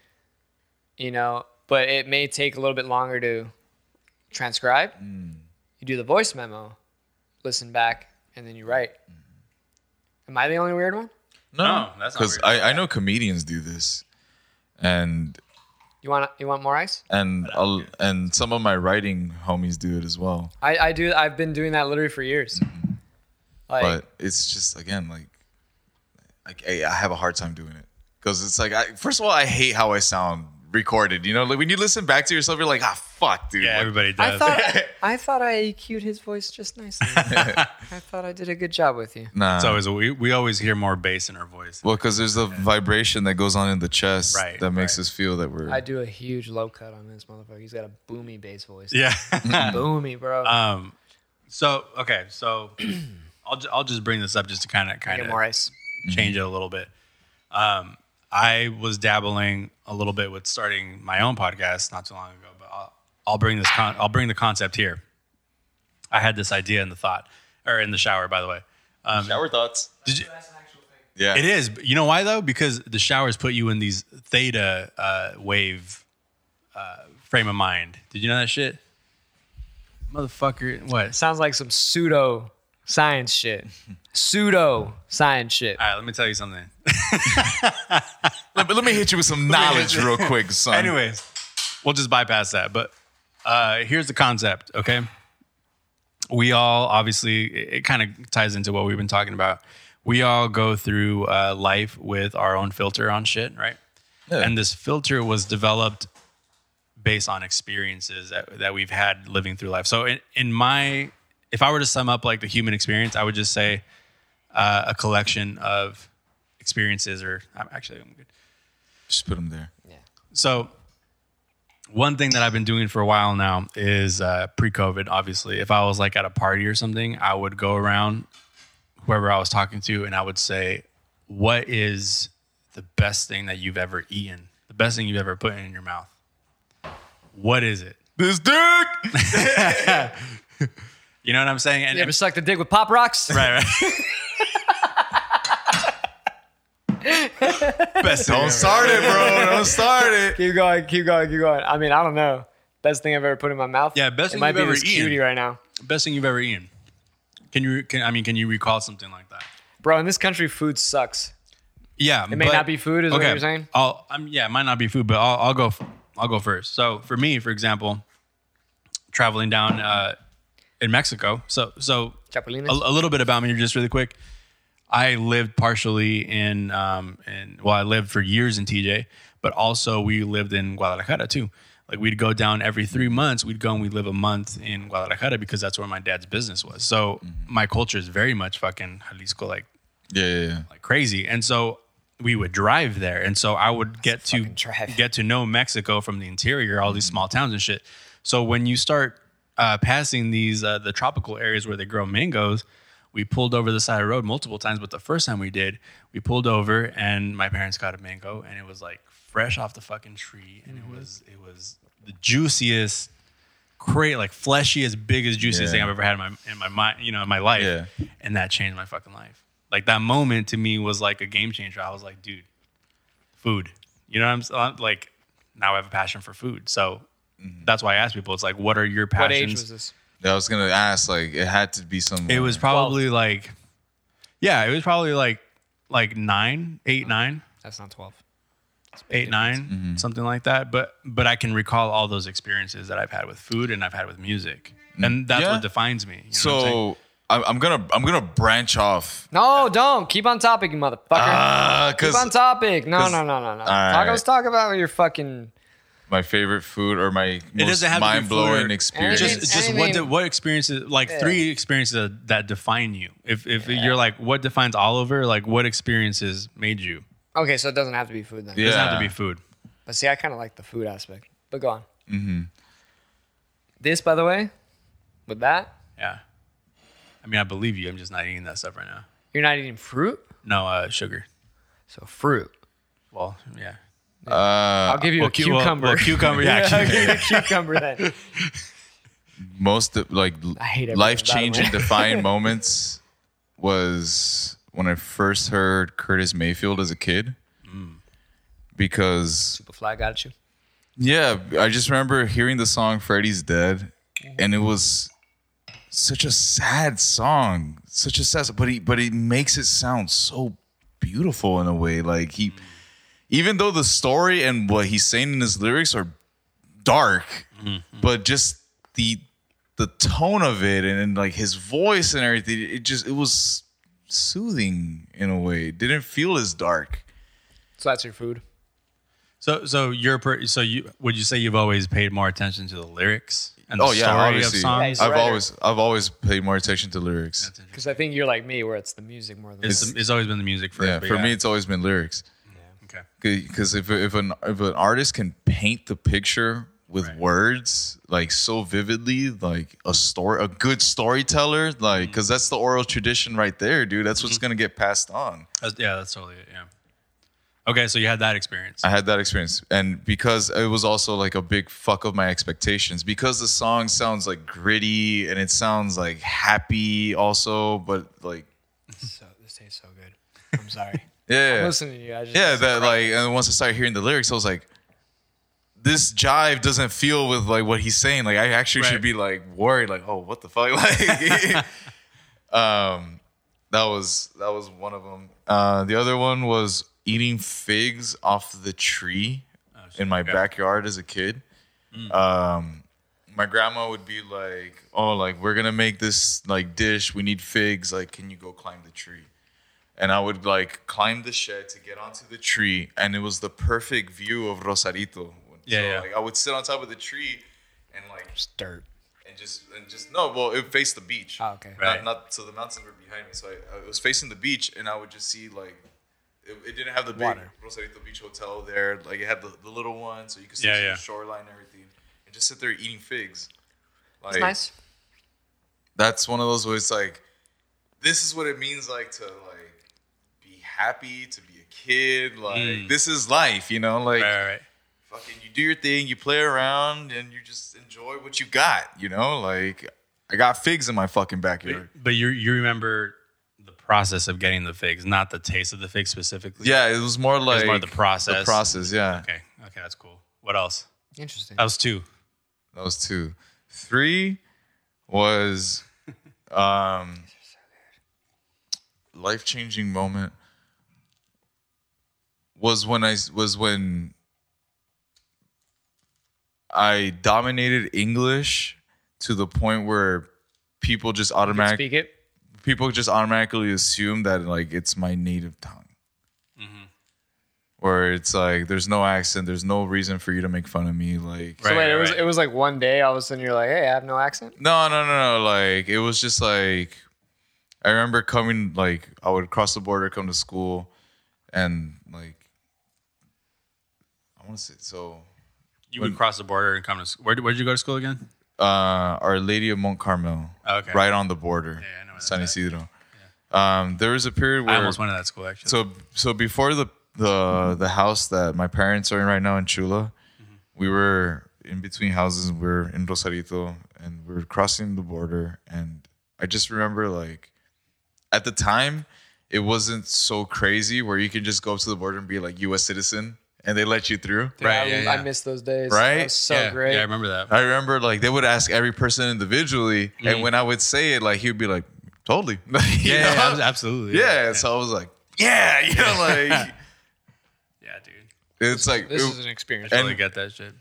Speaker 1: you know, but it may take a little bit longer to transcribe.
Speaker 3: Mm.
Speaker 1: You do the voice memo, listen back, and then you write.
Speaker 3: Mm.
Speaker 1: Am I the only weird one?
Speaker 2: No, that's not
Speaker 3: because
Speaker 2: weird.
Speaker 3: I, I know comedians do this, and
Speaker 1: You want you want more ice?
Speaker 3: and I'll, and some of my writing homies do it as well.
Speaker 1: I, I do. I've been doing that literally for years. Like,
Speaker 3: Mm-hmm. But it's just again like, like I, I have a hard time doing it because it's like I, first of all I hate how I sound recorded. You know, like when you listen back to yourself, you're like, ah, fuck, dude.
Speaker 2: yeah,
Speaker 3: Like,
Speaker 2: everybody
Speaker 1: I
Speaker 2: does.
Speaker 1: thought I thought I EQ'd his voice just nicely. I thought I did a good job with you.
Speaker 3: nah.
Speaker 2: it's always we, we always hear more bass in our voice.
Speaker 3: well, because there's the vibration that goes on in the chest
Speaker 2: Right,
Speaker 3: that makes
Speaker 2: right.
Speaker 3: us feel that we're.
Speaker 1: I do a huge low cut on this motherfucker. He's got a boomy bass voice.
Speaker 2: Yeah.
Speaker 1: mm-hmm. Boomy, bro.
Speaker 2: um. So okay. So I'll ju- I'll just bring this up just to kind of kind
Speaker 1: Get
Speaker 2: of
Speaker 1: more ice.
Speaker 2: change it a little bit. Um, I was dabbling a little bit with starting my own podcast not too long ago, but I'll, I'll bring this con- I'll bring the concept here. I had this idea in the thought or in the shower, by the way. Um,
Speaker 3: Shower thoughts.
Speaker 2: did you,
Speaker 3: Yeah.
Speaker 2: it is. but You know why though? Because the showers put you in these theta uh, wave uh, frame of mind. Did you know that shit? Motherfucker, what?
Speaker 1: Sounds like some pseudo science shit. pseudo science shit.
Speaker 2: All right, let me tell you something.
Speaker 3: Let, let me hit you with some knowledge real quick, son.
Speaker 2: Anyways, we'll just bypass that. But uh, here's the concept, okay? We all obviously, it, it kind of ties into what we've been talking about. We all go through uh, life with our own filter on shit, right?
Speaker 3: Yeah.
Speaker 2: And this filter was developed based on experiences that, that we've had living through life. So, in, in my, if I were to sum up like the human experience, I would just say uh, a collection of experiences, or I'm actually, I'm good.
Speaker 3: just put them there.
Speaker 2: So, one thing that I've been doing for a while now is uh, pre COVID, obviously. If I was like at a party or something, I would go around whoever I was talking to and I would say, What is the best thing that you've ever eaten? The best thing you've ever put in your mouth? What is it?
Speaker 3: This dick.
Speaker 2: You know what I'm saying? And,
Speaker 1: You ever sucked a dick with pop rocks?
Speaker 2: right, right. best thing
Speaker 3: Don't start it, bro. Don't start it.
Speaker 1: Keep going, keep going, keep going. I mean, I don't know. Best thing I've ever put in my mouth.
Speaker 2: Yeah,
Speaker 1: it
Speaker 2: best thing
Speaker 1: might
Speaker 2: you've
Speaker 1: be
Speaker 2: ever
Speaker 1: this
Speaker 2: eaten.
Speaker 1: cutie right now,
Speaker 2: best thing you've ever eaten. Can you? Can, I mean, can you recall something like that?
Speaker 1: bro. In this country, food sucks.
Speaker 2: Yeah,
Speaker 1: It may not be food, is what you're saying.
Speaker 2: I'll, I'm, yeah, it might not be food, but I'll, I'll go. f- I'll go first. So for me, for example, traveling down uh, in Mexico. So so
Speaker 1: Chapulines.
Speaker 2: a, a little bit about me, just really quick. I lived partially in um, in well, I lived for years in TJ, but also we lived in Guadalajara too. Like we'd go down every three months, we'd go and we'd live a month in Guadalajara because that's where my dad's business was. So my culture is very much fucking Jalisco, like
Speaker 3: Yeah, yeah, yeah.
Speaker 2: like crazy. And so we would drive there. And so I would get to
Speaker 1: drive.
Speaker 2: get to know Mexico from the interior, all these small towns and shit. So when you start uh, passing these uh, the tropical areas where they grow mangoes, we pulled over the side of the road multiple times. But the first time we did, we pulled over and my parents got a mango and it was like fresh off the fucking tree and it was it was the juiciest. Great, like fleshiest, biggest, juiciest
Speaker 3: Yeah.
Speaker 2: thing I've ever had in my in my mind, you know, in my life
Speaker 3: Yeah.
Speaker 2: and that changed my fucking life. Like that moment to me was like a game changer. I was like, dude, food. You know what I'm saying? Like now I have a passion for food. So
Speaker 3: Mm-hmm.
Speaker 2: that's why I ask people. It's like, what are your
Speaker 1: What
Speaker 2: passions?
Speaker 1: age was this?
Speaker 3: Yeah, I was gonna ask. Like, it had to be some.
Speaker 2: It was probably like, yeah, it was probably like like nine, eight, nine,
Speaker 1: That's not 12. It's a big
Speaker 2: eight,
Speaker 1: difference.
Speaker 2: nine,
Speaker 3: Mm-hmm.
Speaker 2: something like that. But but I can recall all those experiences that I've had with food and I've had with music, and that's
Speaker 3: Yeah.
Speaker 2: what defines me. You know what I'm saying?
Speaker 3: So I'm, I'm gonna I'm gonna branch off.
Speaker 1: No, don't. Keep on topic, you motherfucker.
Speaker 2: Uh,
Speaker 3: Ah,
Speaker 1: Keep on
Speaker 3: because
Speaker 1: topic. No,
Speaker 3: 'cause-
Speaker 1: no, no, no, no.
Speaker 3: right.
Speaker 1: Tacos talk about your fucking.
Speaker 3: my favorite food or my most
Speaker 2: doesn't have to be
Speaker 3: mind blowing
Speaker 2: food or-
Speaker 3: experience.
Speaker 1: Anything-
Speaker 2: just just
Speaker 1: anything-
Speaker 2: what did, what experiences like three experiences that, that define you if if you're like what defines oliver like what experiences made you
Speaker 1: Okay, so it doesn't have to be food then.
Speaker 2: it doesn't have
Speaker 3: Yeah.
Speaker 2: to be food
Speaker 1: But see, I kind of like the food aspect. But go on. Mm-hmm. This, by the way, with that,
Speaker 2: yeah i mean i believe you i'm just not eating that stuff right now
Speaker 1: you're not eating fruit.
Speaker 2: no uh sugar
Speaker 1: So fruit.
Speaker 2: well yeah
Speaker 3: Uh,
Speaker 1: I'll give you
Speaker 2: well,
Speaker 1: a
Speaker 2: cu- well,
Speaker 1: cucumber.
Speaker 2: well, cucumber, yeah,
Speaker 1: I'll give you a cucumber then.
Speaker 3: most of, like
Speaker 1: hate everything
Speaker 3: life changing
Speaker 1: about it.
Speaker 3: defining moments was when I first heard Curtis Mayfield as a kid.
Speaker 2: Mm.
Speaker 3: Because
Speaker 1: The fly got you.
Speaker 3: yeah, I just remember hearing the song Freddy's Dead and it was such a sad song. Such a sad but he but it makes it sound so beautiful in a way. Like he even though the story and what he's saying in his lyrics are dark, but just the the tone of it and, and like his voice and everything, it just it was soothing in a way. It didn't feel as dark.
Speaker 1: So that's your food.
Speaker 2: so so you're per- so you would you say you've always paid more attention to the lyrics and the
Speaker 3: Oh, yeah,
Speaker 2: story
Speaker 3: obviously.
Speaker 2: of
Speaker 1: Yeah,
Speaker 2: songs
Speaker 1: he's- a
Speaker 3: I've
Speaker 1: writer.
Speaker 3: always I've always paid more attention to lyrics.
Speaker 1: Because I think you're like me, where it's the music more than
Speaker 2: it's,
Speaker 1: the
Speaker 2: it's always been the music for
Speaker 3: Yeah,
Speaker 2: but
Speaker 3: for me it's always been lyrics.
Speaker 2: okay
Speaker 3: Because if if an if an artist can paint the picture with
Speaker 2: Right.
Speaker 3: words like so vividly, like a story, a good storyteller,
Speaker 2: Mm-hmm.
Speaker 3: like because that's the oral tradition right there, dude. That's what's gonna get passed on.
Speaker 2: That's- yeah that's totally it yeah okay so you had that experience
Speaker 3: I had that experience, and because it was also like a big fuck of my expectations. Because the song sounds like gritty and it sounds like happy, also, but like
Speaker 1: So, this tastes so good. I'm sorry.
Speaker 3: yeah,
Speaker 1: I'm listening to you. I just,
Speaker 3: yeah that like and once i started hearing the lyrics i was like this jive doesn't feel with like what he's saying like i actually
Speaker 2: Right.
Speaker 3: should be like worried like oh what the fuck like um that was that was one of them uh the other one was eating figs off the tree in my
Speaker 2: okay.
Speaker 3: backyard as a kid
Speaker 2: Hmm.
Speaker 3: um my grandma would be like, "Oh, like we're gonna make this like dish. We need figs. Like, can you go climb the tree?" And I would like climb the shed to get onto the tree, and it was the perfect view of Rosarito.
Speaker 2: Yeah,
Speaker 3: so,
Speaker 2: yeah.
Speaker 3: Like, I would sit on top of the tree, and like,
Speaker 1: Just dirt.
Speaker 3: and just and just no. Well, it faced the beach.
Speaker 1: Oh, okay.
Speaker 2: Right.
Speaker 3: Not, not so the mountains were behind me, so I, I was facing the beach, and I would just see like. It, it didn't have the big
Speaker 1: Water.
Speaker 3: Rosarito Beach Hotel there. Like it had the, the little one, so you could see
Speaker 2: Yeah,
Speaker 3: the
Speaker 2: yeah.
Speaker 3: shoreline and everything, and just sit there eating figs. Like,
Speaker 1: It's nice.
Speaker 3: that's one of those where it's like this is what it means like to like be happy to be a kid like this is life you know
Speaker 2: Mm.
Speaker 3: like
Speaker 2: right, right, right.
Speaker 3: fucking you do your thing you play around and you just enjoy what you got you know like i got figs in my fucking backyard
Speaker 2: But you you remember the process of getting the figs, not the taste of the figs specifically.
Speaker 3: yeah it was more like
Speaker 2: more the process.
Speaker 3: the process yeah
Speaker 2: Okay. Okay, that's cool. What else?
Speaker 1: Interesting.
Speaker 2: That
Speaker 3: Uh,
Speaker 2: was two.
Speaker 3: that was two three was um life-changing moment was when i was when i dominated english to the point where people just automatically
Speaker 1: Speak it.
Speaker 2: Mm-hmm.
Speaker 3: people just automatically assume that like it's my native tongue where it's like there's no accent, there's no reason for you to make fun of me. Like
Speaker 1: So
Speaker 2: Right,
Speaker 1: wait, it
Speaker 2: right,
Speaker 1: was
Speaker 2: right.
Speaker 1: it was like one day all of a sudden you're like, hey, I have no accent.
Speaker 3: No, no, no, no. Like it was just like I remember coming like I would cross the border, come to school, and like I want to say so.
Speaker 2: You would cross the border and come to school. Where where'd you go to school again?
Speaker 3: Uh, Our Lady of Mont Carmel,
Speaker 2: Oh, Okay.
Speaker 3: right on the border,
Speaker 2: Yeah, I know where that's
Speaker 3: San
Speaker 2: at.
Speaker 3: Isidro. Um, there was a period
Speaker 2: I
Speaker 3: where
Speaker 2: almost went to that school actually.
Speaker 3: so so before the the the house that my parents are in right now in Chula, we were in between houses. We were in Rosarito, and we were crossing the border. And I just remember like at the time, it wasn't so crazy where you can just go up to the border and be like U.S. citizen, and they let you through.
Speaker 1: I,
Speaker 2: right, yeah, yeah.
Speaker 1: I miss those days.
Speaker 3: Right?
Speaker 1: That was so
Speaker 2: yeah,
Speaker 1: great.
Speaker 2: Yeah, I remember that.
Speaker 3: I remember like they would ask every person individually, and when I would say it, like he would be like, "Totally, You
Speaker 2: Yeah,
Speaker 3: know?
Speaker 2: yeah, abs- absolutely.
Speaker 3: yeah." So I was like, "Yeah," you know, like
Speaker 2: yeah, dude.
Speaker 3: it's like
Speaker 1: This
Speaker 3: it-
Speaker 1: is an experience.
Speaker 3: and-
Speaker 2: Totally get that shit.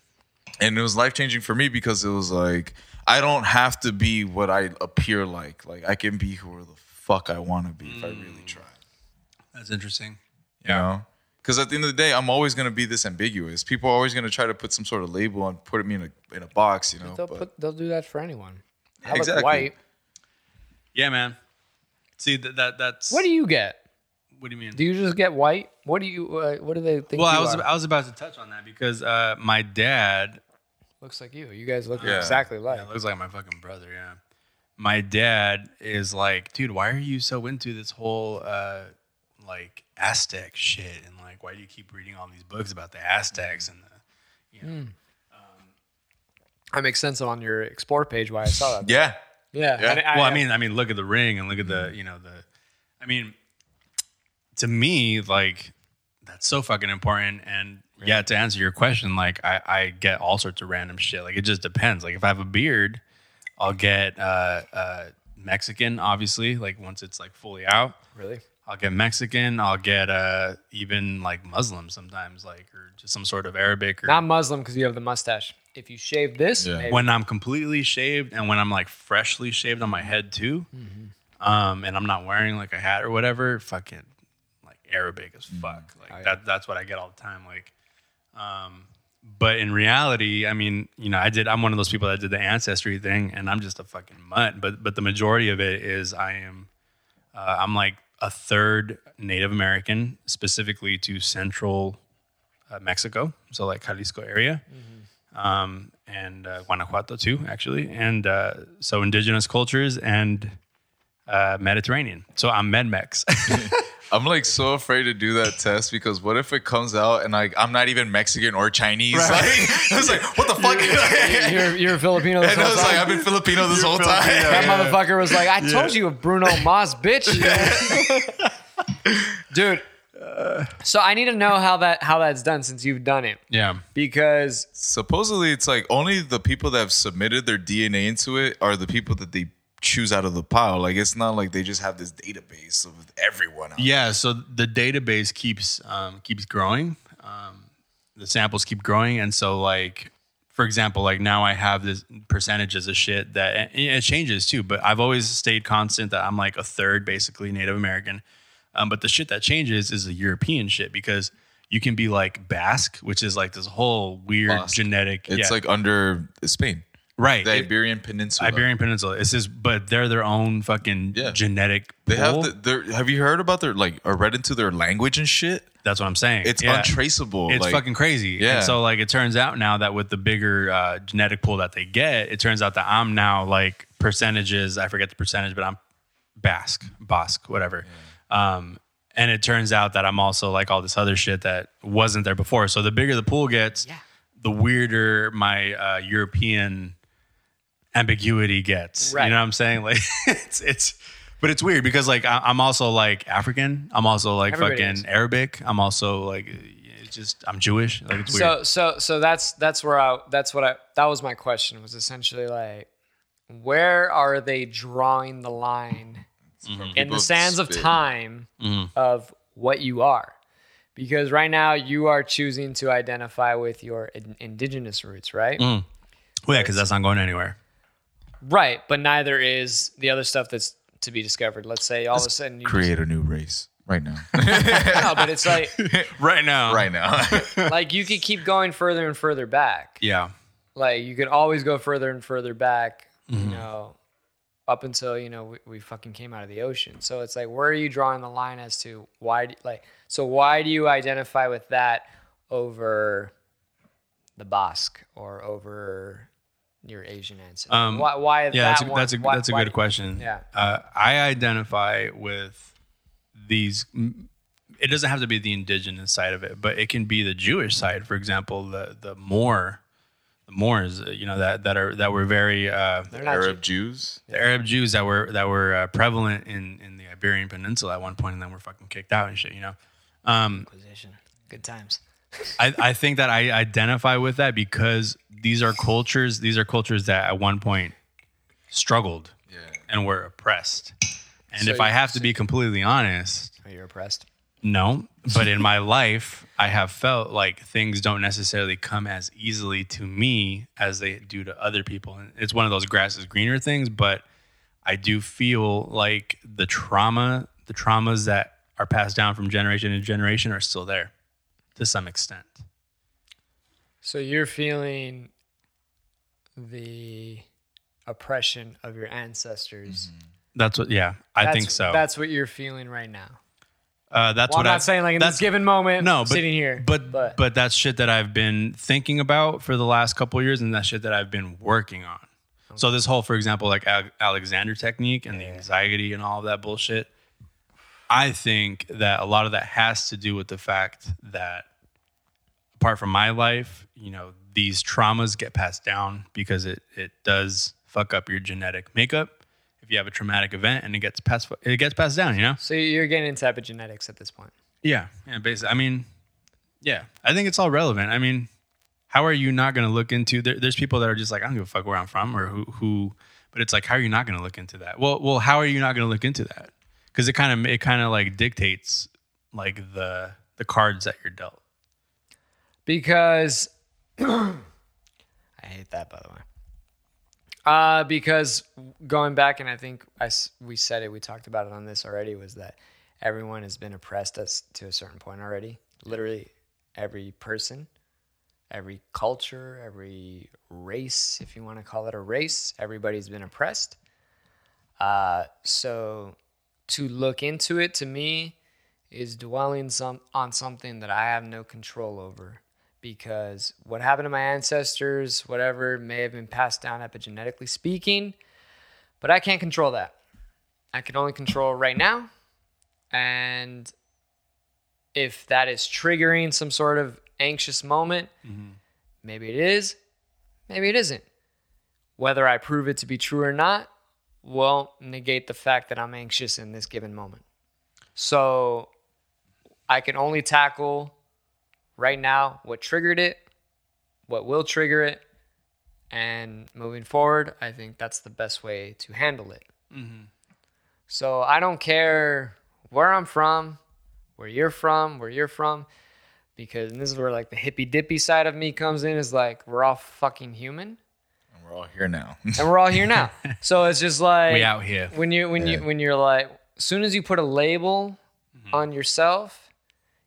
Speaker 3: and it was life changing for me because it was like I don't have to be what I appear like. Like I can be who the fuck I want to be if I really
Speaker 1: Mm.
Speaker 3: try.
Speaker 2: That's interesting.
Speaker 3: You know? Because at the end of the day, I'm always gonna be this ambiguous. People are always gonna try to put some sort of label and put me in a in a box. You know?
Speaker 1: they'll
Speaker 3: But-
Speaker 1: put they'll do that for anyone. I look
Speaker 3: Exactly.
Speaker 1: white.
Speaker 2: Yeah, man. See that, that that's
Speaker 1: What do you get?
Speaker 2: what do you mean?
Speaker 1: Do you just get white? What do you uh, what do they think?
Speaker 2: well,
Speaker 1: you
Speaker 2: I was
Speaker 1: are?
Speaker 2: I was about to touch on that because uh, my dad
Speaker 1: looks like you. You guys look
Speaker 3: Yeah.
Speaker 1: exactly like.
Speaker 2: It looks like my fucking brother, yeah. My dad is like, dude, why are you so into this whole uh like Aztec shit? And like, why do you keep reading all these books about the Aztecs and the
Speaker 1: I make sense on your explore page why I saw that.
Speaker 3: yeah.
Speaker 1: yeah.
Speaker 3: Yeah.
Speaker 2: Well, I Mm-hmm. mean, I mean, look at the ring and look at the, you know, the I mean to me, like that's so fucking important. And yeah, to answer your question, like I, I get all sorts of random shit. Like it just depends. Like if I have a beard, I'll get uh uh Mexican, obviously, like once it's like fully out.
Speaker 1: really.
Speaker 2: I'll get Mexican. I'll get uh, even like Muslim sometimes, like or just some sort of Arabic. Or
Speaker 1: Not Muslim because you have the mustache. If you shave this,
Speaker 3: Yeah.
Speaker 1: maybe.
Speaker 2: when I'm completely shaved and when I'm like freshly shaved on my head too, um, and I'm not wearing like a hat or whatever. Fucking like Arabic as fuck. Like that. That's what I get all the time. Like, um, but in reality, I mean, you know, I did. I'm one of those people that did the ancestry thing, and I'm just a fucking mutt. But but the majority of it is I am. Uh, I'm like a third Native American, specifically to Central uh, Mexico, so like Jalisco area, um, and uh, Guanajuato too, actually, and uh, so indigenous cultures and uh, Mediterranean. So I'm MedMex.
Speaker 3: I'm like so afraid to do that test because what if it comes out and like I'm not even Mexican or Chinese? Like, I was like, what the fuck? and
Speaker 1: You're, you're a Filipino. This
Speaker 3: I
Speaker 1: whole
Speaker 3: was like,
Speaker 1: time.
Speaker 3: I've been Filipino this whole
Speaker 2: Filipino.
Speaker 3: time.
Speaker 1: that motherfucker was like, I told you, Bruno Mars, bitch. Dude. So I need to know how that how that's done since you've done it
Speaker 2: yeah.
Speaker 1: because
Speaker 3: supposedly it's like only the people that have submitted their DNA into it are the people that they choose out of the pile. Like it's not like they just have this database of everyone. Out.
Speaker 2: Yeah, so the database keeps um, keeps growing. Um, the samples keep growing, and so like for example, like now I have this percentages of shit that and it changes too. But I've always stayed constant that I'm like a third basically Native American. Um, but the shit that changes is the European shit because you can be like Basque, which is like this whole weird
Speaker 3: Basque.
Speaker 2: genetic. yeah,
Speaker 3: It's like under Spain,
Speaker 2: right
Speaker 3: the
Speaker 2: it-
Speaker 3: Iberian Peninsula.
Speaker 2: Iberian Peninsula. It's just, but they're their own fucking
Speaker 3: Yeah.
Speaker 2: genetic.
Speaker 3: They have
Speaker 2: pool.
Speaker 3: the, their, have you heard about their like or read into their language and shit?
Speaker 2: That's what I'm saying.
Speaker 3: It's
Speaker 2: Yeah.
Speaker 3: untraceable.
Speaker 2: It's
Speaker 3: like,
Speaker 2: fucking crazy.
Speaker 3: Yeah.
Speaker 2: And so like it turns out now that with the bigger uh, genetic pool that they get, it turns out that I'm now like percentages. I forget the percentage, but I'm Basque, Basque, whatever. Um, and it turns out that I'm also like all this other shit that wasn't there before. So the bigger the pool gets,
Speaker 1: Yeah.
Speaker 2: the weirder my uh, European ambiguity gets.
Speaker 1: Right.
Speaker 2: You know what I'm saying? Like it's it's. But it's weird because like I- I'm also like African. I'm also like
Speaker 1: Everybody
Speaker 2: fucking
Speaker 1: is.
Speaker 2: Arabic. I'm also like it's just I'm Jewish. Like it's weird.
Speaker 1: so so so that's that's where I that's what I that was my question was essentially like where are they drawing the line in the
Speaker 3: Mm-hmm. People
Speaker 1: sands of
Speaker 3: spit. Mm-hmm.
Speaker 1: time of what you are because right now you are choosing to identify with your in- indigenous roots right
Speaker 2: well, yeah, because that's not going anywhere.
Speaker 1: Right, but neither is the other stuff that's to be discovered. Let's say all of a sudden you
Speaker 3: Create a new race. right now.
Speaker 1: no, but it's like
Speaker 2: right now.
Speaker 3: right now.
Speaker 1: like you could keep going further and further back.
Speaker 2: Yeah.
Speaker 1: Like you could always go further and further back.
Speaker 2: Mm-hmm.
Speaker 1: You know, up until you know we, we fucking came out of the ocean. So it's like, where are you drawing the line as to why? Do, like, so why do you identify with that over the Basque or over your Asian ancestor?
Speaker 2: Um,
Speaker 1: why? Why
Speaker 2: Yeah, that's
Speaker 1: that
Speaker 2: a,
Speaker 1: one?
Speaker 2: that's a
Speaker 1: Why-
Speaker 2: that's a
Speaker 1: why
Speaker 2: good
Speaker 1: do-
Speaker 2: question.
Speaker 1: Yeah.
Speaker 2: uh, I identify with these. m- It doesn't have to be the indigenous side of it, but it can be the Jewish side. For example, the the Moor, the Moors, uh, you know that that are that were very uh,
Speaker 1: They're not
Speaker 3: Arab
Speaker 1: Jew-
Speaker 3: Jews.
Speaker 2: the Arab Jews that were that were uh, prevalent in in the Iberian Peninsula at one point, and then were fucking kicked out and shit. You know, um,
Speaker 1: Inquisition. Good times.
Speaker 2: I, I think that I identify with that because these are cultures. These are cultures that at one point struggled and were oppressed. And
Speaker 1: So
Speaker 2: if I
Speaker 1: you-
Speaker 2: have to be completely honest,
Speaker 1: Are you oppressed?
Speaker 2: No, but in my life, I have felt like things don't necessarily come as easily to me as they do to other people. And it's one of those grass is greener things, but I do feel like the trauma, the traumas that are passed down from generation to generation are still there to some extent.
Speaker 1: So you're feeling the oppression of your ancestors.
Speaker 2: That's what, yeah, I
Speaker 1: That's-
Speaker 2: think so. That's,
Speaker 1: That's what you're feeling right now.
Speaker 2: uh, that's
Speaker 1: Well,
Speaker 2: what
Speaker 1: I'm
Speaker 2: I-
Speaker 1: not saying like in
Speaker 2: that's-
Speaker 1: this given moment.
Speaker 2: no,
Speaker 1: I'm
Speaker 2: but,
Speaker 1: sitting here,
Speaker 2: But, but that's shit that I've been thinking about for the last couple of years, and that shit that I've been working on. So this whole, for example, like Al- Alexander technique and the anxiety and all of that bullshit. I think that a lot of that has to do with the fact that, apart from my life, you know, these traumas get passed down because it it does fuck up your genetic makeup. If you have a traumatic event and it gets passed, it gets passed down. You know.
Speaker 1: so you're getting into epigenetics at this point.
Speaker 2: Yeah. Yeah. Basically, I mean, yeah, I think it's all relevant. I mean, how are you not going to look into? There, there's people that are just like, I don't give a fuck where I'm from or who, who, but it's like, how are you not going to look into that? Well, well, how are you not going to look into that? Because it kind of, it kind of like dictates like the the cards that you're dealt.
Speaker 1: because I hate that by the way. Uh, because going back and I think I s- we said it, we talked about it on this already, was that everyone has been oppressed us to a certain point already. Literally every person, every culture, every race, if you want to call it a race, everybody's been oppressed. Uh, so to look into it to me is dwelling some on something that I have no control over because what happened to my ancestors, whatever may have been passed down epigenetically speaking, but I can't control that. I can only control right now. And if that is triggering some sort of anxious moment, maybe it is, maybe it isn't. Whether I prove it to be true or not won't negate the fact that I'm anxious in this given moment. So I can only tackle right now what triggered it, what will trigger it, and moving forward, I think that's the best way to handle it. So I don't care where I'm from, where you're from, where you're from, because and this is where like the hippy dippy side of me comes in is like we're all fucking human
Speaker 3: And we're all here now.
Speaker 1: and we're all here now. so it's just like
Speaker 2: We out here.
Speaker 1: when you when you when you're like as soon as you put a label on yourself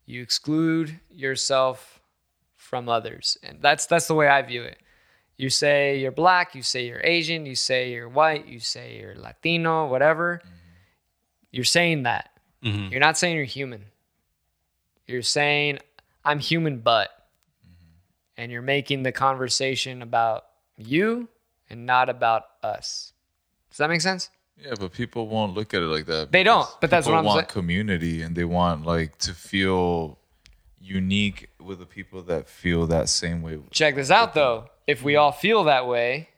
Speaker 1: you exclude yourself from others and that's that's the way i view it you say you're black you say you're asian you say you're white you say you're latino whatever you're saying that
Speaker 2: Mhm.
Speaker 1: you're not saying you're human you're saying i'm human but and you're making the conversation about you and not about us does that make sense
Speaker 3: Yeah, but people won't look at it like that.
Speaker 1: They don't,
Speaker 3: because
Speaker 1: but that's what
Speaker 3: people
Speaker 1: I'm
Speaker 3: want
Speaker 1: saying.
Speaker 3: community and they want like to feel unique with the people that feel that same way.
Speaker 1: check this out though if we all feel that way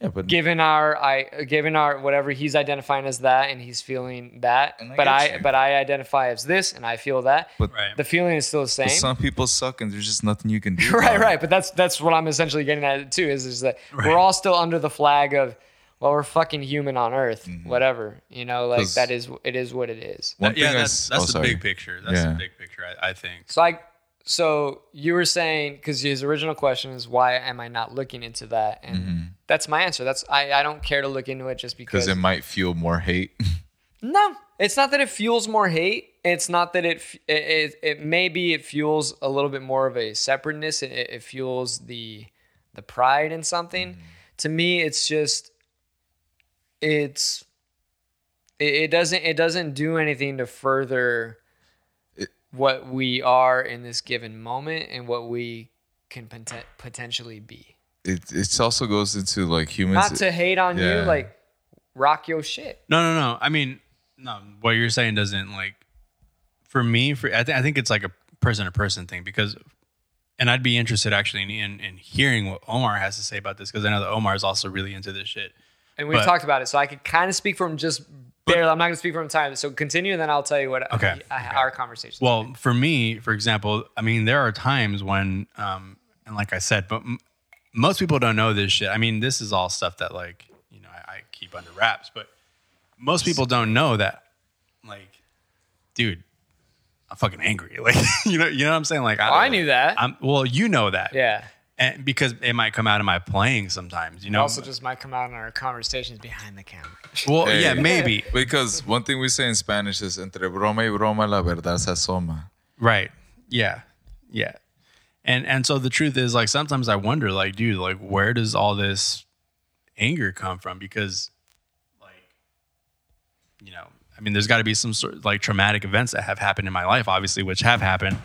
Speaker 3: Yeah, but
Speaker 1: given our i given our whatever he's identifying as that and he's feeling that
Speaker 3: And I
Speaker 1: but
Speaker 3: get
Speaker 1: i
Speaker 3: you.
Speaker 1: but i identify as this and i feel that
Speaker 3: but
Speaker 2: Right.
Speaker 1: the feeling is still the same
Speaker 3: some people suck and there's just nothing you can do. about
Speaker 1: right
Speaker 3: it.
Speaker 1: right but that's that's what i'm essentially getting at too is, is that we're all still under the flag of well we're fucking human on earth whatever you know like
Speaker 3: Mm-hmm. 'Cause-
Speaker 1: that is it is what it is
Speaker 3: One
Speaker 2: yeah,
Speaker 3: thing I
Speaker 2: that's
Speaker 3: s-
Speaker 2: that's
Speaker 3: oh,
Speaker 2: the
Speaker 3: sorry.
Speaker 2: big picture. That's
Speaker 3: Yeah.
Speaker 2: the big picture. I, I think.
Speaker 1: So I, so you were saying because his original question is why am I not looking into that, and that's my answer. That's I, I don't care to look into it just Mm-hmm. because.
Speaker 3: Because it might feel more hate.
Speaker 1: no, it's not that it fuels more hate. it's not that it, f- it it it maybe it fuels a little bit more of a separateness. It, it fuels the the pride in something. To me, it's just it's it, it doesn't it doesn't do anything to further what we are in this given moment and what we can poten- potentially be.
Speaker 3: It it also goes into like humans.
Speaker 1: Not to hate on you,
Speaker 3: yeah.
Speaker 1: like rock your shit.
Speaker 2: No, no, no. I mean, no. What you're saying doesn't like for me. For I, th- I think it's like a person to person thing because, and I'd be interested actually in in, in hearing what Omar has to say about this because I know that Omar is also really into this shit.
Speaker 1: and we've
Speaker 2: But-
Speaker 1: talked about it, so I could kind of speak from just barely. I'm not going to speak from time, so continue, and then I'll tell you what
Speaker 2: Okay,
Speaker 1: I, our conversation.
Speaker 2: Well, for me, for example, I mean, there are times when, um, and like I said, but m- most people don't know this shit. I mean, this is all stuff that like you know I, I keep under wraps, but most people don't know that. Like, dude, I'm fucking angry. Like, you know, you know what I'm saying? Like, I,
Speaker 1: Oh, I knew that.
Speaker 2: I'm, well, you know that,
Speaker 1: yeah.
Speaker 2: and because it might come out of my playing sometimes. You know,
Speaker 1: Also, just might come out in our conversations behind the camera.
Speaker 2: well,
Speaker 3: Hey.
Speaker 2: yeah, maybe
Speaker 3: because one thing we say in Spanish is entre broma y broma la verdad se asoma.
Speaker 2: Right. Yeah. Yeah. And and so the truth is like sometimes I wonder like dude like where does all this anger come from because like you know I mean there's got to be some sort of like traumatic events that have happened in my life obviously which have happened.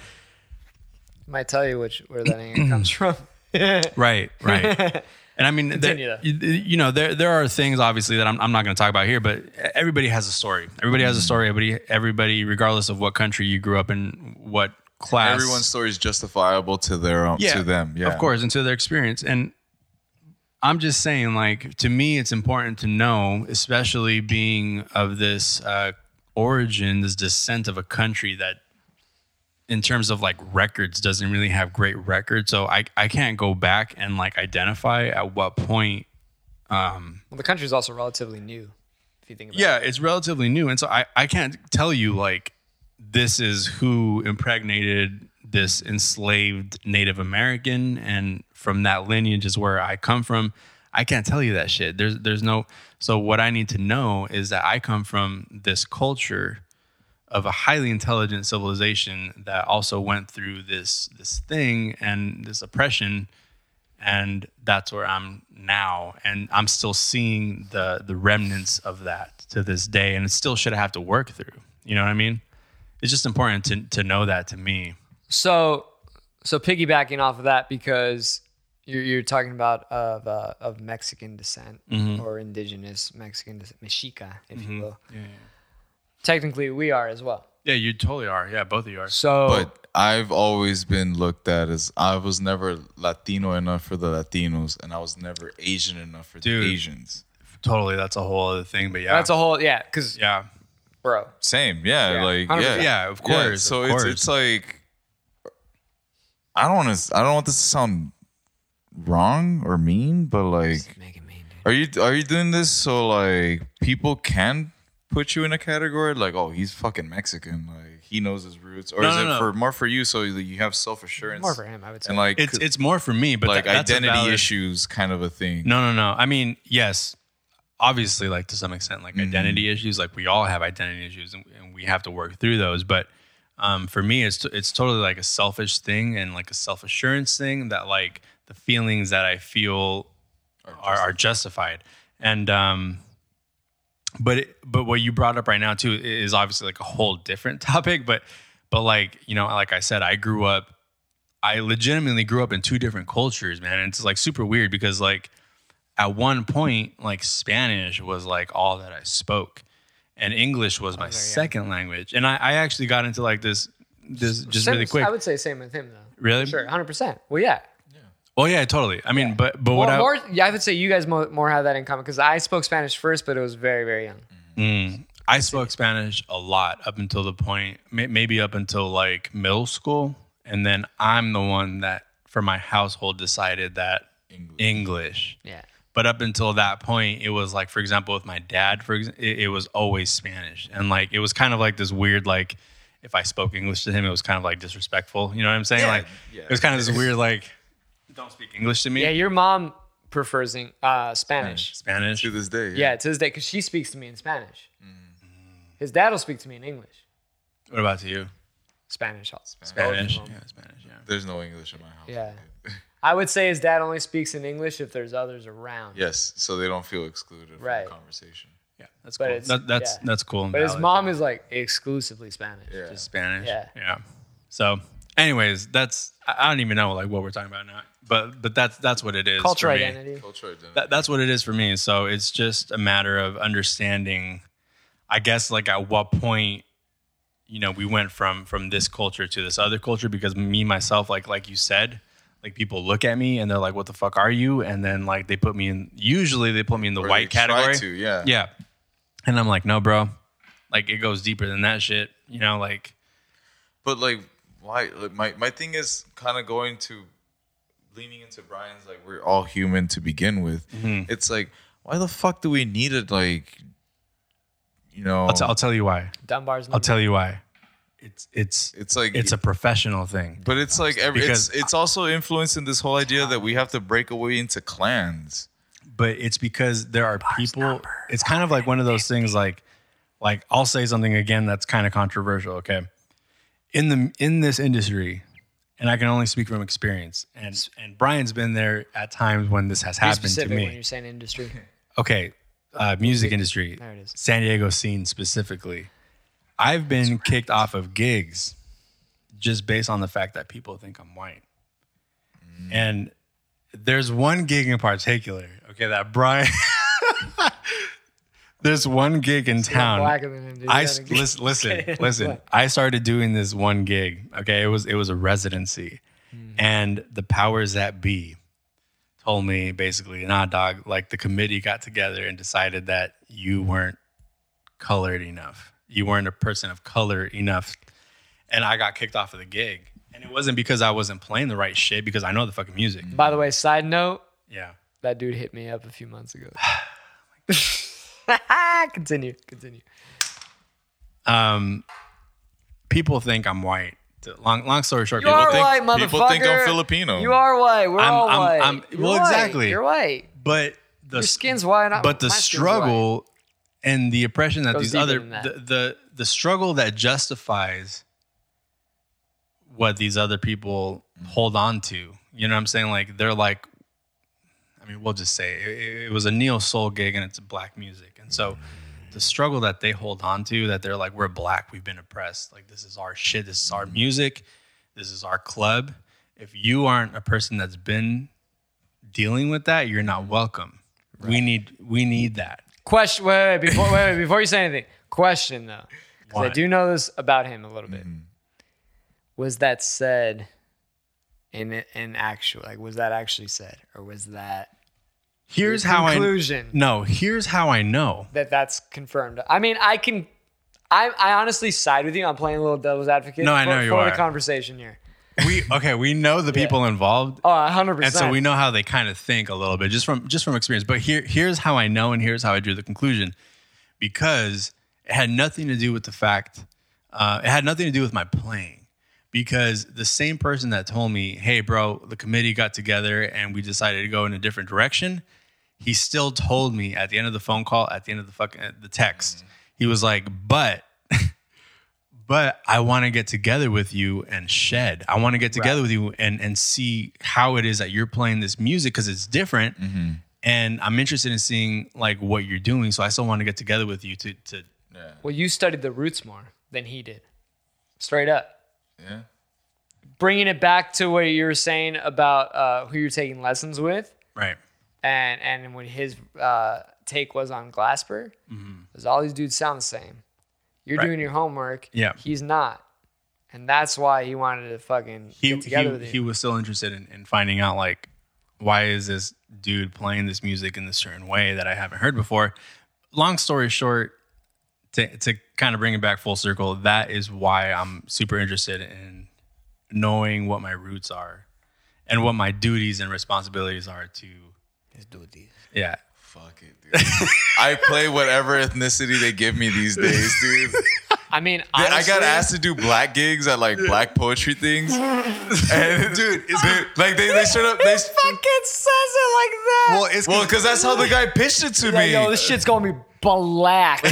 Speaker 1: Might tell you which where that anger comes from.
Speaker 2: Right. Right. and I mean there,
Speaker 1: Continue, though.
Speaker 2: you, you know there there are things obviously that I'm I'm not going to talk about here but everybody has a story. Everybody
Speaker 1: Mm-hmm.
Speaker 2: has a story. Everybody everybody regardless of what country you grew up in what class
Speaker 3: Everyone's story is justifiable to their own to them. Yeah,
Speaker 2: Of course, and to their experience. And I'm just saying, like, to me, it's important to know, especially being of this uh, origin, this descent of a country that, in terms of like records, doesn't really have great records. So I, I can't go back and like identify at what point
Speaker 1: Well, the country's also relatively new, if you think about it.
Speaker 2: yeah it's relatively new and so I, I can't tell you like this is who impregnated this enslaved native american and from that lineage is where i come from i can't tell you that shit there's there's no so what i need to know is that i come from this culture of a highly intelligent civilization that also went through this this thing and this oppression and that's where I'm now. And I'm still seeing the the remnants of that to this day, and it's still shit I have to work through. You know what I mean? It's just important to to know that to me.
Speaker 1: So, so piggybacking off of that, because you're, you're talking about of uh, of Mexican descent
Speaker 2: Mm-hmm.
Speaker 1: or indigenous Mexican descent, Mexica, if you will. Technically, we are as well.
Speaker 2: Yeah, you totally are. Yeah, both of you are.
Speaker 1: So,
Speaker 3: But I've always been looked at as I was never Latino enough for the Latinos, and I was never Asian enough for
Speaker 2: Dude.
Speaker 3: the Asians.
Speaker 2: Totally, that's a whole other thing. But yeah,
Speaker 1: that's a whole yeah, because
Speaker 2: yeah.
Speaker 1: bro,
Speaker 3: Same, yeah,
Speaker 1: Yeah,
Speaker 3: like
Speaker 1: 100%.
Speaker 3: yeah,
Speaker 2: Yeah, of course,
Speaker 3: so
Speaker 2: of
Speaker 3: it's
Speaker 2: course.
Speaker 3: it's like I don't want to. I don't want this to sound wrong or mean, but like,
Speaker 1: making me. dude.
Speaker 3: are you are you doing this so like people can put you in a category like, oh, he's fucking Mexican, like he knows his roots, or
Speaker 2: No,
Speaker 3: is
Speaker 2: no,
Speaker 3: it
Speaker 2: no.
Speaker 3: for more for you so that you have self assurance
Speaker 1: More for him, I would say.
Speaker 3: and like
Speaker 2: It's it's more for me, but
Speaker 3: like
Speaker 2: that- that's a
Speaker 3: identity
Speaker 2: valid-
Speaker 3: issues kind of a thing.
Speaker 2: No, no, no. I mean, yes, obviously, like to some extent, like identity issues. Like we all have identity issues, and, and we have to work through those. But um, for me, it's it's totally like a selfish thing and like a self assurance thing that like the feelings that I feel are are, justified. And um, but it, but what you brought up right now too is obviously like a whole different topic. But but like you know, like I said, I grew up. I legitimately grew up in two different cultures, man. And it's like super weird because like at one point, like Spanish was like all that I spoke, and English
Speaker 1: Oh,
Speaker 2: was my second language. And I, I actually got into like this, this just
Speaker 1: Same
Speaker 2: really
Speaker 1: as-
Speaker 2: quick.
Speaker 1: I would say same with him though.
Speaker 2: Really?
Speaker 1: Sure, hundred percent. Well, yeah.
Speaker 2: Oh yeah, totally. I mean, but but what
Speaker 1: Well,
Speaker 2: I
Speaker 1: more, yeah, I would say you guys more, more have that in common because I spoke Spanish first, but it was very, very young.
Speaker 2: I spoke Spanish a lot up until the point, may- maybe up until like middle school, and then I'm the one that for my household decided that English.
Speaker 1: Yeah.
Speaker 2: But up until that point, it was like, for example, with my dad, for example, it, it was always Spanish, and like it was kind of like this weird like. If I spoke English to him, it was kind of like disrespectful. You know what I'm saying? like, it was kind of this weird, like, don't speak English to me.
Speaker 1: Yeah, your mom prefers in, uh, Spanish.
Speaker 2: Spanish.
Speaker 3: To this day,
Speaker 2: Mm.
Speaker 1: Yeah, to this day, because she speaks to me in Spanish. His dad will speak to me in English.
Speaker 2: What about to you?
Speaker 1: Spanish.
Speaker 2: Spanish.
Speaker 1: Both of them.
Speaker 2: Yeah, Spanish. Yeah.
Speaker 3: There's no English in my house.
Speaker 1: Yeah. I would say his dad only speaks in English if there's others around.
Speaker 3: Yes, so they don't feel excluded from
Speaker 1: Right.
Speaker 3: the conversation.
Speaker 2: Yeah, that's
Speaker 1: But
Speaker 2: cool.
Speaker 1: it's-
Speaker 2: That, that's
Speaker 1: yeah.
Speaker 2: that's cool. and
Speaker 1: But his
Speaker 2: valid.
Speaker 1: mom is like exclusively Spanish.
Speaker 3: Yeah.
Speaker 2: Just Spanish.
Speaker 1: Yeah.
Speaker 2: Yeah. So, anyways, that's I I don't even know like what we're talking about now, but but that's that's what it is. for
Speaker 1: Cultural
Speaker 2: me.
Speaker 1: identity.
Speaker 3: Cultural identity.
Speaker 2: That, that's what it is for me. So it's just a matter of understanding, I guess, like at what point, you know, we went from from this culture to this other culture because me myself, like like you said, like people look at me and they're like, "What the fuck are you?" And then like they put me in. Usually they put me in the
Speaker 3: Or
Speaker 2: white
Speaker 3: they try
Speaker 2: category.
Speaker 3: to, yeah.
Speaker 2: Yeah. And I'm like, no, bro. Like it goes deeper than that shit. You know, like
Speaker 3: But like, why? Like my my thing is kind of going to leaning into Brian's like we're all human to begin with.
Speaker 2: Mm-hmm.
Speaker 3: It's like why the fuck do we need it? Like, you know,
Speaker 2: I'll, t- I'll tell you why.
Speaker 1: Dunbar's
Speaker 2: I'll tell you why. It's it's
Speaker 3: it's like
Speaker 2: it's a professional thing.
Speaker 3: But it's like every,
Speaker 2: Because-
Speaker 3: it's it's also influencing this whole idea that we have to break away into clans.
Speaker 2: but it's because there are people it's kind of like one of those things like like I'll say something again that's kind of controversial, okay? In the in this industry, and I can only speak from experience. And and Brian's been there at times when this has
Speaker 1: Be
Speaker 2: happened to
Speaker 1: specific when
Speaker 2: me.
Speaker 1: you're saying industry.
Speaker 2: Okay, uh, music industry,
Speaker 1: There it is.
Speaker 2: San Diego scene specifically. I've been kicked off of gigs just based on the fact that people think I'm white. And there's one gig in particular, okay, that Brian. there's one gig in town.
Speaker 1: Black of him. dude.
Speaker 2: I
Speaker 1: He's
Speaker 2: s-
Speaker 1: gotta
Speaker 2: listen, listen, listen. I started doing this one gig. Okay, it was it was a residency,
Speaker 1: Mm-hmm.
Speaker 2: and the powers that be told me basically, nah, dog. Like the committee got together and decided that you weren't colored enough. You weren't a person of color enough, and I got kicked off of the gig. And it wasn't because I wasn't playing the right shit because I know the fucking music.
Speaker 1: get- By the way, side note,
Speaker 2: Yeah.
Speaker 1: that dude hit me up a few months ago. continue, continue.
Speaker 2: Um, people think I'm white. Long long story short,
Speaker 1: You are
Speaker 3: think-
Speaker 1: white, motherfucker.
Speaker 3: people think I'm Filipino.
Speaker 1: You are white. We're
Speaker 2: I'm-
Speaker 1: all
Speaker 2: I'm-
Speaker 1: white.
Speaker 2: I'm-
Speaker 1: You're
Speaker 2: well,
Speaker 1: white.
Speaker 2: exactly.
Speaker 1: You're white.
Speaker 2: but the
Speaker 1: Your skin's white. I-
Speaker 2: but the
Speaker 1: my skin's white.
Speaker 2: struggle and the oppression that
Speaker 1: Goes
Speaker 2: these
Speaker 1: deeper
Speaker 2: other
Speaker 1: than that.
Speaker 2: The, the the struggle that justifies what these other people hold on to you know what i'm saying like they're like i mean we'll just say it- it, it was a neo soul gig and it's black music and so the struggle that they hold on to that they're like we're black we've been oppressed like this is our shit this is our music this is our club if you aren't a person that's been dealing with that you're not welcome we need we need that
Speaker 1: Question. Wait, wait, before, wait, wait, before you say anything, question though, because I
Speaker 2: What?
Speaker 1: do know this about him a little bit.
Speaker 2: Mm-hmm.
Speaker 1: Was that said in in actual? Like, was that actually said, or was that
Speaker 2: here's
Speaker 1: Your
Speaker 2: how
Speaker 1: conclusion.
Speaker 2: I no here's how I know
Speaker 1: that that's confirmed? I mean, I can. I, I honestly side with you. I'm playing a little devil's advocate.
Speaker 2: No, I
Speaker 1: for,
Speaker 2: know you
Speaker 1: for the
Speaker 2: are.
Speaker 1: conversation here.
Speaker 2: we okay we know the people involved
Speaker 1: Oh, 100
Speaker 2: and
Speaker 1: percent.
Speaker 2: so we know how they kind of think a little bit just from just from experience but here here's how I know and here's how I drew the conclusion because it had nothing to do with the fact uh, it had nothing to do with my playing because the same person that told me hey bro the committee got together and we decided to go in a different direction he still told me at the end of the phone call, at the end of the fucking the text, he was like, "But, but I want to get together with you and shed. I want to get together with you and and see how it is that you're playing this music because it's different, and I'm interested in seeing like what you're doing. So I still want to get together with you to to
Speaker 1: Well, you studied the roots more than he did. Straight up.
Speaker 3: Yeah.
Speaker 1: Bringing it back to what you were saying about uh, who you're taking lessons with
Speaker 2: right."
Speaker 1: and, and what his uh, take was on Glasper, was all these dudes sound the same. You're
Speaker 2: Mm-hmm. Right.
Speaker 1: doing your homework.
Speaker 2: Yeah.
Speaker 1: He's not. And that's why he wanted to fucking
Speaker 2: he,
Speaker 1: get together
Speaker 2: he,
Speaker 1: with
Speaker 2: he
Speaker 1: you.
Speaker 2: was still interested in, in finding out like why is this dude playing this music in this certain way that i haven't heard before long story short to, to kind of bring it back full circle that is why i'm super interested in knowing what my roots are and what my duties and responsibilities are to yeah
Speaker 3: Fuck it, dude. I play whatever ethnicity they give me these days, dude.
Speaker 1: I mean,
Speaker 3: Dude, I
Speaker 1: honestly,
Speaker 3: got asked to do black gigs at like black poetry things, and dude, dude, like they they straight up they
Speaker 1: Fucking says it like that.
Speaker 3: well, because that's how the guy pitched it to
Speaker 1: Like,
Speaker 3: me.
Speaker 1: yo, this shit's gonna be black.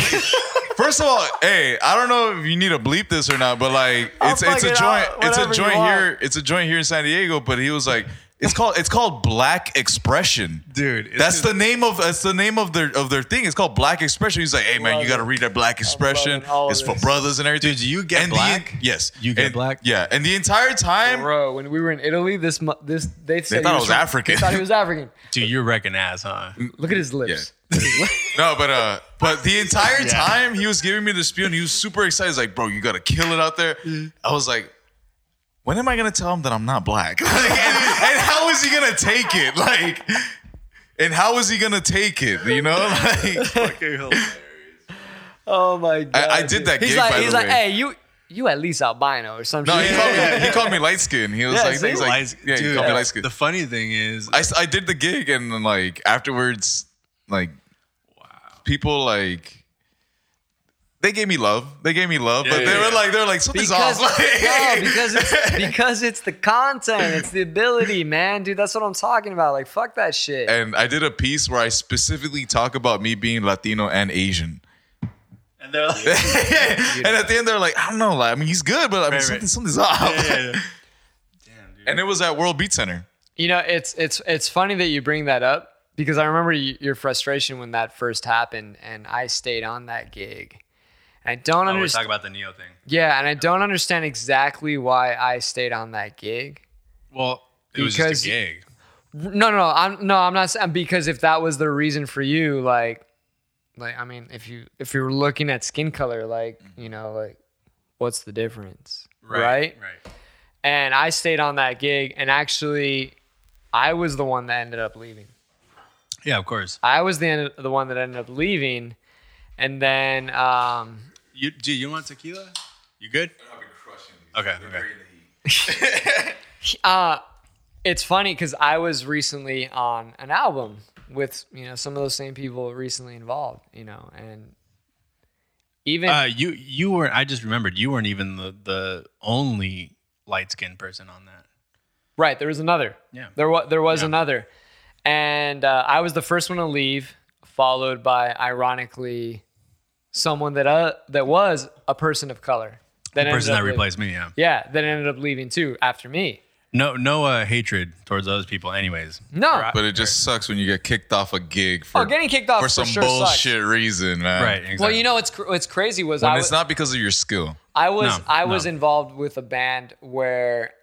Speaker 3: First of all, hey, I don't know if you need to bleep this or not, but like it's
Speaker 1: fuck
Speaker 3: it's a
Speaker 1: it
Speaker 3: joint
Speaker 1: out,
Speaker 3: it's a
Speaker 1: whatever you
Speaker 3: joint
Speaker 1: want.
Speaker 3: here it's a joint here in San Diego. But he was like, it's called it's called Black Expression,
Speaker 4: Dude, it's
Speaker 3: That's
Speaker 4: just-
Speaker 3: the name of that's the name of their of their thing. It's called Black Expression. He's like, hey man,
Speaker 1: Love
Speaker 3: you got to
Speaker 1: it.
Speaker 3: read that Black Expression.
Speaker 1: loving all of
Speaker 3: It's for
Speaker 1: this.
Speaker 3: brothers and everything.
Speaker 4: Dude, do you get
Speaker 3: And the-
Speaker 4: black?
Speaker 3: yes,
Speaker 4: You get
Speaker 3: And-
Speaker 4: black?
Speaker 3: Yeah, and the entire time,
Speaker 1: Bro, when we were in Italy, this mu- this they, said he
Speaker 3: thought I was
Speaker 1: from-
Speaker 3: African.
Speaker 1: They thought he was African.
Speaker 2: Dude, you're wrecking ass, huh?
Speaker 1: Look at his lips.
Speaker 3: No, but uh, but the entire time he was giving me the spiel and he was super excited. He's like, bro, you gotta kill it out there.
Speaker 1: Mm.
Speaker 3: I was like, when am I gonna tell him that I'm not black? Like, and, and how is he gonna take it? Like, and how is he gonna take it? You know, like
Speaker 1: Oh my god!
Speaker 3: I did
Speaker 1: dude.
Speaker 3: that
Speaker 1: He's
Speaker 3: gig,
Speaker 1: like,
Speaker 3: by the
Speaker 1: he's like,
Speaker 3: way.
Speaker 1: hey, you, you at least albino or something.
Speaker 3: no, he called me he called me light skin. He was
Speaker 1: Yeah,
Speaker 3: like,
Speaker 1: see?
Speaker 3: he's like, yeah, he called me light skin.
Speaker 2: the funny thing is,
Speaker 3: I, s- I did the gig and then, like afterwards, like people like they gave me love. They gave me love, but
Speaker 2: yeah,
Speaker 3: they
Speaker 2: yeah.
Speaker 3: were like they were like something's
Speaker 1: because,
Speaker 3: off. Like,
Speaker 1: no, because it's because it's the content, it's the ability, man, dude. That's what I'm talking about. Like, fuck that shit.
Speaker 3: and I did a piece where I specifically talk about me being Latino and Asian.
Speaker 2: and they're like,
Speaker 3: and at the end, they're like, I don't know. Like, I mean, he's good, but I mean,
Speaker 2: right.
Speaker 3: something, something's off. And it was at World Beat Center.
Speaker 1: You know, it's it's it's funny that you bring that up because I remember y- your frustration when that first happened, and I stayed on that gig. I don't
Speaker 2: Oh, we're talking
Speaker 1: understand.
Speaker 2: about the Neo thing.
Speaker 1: Yeah, and I don't understand exactly why I stayed on that gig.
Speaker 2: Well, it was
Speaker 1: Because-
Speaker 2: just a gig. Mm-hmm.
Speaker 1: No, no, no. I'm no, I'm not saying because if that was the reason for you, like, like I mean, if you if you were looking at skin color, like you know, like what's the difference, right?
Speaker 2: Mm-hmm. Right.
Speaker 1: And I stayed on that gig, and actually, I was the one that ended up leaving.
Speaker 2: Yeah, of course.
Speaker 1: I was the the one that ended up leaving, and then um,
Speaker 2: You, dude, you want tequila? You good? Okay. Okay.
Speaker 1: uh, it's funny because I was recently on an album with you know some of those same people recently involved, you know, and even
Speaker 2: Uh, you you weren't. I just remembered you weren't even the the only light skinned person on that.
Speaker 1: Right, there was another.
Speaker 2: Yeah.
Speaker 1: There was there was another, and uh, I was the first one to leave, followed by ironically, someone that uh, that was a person of color. That
Speaker 2: The person
Speaker 1: ended
Speaker 2: that
Speaker 1: up leaving.
Speaker 2: replaced me. Yeah.
Speaker 1: Yeah, that ended up leaving too after me.
Speaker 2: No no uh, hatred towards those people. Anyways.
Speaker 1: No,
Speaker 3: But it just sucks when you get kicked off a gig for
Speaker 1: oh, getting kicked off
Speaker 3: for some
Speaker 1: sure sucks.
Speaker 3: bullshit reason, man.
Speaker 2: Right. Exactly.
Speaker 1: Well, you know what's cr- what's crazy was I
Speaker 3: And
Speaker 1: was
Speaker 3: it's not because of your skill.
Speaker 1: I was
Speaker 2: No,
Speaker 1: I
Speaker 2: no.
Speaker 1: was involved with a band where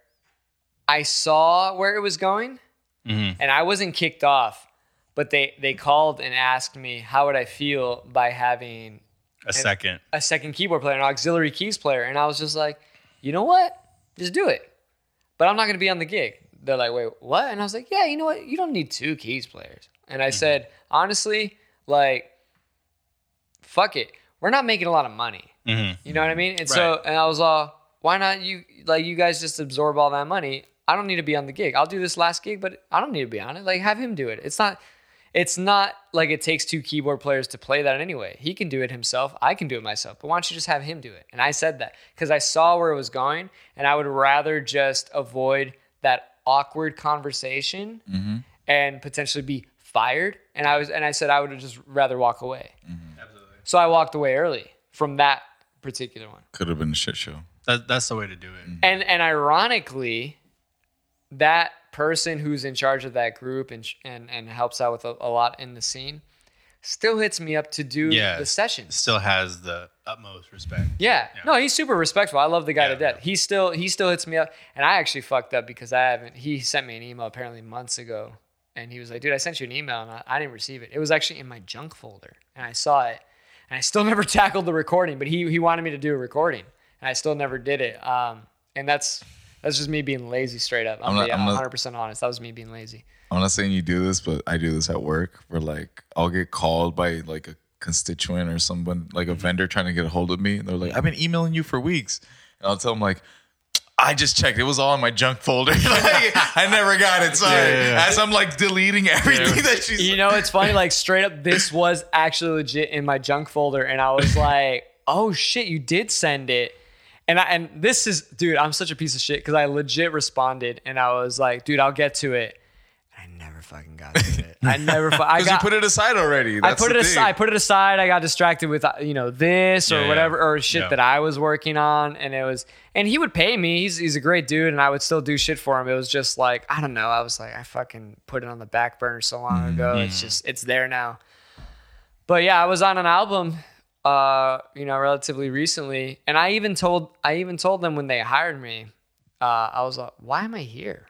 Speaker 1: I saw where it was going,
Speaker 3: Mm-hmm.
Speaker 1: and I wasn't kicked off, but they they called and asked me how would I feel by having
Speaker 2: a second.
Speaker 1: a second keyboard player, an auxiliary keys player, and I was just like, you know what, just do it. But I'm not gonna be on the gig. They're like, wait, what? And I was like, yeah, you know what, you don't need two keys players. And
Speaker 3: Mm-hmm.
Speaker 1: I said, honestly, like, fuck it, we're not making a lot of money.
Speaker 2: Mhm.
Speaker 1: You know what I mean? And so, and I was all, why not you, like, you guys just absorb all that money? I don't need to be on the gig. I'll do this last gig, but I don't need to be on it. Like, have him do it. It's not, it's not like it takes two keyboard players to play that anyway. He can do it himself. I can do it myself. But why don't you just have him do it? And I said that because I saw where it was going, and I would rather just avoid that awkward conversation and potentially be fired. And I was, and I said I would have just rather walk away. So I walked away early from that particular one.
Speaker 3: Could have been a shit show.
Speaker 2: That, that's the way to do it.
Speaker 1: And and ironically, that person who's in charge of that group and sh- and and helps out with a, a lot in the scene still hits me up to do
Speaker 2: Yeah.
Speaker 1: the sessions.
Speaker 2: Still has the utmost respect.
Speaker 1: Yeah. No, he's super respectful. I love the guy to
Speaker 2: Yeah,
Speaker 1: death. He still he still hits me up and I actually fucked up because I haven't he sent me an email apparently months ago and he was like, "Dude, I sent you an email and I, I didn't receive it. It was actually in my junk folder." And I saw it and I still never tackled the recording, but he he wanted me to do a recording and I still never did it. Um and that's that's just me being lazy straight up. I'm,
Speaker 3: I'm not-
Speaker 1: being
Speaker 3: I'm not-
Speaker 1: 100% honest. That was me being lazy.
Speaker 3: I'm not saying you do this, but I do this at work where like I'll get called by like a constituent or someone, like
Speaker 1: Mm-hmm.
Speaker 3: a vendor trying to get a hold of me. And they're like, I've been emailing you for weeks. And I'll tell them like, I just checked. It was all in my junk folder. like, I never got it. Sorry. As I'm like deleting everything that she's
Speaker 1: You know, it's funny. Like straight up, this was actually legit in my junk folder, and I was like, "Oh shit, you did send it." And I, and this is, dude, I'm such a piece of shit because I legit responded, and I was like, "Dude, I'll get to it." And I never never fucking got to it. I never. Fu- I
Speaker 3: Because you
Speaker 1: got.
Speaker 3: put it aside already.
Speaker 1: I
Speaker 3: That's
Speaker 1: put it
Speaker 3: the thing.
Speaker 1: aside. I put it aside. I got distracted with uh, you know this or
Speaker 2: Yeah, yeah.
Speaker 1: whatever or shit
Speaker 2: Yeah.
Speaker 1: that I was working on, and it was. And he would pay me. He's he's a great dude, and I would still do shit for him. It was just like I don't know. I was like I fucking put it on the back burner so long ago. It's just it's there now. But yeah, I was on an album, uh, you know, relatively recently, and I even told I even told them when they hired me, uh, I was like, why am I here?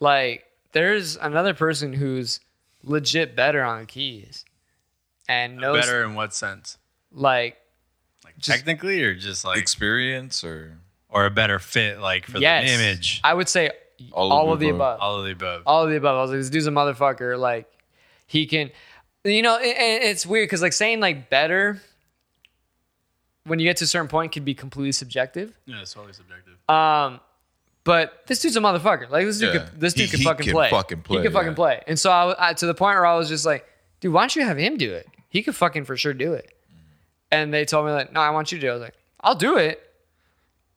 Speaker 1: Like, there's another person who's legit better on the keys, and knows
Speaker 2: Better in what sense?
Speaker 1: like
Speaker 2: Like technically, or just like
Speaker 3: experience or
Speaker 2: or a better fit, like for
Speaker 1: yes,
Speaker 2: the image.
Speaker 1: I would say all
Speaker 3: All
Speaker 1: of,
Speaker 3: of the
Speaker 1: the
Speaker 3: above.
Speaker 1: above.
Speaker 2: all of the above.
Speaker 1: all of the above. I was like, this dude's a motherfucker. Like, he can, you know, it, it- it's weird because like saying like better when you get to a certain point could be completely subjective.
Speaker 2: yeah, it's totally subjective.
Speaker 1: Um, but this dude's a motherfucker. Like this dude,
Speaker 3: Yeah.
Speaker 1: could, this dude
Speaker 3: He-
Speaker 1: could
Speaker 3: he
Speaker 1: fucking
Speaker 3: can
Speaker 1: play.
Speaker 3: fucking play,
Speaker 1: He could fucking
Speaker 3: yeah.
Speaker 1: play. And so I, I, to the point where I was just like, dude, why don't you have him do it? He could fucking for sure do it. And they told me like, no, I want you to do it. I was like, I'll do it.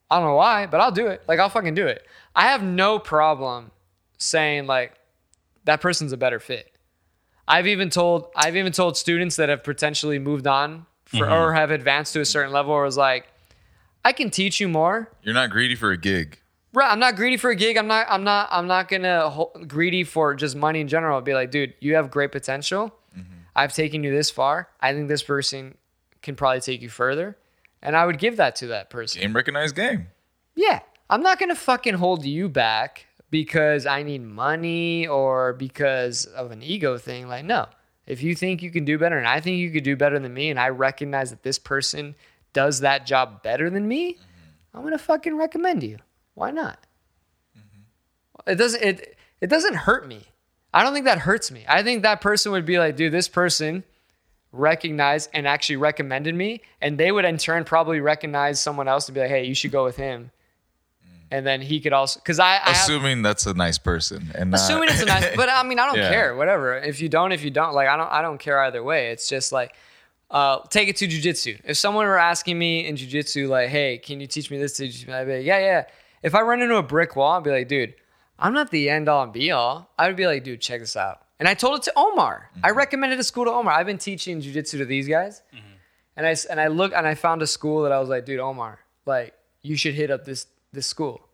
Speaker 1: I don't know why, but I'll do it. Like I'll fucking do it. I have no problem saying like that person's a better fit. I've even told I've even told students that have potentially moved on for,
Speaker 3: Mm-hmm.
Speaker 1: or have advanced to a certain level or was like, I can teach you more,
Speaker 3: you're not greedy for a gig.
Speaker 1: Right, I'm not greedy for a gig. I'm not. I'm not. I'm not gonna ho- greedy for just money in general. I'd be like, dude, you have great potential. I've taken you this far. I think this person can probably take you further, and I would give that to that person.
Speaker 3: Game recognized game.
Speaker 1: Yeah, I'm not gonna fucking hold you back because I need money or because of an ego thing. Like, no, if you think you can do better, and I think you could do better than me, and I recognize that this person does that job better than me, I'm gonna fucking recommend you. Why not? It doesn't it it doesn't hurt me. I don't think that hurts me. I think that person would be like, dude, this person recognized and actually recommended me, and they would in turn probably recognize someone else and be like, hey, you should go with him. And then he could also because I, I have-
Speaker 3: Assuming that's a nice person and not-
Speaker 1: assuming it's a nice but i mean i don't
Speaker 3: Yeah.
Speaker 1: care whatever if you don't if you don't like i don't i don't care either way it's just like uh, take it to jujitsu. If someone were asking me in jujitsu, like, "Hey, can you teach me this?" To jujitsu, I'd be like, "Yeah, yeah." If I run into a brick wall, I'd be like, "Dude, I'm not the end all and be all." I'd be like, "Dude, check this out." And I told it to Omar. I
Speaker 3: Mm-hmm.
Speaker 1: recommended a school to Omar. I've been teaching jujitsu to these guys, and I s- and I look and I found a school that I was like, "Dude, Omar, like, you should hit up this this school."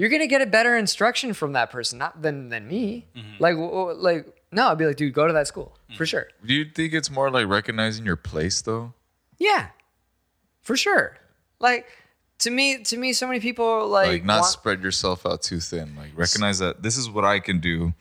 Speaker 1: you're gonna get a better instruction from that person, not than than me.
Speaker 3: Mm-hmm.
Speaker 1: Like, w- w- like no, I'd be like, dude, go to that school for sure.
Speaker 3: Do you think it's more like recognizing your place though?
Speaker 1: Yeah, for sure. Like to me, to me, so many people like,
Speaker 3: Like, not
Speaker 1: want-
Speaker 3: spread yourself out too thin. Like recognize that this is what I can do.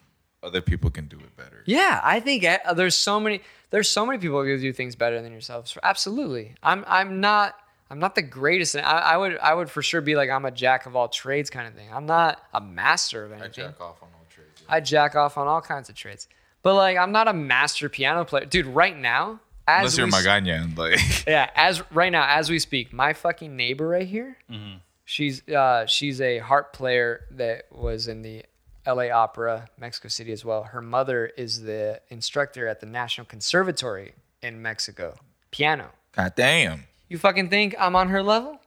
Speaker 3: Other people can do it better.
Speaker 1: Yeah, I think uh, there's so many there's so many people who do things better than yourselves. Absolutely. I'm I'm not I'm not the greatest. and I, I would I would for sure be like I'm a jack of all trades kind of thing. I'm not a master of anything.
Speaker 3: off on all trades.
Speaker 1: I jack off on all kinds of trades. But like I'm not a master piano player. Dude, right now, as
Speaker 3: Unless you're
Speaker 1: we
Speaker 3: Magana and like
Speaker 1: Yeah, as right now, as we speak, my fucking neighbor right here,
Speaker 3: Mm-hmm.
Speaker 1: she's uh, she's a harp player that was in the L.A. Opera, Mexico City as well. Her mother is the instructor at the National Conservatory in Mexico, piano.
Speaker 3: God damn.
Speaker 1: You fucking think I'm on her level?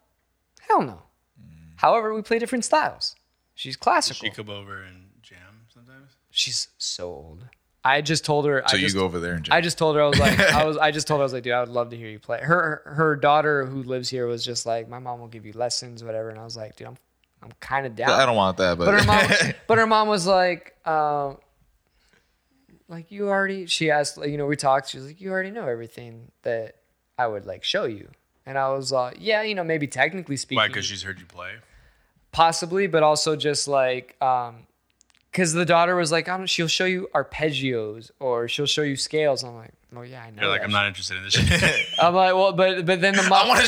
Speaker 1: Hell no.
Speaker 3: Mm.
Speaker 1: However, we play different styles. She's classical.
Speaker 2: She come over and jam sometimes.
Speaker 1: she's so old. I just told her.
Speaker 3: So
Speaker 1: I
Speaker 3: you
Speaker 1: just,
Speaker 3: go over there and
Speaker 1: I just
Speaker 3: just
Speaker 1: told her I was like I was I just told her I was like dude I would love to hear you play. Her her daughter who lives here was just like my mom will give you lessons whatever and I was like dude I'm I'm kind of down.
Speaker 3: I don't want that, but,
Speaker 1: but her mom but her mom was like um like you already she asked like, you know we talked she was like you already know everything that I would like show you and I was like yeah you know maybe technically speaking
Speaker 2: Why? Because she's heard you play.
Speaker 1: possibly, but also just like um because the daughter was like, I'm, she'll show you arpeggios or she'll show you scales. I'm like, oh yeah, I know.
Speaker 2: You're like,
Speaker 1: that
Speaker 2: I'm not interested in this. shit.
Speaker 1: shit." I'm like, well, but but then the mom.
Speaker 3: I want to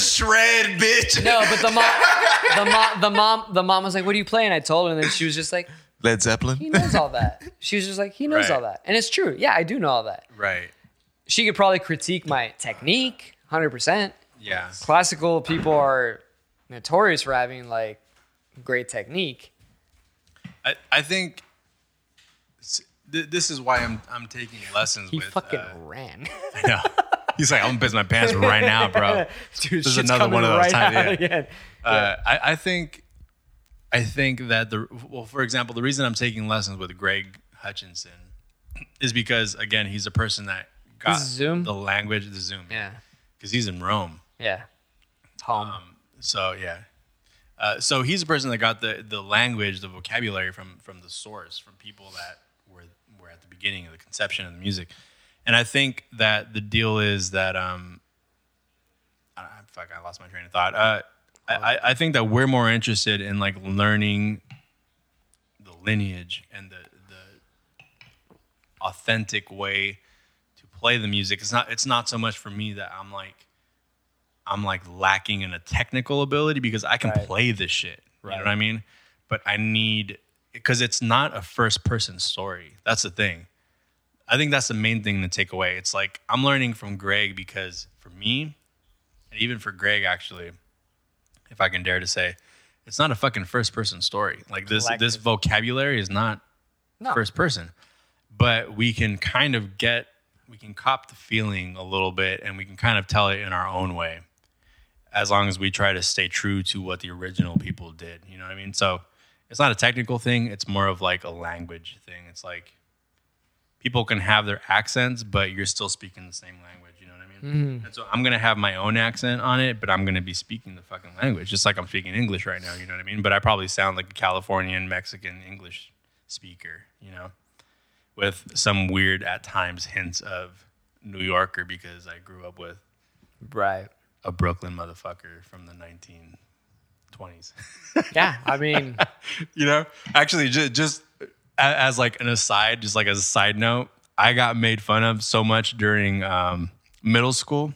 Speaker 3: shred, bitch.
Speaker 1: no, but the mom, the mom, the mom, the mom was like, "What do you play?" And I told her, and then she was just like,
Speaker 3: Led
Speaker 1: "He
Speaker 3: Zeppelin.
Speaker 1: knows all that." She was just like, "He knows
Speaker 2: Right.
Speaker 1: all that," and it's true. Yeah, I do know all that.
Speaker 2: right.
Speaker 1: She could probably critique my technique, hundred percent.
Speaker 2: Yeah.
Speaker 1: Classical people are notorious for having like great technique.
Speaker 2: I, I think s- th- this is why I'm I'm taking lessons
Speaker 1: He
Speaker 2: with.
Speaker 1: fucking
Speaker 2: uh,
Speaker 1: ran.
Speaker 2: no. He's like, I'm gonna piss my pants right now, bro.
Speaker 1: Dude,
Speaker 2: This is
Speaker 1: shit's
Speaker 2: another
Speaker 1: coming
Speaker 2: one of those
Speaker 1: right
Speaker 2: times,
Speaker 1: out
Speaker 2: yeah.
Speaker 1: again.
Speaker 2: Uh, I, I think I think that the well, for example, the reason I'm taking lessons with Greg Hutchinson is because again he's a person that got
Speaker 1: This is Zoom?
Speaker 2: the language the Zoom
Speaker 1: Yeah.
Speaker 2: because he's in Rome
Speaker 1: Yeah. Home.
Speaker 2: Um, so yeah uh, so he's a person that got the the language the vocabulary from from the source from people that were were at the beginning of the conception of the music and I think that the deal is that um I, I- fuck I lost my train of thought uh, I I- I think that we're more interested in like learning the lineage and the the authentic way to play the music. It's not it's not so much for me that I'm like I'm like lacking in a technical ability because I can play this shit. You know what I mean? But I need because it's not a first person story. That's the thing. I think that's the main thing to take away. It's like I'm learning from Greg because for me, and even for Greg actually, if I can dare to say, it's not a fucking first person story. Like this this
Speaker 1: Collective.
Speaker 2: vocabulary is not
Speaker 1: No.
Speaker 2: first person. But we can kind of get we can cop the feeling a little bit and we can kind of tell it in our own way as long as we try to stay true to what the original people did. You know what I mean? So it's not a technical thing, it's more of like a language thing. It's like people can have their accents, but you're still speaking the same language. You know what I mean? And so I'm gonna have my own accent on it, but I'm gonna be speaking the fucking language, just like I'm speaking English right now. You know what I mean? But I probably sound like a Californian Mexican English speaker, you know, with some weird at times hints of New Yorker because I grew up with
Speaker 1: right.
Speaker 2: a Brooklyn motherfucker from the 1920s.
Speaker 1: Yeah. I mean,
Speaker 2: you know, actually, just, just a- as like an aside, just like as a side note, I got made fun of so much during um, middle school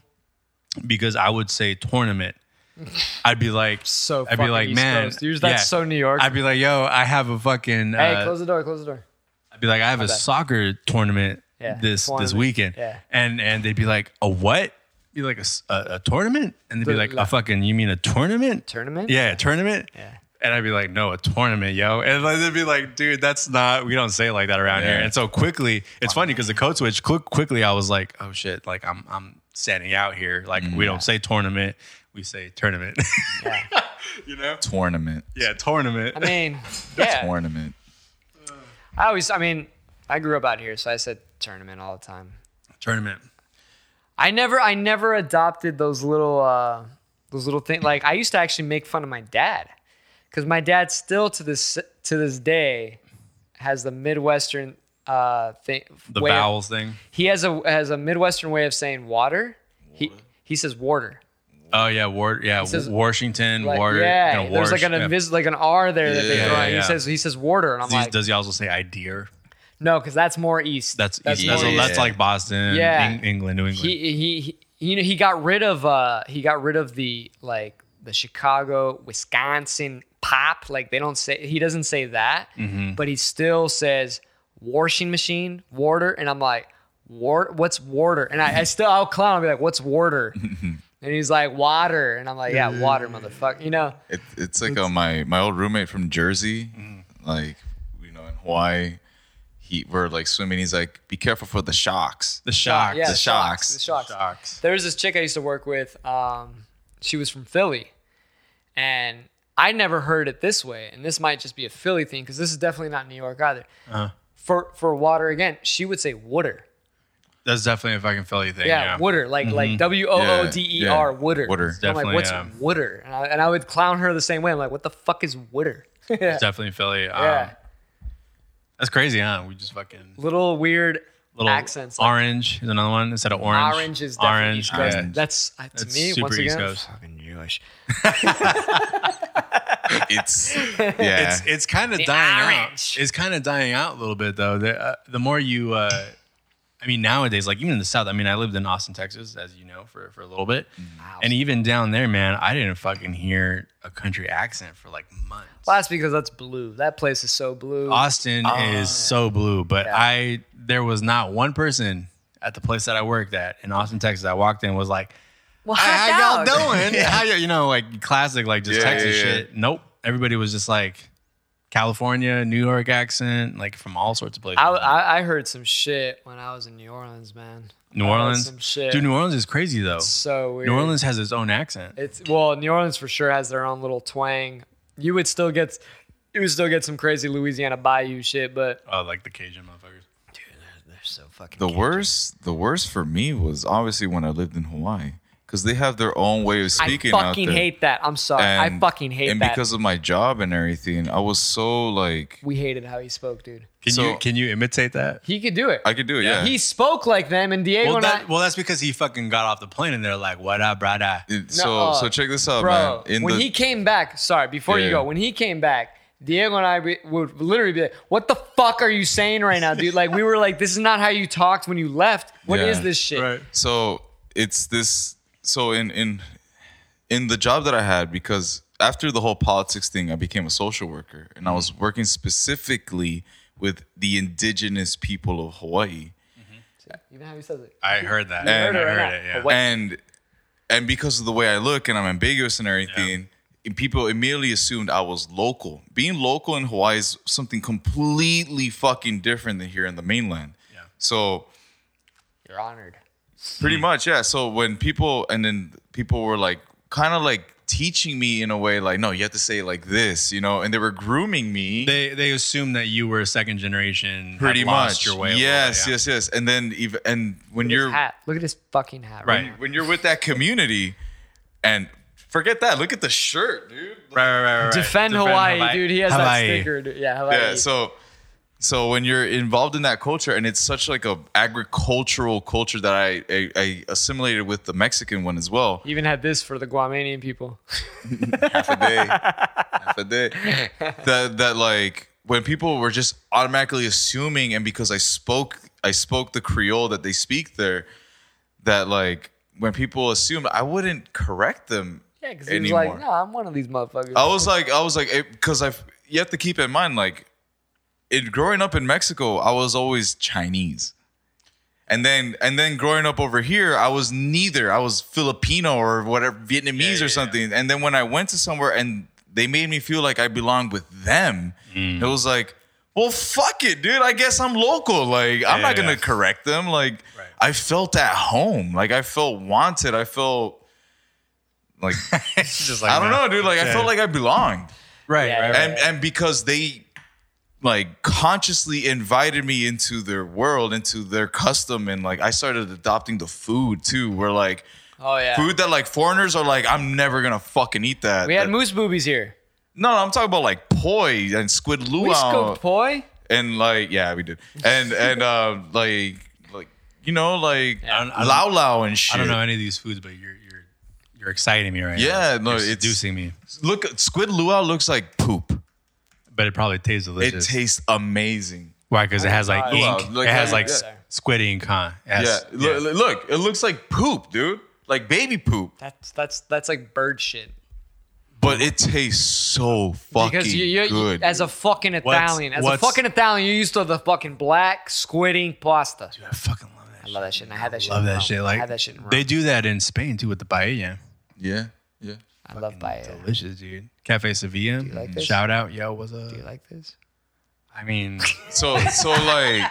Speaker 2: because I would say tournament. I'd be like,
Speaker 1: so
Speaker 2: I'd be
Speaker 1: fucking
Speaker 2: like,
Speaker 1: East
Speaker 2: man,
Speaker 1: Coast. Dude, that's so New York.
Speaker 2: I'd be like, yo, I have a fucking.
Speaker 1: hey,
Speaker 2: uh,
Speaker 1: close the door. Close the door.
Speaker 2: I'd be like, I have a
Speaker 1: bad.
Speaker 2: soccer tournament
Speaker 1: Yeah,
Speaker 2: this
Speaker 1: tournament.
Speaker 2: this weekend,
Speaker 1: Yeah.
Speaker 2: and and they'd be like, a what? Be like a, s- a- a tournament, and they'd be
Speaker 1: The-
Speaker 2: like,
Speaker 1: la-
Speaker 2: a fucking. You mean a tournament?
Speaker 1: Tournament?
Speaker 2: Yeah, a tournament. Yeah. And I'd be like, no, a tournament, yo. And like, they'd be like, dude, that's not, we don't say it like that around
Speaker 3: Yeah.
Speaker 2: here. And so quickly, it's funny because the code switch, quick, quickly, I was like, oh shit, like I'm, I'm standing out here. Like
Speaker 3: Mm.
Speaker 2: we don't say tournament, we say tournament. you know?
Speaker 3: Tournament.
Speaker 2: Yeah, tournament.
Speaker 1: I mean, yeah.
Speaker 3: Tournament.
Speaker 1: I always, I mean, I grew up out here, so I said tournament all the time.
Speaker 2: tournament.
Speaker 1: I never, I never adopted those little, uh, those little things. Like I used to actually make fun of my dad, because my dad still to this to this day has the Midwestern uh, thing.
Speaker 2: The
Speaker 1: way of-
Speaker 2: vowels thing.
Speaker 1: he has a has a Midwestern way of saying water. He he says water.
Speaker 2: Oh yeah, Ward. Yeah,
Speaker 1: says-
Speaker 2: Washington,
Speaker 1: Like,
Speaker 2: Ward.
Speaker 1: yeah,
Speaker 2: kinda
Speaker 1: there's like
Speaker 2: Warsh,
Speaker 1: an
Speaker 2: yeah.
Speaker 1: invis- like an R there that they
Speaker 2: Yeah,
Speaker 1: throw.
Speaker 2: yeah,
Speaker 1: out. He
Speaker 2: yeah.
Speaker 1: says he says water, and I'm
Speaker 2: Does he-
Speaker 1: like,
Speaker 2: does he also say idea?
Speaker 1: no, because that's more east.
Speaker 2: That's that's,
Speaker 3: easy.
Speaker 2: that's,
Speaker 1: more
Speaker 3: Yeah.
Speaker 2: that's like Boston,
Speaker 1: Yeah.
Speaker 2: Eng- England, New England.
Speaker 1: he, he he you know he got rid of uh he got rid of the like the Chicago Wisconsin pop like they don't say he doesn't say that
Speaker 3: Mm-hmm.
Speaker 1: but he still says washing machine water and I'm like war what's water and I, I still I'll clown I'll be like what's water and he's like water and I'm like yeah water motherfucker you know
Speaker 3: It, it's like uh, my my old roommate from Jersey,
Speaker 1: Mm-hmm.
Speaker 3: like you know in Hawaii. He we're like swimming. He's like, be careful for the shocks.
Speaker 2: the shock.
Speaker 1: yeah
Speaker 3: the shocks.
Speaker 1: the shocks
Speaker 2: Shocks.
Speaker 1: there was this chick I used to work with. Um, she was from Philly, and I never heard it this way. And this might just be a Philly thing because this is definitely not New York either.
Speaker 2: Uh-huh.
Speaker 1: For for water again, she would say water.
Speaker 2: That's definitely a fucking Philly thing.
Speaker 1: Yeah,
Speaker 2: Yeah. Mm-hmm.
Speaker 1: wooder, like like W O O D E R,
Speaker 3: yeah.
Speaker 1: wooder.
Speaker 3: Wooder.
Speaker 1: So I'm like,
Speaker 2: Definitely,
Speaker 1: what's
Speaker 2: yeah.
Speaker 1: wooder? And I, and I would clown her the same way. I'm like, what the fuck is wooder? yeah.
Speaker 2: It's definitely Philly. Um,
Speaker 1: yeah,
Speaker 2: That's crazy, huh? We just fucking
Speaker 1: little weird
Speaker 2: little
Speaker 1: accents. Like
Speaker 2: Orange is another one instead of orange.
Speaker 1: orange, is definitely
Speaker 2: orange.
Speaker 1: East Coast.
Speaker 2: yeah.
Speaker 1: That's uh, to
Speaker 2: That's
Speaker 1: me
Speaker 2: super
Speaker 1: once
Speaker 2: East
Speaker 1: again
Speaker 2: Coast.
Speaker 1: fucking Jewish.
Speaker 3: It's yeah.
Speaker 2: It's it's kind of dying
Speaker 1: orange.
Speaker 2: out. It's kind of dying out a little bit though. The uh, the more you, uh, I mean, nowadays, like even in the South. I mean, I lived in Austin, Texas, as you know, for for a little bit, and even down there, man, I didn't fucking hear a country accent for like months.
Speaker 1: Well, that's because that's blue. That place is so blue.
Speaker 2: Austin
Speaker 1: Oh.
Speaker 2: is so blue, but I there was not one person at the place that I worked at in Austin, Texas. I walked in was like,
Speaker 1: Well,
Speaker 2: "Hey,
Speaker 1: hot
Speaker 2: "How y'all
Speaker 1: dog.
Speaker 2: doing? How you you know like classic like just
Speaker 3: Yeah,
Speaker 2: Texas
Speaker 3: yeah, yeah.
Speaker 2: shit?" Nope. Everybody was just like California, New York accent, like from all sorts of places.
Speaker 1: I, I, I heard some shit when I was in New Orleans, man.
Speaker 2: New
Speaker 1: I heard
Speaker 2: Orleans,
Speaker 1: some shit.
Speaker 2: dude. New Orleans is crazy though.
Speaker 1: so weird.
Speaker 2: New Orleans has its own accent.
Speaker 1: it's well, New Orleans for sure has their own little twang. You would still get you would still get some crazy Louisiana bayou shit, but
Speaker 2: Oh, like the Cajun motherfuckers.
Speaker 1: they're so fucking.
Speaker 3: The worst, the worst for me was obviously when I lived in Hawaii because they have their own way of
Speaker 1: I
Speaker 3: speaking.
Speaker 1: fucking
Speaker 3: out there.
Speaker 1: hate that. I'm sorry. I
Speaker 3: And-
Speaker 1: fucking hate
Speaker 3: And
Speaker 1: that.
Speaker 3: because of my job and everything, I was so like
Speaker 1: we hated how he spoke, dude.
Speaker 4: Can
Speaker 3: So-
Speaker 4: you can you imitate that?
Speaker 1: He could do it.
Speaker 3: I could do it. Yeah.
Speaker 1: he spoke like them, and Diego
Speaker 2: Well,
Speaker 1: and I.
Speaker 2: that, well, that's because he fucking got off the plane and they're like, "What up, brada?"
Speaker 3: It- so
Speaker 1: Nuh-uh.
Speaker 3: so check this out,
Speaker 1: uh, bro.
Speaker 3: man. In
Speaker 1: when
Speaker 3: the
Speaker 1: he came back, sorry, before you
Speaker 3: Yeah.
Speaker 1: go, when he came back, Diego and I be, would literally be like, "What the fuck are you saying right now, dude?" Like we were like, "This is not how you talked when you left. What is
Speaker 3: Yeah.
Speaker 1: this shit?"
Speaker 3: so it's this so in in in the job that I had because after the whole politics thing, I became a social worker and I
Speaker 1: Mm.
Speaker 3: was working specifically with the indigenous people of Hawaii.
Speaker 1: Even how he says it.
Speaker 2: I heard that.
Speaker 1: heard
Speaker 2: I
Speaker 1: it right
Speaker 2: heard
Speaker 1: now.
Speaker 2: it. Yeah.
Speaker 1: What-
Speaker 3: and and because of the way I look and I'm ambiguous and everything, people immediately assumed I was local. Being local in Hawaii is something completely fucking different than here in the mainland.
Speaker 2: Yeah.
Speaker 3: So
Speaker 1: You're honored.
Speaker 2: Hmm.
Speaker 3: pretty much, yeah. So when people and then people were like kind of like teaching me in a way like no you have to say it like this you know and they were grooming me
Speaker 2: They they assume that you were second generation. had
Speaker 3: pretty
Speaker 2: lost
Speaker 3: much
Speaker 2: your way. a little
Speaker 3: yes
Speaker 2: bit, yeah.
Speaker 3: yes yes and then even and when
Speaker 1: His
Speaker 3: you're
Speaker 1: hat. Look at his fucking hat.
Speaker 2: Right.
Speaker 3: when you're with that community and forget that look at the shirt dude
Speaker 2: Right, right, right, right, right.
Speaker 1: Defend, Hawaii, dude. He has
Speaker 2: Hawaii.
Speaker 1: that sticker. Dude. Yeah, Hawaii.
Speaker 3: yeah so so when you're involved in that culture and it's such like a agricultural culture that I, I i assimilated with the mexican one as well
Speaker 1: He even had this for the Guamanian people.
Speaker 3: half a day half a day that that like when people were just automatically assuming and because i spoke i spoke the creole that they speak there that like when people assumed i wouldn't correct them
Speaker 1: Yeah, because he was
Speaker 3: anymore Oh,
Speaker 1: like, "No, I'm one of these motherfuckers."
Speaker 3: I was like, I was like, because I've you have to keep in mind, like, in growing up in Mexico, I was always Chinese, and then and then growing up over here, I was neither. I was Filipino or whatever Vietnamese
Speaker 2: Yeah, yeah,
Speaker 3: or something. And then when I went to somewhere and they made me feel like I belonged with them,
Speaker 2: Mm.
Speaker 3: it was like. Well, fuck it, dude. I guess I'm local. Like, I'm
Speaker 2: Yeah,
Speaker 3: not gonna
Speaker 2: yeah.
Speaker 3: correct them. Like,
Speaker 2: Right.
Speaker 3: I felt at home. Like, I felt wanted. I felt like
Speaker 2: It's just like,
Speaker 3: I don't
Speaker 2: no.
Speaker 3: know, dude. Like, I
Speaker 2: Yeah.
Speaker 3: felt like I belonged
Speaker 2: Right,
Speaker 1: Yeah,
Speaker 2: right, right.
Speaker 1: yeah.
Speaker 3: and and because they like consciously invited me into their world into their custom and like i started adopting the food too where like
Speaker 1: "Oh yeah."
Speaker 3: food that like foreigners are like i'm never gonna fucking eat that
Speaker 1: we had
Speaker 3: That-
Speaker 1: moose boobies here.
Speaker 3: no i'm talking about like poi and squid
Speaker 1: We
Speaker 3: luau
Speaker 1: scoped poi.
Speaker 3: and like yeah we did and and uh like like you know like
Speaker 2: I don't- I don't-
Speaker 3: lao lao and shit
Speaker 2: I don't know any of these foods, but you're you're you're exciting me right now.
Speaker 3: Yeah, no,
Speaker 2: You're
Speaker 3: it's-
Speaker 2: seducing me.
Speaker 3: look squid luau looks like poop
Speaker 2: But it probably tastes
Speaker 3: it
Speaker 2: delicious.
Speaker 3: tastes amazing
Speaker 2: Why? Because it has like
Speaker 1: Oh,
Speaker 3: wow.
Speaker 2: ink.
Speaker 3: Like,
Speaker 2: it has
Speaker 3: yeah,
Speaker 2: like
Speaker 3: yeah.
Speaker 2: s- squid ink, huh? It
Speaker 3: yeah,
Speaker 2: has-
Speaker 3: lo- lo- look it looks like poop dude like baby poop
Speaker 1: That's that's that's like bird shit.
Speaker 3: But it tastes so fucking
Speaker 1: Because you, you,
Speaker 3: good.
Speaker 1: as a fucking Italian, as a
Speaker 2: what's-
Speaker 1: fucking Italian, you used to the fucking black squid ink pasta.
Speaker 2: I fucking love that.
Speaker 1: I
Speaker 2: shit.
Speaker 1: love that shit. And I had that shit.
Speaker 2: Love
Speaker 1: in
Speaker 2: that
Speaker 1: Rome.
Speaker 2: shit.
Speaker 1: I
Speaker 2: Like
Speaker 1: had that shit in Rome.
Speaker 2: they do that in Spain too with the paella.
Speaker 3: yeah, yeah.
Speaker 1: I love paella.
Speaker 2: Delicious, dude. Cafe Sevilla. Mm,
Speaker 1: like this?
Speaker 2: Shout out, yo, what's up?
Speaker 1: You like this?
Speaker 2: I mean,
Speaker 3: So so like,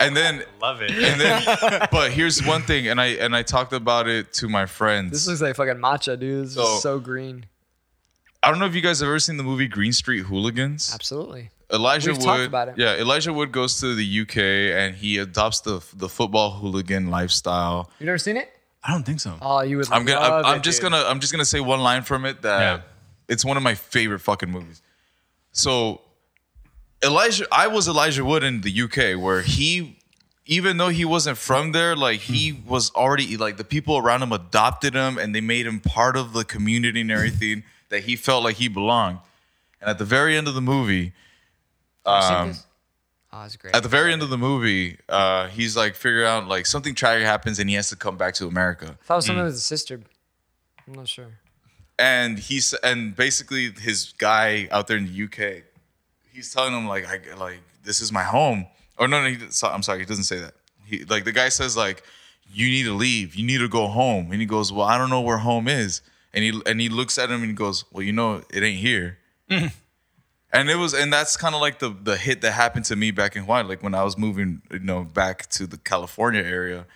Speaker 3: and then
Speaker 2: love it.
Speaker 3: and then, but here's one thing, and I and I talked about it to my friends.
Speaker 1: This looks like fucking matcha, dude. This
Speaker 3: So-
Speaker 1: is so green.
Speaker 3: I don't know if you guys have ever seen the movie Green Street Hooligans.
Speaker 1: Absolutely.
Speaker 3: Elijah
Speaker 1: We've
Speaker 3: Wood.
Speaker 1: talked about it.
Speaker 3: Yeah, Elijah Wood goes to the UK and he adopts the the football hooligan lifestyle.
Speaker 1: You never seen it?
Speaker 2: I don't think so.
Speaker 1: Oh, you would.
Speaker 3: I'm gonna
Speaker 1: Love
Speaker 3: I'm, I'm
Speaker 1: it,
Speaker 3: just
Speaker 1: dude.
Speaker 3: gonna I'm just gonna say one line from it that
Speaker 2: Yeah.
Speaker 3: it's one of my favorite fucking movies. So Elijah I was Elijah Wood in the UK where he even though he wasn't from there, like he was already like the people around him adopted him and they made him part of the community and everything that he felt like he belonged. And at the very end of the movie,
Speaker 1: Have you seen
Speaker 3: um,
Speaker 1: this? Oh, it's great.
Speaker 3: at the very end of the movie, uh, he's like figuring out like something tragic happens and he has to come back to America.
Speaker 1: I thought it was
Speaker 2: Mm.
Speaker 1: something with his sister. I'm not sure.
Speaker 3: and he's and basically his guy out there in the UK, he's telling him like I like this is my home. Or no, no, he, so- I'm sorry, he doesn't say that. He like the guy says like you need to leave, you need to go home, and he goes, well, I don't know where home is, and he and he looks at him and he goes, well, you know, it ain't here. And it was, and that's kind of like the the hit that happened to me back in Hawaii, like when I was moving, you know, back to the California area,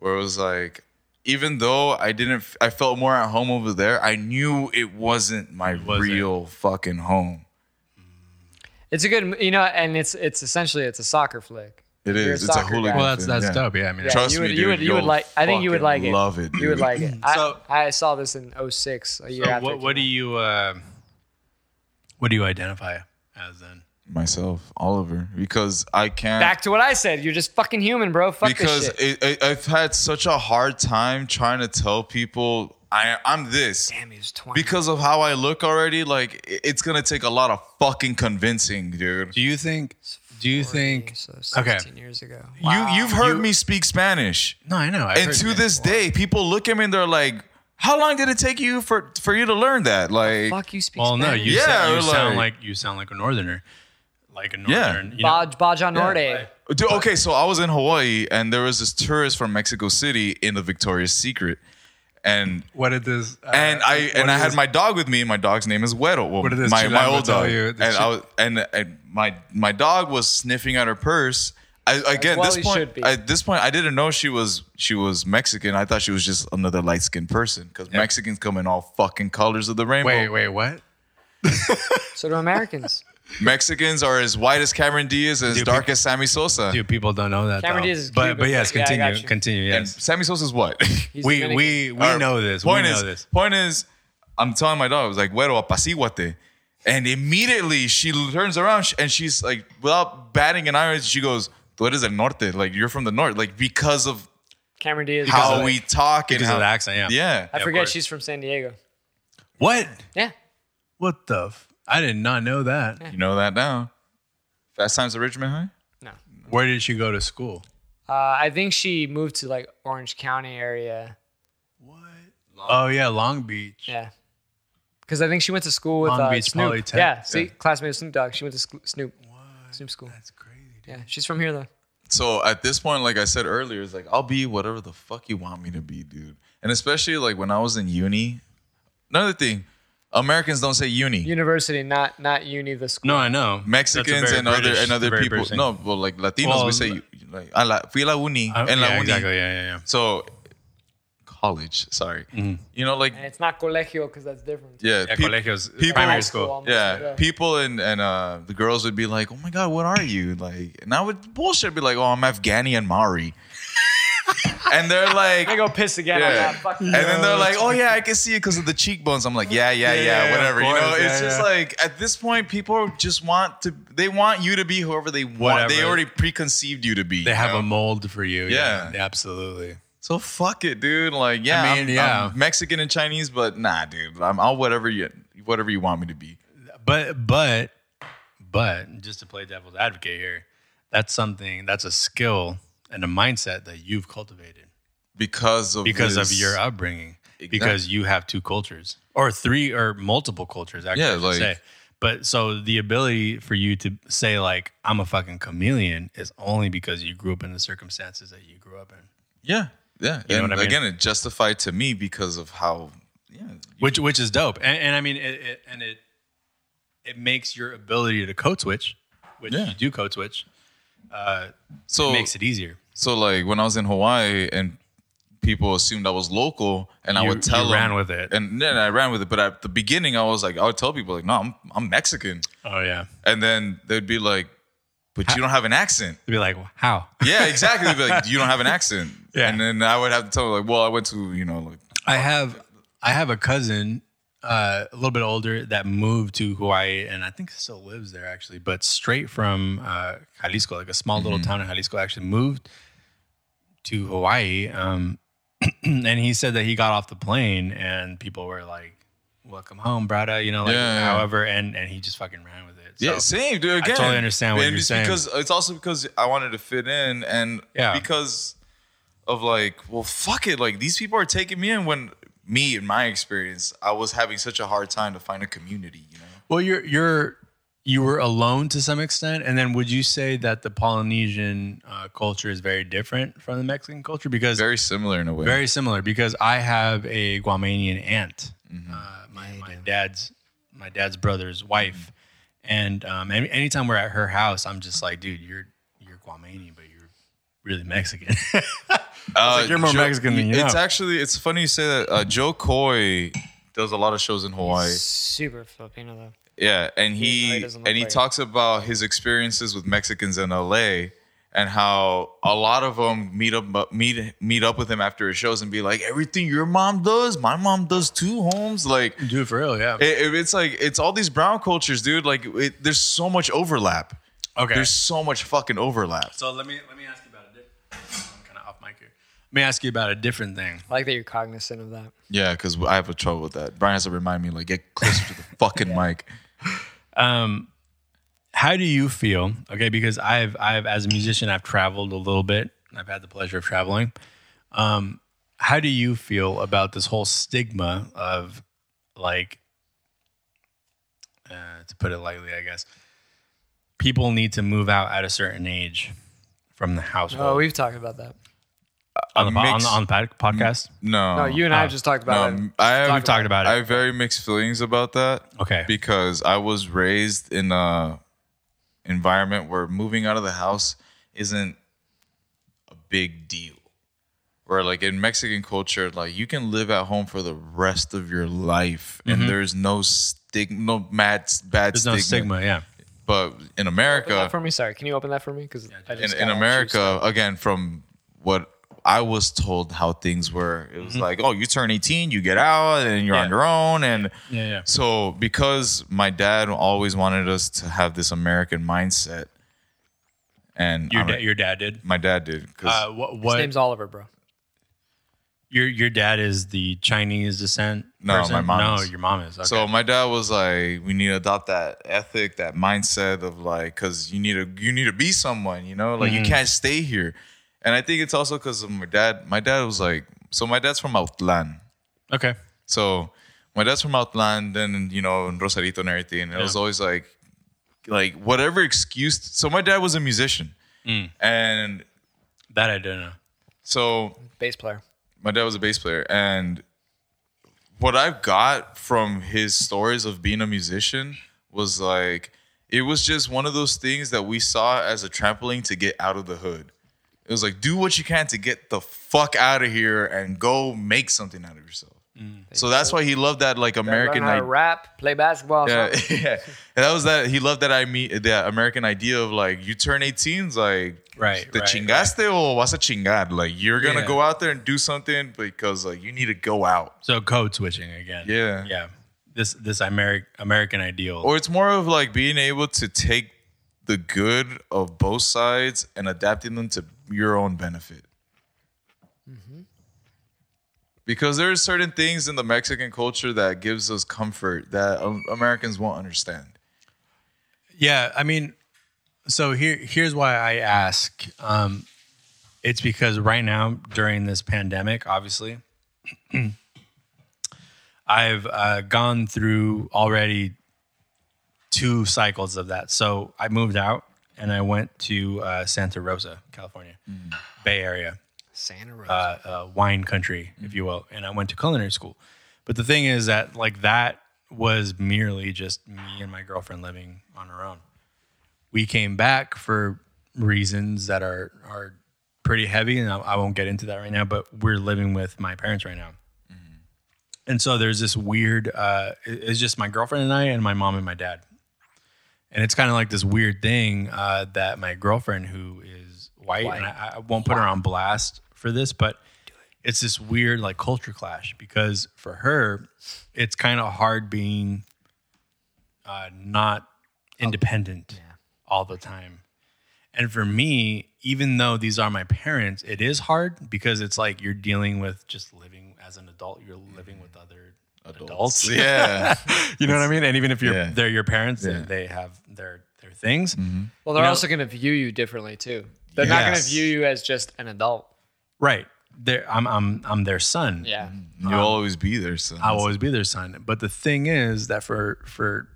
Speaker 3: where it was like, even though I didn't, I felt more at home over there. I knew it wasn't my
Speaker 2: wasn't.
Speaker 3: real fucking home.
Speaker 1: It's a good, you know, and it's it's essentially it's a soccer flick.
Speaker 3: It
Speaker 1: You're a
Speaker 3: is. It's a
Speaker 1: soccer
Speaker 3: hooligan.
Speaker 1: guy.
Speaker 4: Well, that's that's
Speaker 3: yeah.
Speaker 4: dope. Yeah, I mean,
Speaker 1: Yeah,
Speaker 3: Trust
Speaker 1: you would,
Speaker 3: me, dude.
Speaker 1: You would, you would
Speaker 3: you'll
Speaker 1: like. I think you would
Speaker 3: fucking
Speaker 1: like it.
Speaker 3: love it,
Speaker 1: You would
Speaker 3: dude.
Speaker 1: like it. I,
Speaker 2: So-
Speaker 1: I saw this in 06, a year
Speaker 2: So
Speaker 1: after.
Speaker 2: what,
Speaker 1: it
Speaker 2: what do
Speaker 1: came
Speaker 2: you uh, what do you identify as then?
Speaker 3: myself, Oliver, because I
Speaker 1: out.
Speaker 3: can't.
Speaker 1: Back to what I said. You're just fucking human, bro. Fuck
Speaker 3: because
Speaker 1: this shit.
Speaker 3: it, I, I've had such a hard time trying to tell people I I'm this
Speaker 1: Damn, he was 20.
Speaker 3: because of how I look already. Like it- it's gonna take a lot of fucking convincing, dude.
Speaker 4: do you think? Do you think?
Speaker 1: so
Speaker 4: okay.
Speaker 1: 16 years ago.
Speaker 3: You you've heard me speak Spanish,
Speaker 4: No, I know. I've
Speaker 3: and
Speaker 4: heard
Speaker 3: to
Speaker 4: that
Speaker 3: this
Speaker 4: before.
Speaker 3: day, people look at me and they're like, "How long did it take you for for you to learn that?" Like,
Speaker 1: Fuck you speak
Speaker 2: Well, no,
Speaker 1: Spanish.
Speaker 2: you,
Speaker 3: Yeah,
Speaker 2: sound, you
Speaker 3: we're
Speaker 2: sound
Speaker 3: like-
Speaker 2: like you sound like a northerner, like a
Speaker 3: Yeah.
Speaker 2: northern. You know,
Speaker 1: Baja, Baja Norte.
Speaker 3: Dude, okay, so I was in Hawaii and there was this tourist from Mexico City in the Victoria's Secret. And
Speaker 4: What did this? uh,
Speaker 3: and I
Speaker 4: what
Speaker 3: and I
Speaker 4: did
Speaker 3: had
Speaker 4: this-
Speaker 3: my dog with me, and my dog's name is Weddle. Well,
Speaker 4: What did this
Speaker 3: my, my
Speaker 4: Chilango
Speaker 3: old
Speaker 4: tell
Speaker 3: dog.
Speaker 4: you?
Speaker 3: And
Speaker 4: Did she-
Speaker 3: I was and, and my my dog was sniffing at her purse. I, again,
Speaker 1: well
Speaker 3: this
Speaker 1: he
Speaker 3: point,
Speaker 1: should be.
Speaker 3: at this point, I didn't know she was she was Mexican. I thought she was just another light skinned person because Mexicans come in all fucking colors of the rainbow.
Speaker 4: Wait, wait, what?
Speaker 1: So do Americans.
Speaker 3: Mexicans are as white as Cameron Diaz and as
Speaker 2: Dude,
Speaker 3: dark as Sammy Sosa.
Speaker 4: Dude, people don't know that.
Speaker 1: Cameron
Speaker 4: though.
Speaker 1: Diaz is
Speaker 4: but
Speaker 1: Cuban,
Speaker 4: but yes,
Speaker 1: but yeah, I
Speaker 4: continue,
Speaker 1: got you.
Speaker 4: continue.
Speaker 3: And
Speaker 4: Yes,
Speaker 3: Sammy Sosa's what?
Speaker 1: He's
Speaker 4: we
Speaker 1: Dominican.
Speaker 4: we we
Speaker 3: Our
Speaker 4: know this.
Speaker 3: Point
Speaker 4: we
Speaker 3: is,
Speaker 4: know this.
Speaker 3: point is, I'm telling my dog, I was like, "Güero, apaciguate," and immediately she turns around sh- and she's like, without batting an eye, she goes, "Tú eres del norte," like you're from the north, like because of
Speaker 1: Cameron Diaz.
Speaker 3: how
Speaker 1: is-
Speaker 3: we talk and
Speaker 4: Because
Speaker 3: how,
Speaker 4: of the accent, yeah.
Speaker 3: Yeah,
Speaker 1: I
Speaker 2: of
Speaker 1: forget
Speaker 2: course.
Speaker 1: she's from San Diego.
Speaker 4: What?
Speaker 1: Yeah.
Speaker 4: What the? F- I did not know that.
Speaker 3: you know that now. Fast Times at Richmond High.
Speaker 1: No.
Speaker 4: Where did she go to school?
Speaker 1: Uh, I think she moved to like Orange County area.
Speaker 4: What? Oh yeah, Long Beach.
Speaker 1: Yeah. Because I think she went to school with
Speaker 4: Long
Speaker 1: uh,
Speaker 4: Beach
Speaker 1: Snoop.
Speaker 4: Polytech.
Speaker 1: Yeah. See, classmate of Snoop Dogg. She went to sc- Snoop. Snoop school.
Speaker 4: That's crazy. Dude.
Speaker 1: Yeah. She's from here though.
Speaker 3: So at this point, like I said earlier, it's like I'll be whatever the fuck you want me to be, dude. And especially like when I was in uni. Another thing, Americans don't say uni.
Speaker 1: University, not not uni. The school.
Speaker 2: No, I know
Speaker 3: Mexicans and other and other people. No, well, like Latinos,
Speaker 2: Well,
Speaker 3: we say like "A la, fui la uni
Speaker 2: I,
Speaker 3: and la
Speaker 2: Oh, yeah,
Speaker 3: uni.
Speaker 2: exactly. Yeah, yeah, yeah.
Speaker 3: So college, sorry, you know, like
Speaker 1: And it's not colegio because that's different.
Speaker 3: yeah,
Speaker 2: Mm. Yeah,
Speaker 3: pe-
Speaker 2: colegios,
Speaker 3: people-
Speaker 2: primary
Speaker 3: High
Speaker 2: school.
Speaker 1: almost,
Speaker 3: yeah, people and and uh, the girls would be like, "Oh my god, what are you like?" And I would bullshit be like, "Oh, I'm Afghani and Maori," and they're like.
Speaker 1: I go piss again. on
Speaker 3: Yeah.
Speaker 1: that fucking-
Speaker 3: and then they're like, "Oh yeah, I can see it because of the cheekbones." I'm like, "Yeah, yeah, yeah,
Speaker 2: yeah, of
Speaker 3: whatever." you know,
Speaker 2: course,
Speaker 3: it's
Speaker 2: yeah,
Speaker 3: just
Speaker 2: yeah.
Speaker 3: like at this point, people just want to. They want you to be whoever they want. They
Speaker 2: Whatever.
Speaker 3: already preconceived you to be.
Speaker 2: They
Speaker 3: you
Speaker 2: have
Speaker 3: know?
Speaker 2: a mold for you.
Speaker 3: Yeah.
Speaker 2: absolutely.
Speaker 3: So fuck it, dude. Like, yeah,
Speaker 2: I
Speaker 3: I
Speaker 2: mean,
Speaker 3: am
Speaker 2: yeah.
Speaker 3: Mexican and Chinese, but nah, dude. I'm I'll whatever you whatever you want me to be.
Speaker 2: But but but just to play devil's advocate here, that's something that's a skill and a mindset that you've cultivated
Speaker 3: Because of
Speaker 2: because
Speaker 3: this-
Speaker 2: of your upbringing. Because
Speaker 3: Exactly.
Speaker 2: you have two cultures or three or multiple cultures. Actually,
Speaker 3: Yeah,
Speaker 2: I should
Speaker 3: like-
Speaker 2: say. But so the ability for you to say like I'm a fucking chameleon is only because you grew up in the circumstances that you grew up in.
Speaker 3: yeah, yeah.
Speaker 2: know
Speaker 3: and
Speaker 2: what I mean?
Speaker 3: again, it justified to me because of how yeah.
Speaker 2: which which is dope and, and i mean it, it and it it makes your ability to code switch which
Speaker 3: Yeah.
Speaker 2: you do code switch uh
Speaker 3: So
Speaker 2: makes it easier
Speaker 3: so like when I was in Hawaii and people assumed I was local, and I
Speaker 2: You-
Speaker 3: would tell
Speaker 2: you ran
Speaker 3: them-
Speaker 2: with it.
Speaker 3: and then I ran with it. But at the beginning, I was like, I would tell people like, no, I'm I'm Mexican,
Speaker 2: oh yeah
Speaker 3: and then they'd be like, but you don't have an accent.
Speaker 2: to be like how
Speaker 3: Yeah, exactly. They'd be like, you don't have an accent.
Speaker 2: Yeah.
Speaker 3: And then I would have to tell them, like, well, I went to, you know, like,
Speaker 2: i have i have a cousin uh, a little bit older that moved to hawaii and i think still lives there actually but straight from uh, jalisco like a small
Speaker 3: Mm-hmm.
Speaker 2: little town in jalisco actually moved to hawaii um, and he said that he got off the plane and people were like welcome home brada you know like
Speaker 3: Yeah, yeah.
Speaker 2: however and and he just fucking ran with it so,
Speaker 3: yeah, same, dude. Again,
Speaker 2: totally understand what
Speaker 3: And
Speaker 2: you're
Speaker 3: it's
Speaker 2: saying.
Speaker 3: Because it's also because I wanted to fit in, and
Speaker 2: Yeah.
Speaker 3: because of like, well, fuck it, like these people are taking me in when me, in my experience, I was having such a hard time to find a community, you know.
Speaker 2: well you're you're you were alone to some extent and then would you say that the polynesian uh, culture is very different from the mexican culture because
Speaker 3: Very similar in a way.
Speaker 2: Very similar because I have a Guamanian aunt,
Speaker 3: Mm-hmm.
Speaker 2: uh, my, my dad's my dad's brother's wife,
Speaker 3: Mm-hmm.
Speaker 2: and um, any, anytime we're at her house, I'm just like, dude, you're you're Guamanian, but you're really Mexican.
Speaker 3: Uh,
Speaker 2: like, you're more Mexican than you
Speaker 3: It's
Speaker 2: know.
Speaker 3: actually it's funny you say that. Uh, Joe Coy does a lot of shows in Hawaii.
Speaker 1: Super Filipino though.
Speaker 3: Yeah, and
Speaker 1: Even though
Speaker 3: he
Speaker 1: he doesn't look
Speaker 3: and he
Speaker 1: like it.
Speaker 3: talks about his experiences with Mexicans in LA and how a lot of them meet up meet meet up with him after his shows and be like, "Everything your mom does, my mom does too." Holmes, like
Speaker 2: Dude, for real, yeah.
Speaker 3: it, it- it's like it's all these brown cultures, dude. Like it, there's so much overlap.
Speaker 2: okay.
Speaker 3: There's so much fucking overlap.
Speaker 2: so let me let me ask you about a different. kind of off mic here. Let me ask you about a different thing.
Speaker 1: I like that you're cognizant of that.
Speaker 3: Yeah, because I have a trouble with that. Brian has to remind me, like, get closer to the fucking mic.
Speaker 2: um how do you feel okay because i've i've as a musician i've traveled a little bit and i've had the pleasure of traveling um how do you feel about this whole stigma of like uh, to put it lightly i guess people need to move out at a certain age from the household
Speaker 1: Oh, we've talked about that.
Speaker 2: on, the, po- on,
Speaker 3: mix-
Speaker 2: the, on the pod- podcast
Speaker 3: No,
Speaker 1: No, you and I have just talked about it.
Speaker 3: Um, I have
Speaker 2: We've talked about it.
Speaker 3: I have very mixed feelings about that.
Speaker 2: Okay.
Speaker 3: Because I was raised in a environment where moving out of the house isn't a big deal. Where like in Mexican culture, like you can live at home for the rest of your life, and there's no stigma, no mad bad
Speaker 2: Mm-hmm. there's no stigma yeah
Speaker 3: But in
Speaker 1: Open that
Speaker 3: America,
Speaker 1: for me, sorry. Can you open that for me? Because
Speaker 3: in, in America, again, from what I was told how things were, it was like, oh, you turn 18, you get out, and you're on
Speaker 2: Mm-hmm. Yeah.
Speaker 3: your own. And
Speaker 2: Yeah, yeah.
Speaker 3: so, because my dad always wanted us to have this American mindset, and
Speaker 2: your,
Speaker 3: I'm-
Speaker 2: da- your dad did
Speaker 3: my dad did. 'cause-
Speaker 2: uh what,
Speaker 1: his
Speaker 2: what
Speaker 1: name's Oliver, bro.
Speaker 2: Your your dad is the Chinese descent.
Speaker 3: No,
Speaker 2: person?
Speaker 3: my mom
Speaker 2: No,
Speaker 3: is.
Speaker 2: your mom is. Okay.
Speaker 3: So my dad was like, we need to adopt that ethic, that mindset of like, because you need to you need to be someone, you know, like you can't stay here. And I think it's also because of my dad. My dad was like, so my dad's from Outlan.
Speaker 2: okay.
Speaker 3: So my dad's from Outland and you know in Rosarito and everything. And it was always like like whatever excuse so my dad was a musician.
Speaker 2: Mm.
Speaker 3: And
Speaker 2: That I didn't know.
Speaker 3: so
Speaker 1: Bass player.
Speaker 3: my dad was a bass player and what I've got from his stories of being a musician was like it was just one of those things that we saw as a trampoline to get out of the hood. It was like do what you can to get the fuck out of here and go make something out of yourself. So that's why he loved that like American
Speaker 1: Learn how to
Speaker 3: id-
Speaker 1: rap, play basketball.
Speaker 3: yeah,
Speaker 1: something.
Speaker 3: yeah. And that was that. He loved that I meet that American idea of like you turn 18, 's like
Speaker 2: Right,
Speaker 3: the
Speaker 2: right,
Speaker 3: chingaste or vas a chingar. Like you're gonna
Speaker 2: Yeah.
Speaker 3: go out there and do something because like you need to go out.
Speaker 2: So code switching again.
Speaker 3: Yeah.
Speaker 2: Yeah. This this Ameri- American ideal.
Speaker 3: Or it's more of like being able to take the good of both sides and adapting them to your own benefit.
Speaker 2: Mm-hmm.
Speaker 3: Because there are certain things in the Mexican culture that gives us comfort that um, Americans won't understand.
Speaker 2: yeah. I mean, so here here's why I ask. Um, it's because right now during this pandemic, obviously, I've uh, gone through already two cycles of that. So I moved out and I went to uh, Santa Rosa, California, Bay Area.
Speaker 1: Santa Rosa.
Speaker 2: uh, uh, wine country, if you will. And I went to culinary school. But the thing is that like that was merely just me and my girlfriend living on our own. We came back for reasons that are are pretty heavy, and I, I won't get into that right now. But we're living with my parents right now. And so there's this weird, uh, it- it's just my girlfriend and I, and my mom and my dad. And it's kind of like this weird thing uh, that my girlfriend, who is white, and I, I won't put her on blast for this, but it's this weird like culture clash because for her, it's kind of hard being uh, not independent all the time. And for me, even though these are my parents, it is hard because it's like you're dealing with just living as an adult, you're living with other adults.
Speaker 3: Yeah.
Speaker 2: You know what I mean? And even if you're,
Speaker 3: Yeah.
Speaker 2: they're your parents,
Speaker 3: Yeah. Mm-hmm.
Speaker 2: they have their their things.
Speaker 1: well, they're
Speaker 2: know-
Speaker 1: also going to view you differently too. They're not going
Speaker 3: Yes.
Speaker 1: to view you as just an adult.
Speaker 2: Right. They're, I'm I'm I'm their son.
Speaker 1: Yeah.
Speaker 3: You'll always be there, son.
Speaker 2: I'll always be their son. But the thing is that for for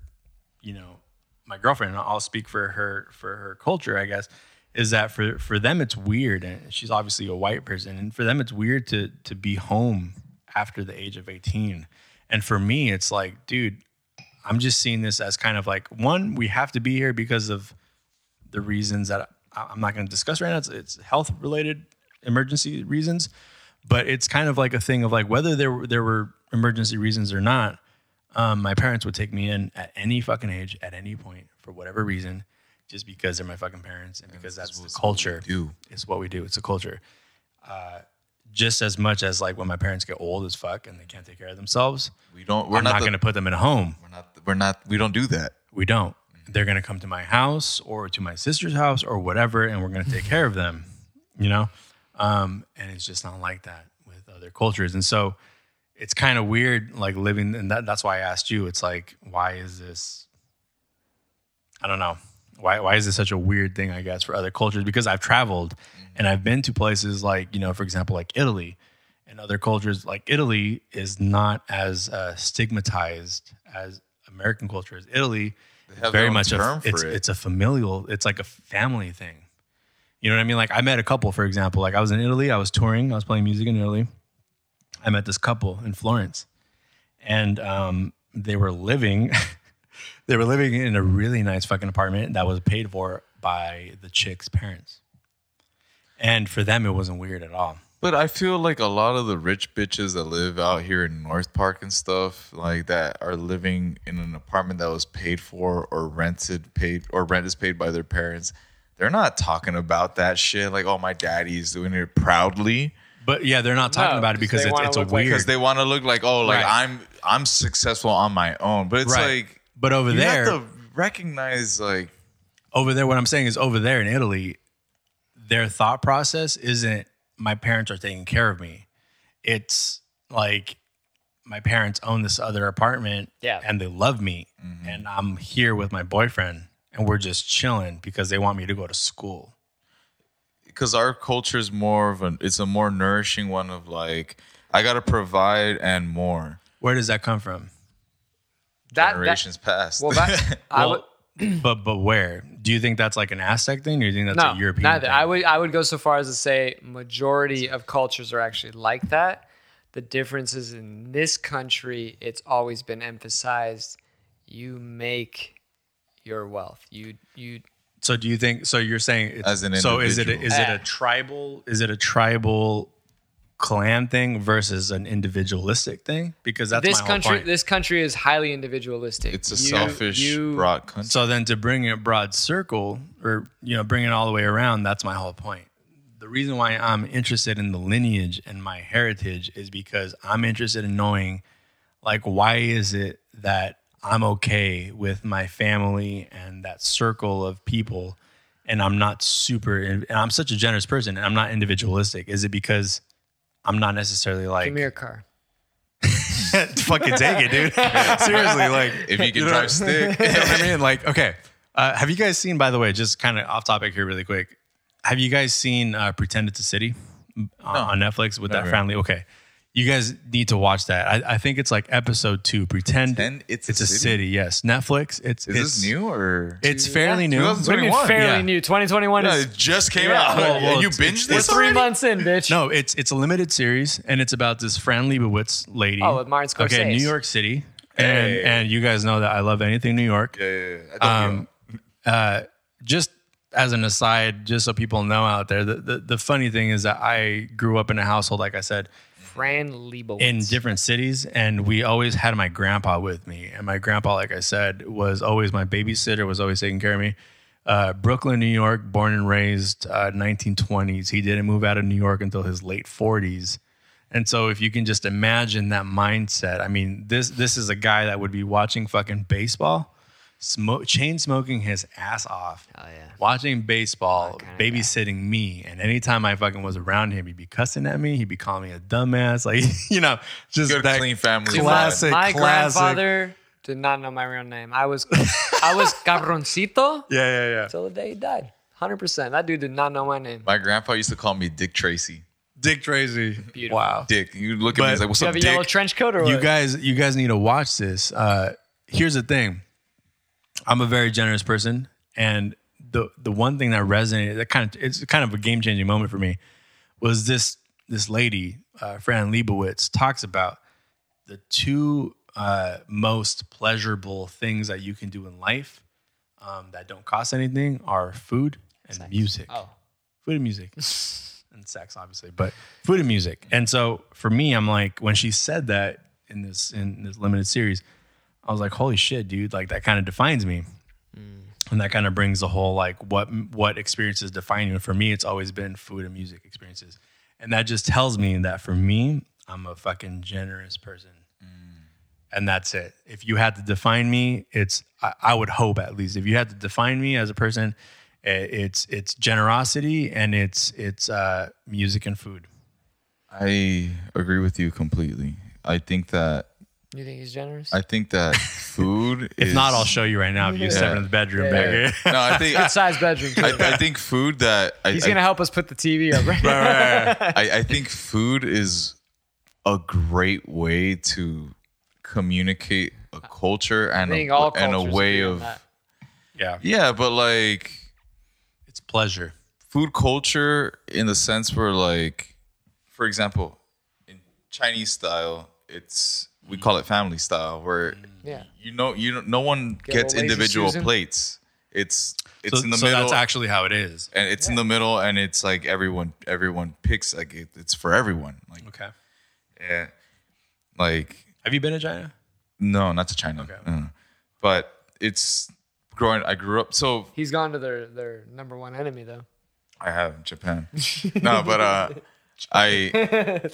Speaker 2: you know my girlfriend, and I'll speak for her for her culture, I guess, is that for for them it's weird, and she's obviously a white person, and for them it's weird to to be home after the age of eighteen, and for me it's like, dude, I'm just seeing this as kind of like one, we have to be here because of the reasons that I, I'm not going to discuss right now. It's, it's health related emergency reasons, but it's kind of like a thing of like whether there were- there were emergency reasons or not. um, my parents would take me in at any fucking age, at any point, for whatever reason, just because they're my fucking parents and because that's the culture.
Speaker 3: do.
Speaker 2: It's what we do. It's a culture. Uh, just as much as like when my parents get old as fuck and they can't take care of themselves,
Speaker 3: We don't. We're
Speaker 2: I'm
Speaker 3: not,
Speaker 2: not
Speaker 3: the-
Speaker 2: going to put them in a home.
Speaker 3: We're not. We're not. We don't do that.
Speaker 2: We don't. They're going to come to my house or to my sister's house or whatever, and we're going to take care of them, you know? Um, and it's just not like that with other cultures. And so it's kind of weird, like living, and that, that's why I asked you. It's like, why is this? I don't know. Why, why is this such a weird thing, I guess, for other cultures? Because I've traveled
Speaker 3: Mm-hmm.
Speaker 2: and I've been to places like, you know, for example, like Italy and other cultures like Italy is not as uh, stigmatized as American culture is. Italy is
Speaker 3: have
Speaker 2: very
Speaker 3: their own
Speaker 2: much a,
Speaker 3: term for
Speaker 2: it's,
Speaker 3: it.
Speaker 2: it's a familial, it's like a family thing. You know what I mean? Like I met a couple, for example, like I was in Italy, I was touring, I was playing music in Italy. I met this couple in Florence and um, they were living, they were living in a really nice fucking apartment that was paid for by the chick's parents. And for them, it wasn't weird at all.
Speaker 3: But I feel like a lot of the rich bitches that live out here in North Park and stuff like that are living in an apartment that was paid for or rented paid or rent is paid by their parents. They're not talking about that shit like oh my daddy's doing it proudly
Speaker 2: But yeah, they're not talking
Speaker 1: No,
Speaker 2: about it
Speaker 1: because
Speaker 2: because
Speaker 1: they
Speaker 2: it's,
Speaker 1: wanna
Speaker 2: it's a
Speaker 1: look like-
Speaker 2: weird.
Speaker 3: because they want to look like oh like
Speaker 2: Right.
Speaker 3: I'm I'm successful on my own. But it's
Speaker 2: right.
Speaker 3: like
Speaker 2: but over
Speaker 3: you
Speaker 2: there,
Speaker 3: have to recognize like
Speaker 2: over there, what I'm saying is over there in Italy, their thought process isn't my parents are taking care of me. It's like my parents own this other apartment
Speaker 1: Yeah.
Speaker 2: and they love me. And I'm here with my boyfriend and we're just chilling because they want me to go to school.
Speaker 3: because our culture is more of an it's a more nourishing one of like I gotta provide and more
Speaker 2: Where does that come from?
Speaker 1: That, that
Speaker 3: generations past.
Speaker 1: well, that I would.
Speaker 2: Well, but but where? Do you think that's like an Aztec thing or do you think that's
Speaker 1: no,
Speaker 2: a European
Speaker 1: neither.
Speaker 2: thing?
Speaker 1: I would I would go so far as to say majority of cultures are actually like that. The difference is in this country, it's always been emphasized: you make your wealth. You you
Speaker 2: So do you think? So you're saying it's,
Speaker 3: As an
Speaker 2: so is it a, is
Speaker 1: individual.
Speaker 2: it
Speaker 1: Yeah.
Speaker 2: a tribal is it a tribal clan thing versus an individualistic thing? Because that's
Speaker 1: this
Speaker 2: my
Speaker 1: country
Speaker 2: whole point.
Speaker 1: this country is highly individualistic.
Speaker 3: It's a
Speaker 1: You-
Speaker 3: selfish
Speaker 1: you-
Speaker 3: broad country.
Speaker 2: so then to bring it broad circle or you know bring it all the way around, that's my whole point. The reason why I'm interested in the lineage and my heritage is because I'm interested in knowing, like, why is it that I'm okay with my family and that circle of people and I'm not super, and I'm such a generous person and I'm not individualistic? Is it because I'm not necessarily like,
Speaker 1: Give me your car.
Speaker 2: fucking take it, dude? Seriously, like,
Speaker 3: if you can
Speaker 2: know-
Speaker 3: drive stick,
Speaker 2: you know what I mean? Like, okay. Uh, have you guys seen, by the way, just kind of off topic here, really quick? Have you guys seen uh, Pretend It's a City on, on Netflix with that family? Okay. You guys need to watch that. I, I think it's like episode two. Pretend
Speaker 3: Pretend It's a
Speaker 2: it's a
Speaker 3: City?
Speaker 2: city. Yes, Netflix. It's
Speaker 3: is
Speaker 2: it's
Speaker 3: this new or
Speaker 2: It's fairly new.
Speaker 1: What do you mean
Speaker 3: 21?
Speaker 1: fairly
Speaker 2: Yeah.
Speaker 1: new? Twenty twenty one
Speaker 3: No,
Speaker 1: is
Speaker 3: it just came
Speaker 1: Yeah,
Speaker 3: out?
Speaker 1: well,
Speaker 2: well,
Speaker 3: you
Speaker 2: it's-
Speaker 3: binged
Speaker 1: we're
Speaker 3: this
Speaker 1: three
Speaker 3: already?
Speaker 1: months in, bitch.
Speaker 2: No, it's it's a limited series, and it's about this Fran Lebowitz lady.
Speaker 1: Oh, with Martin Scorsese.
Speaker 2: Okay, New York City, and
Speaker 3: Hey.
Speaker 2: and you guys know that I love anything New York.
Speaker 3: Yeah, yeah, yeah. I don't know.
Speaker 2: just as an aside, just so people know out there, the, the, the funny thing is that I grew up in a household, like I said,
Speaker 1: Fran Lebowitz.
Speaker 2: in different cities, and we always had my grandpa with me. And my grandpa, like I said, was always my babysitter, was always taking care of me. Uh, Brooklyn, New York, born and raised, uh, 1920s. He didn't move out of New York until his late 40s. And so, if you can just imagine that mindset, I mean, this this is a guy that would be watching fucking baseball, smoke, chain smoking his ass off,
Speaker 1: Oh, yeah.
Speaker 2: watching baseball,
Speaker 1: kinda
Speaker 2: babysitting me. And anytime I fucking was around him, he'd be cussing at me. He'd be calling me a dumbass. Like, you know, just
Speaker 3: Good
Speaker 2: that
Speaker 3: clean family.
Speaker 2: classic-
Speaker 3: vibe.
Speaker 1: my
Speaker 2: classic.
Speaker 1: grandfather did not know my real name. I was I was cabroncito
Speaker 2: Yeah, yeah, yeah.
Speaker 1: till the day he died. Hundred percent. That dude did not know my name.
Speaker 3: My grandpa used to call me Dick Tracy.
Speaker 2: Dick Tracy.
Speaker 1: Beautiful.
Speaker 2: Wow.
Speaker 3: Dick, you look at me
Speaker 2: But-
Speaker 3: he's like, "What's
Speaker 1: you
Speaker 3: up,
Speaker 1: have a
Speaker 3: Dick?"
Speaker 1: yellow trench coat or
Speaker 2: You
Speaker 1: what?
Speaker 2: guys, you guys need to watch this. Uh, here's the thing. I'm a very generous person, and the the one thing that resonated that kind of it's kind of a game changing moment for me was this this lady uh, Fran Lebowitz talks about the two uh, most pleasurable things that you can do in life um, that don't cost anything are food and music
Speaker 1: Oh.
Speaker 2: food and music and sex obviously but food and music and so for me i'm like when she said that in this in this limited series I was like, holy shit, dude! Like that kind of defines me, and that kind of brings the whole like what what experiences define you. And for me, it's always been food and music experiences, and that just tells me that for me, I'm a fucking generous person, and that's it. If you had to define me, it's I, I would hope at least if you had to define me as a person, i- it's it's generosity and it's it's uh, music and food.
Speaker 3: I agree with you completely. I think that
Speaker 1: You think he's generous?
Speaker 3: I think that food.
Speaker 2: If
Speaker 3: is,
Speaker 2: not, I'll show you right now. If you step
Speaker 3: Yeah.
Speaker 2: into the bedroom
Speaker 1: Yeah,
Speaker 2: back
Speaker 1: yeah.
Speaker 2: here.
Speaker 3: No, I think
Speaker 1: Good size bedroom. Too.
Speaker 3: I, I think food that I,
Speaker 1: he's
Speaker 3: I-
Speaker 1: gonna help us put the TV up. Right?
Speaker 3: I, I think food is a great way to communicate a culture
Speaker 1: I
Speaker 3: and
Speaker 1: think
Speaker 3: a,
Speaker 1: all
Speaker 3: and a
Speaker 1: cultures
Speaker 3: way
Speaker 1: agree on
Speaker 3: of
Speaker 1: that.
Speaker 2: yeah,
Speaker 3: yeah, but like
Speaker 2: it's pleasure.
Speaker 3: food culture in the sense where like, for example, in Chinese style, it's we call it family style where
Speaker 1: Yeah.
Speaker 3: you know you don't, no one
Speaker 1: Mm. Get a
Speaker 3: gets
Speaker 1: little lazy
Speaker 3: individual
Speaker 1: Susan.
Speaker 3: plates. It's it's
Speaker 2: so
Speaker 3: in the
Speaker 2: so
Speaker 3: middle.
Speaker 2: that's actually how it is.
Speaker 3: and it's in the middle, and it's like everyone, everyone picks like it, it's for everyone. Like,
Speaker 2: Okay.
Speaker 3: yeah, Eh, like
Speaker 2: Have you been to China?
Speaker 3: No, not to China. Uh, But it's growing. I grew up, so
Speaker 1: He's gone to their their number one enemy though.
Speaker 3: I have Japan. no, but uh, I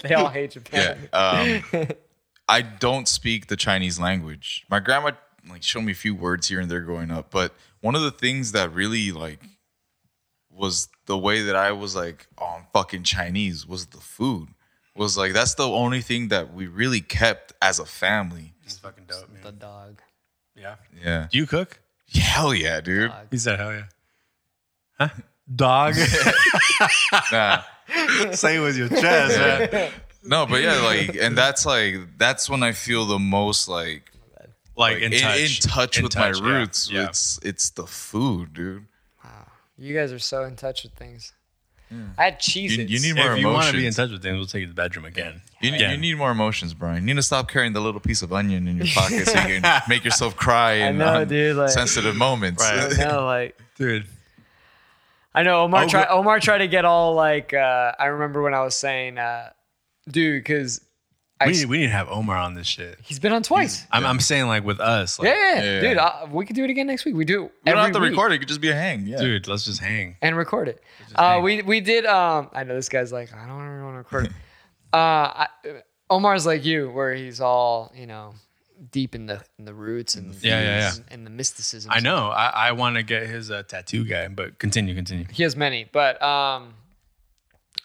Speaker 1: They all hate
Speaker 3: yeah,
Speaker 1: Japan.
Speaker 3: um, I don't speak the Chinese language. My grandma like showed me a few words here and there growing up, but one of the things that really like was the way that I was like, oh, I'm fucking Chinese was the food. Was like that's the only thing that we really kept as a family.
Speaker 5: It's fucking dope, man.
Speaker 1: The dog.
Speaker 5: Yeah.
Speaker 3: Yeah.
Speaker 2: Do you cook?
Speaker 3: Hell yeah, dude.
Speaker 2: He said, hell yeah. Huh? Dog.
Speaker 3: Nah.
Speaker 2: Say it with your chest, man.
Speaker 3: No, but yeah, like, and that's like, that's when I feel the most like,
Speaker 2: Like,
Speaker 3: like
Speaker 2: in, touch.
Speaker 3: in touch
Speaker 2: In
Speaker 3: with
Speaker 2: touch,
Speaker 3: my
Speaker 2: yeah.
Speaker 3: roots.
Speaker 2: Yeah.
Speaker 3: It's it's the food, dude.
Speaker 1: You guys are so in touch with things. I had cheese.
Speaker 3: Mm. You, you need more
Speaker 2: If you want to be in
Speaker 3: emotions.
Speaker 2: touch with things, we'll take you to the bedroom again.
Speaker 3: You,
Speaker 2: Yeah.
Speaker 3: you need more emotions, Brian. You need to stop carrying the little piece of onion in your pocket so you can make yourself cry in
Speaker 1: know, dude, like-
Speaker 3: sensitive moments.
Speaker 2: Right.
Speaker 1: no, like
Speaker 2: Dude.
Speaker 1: I know Omar
Speaker 2: Oh,
Speaker 1: try,
Speaker 2: go-
Speaker 1: Omar tried to get all like uh, I remember when I was saying, uh, dude, because I
Speaker 2: We
Speaker 1: s-
Speaker 2: need, we need to have Omar on this shit.
Speaker 1: he's been on twice.
Speaker 2: I'm, I'm saying, like, with us. Like,
Speaker 1: Yeah, yeah,
Speaker 3: Yeah, yeah.
Speaker 1: dude, I, we could do it again next week. We do. it
Speaker 3: You don't
Speaker 1: every
Speaker 3: have to
Speaker 1: week
Speaker 3: record it. It could just be a hang. Yeah.
Speaker 2: Dude, let's just hang.
Speaker 1: and record it. Uh, we we did. Um, I know this guy's like, I don't really want to record. it." uh, I, Omar's like you, where he's all you know, deep in the in the roots and
Speaker 2: Yeah, yeah, yeah.
Speaker 1: and the mysticism.
Speaker 2: I know. I, I want to get his uh, tattoo guy, but continue, continue.
Speaker 1: he has many but um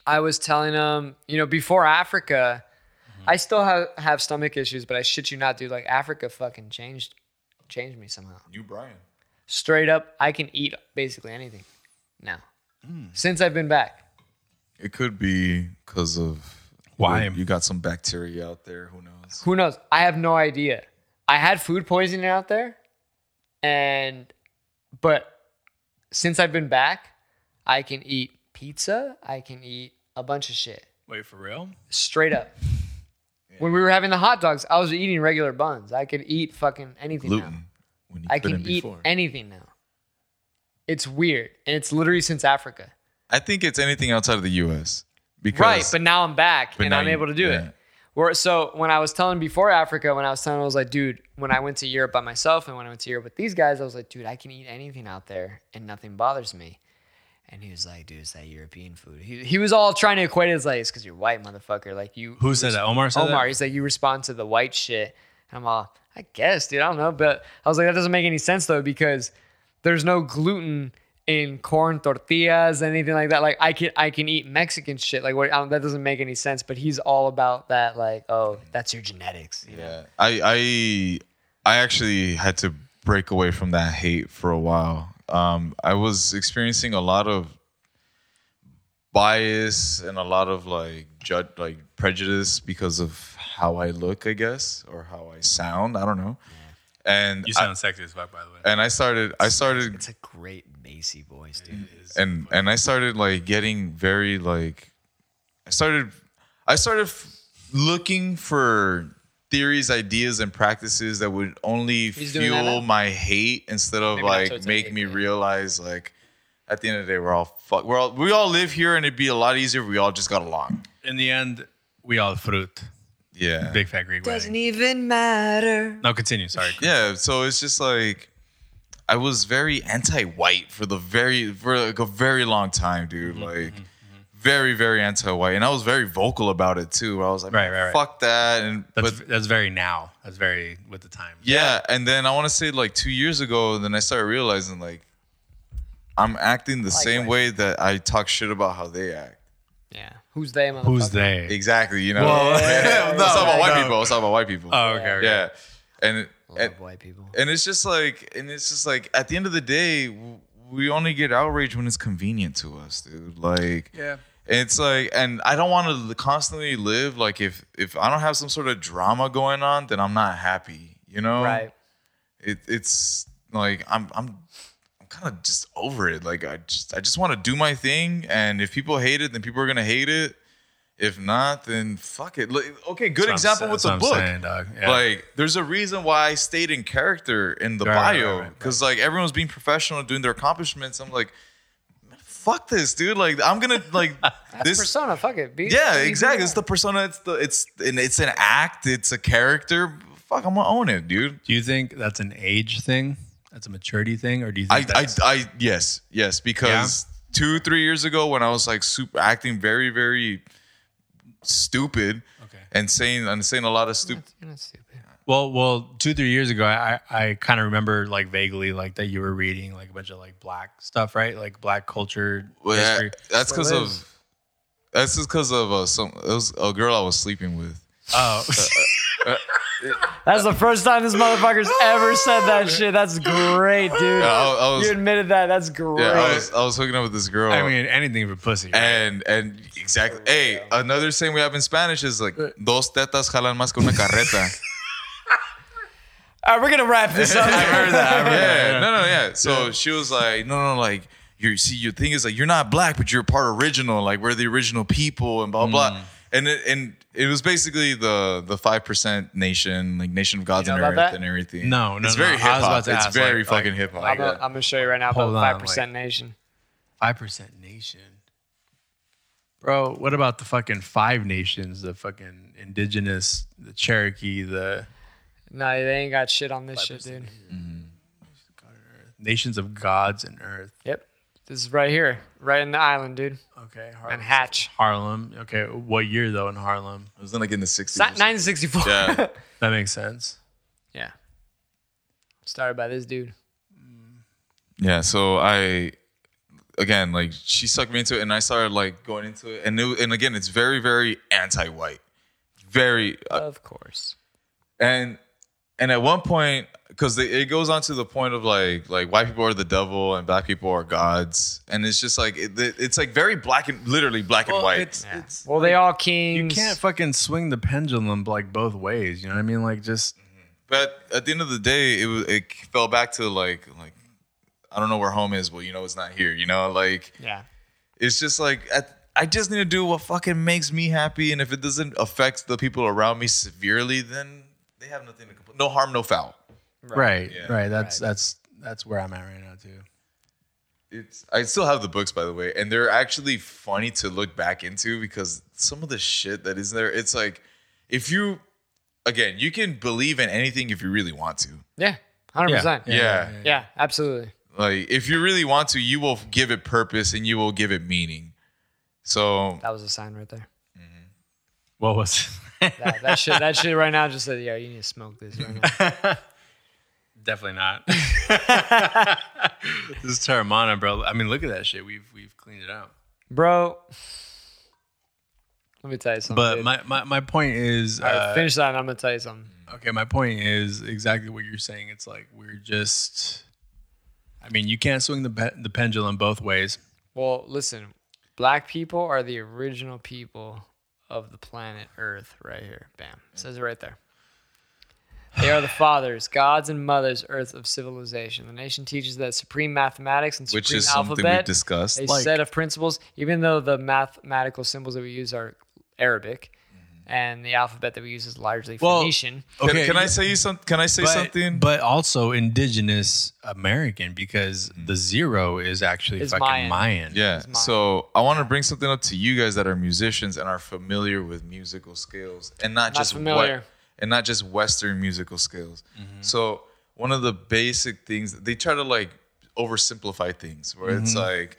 Speaker 1: i was telling him you know before africa
Speaker 2: Mm-hmm.
Speaker 1: i still have have stomach issues but i shit you not dude like africa fucking changed changed me somehow
Speaker 3: You, Brian.
Speaker 1: straight up i can eat basically anything now
Speaker 2: Mm.
Speaker 1: since i've been back
Speaker 3: It could be because of
Speaker 2: Why?
Speaker 3: You got some bacteria out there. Who knows?
Speaker 1: who knows i have no idea i had food poisoning out there and but since i've been back i can eat pizza i can eat a bunch of shit
Speaker 2: Wait, for real?
Speaker 1: straight up. When we were having the hot dogs, I was eating regular buns. I could eat fucking anything now.
Speaker 3: Gluten. When you
Speaker 1: I
Speaker 3: couldn't
Speaker 1: can eat
Speaker 3: before.
Speaker 1: anything now. It's weird, and it's literally since Africa,
Speaker 3: I think it's anything outside of the U.S. Because
Speaker 1: right? But now I'm back,
Speaker 3: But
Speaker 1: and
Speaker 3: now
Speaker 1: I'm
Speaker 3: you-
Speaker 1: able to do
Speaker 3: yeah.
Speaker 1: it. Where, so when I was telling before Africa, when I was telling, I was like, dude, when I went to Europe by myself, and when I went to Europe with these guys, I was like, dude, I can eat anything out there, and nothing bothers me. And he was like, dude, it's that European food. He, he was all trying to equate it as like, it's because you're white, motherfucker. Like you.
Speaker 2: Who said that? Omar said
Speaker 1: Omar.
Speaker 2: that?
Speaker 1: He's like, you respond to the white shit. And I'm all, I guess, dude. I don't know. But I was like, that doesn't make any sense though, because there's no gluten in corn tortillas, anything like that. Like I can I can eat Mexican shit. Like what I don't, that doesn't make any sense. But he's all about that, like, oh, that's your genetics. You know?
Speaker 3: Yeah, I I I actually had to break away from that hate for a while. Um, I was experiencing a lot of bias and a lot of like jud like prejudice because of how I look, I guess, or how I sound. I don't know. And
Speaker 5: You
Speaker 3: I-
Speaker 5: sound sexy as fuck, by the way.
Speaker 3: and I started I started
Speaker 1: It's a great bassy voice, dude.
Speaker 3: and and I started like getting very like I started I started f- looking for theories, ideas, and practices that would only
Speaker 1: He's doing that now?
Speaker 3: fuel my hate instead of
Speaker 1: Maybe not
Speaker 3: like
Speaker 1: towards
Speaker 3: make
Speaker 1: hate,
Speaker 3: me
Speaker 1: but-
Speaker 3: realize like at the end of the day we're all fuck we're all we all live here and it'd be a lot easier if we all just got along.
Speaker 2: In the end, we all fruit.
Speaker 3: yeah.
Speaker 2: Big fat Greek
Speaker 1: Doesn't
Speaker 2: wedding.
Speaker 1: even matter.
Speaker 2: No, continue. Sorry.
Speaker 3: Yeah, so it's just like I was very anti-white for the very for like a very long time, dude.
Speaker 2: Mm-hmm,
Speaker 3: Like very very anti-white, and I was very vocal about it too. I was like,
Speaker 2: Right, right, right.
Speaker 3: fuck that, and
Speaker 2: That's
Speaker 3: but.
Speaker 2: that's very now. That's very with the times.
Speaker 3: Yeah, and then I want to say like two years ago, then I started realizing like I'm acting the same way that I talk shit about how they act.
Speaker 1: Yeah. Who's they, motherfucker?
Speaker 2: Who's they?
Speaker 3: Exactly, you know.
Speaker 2: Whoa.
Speaker 3: Yeah, let's talk about white
Speaker 2: no.
Speaker 3: people. Let's talk about white people.
Speaker 2: Oh, okay. okay.
Speaker 3: yeah, and,
Speaker 1: Love
Speaker 3: and
Speaker 1: white people.
Speaker 3: and it's just like and it's just like at the end of the day w- we only get outraged when it's convenient to us dude like
Speaker 2: Yeah.
Speaker 3: it's like and i don't want to constantly live like if if i don't have some sort of drama going on then i'm not happy you know
Speaker 1: Right.
Speaker 3: it, it's like i'm i'm i'm kind of just over it like i just i just want to do my thing and if people hate it then people are gonna hate it if not then fuck it Like, okay good
Speaker 2: That's what
Speaker 3: example
Speaker 2: I'm
Speaker 3: with
Speaker 2: sa-
Speaker 3: the
Speaker 2: that's what
Speaker 3: book
Speaker 2: I'm saying, dog. Yeah.
Speaker 3: like, there's a reason why I stayed in character in the
Speaker 2: Right, right, right,
Speaker 3: bio
Speaker 2: right, right.
Speaker 3: because like everyone's being professional, doing their accomplishments. I'm like, fuck this, dude. Like, I'm gonna like this.
Speaker 1: Persona, fuck it. Be,
Speaker 3: yeah,
Speaker 1: be who
Speaker 3: exactly.
Speaker 1: you
Speaker 3: It's
Speaker 1: are.
Speaker 3: the persona. It's the it's and it's an act. It's a character. Fuck, I'm gonna own it, dude.
Speaker 2: Do you think that's an age thing? That's a maturity thing, or do you
Speaker 3: I,
Speaker 2: think
Speaker 3: I,
Speaker 2: that's
Speaker 3: I, yes, yes, because two, three years ago when I was like super acting very, very stupid
Speaker 2: okay?
Speaker 3: and saying and saying a lot of stupid.
Speaker 1: You're not stupid.
Speaker 2: Well, well, two three years ago, I I, I kind of remember like vaguely like that you were reading like a bunch of like black stuff, right? Like black culture
Speaker 3: Well, yeah,
Speaker 2: history.
Speaker 3: that's because
Speaker 1: Still
Speaker 3: of that's just because of uh, some it was a girl I was sleeping with.
Speaker 2: Oh,
Speaker 3: Uh,
Speaker 1: That's the first time this motherfucker's ever said that shit. That's great, dude.
Speaker 3: Yeah, I, I was
Speaker 1: you admitted that. That's great.
Speaker 3: yeah, I was I was hooking up with this girl.
Speaker 2: I mean anything for pussy. Right?
Speaker 3: oh. and and exactly. Hey, another saying we have in Spanish is like dos tetas jalan más que una carreta.
Speaker 1: All right, we're gonna wrap this up.
Speaker 3: I remember that. I remember yeah, no, no, yeah. So she was like, no, no, like you see, your thing is like you're not black, but you're part original. Like we're the original people, and blah blah.
Speaker 2: Mm.
Speaker 3: And it, and it was basically the the five percent nation, like nation of gods
Speaker 1: You know
Speaker 3: and
Speaker 1: about
Speaker 3: earth
Speaker 1: that?
Speaker 3: and everything.
Speaker 2: No, no,
Speaker 3: it's
Speaker 2: no.
Speaker 3: very
Speaker 2: I was
Speaker 3: hip
Speaker 2: about
Speaker 3: hop.
Speaker 2: to
Speaker 3: It's
Speaker 2: ask,
Speaker 3: very
Speaker 2: like-
Speaker 3: fucking hip
Speaker 1: I'm, gonna,
Speaker 3: hop.
Speaker 1: I'm gonna show you right now about
Speaker 2: Hold on,
Speaker 1: Five Percent Nation.
Speaker 2: Five percent nation, bro. What about the fucking five nations? The fucking indigenous, the Cherokee, the
Speaker 1: No, they ain't got shit on this shit, dude.
Speaker 2: nations of gods and earth.
Speaker 1: Yep, this is right here, right in the island, dude,
Speaker 2: Okay, Harlem.
Speaker 1: and Hatch.
Speaker 2: Harlem. Okay, what year though in Harlem?
Speaker 3: It was in like in the
Speaker 1: It's
Speaker 3: sixties.
Speaker 1: not 1964.
Speaker 3: Yeah.
Speaker 2: That makes sense.
Speaker 1: yeah. Started by this dude.
Speaker 3: Yeah, so I again like she sucked me into it and I started like going into it and it, and again it's very very anti-white. Very uh,
Speaker 1: Of course.
Speaker 3: and and at one point cuz it goes on to the point of like like white people are the devil and black people are gods and it's just like it, it- it's like very black and literally black and white.
Speaker 2: it's, it's
Speaker 1: Well, they all
Speaker 2: you
Speaker 1: kings.
Speaker 2: can't fucking swing the pendulum like both ways. You know what I mean? Like just
Speaker 3: but at the end of the day it was it fell back to like like I don't know where home is, but you know it's not here, you know? Like
Speaker 1: yeah.
Speaker 3: it's just like at, I just need to do what fucking makes me happy, and if it doesn't affect the people around me severely, then they have nothing to complain. No harm, no foul.
Speaker 2: right, right.
Speaker 3: yeah,
Speaker 2: that's that's that's where I'm at right now too.
Speaker 3: It's I still have the books by the way, and they're actually funny to look back into because some of the shit that is there, it's like if you again, you can believe in anything if you really want to.
Speaker 1: Yeah. Hundred percent.
Speaker 3: Yeah.
Speaker 1: Yeah. Absolutely.
Speaker 3: Like if you really want to, you will give it purpose and you will give it meaning. So
Speaker 1: That was a sign right there.
Speaker 2: What was
Speaker 1: That, that shit. That shit right now just said, "Yo, you need to smoke this right now."
Speaker 2: Definitely not. this is Terramana, bro. I mean, look at that shit. We've we've cleaned it out.
Speaker 1: bro. Let me tell you something.
Speaker 2: But
Speaker 1: dude.
Speaker 2: my, my, my point is
Speaker 1: All right,
Speaker 2: uh,
Speaker 1: finish that, and I'm gonna tell you something.
Speaker 2: Okay, my point is exactly what you're saying. It's like we're just. I mean, you can't swing the pe- the pendulum both ways.
Speaker 1: Well, listen, black people are the original people of the planet Earth, right here. Bam, It says it right there. They are the fathers, gods, and mothers, Earth of civilization. The nation teaches that supreme mathematics and supreme
Speaker 3: which is something we
Speaker 1: alphabet,
Speaker 3: discussed.
Speaker 1: a
Speaker 2: like-
Speaker 1: set of principles. Even though the mathematical symbols that we use are Arabic, and the alphabet that we use is largely
Speaker 4: Well,
Speaker 1: Phoenician.
Speaker 3: Can, can I say you some? Can I say
Speaker 4: but,
Speaker 3: something?
Speaker 4: But
Speaker 2: also indigenous American because the zero is actually
Speaker 1: Is
Speaker 2: fucking
Speaker 1: Mayan.
Speaker 2: Mm. Mayan.
Speaker 3: yeah.
Speaker 1: mine.
Speaker 3: So I want to bring something up to you guys that are musicians and are familiar with musical skills, and not, just
Speaker 1: familiar.
Speaker 3: what, and not just Western musical skills. So one of the basic things they try to like oversimplify things, where it's like,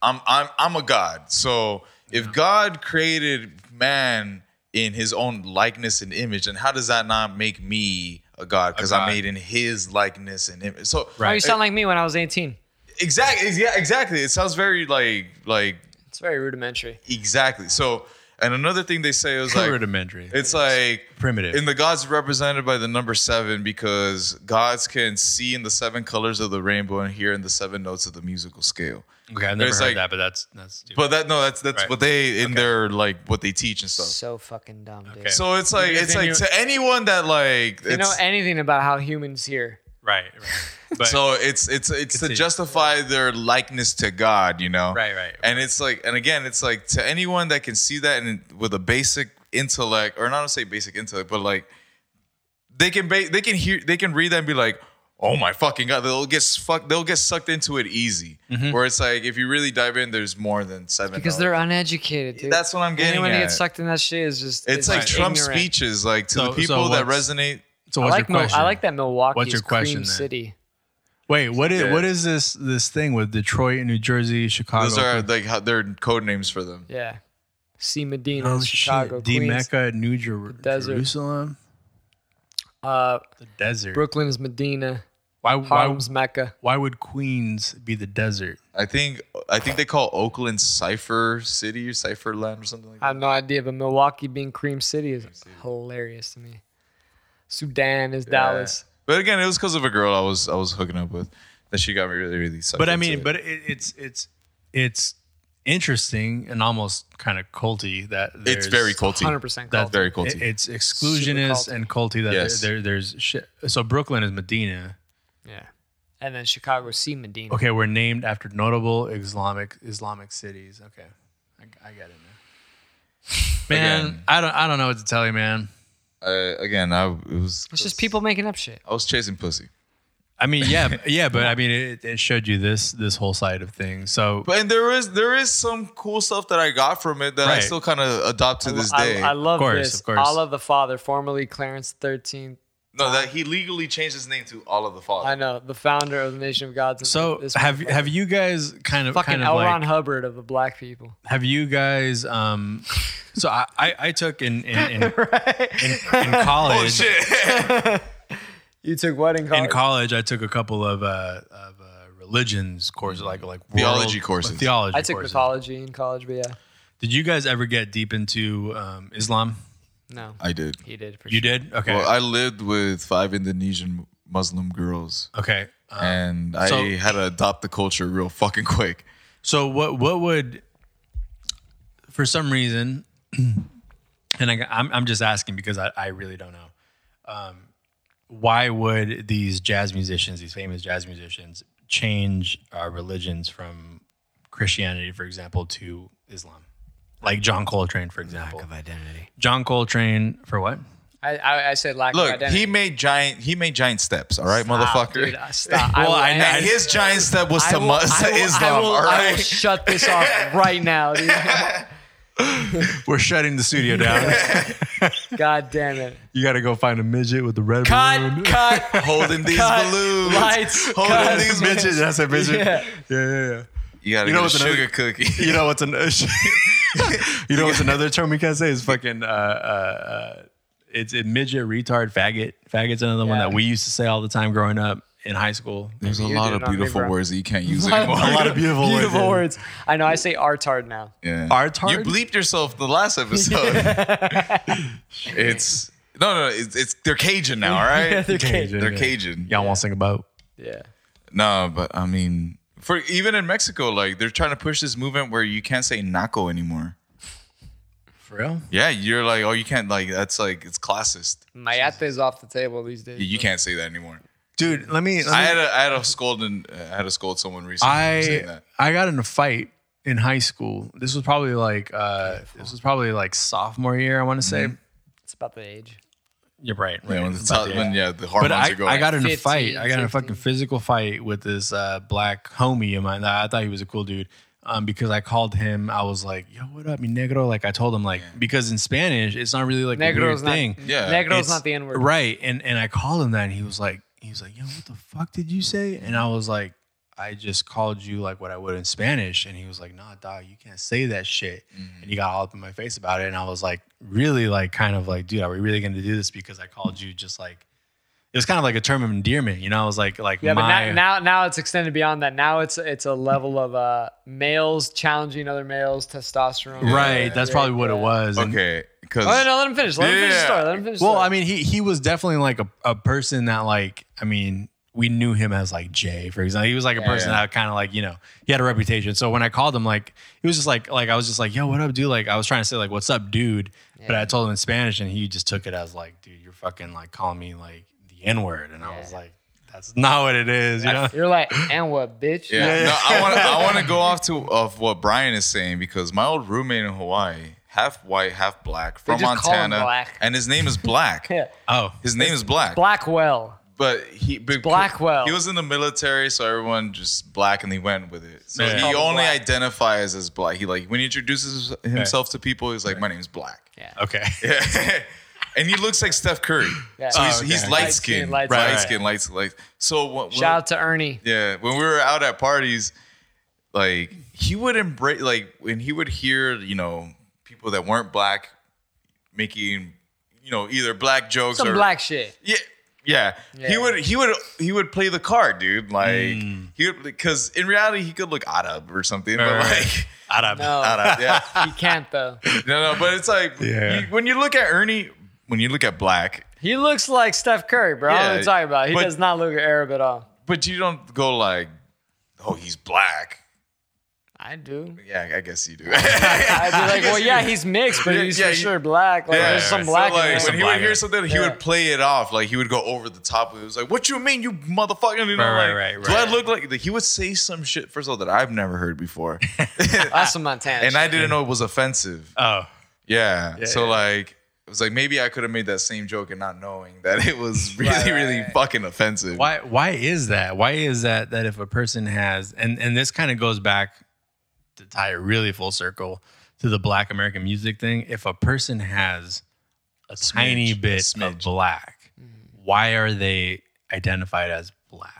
Speaker 3: I'm I'm I'm a god. So if God created man in His own likeness and image, then how does that not make me a god? Because I'm
Speaker 2: god.
Speaker 3: made in His likeness and image. So
Speaker 1: Oh, you sound like me when I was 18.
Speaker 3: Exactly. Yeah, exactly. It sounds very like like
Speaker 1: It's very rudimentary.
Speaker 3: exactly. So, and another thing they say is like
Speaker 4: rudimentary.
Speaker 3: it's like
Speaker 4: primitive.
Speaker 3: And the gods are represented by the number seven because gods can see in the seven colors of the rainbow and hear in the seven notes of the musical scale.
Speaker 2: Okay, I've never
Speaker 3: There's
Speaker 2: heard
Speaker 3: like-
Speaker 2: that, but that's that's. But,
Speaker 3: But that no, that's that's
Speaker 2: Right.
Speaker 3: what they in their like what they teach and stuff.
Speaker 1: So fucking dumb, dude.
Speaker 2: Okay.
Speaker 3: Oh. So it's like
Speaker 2: Because
Speaker 3: it's
Speaker 2: then
Speaker 3: like
Speaker 2: you-
Speaker 3: to anyone that like
Speaker 1: you know
Speaker 3: it's,
Speaker 1: anything about how humans hear?
Speaker 2: right, right. But
Speaker 3: so it's it's it's to
Speaker 2: Continue.
Speaker 3: justify their likeness to God, you know.
Speaker 2: Right, right.
Speaker 3: And it's like, and again, it's like to anyone that can see that and with a basic intellect, or not to say basic intellect, but like they can ba- they can hear they can read that and be like, oh my fucking god, they'll get fuck they'll get sucked into it easy.
Speaker 2: Mm-hmm.
Speaker 3: Where it's like if you really dive in, there's more than seven.
Speaker 1: Because
Speaker 3: notes.
Speaker 1: they're uneducated, dude.
Speaker 3: That's what I'm getting
Speaker 1: Anyone that
Speaker 3: at.
Speaker 1: gets sucked in that shit is just. is
Speaker 3: it's like
Speaker 1: just
Speaker 3: Trump
Speaker 1: ignorant.
Speaker 3: speeches, like to
Speaker 2: So-
Speaker 3: the
Speaker 2: so
Speaker 3: people that
Speaker 2: what's-
Speaker 3: resonate.
Speaker 2: so
Speaker 1: I
Speaker 2: what's
Speaker 1: like,
Speaker 2: your
Speaker 1: Mil-
Speaker 2: question?
Speaker 1: I like that Milwaukee
Speaker 2: What's your question
Speaker 1: Cream
Speaker 2: then?
Speaker 1: City.
Speaker 2: Wait, what is
Speaker 3: Yeah.
Speaker 2: what is this this thing with Detroit and New Jersey, Chicago?
Speaker 3: Those are like how, their code names for them.
Speaker 1: Yeah. C Medina,
Speaker 2: oh,
Speaker 1: Chicago,
Speaker 2: shit. D
Speaker 1: Queens.
Speaker 2: Mecca, New Jer-
Speaker 1: desert.
Speaker 2: Jerusalem,
Speaker 1: Uh,
Speaker 2: the desert.
Speaker 1: Brooklyn is Medina.
Speaker 2: why, why
Speaker 1: Harlem's Mecca.
Speaker 2: why would Queens be the desert?
Speaker 3: I think I think they call Oakland Cipher City or Cipher Land or something like
Speaker 1: I
Speaker 3: that.
Speaker 1: have no idea, but Milwaukee being Cream City is hilarious to me. Sudan is Dallas.
Speaker 3: But again, it was because of a girl I was I was hooking up with that she got me really really sucked.
Speaker 2: But I
Speaker 3: into
Speaker 2: mean,
Speaker 3: it.
Speaker 2: but it, it's it's it's interesting and almost kind of culty that
Speaker 3: it's
Speaker 2: there's-
Speaker 3: very culty.
Speaker 1: 100%
Speaker 2: That's
Speaker 1: culture.
Speaker 3: Very culty.
Speaker 2: it- it's exclusionist
Speaker 1: culty.
Speaker 2: and culty that
Speaker 3: Yes.
Speaker 2: there, there- there's shit. So Brooklyn is Medina.
Speaker 1: Yeah. And then Chicago, C Medina.
Speaker 2: Okay, we're named after notable Islamic Islamic cities. Okay, I, I get it. Man, man
Speaker 3: Again.
Speaker 2: I don't I don't know what to tell you, man.
Speaker 3: Uh, again, I it was
Speaker 1: It's just people making up shit.
Speaker 3: I was chasing pussy.
Speaker 2: I mean, yeah, b- yeah, but I mean, it, it showed you this this whole side of things. So
Speaker 3: But and there is there is some cool stuff that I got from it that I
Speaker 2: Right.
Speaker 3: still kind of adopt to this
Speaker 1: I,
Speaker 3: day.
Speaker 1: I love
Speaker 2: Of course,
Speaker 1: this.
Speaker 2: of course.
Speaker 1: Allah the Father, formerly Clarence 13th.
Speaker 3: no, that he legally changed his name to All of the Father.
Speaker 1: I know, the founder of the Nation of Gods. and
Speaker 2: so
Speaker 1: this
Speaker 2: have
Speaker 1: motherfucker.
Speaker 2: have you guys kind of
Speaker 1: fucking
Speaker 2: kind
Speaker 1: L.
Speaker 2: of
Speaker 1: Ron
Speaker 2: like
Speaker 1: Hubbard of the black people?
Speaker 2: have you guys um so I I, I took in in in, in, in
Speaker 3: Oh
Speaker 2: college
Speaker 3: shit!
Speaker 1: You took wedding cards.
Speaker 2: in college I took a couple of uh of uh, religions courses like like world-
Speaker 3: Theology courses.
Speaker 2: theology
Speaker 1: I took
Speaker 2: courses.
Speaker 1: mythology in college, but yeah,
Speaker 2: Did you guys ever get deep into um, Islam?
Speaker 1: no,
Speaker 3: I did.
Speaker 1: he did. For
Speaker 2: You
Speaker 1: sure.
Speaker 2: did? Okay.
Speaker 3: Well, I lived with five Indonesian Muslim girls,
Speaker 2: okay.
Speaker 1: Uh,
Speaker 2: Um,
Speaker 3: and I
Speaker 2: so-
Speaker 3: had to adopt the culture real fucking quick.
Speaker 2: So what what would for some reason and I, I'm I'm just asking because I, I really don't know. Um, why would these jazz musicians, these famous jazz musicians, change uh, religions from Christianity, for example, to Islam? Like John Coltrane, for example.
Speaker 1: identity.
Speaker 2: John Coltrane for what?
Speaker 1: I, I, I said lack of
Speaker 3: Look,
Speaker 1: identity.
Speaker 3: he made giant. He made giant steps. All right,
Speaker 1: Stop,
Speaker 3: motherfucker.
Speaker 1: dude, uh, stop.
Speaker 2: Well,
Speaker 1: I,
Speaker 2: I
Speaker 1: will,
Speaker 2: know-
Speaker 3: And his giant step was
Speaker 1: I
Speaker 3: to,
Speaker 1: will-
Speaker 3: mu-
Speaker 1: I
Speaker 3: to
Speaker 1: will- I
Speaker 3: Islam.
Speaker 1: will-
Speaker 3: all
Speaker 1: I will
Speaker 3: right.
Speaker 1: shut this off right now, dude.
Speaker 2: We're shutting the studio down.
Speaker 1: God damn it.
Speaker 2: you got to go find a midget with the red
Speaker 1: Cut, cut,
Speaker 3: Holding these
Speaker 1: cut.
Speaker 3: balloons.
Speaker 1: Lights.
Speaker 3: Hold
Speaker 1: cut.
Speaker 3: on, these bitches.
Speaker 2: That's a midget.
Speaker 1: Yeah.
Speaker 2: yeah, yeah. yeah.
Speaker 3: You gotta
Speaker 2: You know
Speaker 3: get a
Speaker 2: what's another-
Speaker 3: sugar cookie.
Speaker 2: You know what's an you know what's another term we can't say is fucking uh, uh, uh, it's it midget retard faggot faggot's another one
Speaker 1: Yeah.
Speaker 2: that we used to say all the time growing up in high school.
Speaker 3: There's a
Speaker 1: You
Speaker 3: lot
Speaker 1: did
Speaker 3: of
Speaker 1: not
Speaker 3: beautiful
Speaker 1: reverb.
Speaker 3: words that you can't use anymore.
Speaker 2: A lot of beautiful,
Speaker 1: Beautiful
Speaker 2: words.
Speaker 1: words. I know. I say artard now.
Speaker 3: Yeah.
Speaker 2: Art hard?
Speaker 3: You bleeped yourself the last episode. it's no, no. It's, it's they're Cajun now. All right.
Speaker 1: they're Cajun,
Speaker 3: They're
Speaker 2: yeah.
Speaker 3: Cajun.
Speaker 2: Y'all want to sing about?
Speaker 1: Yeah.
Speaker 3: No, but I mean, for even in Mexico, like they're trying to push this movement where you can't say naco anymore.
Speaker 2: For real?
Speaker 3: Yeah, you're like, oh, you can't like that's like it's classist.
Speaker 1: Mayate is off the table these days.
Speaker 3: You can't say that anymore.
Speaker 2: Dude, let me.
Speaker 3: I
Speaker 2: Let
Speaker 3: had
Speaker 2: me
Speaker 3: a I had a scold and uh, I had to scold someone recently. for saying
Speaker 2: I,
Speaker 3: that.
Speaker 2: I got in a fight in high school. This was probably like uh, this was probably like sophomore year, I want to say.
Speaker 1: about the age.
Speaker 6: You're right.
Speaker 3: Yeah,
Speaker 6: right.
Speaker 3: when the,
Speaker 6: About
Speaker 3: top,
Speaker 6: the-
Speaker 3: when, yeah, the
Speaker 2: But
Speaker 3: hormones
Speaker 2: I,
Speaker 3: are going.
Speaker 2: I got in a
Speaker 1: 15,
Speaker 2: fight. I got in
Speaker 1: 16.
Speaker 2: a fucking physical fight with this uh, black homie of mine. That I thought he was a cool dude um, because I called him. I was like, "Yo, what up, mi negro?" Like I told him, like because in Spanish, it's not really like a weird
Speaker 1: Negro's not.
Speaker 2: thing.
Speaker 3: Yeah.
Speaker 1: Negro's
Speaker 2: It's-
Speaker 1: not the N word.
Speaker 2: Right. And and I called him that and he was like he was like, Yo, what the fuck did you say? And I was like, I just called you like what I would in Spanish. And he was like, Nah, dog, you can't say that shit.
Speaker 1: Mm.
Speaker 2: And he got all up in my face about it. And I was like, really like kind of like, dude, are we really gonna do this because I called you just like it was kind of like a term of endearment, you know. I was like, like
Speaker 1: Yeah, but
Speaker 2: my
Speaker 1: now, now now it's extended beyond that. Now it's it's a level of uh, males challenging other males, testosterone.
Speaker 2: right. that's probably what it was. And-
Speaker 3: okay, because
Speaker 1: Oh no, let him finish. Let him finish the
Speaker 3: Yeah.
Speaker 1: story. Let him finish. the
Speaker 2: Well,
Speaker 1: story.
Speaker 2: I mean, he he was definitely like a, a person that like I mean, we knew him as like Jay, for example. He was like a person
Speaker 3: yeah.
Speaker 2: that kind of like, you know, he had a reputation. So when I called him, like he was just like like I was just like, yo, what up, dude? Like I was trying to say like what's up, dude. But I told him in Spanish and he just took it as like, dude, you're fucking like calling me like the N-word. And I was like, that's not what it is, you know?
Speaker 1: you're like, and what, bitch?
Speaker 3: Yeah. No, I want to I want to go off to of what Brian is saying because my old roommate in Hawaii, half white, half black, from
Speaker 1: just call him
Speaker 3: Montana,
Speaker 1: Black.
Speaker 3: and his name is Black.
Speaker 1: Yeah.
Speaker 2: Oh.
Speaker 3: His name is Black.
Speaker 1: Blackwell.
Speaker 3: But he but
Speaker 1: Blackwell.
Speaker 3: He was in the military, so everyone just black and they went with it. So
Speaker 2: Yeah.
Speaker 3: he
Speaker 1: Called him
Speaker 3: only
Speaker 1: Black.
Speaker 3: identifies as black. He like when he introduces himself to people, he's like, My name's Black.
Speaker 1: Yeah.
Speaker 2: Okay.
Speaker 3: and he looks like Steph Curry.
Speaker 1: Yeah.
Speaker 3: So he's,
Speaker 2: Oh,
Speaker 3: he's
Speaker 2: okay.
Speaker 3: light
Speaker 1: Light-skinned, light-skinned.
Speaker 3: skinned. Light,
Speaker 2: Right, right.
Speaker 3: skinned, light like so what,
Speaker 1: Shout out to Ernie.
Speaker 3: yeah, when we were out at parties, like he would embrace, like when he would hear, you know, people that weren't black making, you know, either black jokes
Speaker 1: Some
Speaker 3: or
Speaker 1: black shit.
Speaker 3: Yeah, yeah,
Speaker 1: Yeah.
Speaker 3: He would, he would, he would play the card, dude. Like
Speaker 2: Mm.
Speaker 3: he would, because in reality, he could look Arab or something, but
Speaker 2: Right.
Speaker 3: like
Speaker 2: I don't
Speaker 1: No,
Speaker 3: Arab, yeah.
Speaker 1: he can't though.
Speaker 3: No, no, but it's like
Speaker 2: Yeah.
Speaker 3: you- when you look at Ernie, when you look at black,
Speaker 1: He looks like Steph Curry, bro. I don't know what
Speaker 3: Yeah,
Speaker 1: you're talking about. He
Speaker 3: but-
Speaker 1: does not look Arab at all.
Speaker 3: but you don't go like, oh, he's black.
Speaker 1: I do.
Speaker 3: Yeah, I guess you do.
Speaker 1: I'd be like, well, yeah, he's mixed, but
Speaker 3: Yeah,
Speaker 1: he's
Speaker 3: yeah,
Speaker 1: for
Speaker 3: you-
Speaker 1: sure black. Like, there's some
Speaker 3: So,
Speaker 1: black.
Speaker 3: like,
Speaker 1: in
Speaker 3: when
Speaker 1: there.
Speaker 2: Some
Speaker 3: he
Speaker 2: black
Speaker 3: would
Speaker 2: in
Speaker 3: hear
Speaker 2: there.
Speaker 3: something, he
Speaker 1: Yeah.
Speaker 3: would play it off like he would go over the top. It was like, "What you mean, you motherfucker?" You know,
Speaker 2: Right,
Speaker 3: like,
Speaker 2: right, right,
Speaker 3: do I
Speaker 2: right.
Speaker 3: look like he would say some shit first of all that I've never heard before,
Speaker 1: That's some Montana.
Speaker 3: and
Speaker 1: shit.
Speaker 3: I didn't know it was offensive.
Speaker 2: Oh.
Speaker 3: Yeah, so
Speaker 2: yeah.
Speaker 3: like. It was like maybe I could have made that same joke and not knowing that it was really,
Speaker 1: right,
Speaker 3: really
Speaker 1: right.
Speaker 3: fucking offensive.
Speaker 2: why why is that why is that that if a person has and and this kind of goes back to tie it really full circle to the black american music thing if a person has a tiny
Speaker 3: smidge, a
Speaker 2: bit of
Speaker 3: smidge.
Speaker 2: black why are they identified as black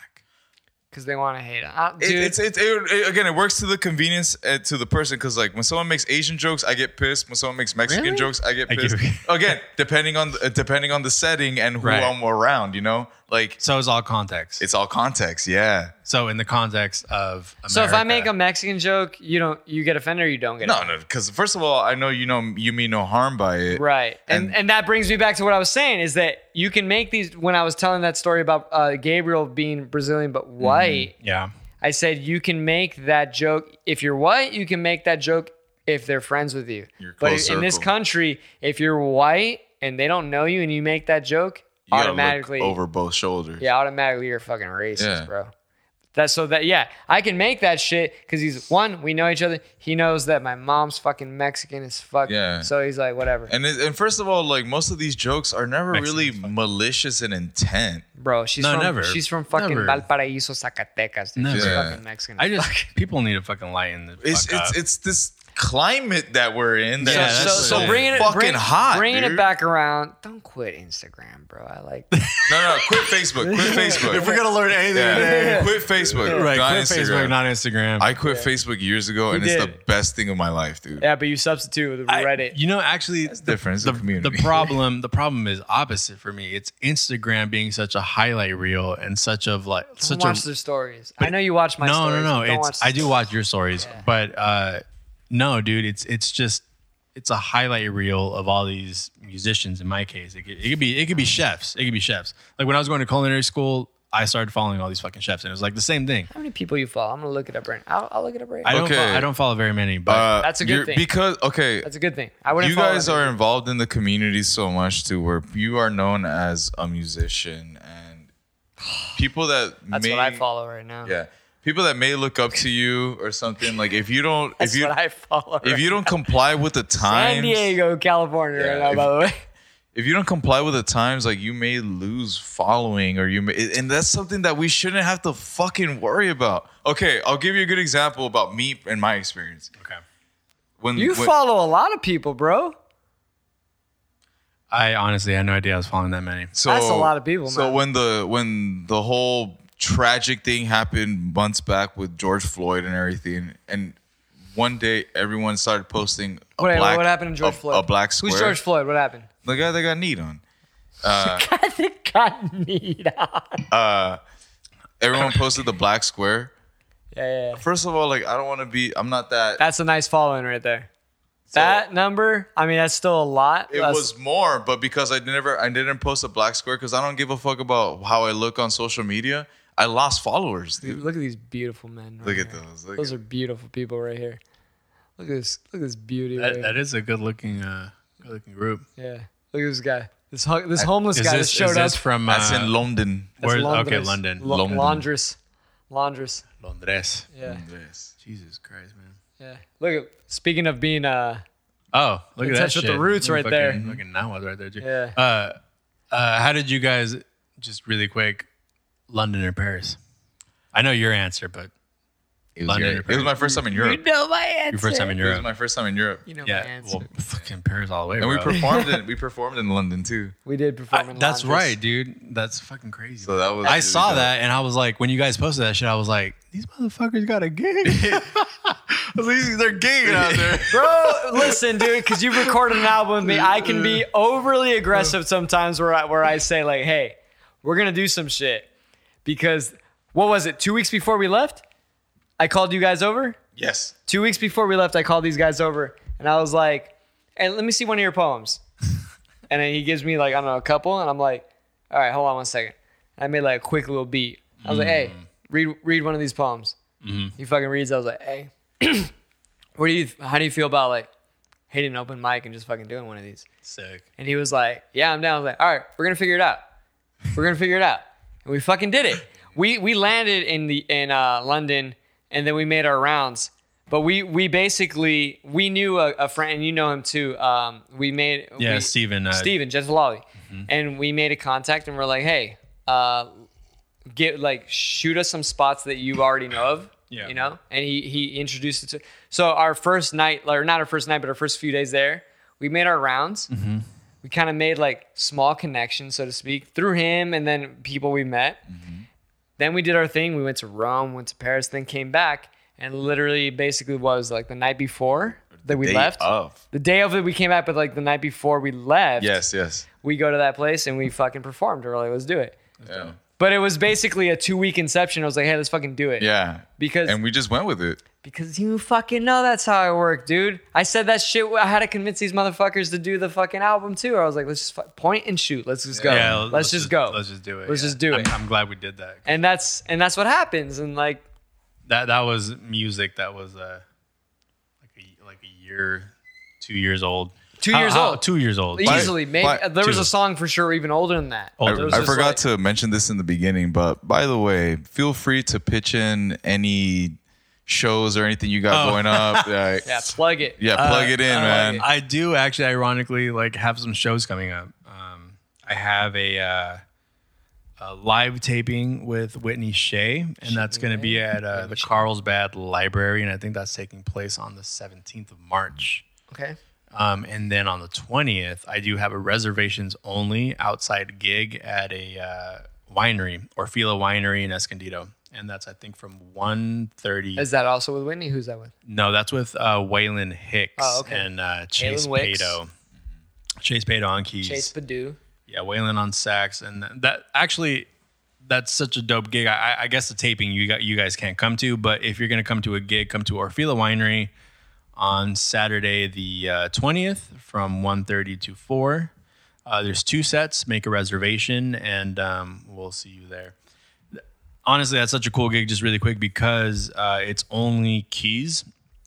Speaker 1: because they want to hate him. Uh,
Speaker 3: It,
Speaker 1: dude,
Speaker 3: it's it, it, it- again. It works to the convenience uh, to the person because like when someone makes Asian jokes, I get pissed. When someone makes Mexican
Speaker 1: Really?
Speaker 3: jokes, I get
Speaker 2: I
Speaker 3: pissed.
Speaker 2: get-
Speaker 3: again, depending on the, uh, depending on the setting and who
Speaker 2: Right.
Speaker 3: I'm around, you know, like
Speaker 2: so it's all context
Speaker 3: it's all context. Yeah.
Speaker 2: so in the context of America,
Speaker 1: so if I make a Mexican joke, you don't, you get offended or you don't get
Speaker 3: No,
Speaker 1: offended?
Speaker 3: no, because first of all, I know you know you mean no harm by it.
Speaker 1: Right. And, and
Speaker 3: And-
Speaker 1: that brings me back to what I was saying is that you can make these when I was telling that story about uh, Gabriel being Brazilian
Speaker 3: Mm-hmm.
Speaker 1: but white,
Speaker 2: yeah
Speaker 1: I said you can make that joke if you're white, you can make that joke if they're friends with you.
Speaker 3: Your
Speaker 1: But
Speaker 3: close
Speaker 1: in this
Speaker 3: circle.
Speaker 1: country, if you're white and they don't know you and you make that joke,
Speaker 3: You gotta look
Speaker 1: automatically
Speaker 3: over both shoulders.
Speaker 1: Yeah, automatically you're fucking racist,
Speaker 3: Yeah.
Speaker 1: bro. That's so that yeah, I can make that shit because he's one, we know each other. He knows that my mom's fucking Mexican as fuck.
Speaker 3: Yeah.
Speaker 1: So he's like, whatever.
Speaker 3: And it, and first of all, like most of these jokes are never
Speaker 2: Mexican
Speaker 3: really
Speaker 2: is fucked.
Speaker 3: malicious in intent.
Speaker 1: Bro, she's
Speaker 2: No,
Speaker 1: from
Speaker 2: never.
Speaker 1: she's from fucking
Speaker 2: Never.
Speaker 1: Valparaiso, Zacatecas. Dude. She's
Speaker 2: Never.
Speaker 3: Yeah.
Speaker 1: fucking Mexican.
Speaker 2: i just people need to fucking lighten the
Speaker 3: It's
Speaker 2: fuck
Speaker 3: it's
Speaker 2: up.
Speaker 3: it's this climate that we're in.
Speaker 2: Yeah,
Speaker 3: That's
Speaker 2: that's
Speaker 3: just
Speaker 2: what
Speaker 1: so,
Speaker 3: so
Speaker 1: so bringing it
Speaker 3: fucking
Speaker 1: bring,
Speaker 3: hot.
Speaker 1: bringing
Speaker 3: dude.
Speaker 1: it back around. Don't quit Instagram, bro. I like
Speaker 3: No, no, quit Facebook. Quit Facebook.
Speaker 2: if we're gonna learn anything today,
Speaker 3: Yeah. Quit Facebook.
Speaker 2: right
Speaker 3: Not
Speaker 2: quit
Speaker 3: Instagram.
Speaker 2: facebook not instagram
Speaker 3: I quit Facebook years ago, and it's the
Speaker 1: did.
Speaker 3: best thing of my life, dude.
Speaker 1: yeah, but you substitute with
Speaker 2: I-
Speaker 1: Reddit.
Speaker 2: you know, actually, the,
Speaker 3: different. It's a
Speaker 2: the,
Speaker 3: community.
Speaker 2: the problem, the problem is opposite for me. It's Instagram being such a highlight reel and such of like
Speaker 1: don't
Speaker 2: such
Speaker 1: watch
Speaker 2: a
Speaker 1: their stories. I know you watch my
Speaker 2: no,
Speaker 1: stories.
Speaker 2: no,
Speaker 1: but
Speaker 2: no,
Speaker 1: don't watch
Speaker 2: It's
Speaker 1: the
Speaker 2: I do
Speaker 1: stories.
Speaker 2: watch your stories, but uh, no, dude, it's it's just it's a highlight reel of all these musicians. In my case, it could, it could be it could be chefs. It could be chefs. Like when I was going to culinary school, I started following all these fucking chefs, and it was like the same thing.
Speaker 1: How many people you follow? I'm gonna look it up right now. I'll, I'll look it up right now.
Speaker 2: I don't
Speaker 3: Okay.
Speaker 2: fo- I don't follow very many, but
Speaker 3: Uh,
Speaker 1: That's a good
Speaker 3: you're-
Speaker 1: thing.
Speaker 3: Because okay,
Speaker 1: That's a good thing. I wouldn't.
Speaker 3: you
Speaker 1: follow
Speaker 3: guys
Speaker 1: that
Speaker 3: are
Speaker 1: many.
Speaker 3: involved in the community so much to where you are known as a musician and people that
Speaker 1: That's
Speaker 3: may,
Speaker 1: what I follow right now.
Speaker 3: Yeah, people that may look up to you or something. Like if you don't,
Speaker 1: That's
Speaker 3: if you
Speaker 1: what I follow.
Speaker 3: if
Speaker 1: right
Speaker 3: you don't comply with the
Speaker 1: now. San
Speaker 3: times,
Speaker 1: Diego, California,
Speaker 3: Yeah,
Speaker 1: right now.
Speaker 3: if-
Speaker 1: By the way,
Speaker 3: if you don't comply with the times, like you may lose following, or you may, and that's something that we shouldn't have to fucking worry about. Okay, I'll give you a good example about me and my experience.
Speaker 2: Okay.
Speaker 3: When
Speaker 1: You
Speaker 3: when-
Speaker 1: follow a lot of people, bro.
Speaker 4: I honestly had no idea I was following that many.
Speaker 3: so
Speaker 1: That's a lot of people,
Speaker 3: So
Speaker 1: man.
Speaker 3: when the when the whole tragic thing happened months back with George Floyd and everything, and one day everyone started posting a
Speaker 1: What,
Speaker 3: black,
Speaker 1: what happened to George
Speaker 3: a-
Speaker 1: Floyd?
Speaker 3: A black square.
Speaker 1: Who's George Floyd? What happened?
Speaker 3: The guy that got kneed on.
Speaker 1: I think I need. yeah,
Speaker 3: Everyone posted the black square.
Speaker 1: yeah.
Speaker 3: First of all, like I don't want to be. I'm not that.
Speaker 1: That's a nice following right there. that number, I mean, that's still a lot.
Speaker 3: it
Speaker 1: That's-
Speaker 3: was more, but because I never, I didn't post a black square because I don't give a fuck about how I look on social media. I lost followers. Dude.
Speaker 1: Dude, look at these beautiful men. right
Speaker 3: Look at
Speaker 1: here.
Speaker 3: those. Look
Speaker 1: Those
Speaker 3: at-
Speaker 1: are beautiful people right here. Look at this. Look at this beauty.
Speaker 2: That,
Speaker 1: right
Speaker 2: that is a good looking, uh, good looking group.
Speaker 1: here. Yeah. Look at this guy. This ho- this homeless
Speaker 2: Is
Speaker 1: guy
Speaker 2: this,
Speaker 1: that showed
Speaker 2: is this
Speaker 1: up.
Speaker 2: from uh,
Speaker 3: that's in London.
Speaker 1: That's
Speaker 2: where-
Speaker 1: Londres.
Speaker 2: okay, London.
Speaker 1: Lo-
Speaker 3: London. Mm.
Speaker 1: Londres. Londres.
Speaker 2: Londres?
Speaker 1: Yeah.
Speaker 3: Yes.
Speaker 2: Jesus Christ, man.
Speaker 1: Yeah. Look at. Speaking of being uh,
Speaker 2: Oh, look
Speaker 1: In
Speaker 2: at
Speaker 1: touch
Speaker 2: that
Speaker 1: with
Speaker 2: shit.
Speaker 1: the roots
Speaker 2: Look
Speaker 1: right
Speaker 2: fucking-
Speaker 1: there.
Speaker 2: Fucking now was right there. Too.
Speaker 1: Yeah.
Speaker 2: Uh, uh, how did you guys just really quick? London or Paris? I know your answer, but
Speaker 3: It was,
Speaker 2: London
Speaker 3: Europe.
Speaker 2: or
Speaker 3: It
Speaker 2: Paris?
Speaker 3: was my first time in Europe.
Speaker 1: know my answer.
Speaker 2: your first time in
Speaker 3: It was
Speaker 2: Europe.
Speaker 3: my first time in Europe,
Speaker 1: You know my
Speaker 2: Yeah.
Speaker 1: answer.
Speaker 2: Well, fucking Paris all the way.
Speaker 3: and we
Speaker 2: bro.
Speaker 3: performed in we performed in London too.
Speaker 1: we did perform. in
Speaker 2: That's
Speaker 1: Londres.
Speaker 2: right, dude. That's fucking crazy.
Speaker 3: So that was.
Speaker 2: I
Speaker 3: really
Speaker 2: saw
Speaker 3: dope.
Speaker 2: that and I was like, when you guys posted that shit, I was like, these motherfuckers got a gig. At least they're gigging out there.
Speaker 1: Bro, listen, dude, because you've recorded an album with me, I can be overly aggressive sometimes where I, where I say, like, hey, we're going to do some shit. Because what was it? Two weeks before we left, I called you guys over.
Speaker 3: Yes.
Speaker 1: Two weeks before we left, I called these guys over and I was like, and let me see one of your poems. and then he gives me, like, I don't know, a couple. And I'm like, all right, hold on one second. And I made like a quick little beat. I was like, hey, read, read one of these poems. He fucking reads. I was like, hey, what do you, how do you feel about like hitting an open mic and just fucking doing one of these?
Speaker 2: Sick.
Speaker 1: And he was like, "Yeah, I'm down." I was like, "All right, we're gonna figure it out. We're gonna figure it out." And we fucking did it. We we landed in the in uh, London, and then we made our rounds. But we we basically we knew a, a friend, and you know him too. Um, we made
Speaker 4: Yeah,
Speaker 1: we,
Speaker 4: Steven. Uh,
Speaker 1: Steven Gentiloli.
Speaker 3: Mm-hmm.
Speaker 1: And we made a contact and we're like, hey, uh, get like shoot us some spots that you already know of.
Speaker 4: Yeah.
Speaker 1: You know? And he he introduced it to so our first night, or not our first night, but our first few days there, we made our rounds.
Speaker 3: Mm-hmm.
Speaker 1: We kind of made like small connections, so to speak, through him and then people we met.
Speaker 3: Mm-hmm.
Speaker 1: Then we did our thing. We went to Rome, went to Paris, then came back. And literally, basically, what was it, like the night before that we
Speaker 3: Day
Speaker 1: left,
Speaker 3: of.
Speaker 1: the day of it we came back, but like the night before we left,
Speaker 3: Yes. Yes.
Speaker 1: we go to that place and we fucking performed. We're like, let's do it.
Speaker 3: Yeah.
Speaker 1: But it was basically a two week inception. I was like, hey, let's fucking do it.
Speaker 3: Yeah.
Speaker 1: Because
Speaker 3: And we just went with it.
Speaker 1: because you fucking know that's how I work, dude. I said that shit. I had to convince these motherfuckers to do the fucking album too. I was like, let's just fu- point and shoot. Let's just go.
Speaker 2: Yeah,
Speaker 1: let's, just go.
Speaker 2: Let's just do it.
Speaker 1: Let's
Speaker 2: yeah.
Speaker 1: just do
Speaker 2: I'm-
Speaker 1: it.
Speaker 2: I'm glad we did that.
Speaker 1: and that's and that's what happens. And like,
Speaker 2: that that was music that was uh like a like a year two years old
Speaker 1: Two years old.
Speaker 2: two years old
Speaker 1: easily, maybe uh,
Speaker 3: why-
Speaker 1: there was a
Speaker 2: dude.
Speaker 1: song for sure even older than that.
Speaker 2: Older.
Speaker 1: There
Speaker 2: It
Speaker 1: was
Speaker 3: I
Speaker 1: just
Speaker 3: forgot
Speaker 1: like-
Speaker 3: to mention this in the beginning, but by the way, feel free to pitch in any shows or anything you got going up. Yeah,
Speaker 1: Yeah, plug it.
Speaker 3: Yeah, plug it in, man.
Speaker 2: Uh, i do actually ironically like have some shows coming up um i have a uh a live taping with Whitney Shea, and that's going to be at uh, the Carlsbad Library, and I think that's taking place on the 17th of March.
Speaker 1: Okay.
Speaker 2: Um, and then on the 20th, I do have a reservations only outside gig at a uh, winery, Orfila Winery in Escondido. And that's, I think, from 1.30.
Speaker 1: Is that also with Whitney? Who's that with?
Speaker 2: no, that's with uh, Waylon Hicks
Speaker 1: Oh, okay.
Speaker 2: and uh, Chase
Speaker 1: Wicks.
Speaker 2: Pato. Chase Pato on keys.
Speaker 1: Chase Badu.
Speaker 2: yeah, Waylon on sax. And that, that actually, that's such a dope gig. I, I- I guess the taping you got you guys can't come to, but if you're going to come to a gig, come to Orfila Winery on Saturday the uh, 20th from 1.30 to 4. Uh, there's two sets. Make a reservation, and um, we'll see you there. Honestly, that's such a cool gig. Just really quick because uh, it's only keys.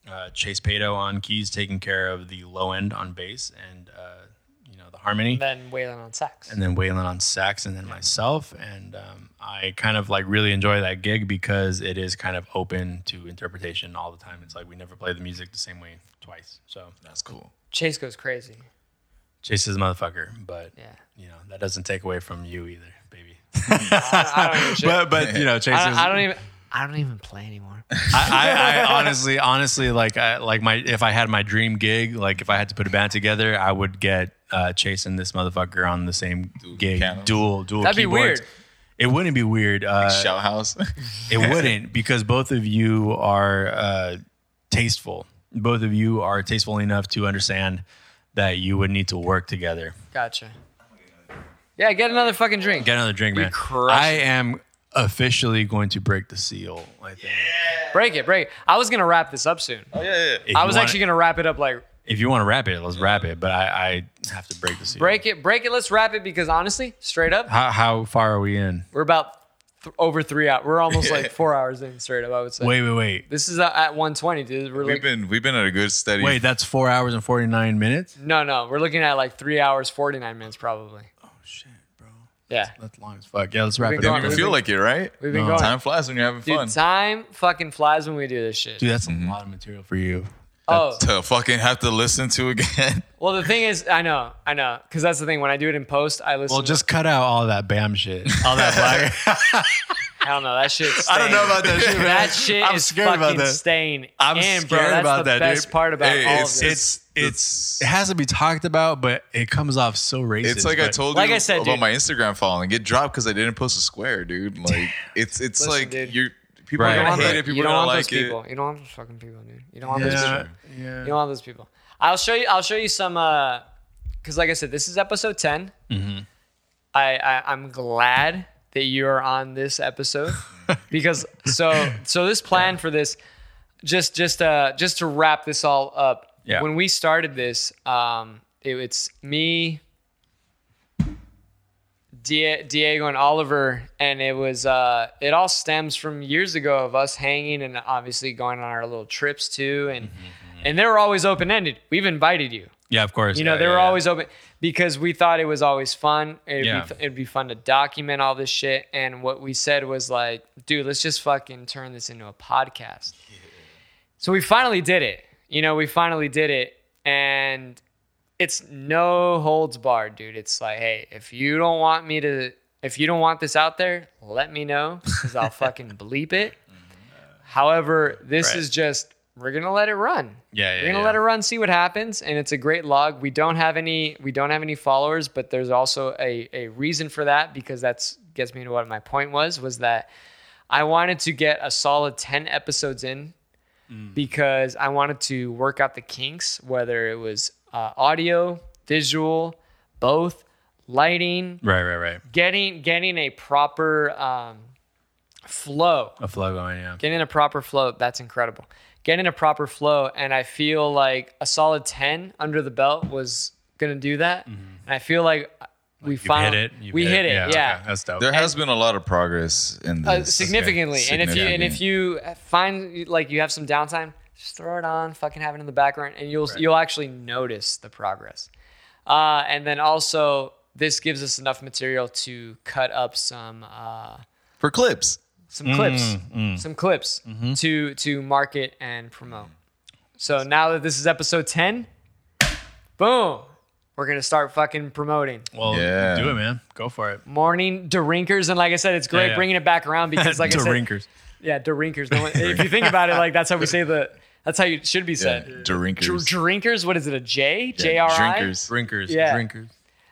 Speaker 2: Uh, Chase Pato on keys, taking care of the low end on bass, and uh, you know the harmony
Speaker 1: Then Waylon on sax.
Speaker 2: and then Waylon on sax, and then myself. And um, I kind of like really enjoy that gig because it is kind of open to interpretation all the time. It's like we never play the music the same way twice. So
Speaker 3: That's cool.
Speaker 1: Chase goes crazy.
Speaker 2: Chase is a motherfucker, but
Speaker 1: Yeah.
Speaker 2: you know that doesn't take away from you either, baby.
Speaker 1: I don't even-
Speaker 2: but but you know, Chase
Speaker 1: I don't,
Speaker 2: is.
Speaker 1: I don't even. I don't even play anymore.
Speaker 2: I,
Speaker 4: I, I honestly, honestly, like, I, like my if I had my dream gig, like if I had to put a band together, I would get uh, Chase and this motherfucker on the same gig,
Speaker 3: pianos?
Speaker 4: dual, dual.
Speaker 1: That'd be
Speaker 4: keyboards.
Speaker 1: weird.
Speaker 4: It wouldn't be weird. Uh,
Speaker 3: Shout house.
Speaker 4: it wouldn't.
Speaker 2: wouldn't because both of you are uh, tasteful. Both of you are tasteful enough to understand that you would need to work together.
Speaker 1: Gotcha. Yeah, get another fucking drink.
Speaker 2: Get another drink, man.
Speaker 1: crushing
Speaker 2: I am officially going to break the seal. I think.
Speaker 1: break it, break it. I was gonna wrap this up soon.
Speaker 3: oh yeah, yeah.
Speaker 2: If
Speaker 1: I
Speaker 2: you
Speaker 1: was
Speaker 2: wanna-
Speaker 1: actually gonna wrap it up like
Speaker 2: If you want to wrap it, let's wrap it. But I, I have to break the seal.
Speaker 1: break it, break it. Let's wrap it because honestly, straight up,
Speaker 2: How, how far are we in?
Speaker 1: we're about th- over three hours. We're almost like four hours in straight up. I would say.
Speaker 2: Wait, wait, wait,
Speaker 1: This is uh, at 120, dude. We're
Speaker 3: We've
Speaker 1: like,
Speaker 3: been we've been at a good steady.
Speaker 2: wait. That's four hours and forty nine minutes.
Speaker 1: no, no, we're looking at like three hours, 49 minutes probably.
Speaker 2: Oh, Shit, bro,
Speaker 1: Yeah,
Speaker 2: that's long as fuck. Yeah, let's wrap
Speaker 1: We've
Speaker 2: it
Speaker 1: been
Speaker 3: Don't
Speaker 2: up.
Speaker 1: going-
Speaker 3: even feel like it, right?
Speaker 1: we've been
Speaker 2: No.
Speaker 1: going.
Speaker 3: Time flies when you're having
Speaker 1: Dude,
Speaker 3: fun.
Speaker 1: time fucking flies when we do this shit.
Speaker 2: Dude, that's a lot of material for you.
Speaker 1: oh,
Speaker 3: to fucking have to listen to again.
Speaker 1: well, the thing is, I know, I know, because that's the thing. When I do it in post, I listen.
Speaker 2: Well,
Speaker 1: to-
Speaker 2: just cut out all that BAM shit. All that black.
Speaker 1: hell no, that shit's.
Speaker 2: I don't know about that shit, man.
Speaker 1: That shit
Speaker 2: I'm
Speaker 1: is
Speaker 2: scared
Speaker 1: fucking
Speaker 2: about that.
Speaker 1: staying
Speaker 2: I'm
Speaker 1: in,
Speaker 2: scared
Speaker 1: bro. That's
Speaker 2: about
Speaker 1: the
Speaker 2: that, dude.
Speaker 1: best part about
Speaker 3: Hey,
Speaker 1: all
Speaker 3: it's-
Speaker 1: of this.
Speaker 2: it's it's it has to be talked about, but it comes off so racist.
Speaker 3: It's like I
Speaker 2: but-
Speaker 3: told
Speaker 1: Like
Speaker 3: you
Speaker 1: I said,
Speaker 3: about
Speaker 1: dude.
Speaker 3: my Instagram following. It dropped because I didn't post a square, dude. Like it's it's
Speaker 1: Listen,
Speaker 3: like
Speaker 1: dude.
Speaker 3: you're people
Speaker 2: Right.
Speaker 3: are
Speaker 1: You don't
Speaker 3: gonna
Speaker 1: want,
Speaker 3: hate
Speaker 1: the-
Speaker 3: it. People
Speaker 1: you
Speaker 3: are
Speaker 1: don't
Speaker 3: gonna
Speaker 1: want
Speaker 3: like
Speaker 1: those
Speaker 3: it.
Speaker 1: people. You don't want those fucking people, dude. You don't want those people.
Speaker 2: Yeah,
Speaker 1: You don't want those people. I'll show you. I'll show you some. uh Because like I said, this is episode 10 I, I I'm glad that you are on this episode because so so this plan for this just just uh just to wrap this all up.
Speaker 2: Yeah.
Speaker 1: When we started this, um, it, it's me, Di- Diego and Oliver, and it was uh, it all stems from years ago of us hanging and obviously going on our little trips too, and and they were always open ended. We've invited you,
Speaker 2: yeah, of course.
Speaker 1: you know,
Speaker 2: Yeah,
Speaker 1: they
Speaker 2: yeah,
Speaker 1: were
Speaker 2: yeah.
Speaker 1: always open because we thought it was always fun. It'd,
Speaker 2: Yeah.
Speaker 1: be, it'd be fun to document all this shit, and what we said was like, dude, let's just fucking turn this into a podcast. So we finally did it. You know, we finally did it, and it's no holds barred, dude. It's like, hey, if you don't want me to, if you don't want this out there, let me know because I'll fucking bleep it. However, this
Speaker 2: Mm-hmm. Right.
Speaker 1: is just we're gonna let it run.
Speaker 2: Yeah, yeah,
Speaker 1: we're gonna
Speaker 2: yeah.
Speaker 1: let it run, see what happens, and it's a great log. We don't have any, we don't have any followers, but there's also a a reason for that because that's gets me to what my point was was that I wanted to get a solid ten episodes in because I wanted to work out the kinks, whether it was uh, audio, visual, both, lighting,
Speaker 2: right, right, right.
Speaker 1: getting getting a proper um, flow,
Speaker 2: A flow going. Yeah.
Speaker 1: getting a proper flow. That's incredible. Getting a proper flow, and I feel like a solid ten under the belt was gonna do that, and I feel like we
Speaker 2: Mm-hmm. You've hit
Speaker 1: finally
Speaker 2: it. You've
Speaker 1: we hit it,
Speaker 2: Yeah. okay,
Speaker 1: yeah
Speaker 2: That's dope.
Speaker 3: There has been a lot of progress in this.
Speaker 1: uh, significantly. And if you and if you find like you have some downtime, just throw it on, fucking have it in the background, and you'll you'll actually notice the progress. Uh, and then also, this gives us enough material to cut up some uh,
Speaker 3: for clips,
Speaker 1: some clips,
Speaker 3: Mm,
Speaker 1: some clips
Speaker 3: Mm-hmm.
Speaker 1: to to market and promote. So now that this is episode ten, boom, we're gonna start fucking promoting
Speaker 2: well,
Speaker 3: Yeah.
Speaker 2: do it, man. Go for it.
Speaker 1: morning drinkers. And like I said, it's great
Speaker 2: Yeah, yeah.
Speaker 1: bringing it back around because like I said,
Speaker 2: Drinkers.
Speaker 1: yeah, drinkers. No one, if you think about it, like that's how we say the. That's how you should be
Speaker 3: yeah,
Speaker 1: said.
Speaker 3: drinkers,
Speaker 1: Dr- drinkers. What is it? A J? J
Speaker 3: Yeah,
Speaker 1: R I.
Speaker 3: drinkers.
Speaker 2: Drinkers.
Speaker 1: Yeah.
Speaker 2: Drinkers.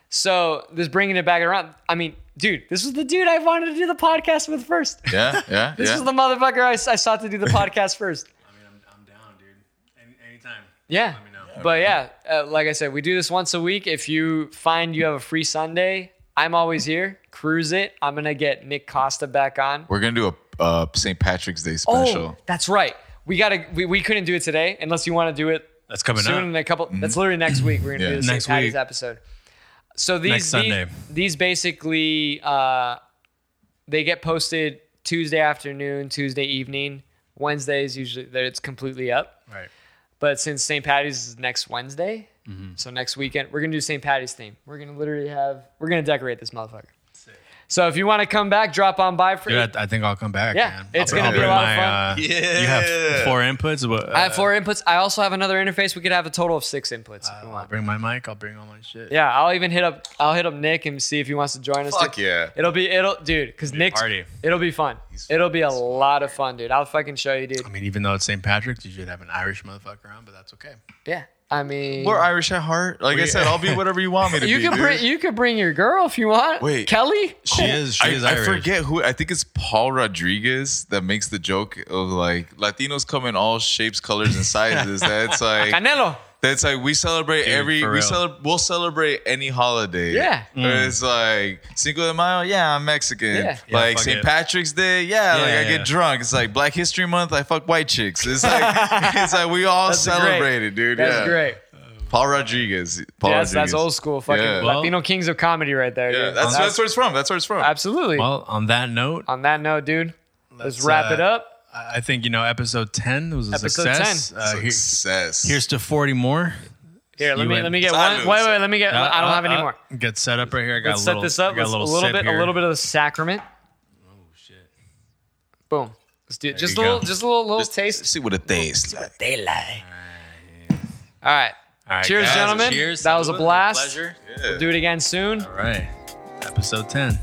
Speaker 1: So this bringing it back around. I mean, dude, this was the dude I wanted to do the podcast with first.
Speaker 3: Yeah, yeah,
Speaker 1: This
Speaker 3: yeah.
Speaker 1: was the motherfucker I, I sought to do the podcast first.
Speaker 2: I mean, I'm, I'm down, dude. Any, anytime.
Speaker 1: Yeah. But yeah, uh, like I said, we do this once a week. If you find you have a free Sunday, I'm always here. Cruise it. I'm gonna get Nick Costa back on.
Speaker 3: We're gonna do a uh, St. Patrick's Day
Speaker 1: Oh,
Speaker 3: special.
Speaker 1: that's right. We gotta. We, we couldn't do it today unless you want to do it
Speaker 2: That's coming
Speaker 1: soon in
Speaker 2: up.
Speaker 1: a couple. That's literally next week. We're gonna
Speaker 3: Mm-hmm. Yeah.
Speaker 1: do the St.
Speaker 2: Next
Speaker 1: Patty's
Speaker 2: week.
Speaker 1: episode. So these
Speaker 2: Next
Speaker 1: these,
Speaker 2: Sunday.
Speaker 1: these basically uh, they get posted Tuesday afternoon, Tuesday evening. Wednesday is usually that it's completely up.
Speaker 2: Right.
Speaker 1: But since St. Patty's is next Wednesday,
Speaker 3: Mm-hmm.
Speaker 1: so next weekend we're gonna do St. Patty's theme. We're gonna literally have we're gonna decorate this motherfucker. So if you want to come back, drop on by for.
Speaker 2: Dude, I, I think I'll come back.
Speaker 1: Yeah,
Speaker 2: man.
Speaker 1: it's
Speaker 2: I'll-
Speaker 1: gonna
Speaker 2: I'll
Speaker 1: be a
Speaker 2: bring
Speaker 1: lot of
Speaker 2: my,
Speaker 1: fun.
Speaker 2: Uh, You have
Speaker 3: Yeah.
Speaker 2: four inputs. But, uh,
Speaker 1: I have four inputs. I also have another interface. We could have a total of six inputs. if you
Speaker 3: Uh,
Speaker 2: I'll
Speaker 1: want.
Speaker 2: bring my mic. I'll bring all my shit.
Speaker 1: Yeah, I'll even hit up. I'll hit up Nick and see if he wants to join us.
Speaker 3: Fuck
Speaker 1: dude.
Speaker 3: yeah.
Speaker 1: It'll be it'll dude because Nick's
Speaker 2: party.
Speaker 1: it'll be fun. it'll be a lot of fun, dude. I'll fucking show you, dude.
Speaker 2: I mean, even though it's St. Patrick's, you should have an Irish motherfucker on, but that's okay.
Speaker 1: Yeah, I mean,
Speaker 3: We're Irish at heart. Like I said, I'll be whatever you want me to
Speaker 1: you
Speaker 3: be.
Speaker 1: could
Speaker 3: dude.
Speaker 1: bring you could bring your girl if you want.
Speaker 3: Wait.
Speaker 1: Kelly.
Speaker 2: She is. She
Speaker 3: I,
Speaker 2: is
Speaker 3: I
Speaker 2: Irish.
Speaker 3: forget who. I think it's Paul Rodriguez that makes the joke of like Latinos come in all shapes, colors, and sizes. That's like
Speaker 1: Canelo.
Speaker 3: that's like we celebrate every
Speaker 2: for
Speaker 3: we
Speaker 2: real.
Speaker 3: celebrate we'll celebrate any holiday. Mm.
Speaker 1: Yeah.
Speaker 3: it's like Cinco de Mayo. Yeah, I'm Mexican.
Speaker 1: Yeah.
Speaker 2: Yeah,
Speaker 3: like
Speaker 2: fuck
Speaker 3: St.
Speaker 2: it.
Speaker 3: Patrick's Day. Yeah,
Speaker 2: Yeah,
Speaker 3: like I
Speaker 2: yeah,
Speaker 3: get
Speaker 2: yeah.
Speaker 3: drunk. It's like Black History Month. I fuck white chicks. It's like it's like we all
Speaker 1: That's great.
Speaker 3: celebrate it, dude.
Speaker 1: That's
Speaker 3: yeah.
Speaker 1: great.
Speaker 3: Paul Rodriguez. Paul
Speaker 1: Yeah, that's, that's
Speaker 3: Rodriguez.
Speaker 1: old school fucking
Speaker 3: Yeah.
Speaker 2: Well-
Speaker 1: Latino kings of comedy right there.
Speaker 3: Yeah,
Speaker 1: dude.
Speaker 3: that's, that's where it's from. That's where it's from.
Speaker 1: absolutely.
Speaker 2: Well, on that note,
Speaker 1: On that note, dude, let's,
Speaker 2: Let's,
Speaker 1: wrap it
Speaker 2: uh,
Speaker 1: up.
Speaker 2: I I think you know episode ten was a
Speaker 1: Episode
Speaker 2: success.
Speaker 1: 10.
Speaker 2: Uh, here-
Speaker 3: Success.
Speaker 2: here's to forty more.
Speaker 1: Here, let
Speaker 2: you
Speaker 1: me
Speaker 2: and-
Speaker 1: let me get one.
Speaker 3: Salud.
Speaker 1: Wait, wait, let me get. I don't
Speaker 2: Uh,
Speaker 1: have any
Speaker 2: uh,
Speaker 1: more.
Speaker 2: Get set up right here. I got
Speaker 1: Let's
Speaker 2: a
Speaker 1: set
Speaker 2: little,
Speaker 1: this up.
Speaker 2: I got
Speaker 1: Let's,
Speaker 2: a
Speaker 1: a
Speaker 2: little,
Speaker 1: little
Speaker 2: sip
Speaker 1: bit,
Speaker 2: here. Oh,
Speaker 1: a little bit of the sacrament. Boom. Let's do it. Just a
Speaker 2: you
Speaker 1: little,
Speaker 2: go.
Speaker 1: just a little, little
Speaker 3: Let's
Speaker 1: taste.
Speaker 3: See what it tastes like.
Speaker 1: Daylight. All right.
Speaker 2: All right,
Speaker 1: Cheers,
Speaker 2: guys.
Speaker 1: gentlemen.
Speaker 2: Cheers.
Speaker 1: That was a
Speaker 2: Salud.
Speaker 1: blast.
Speaker 2: Pleasure.
Speaker 1: We'll do it again soon.
Speaker 2: All right, episode ten.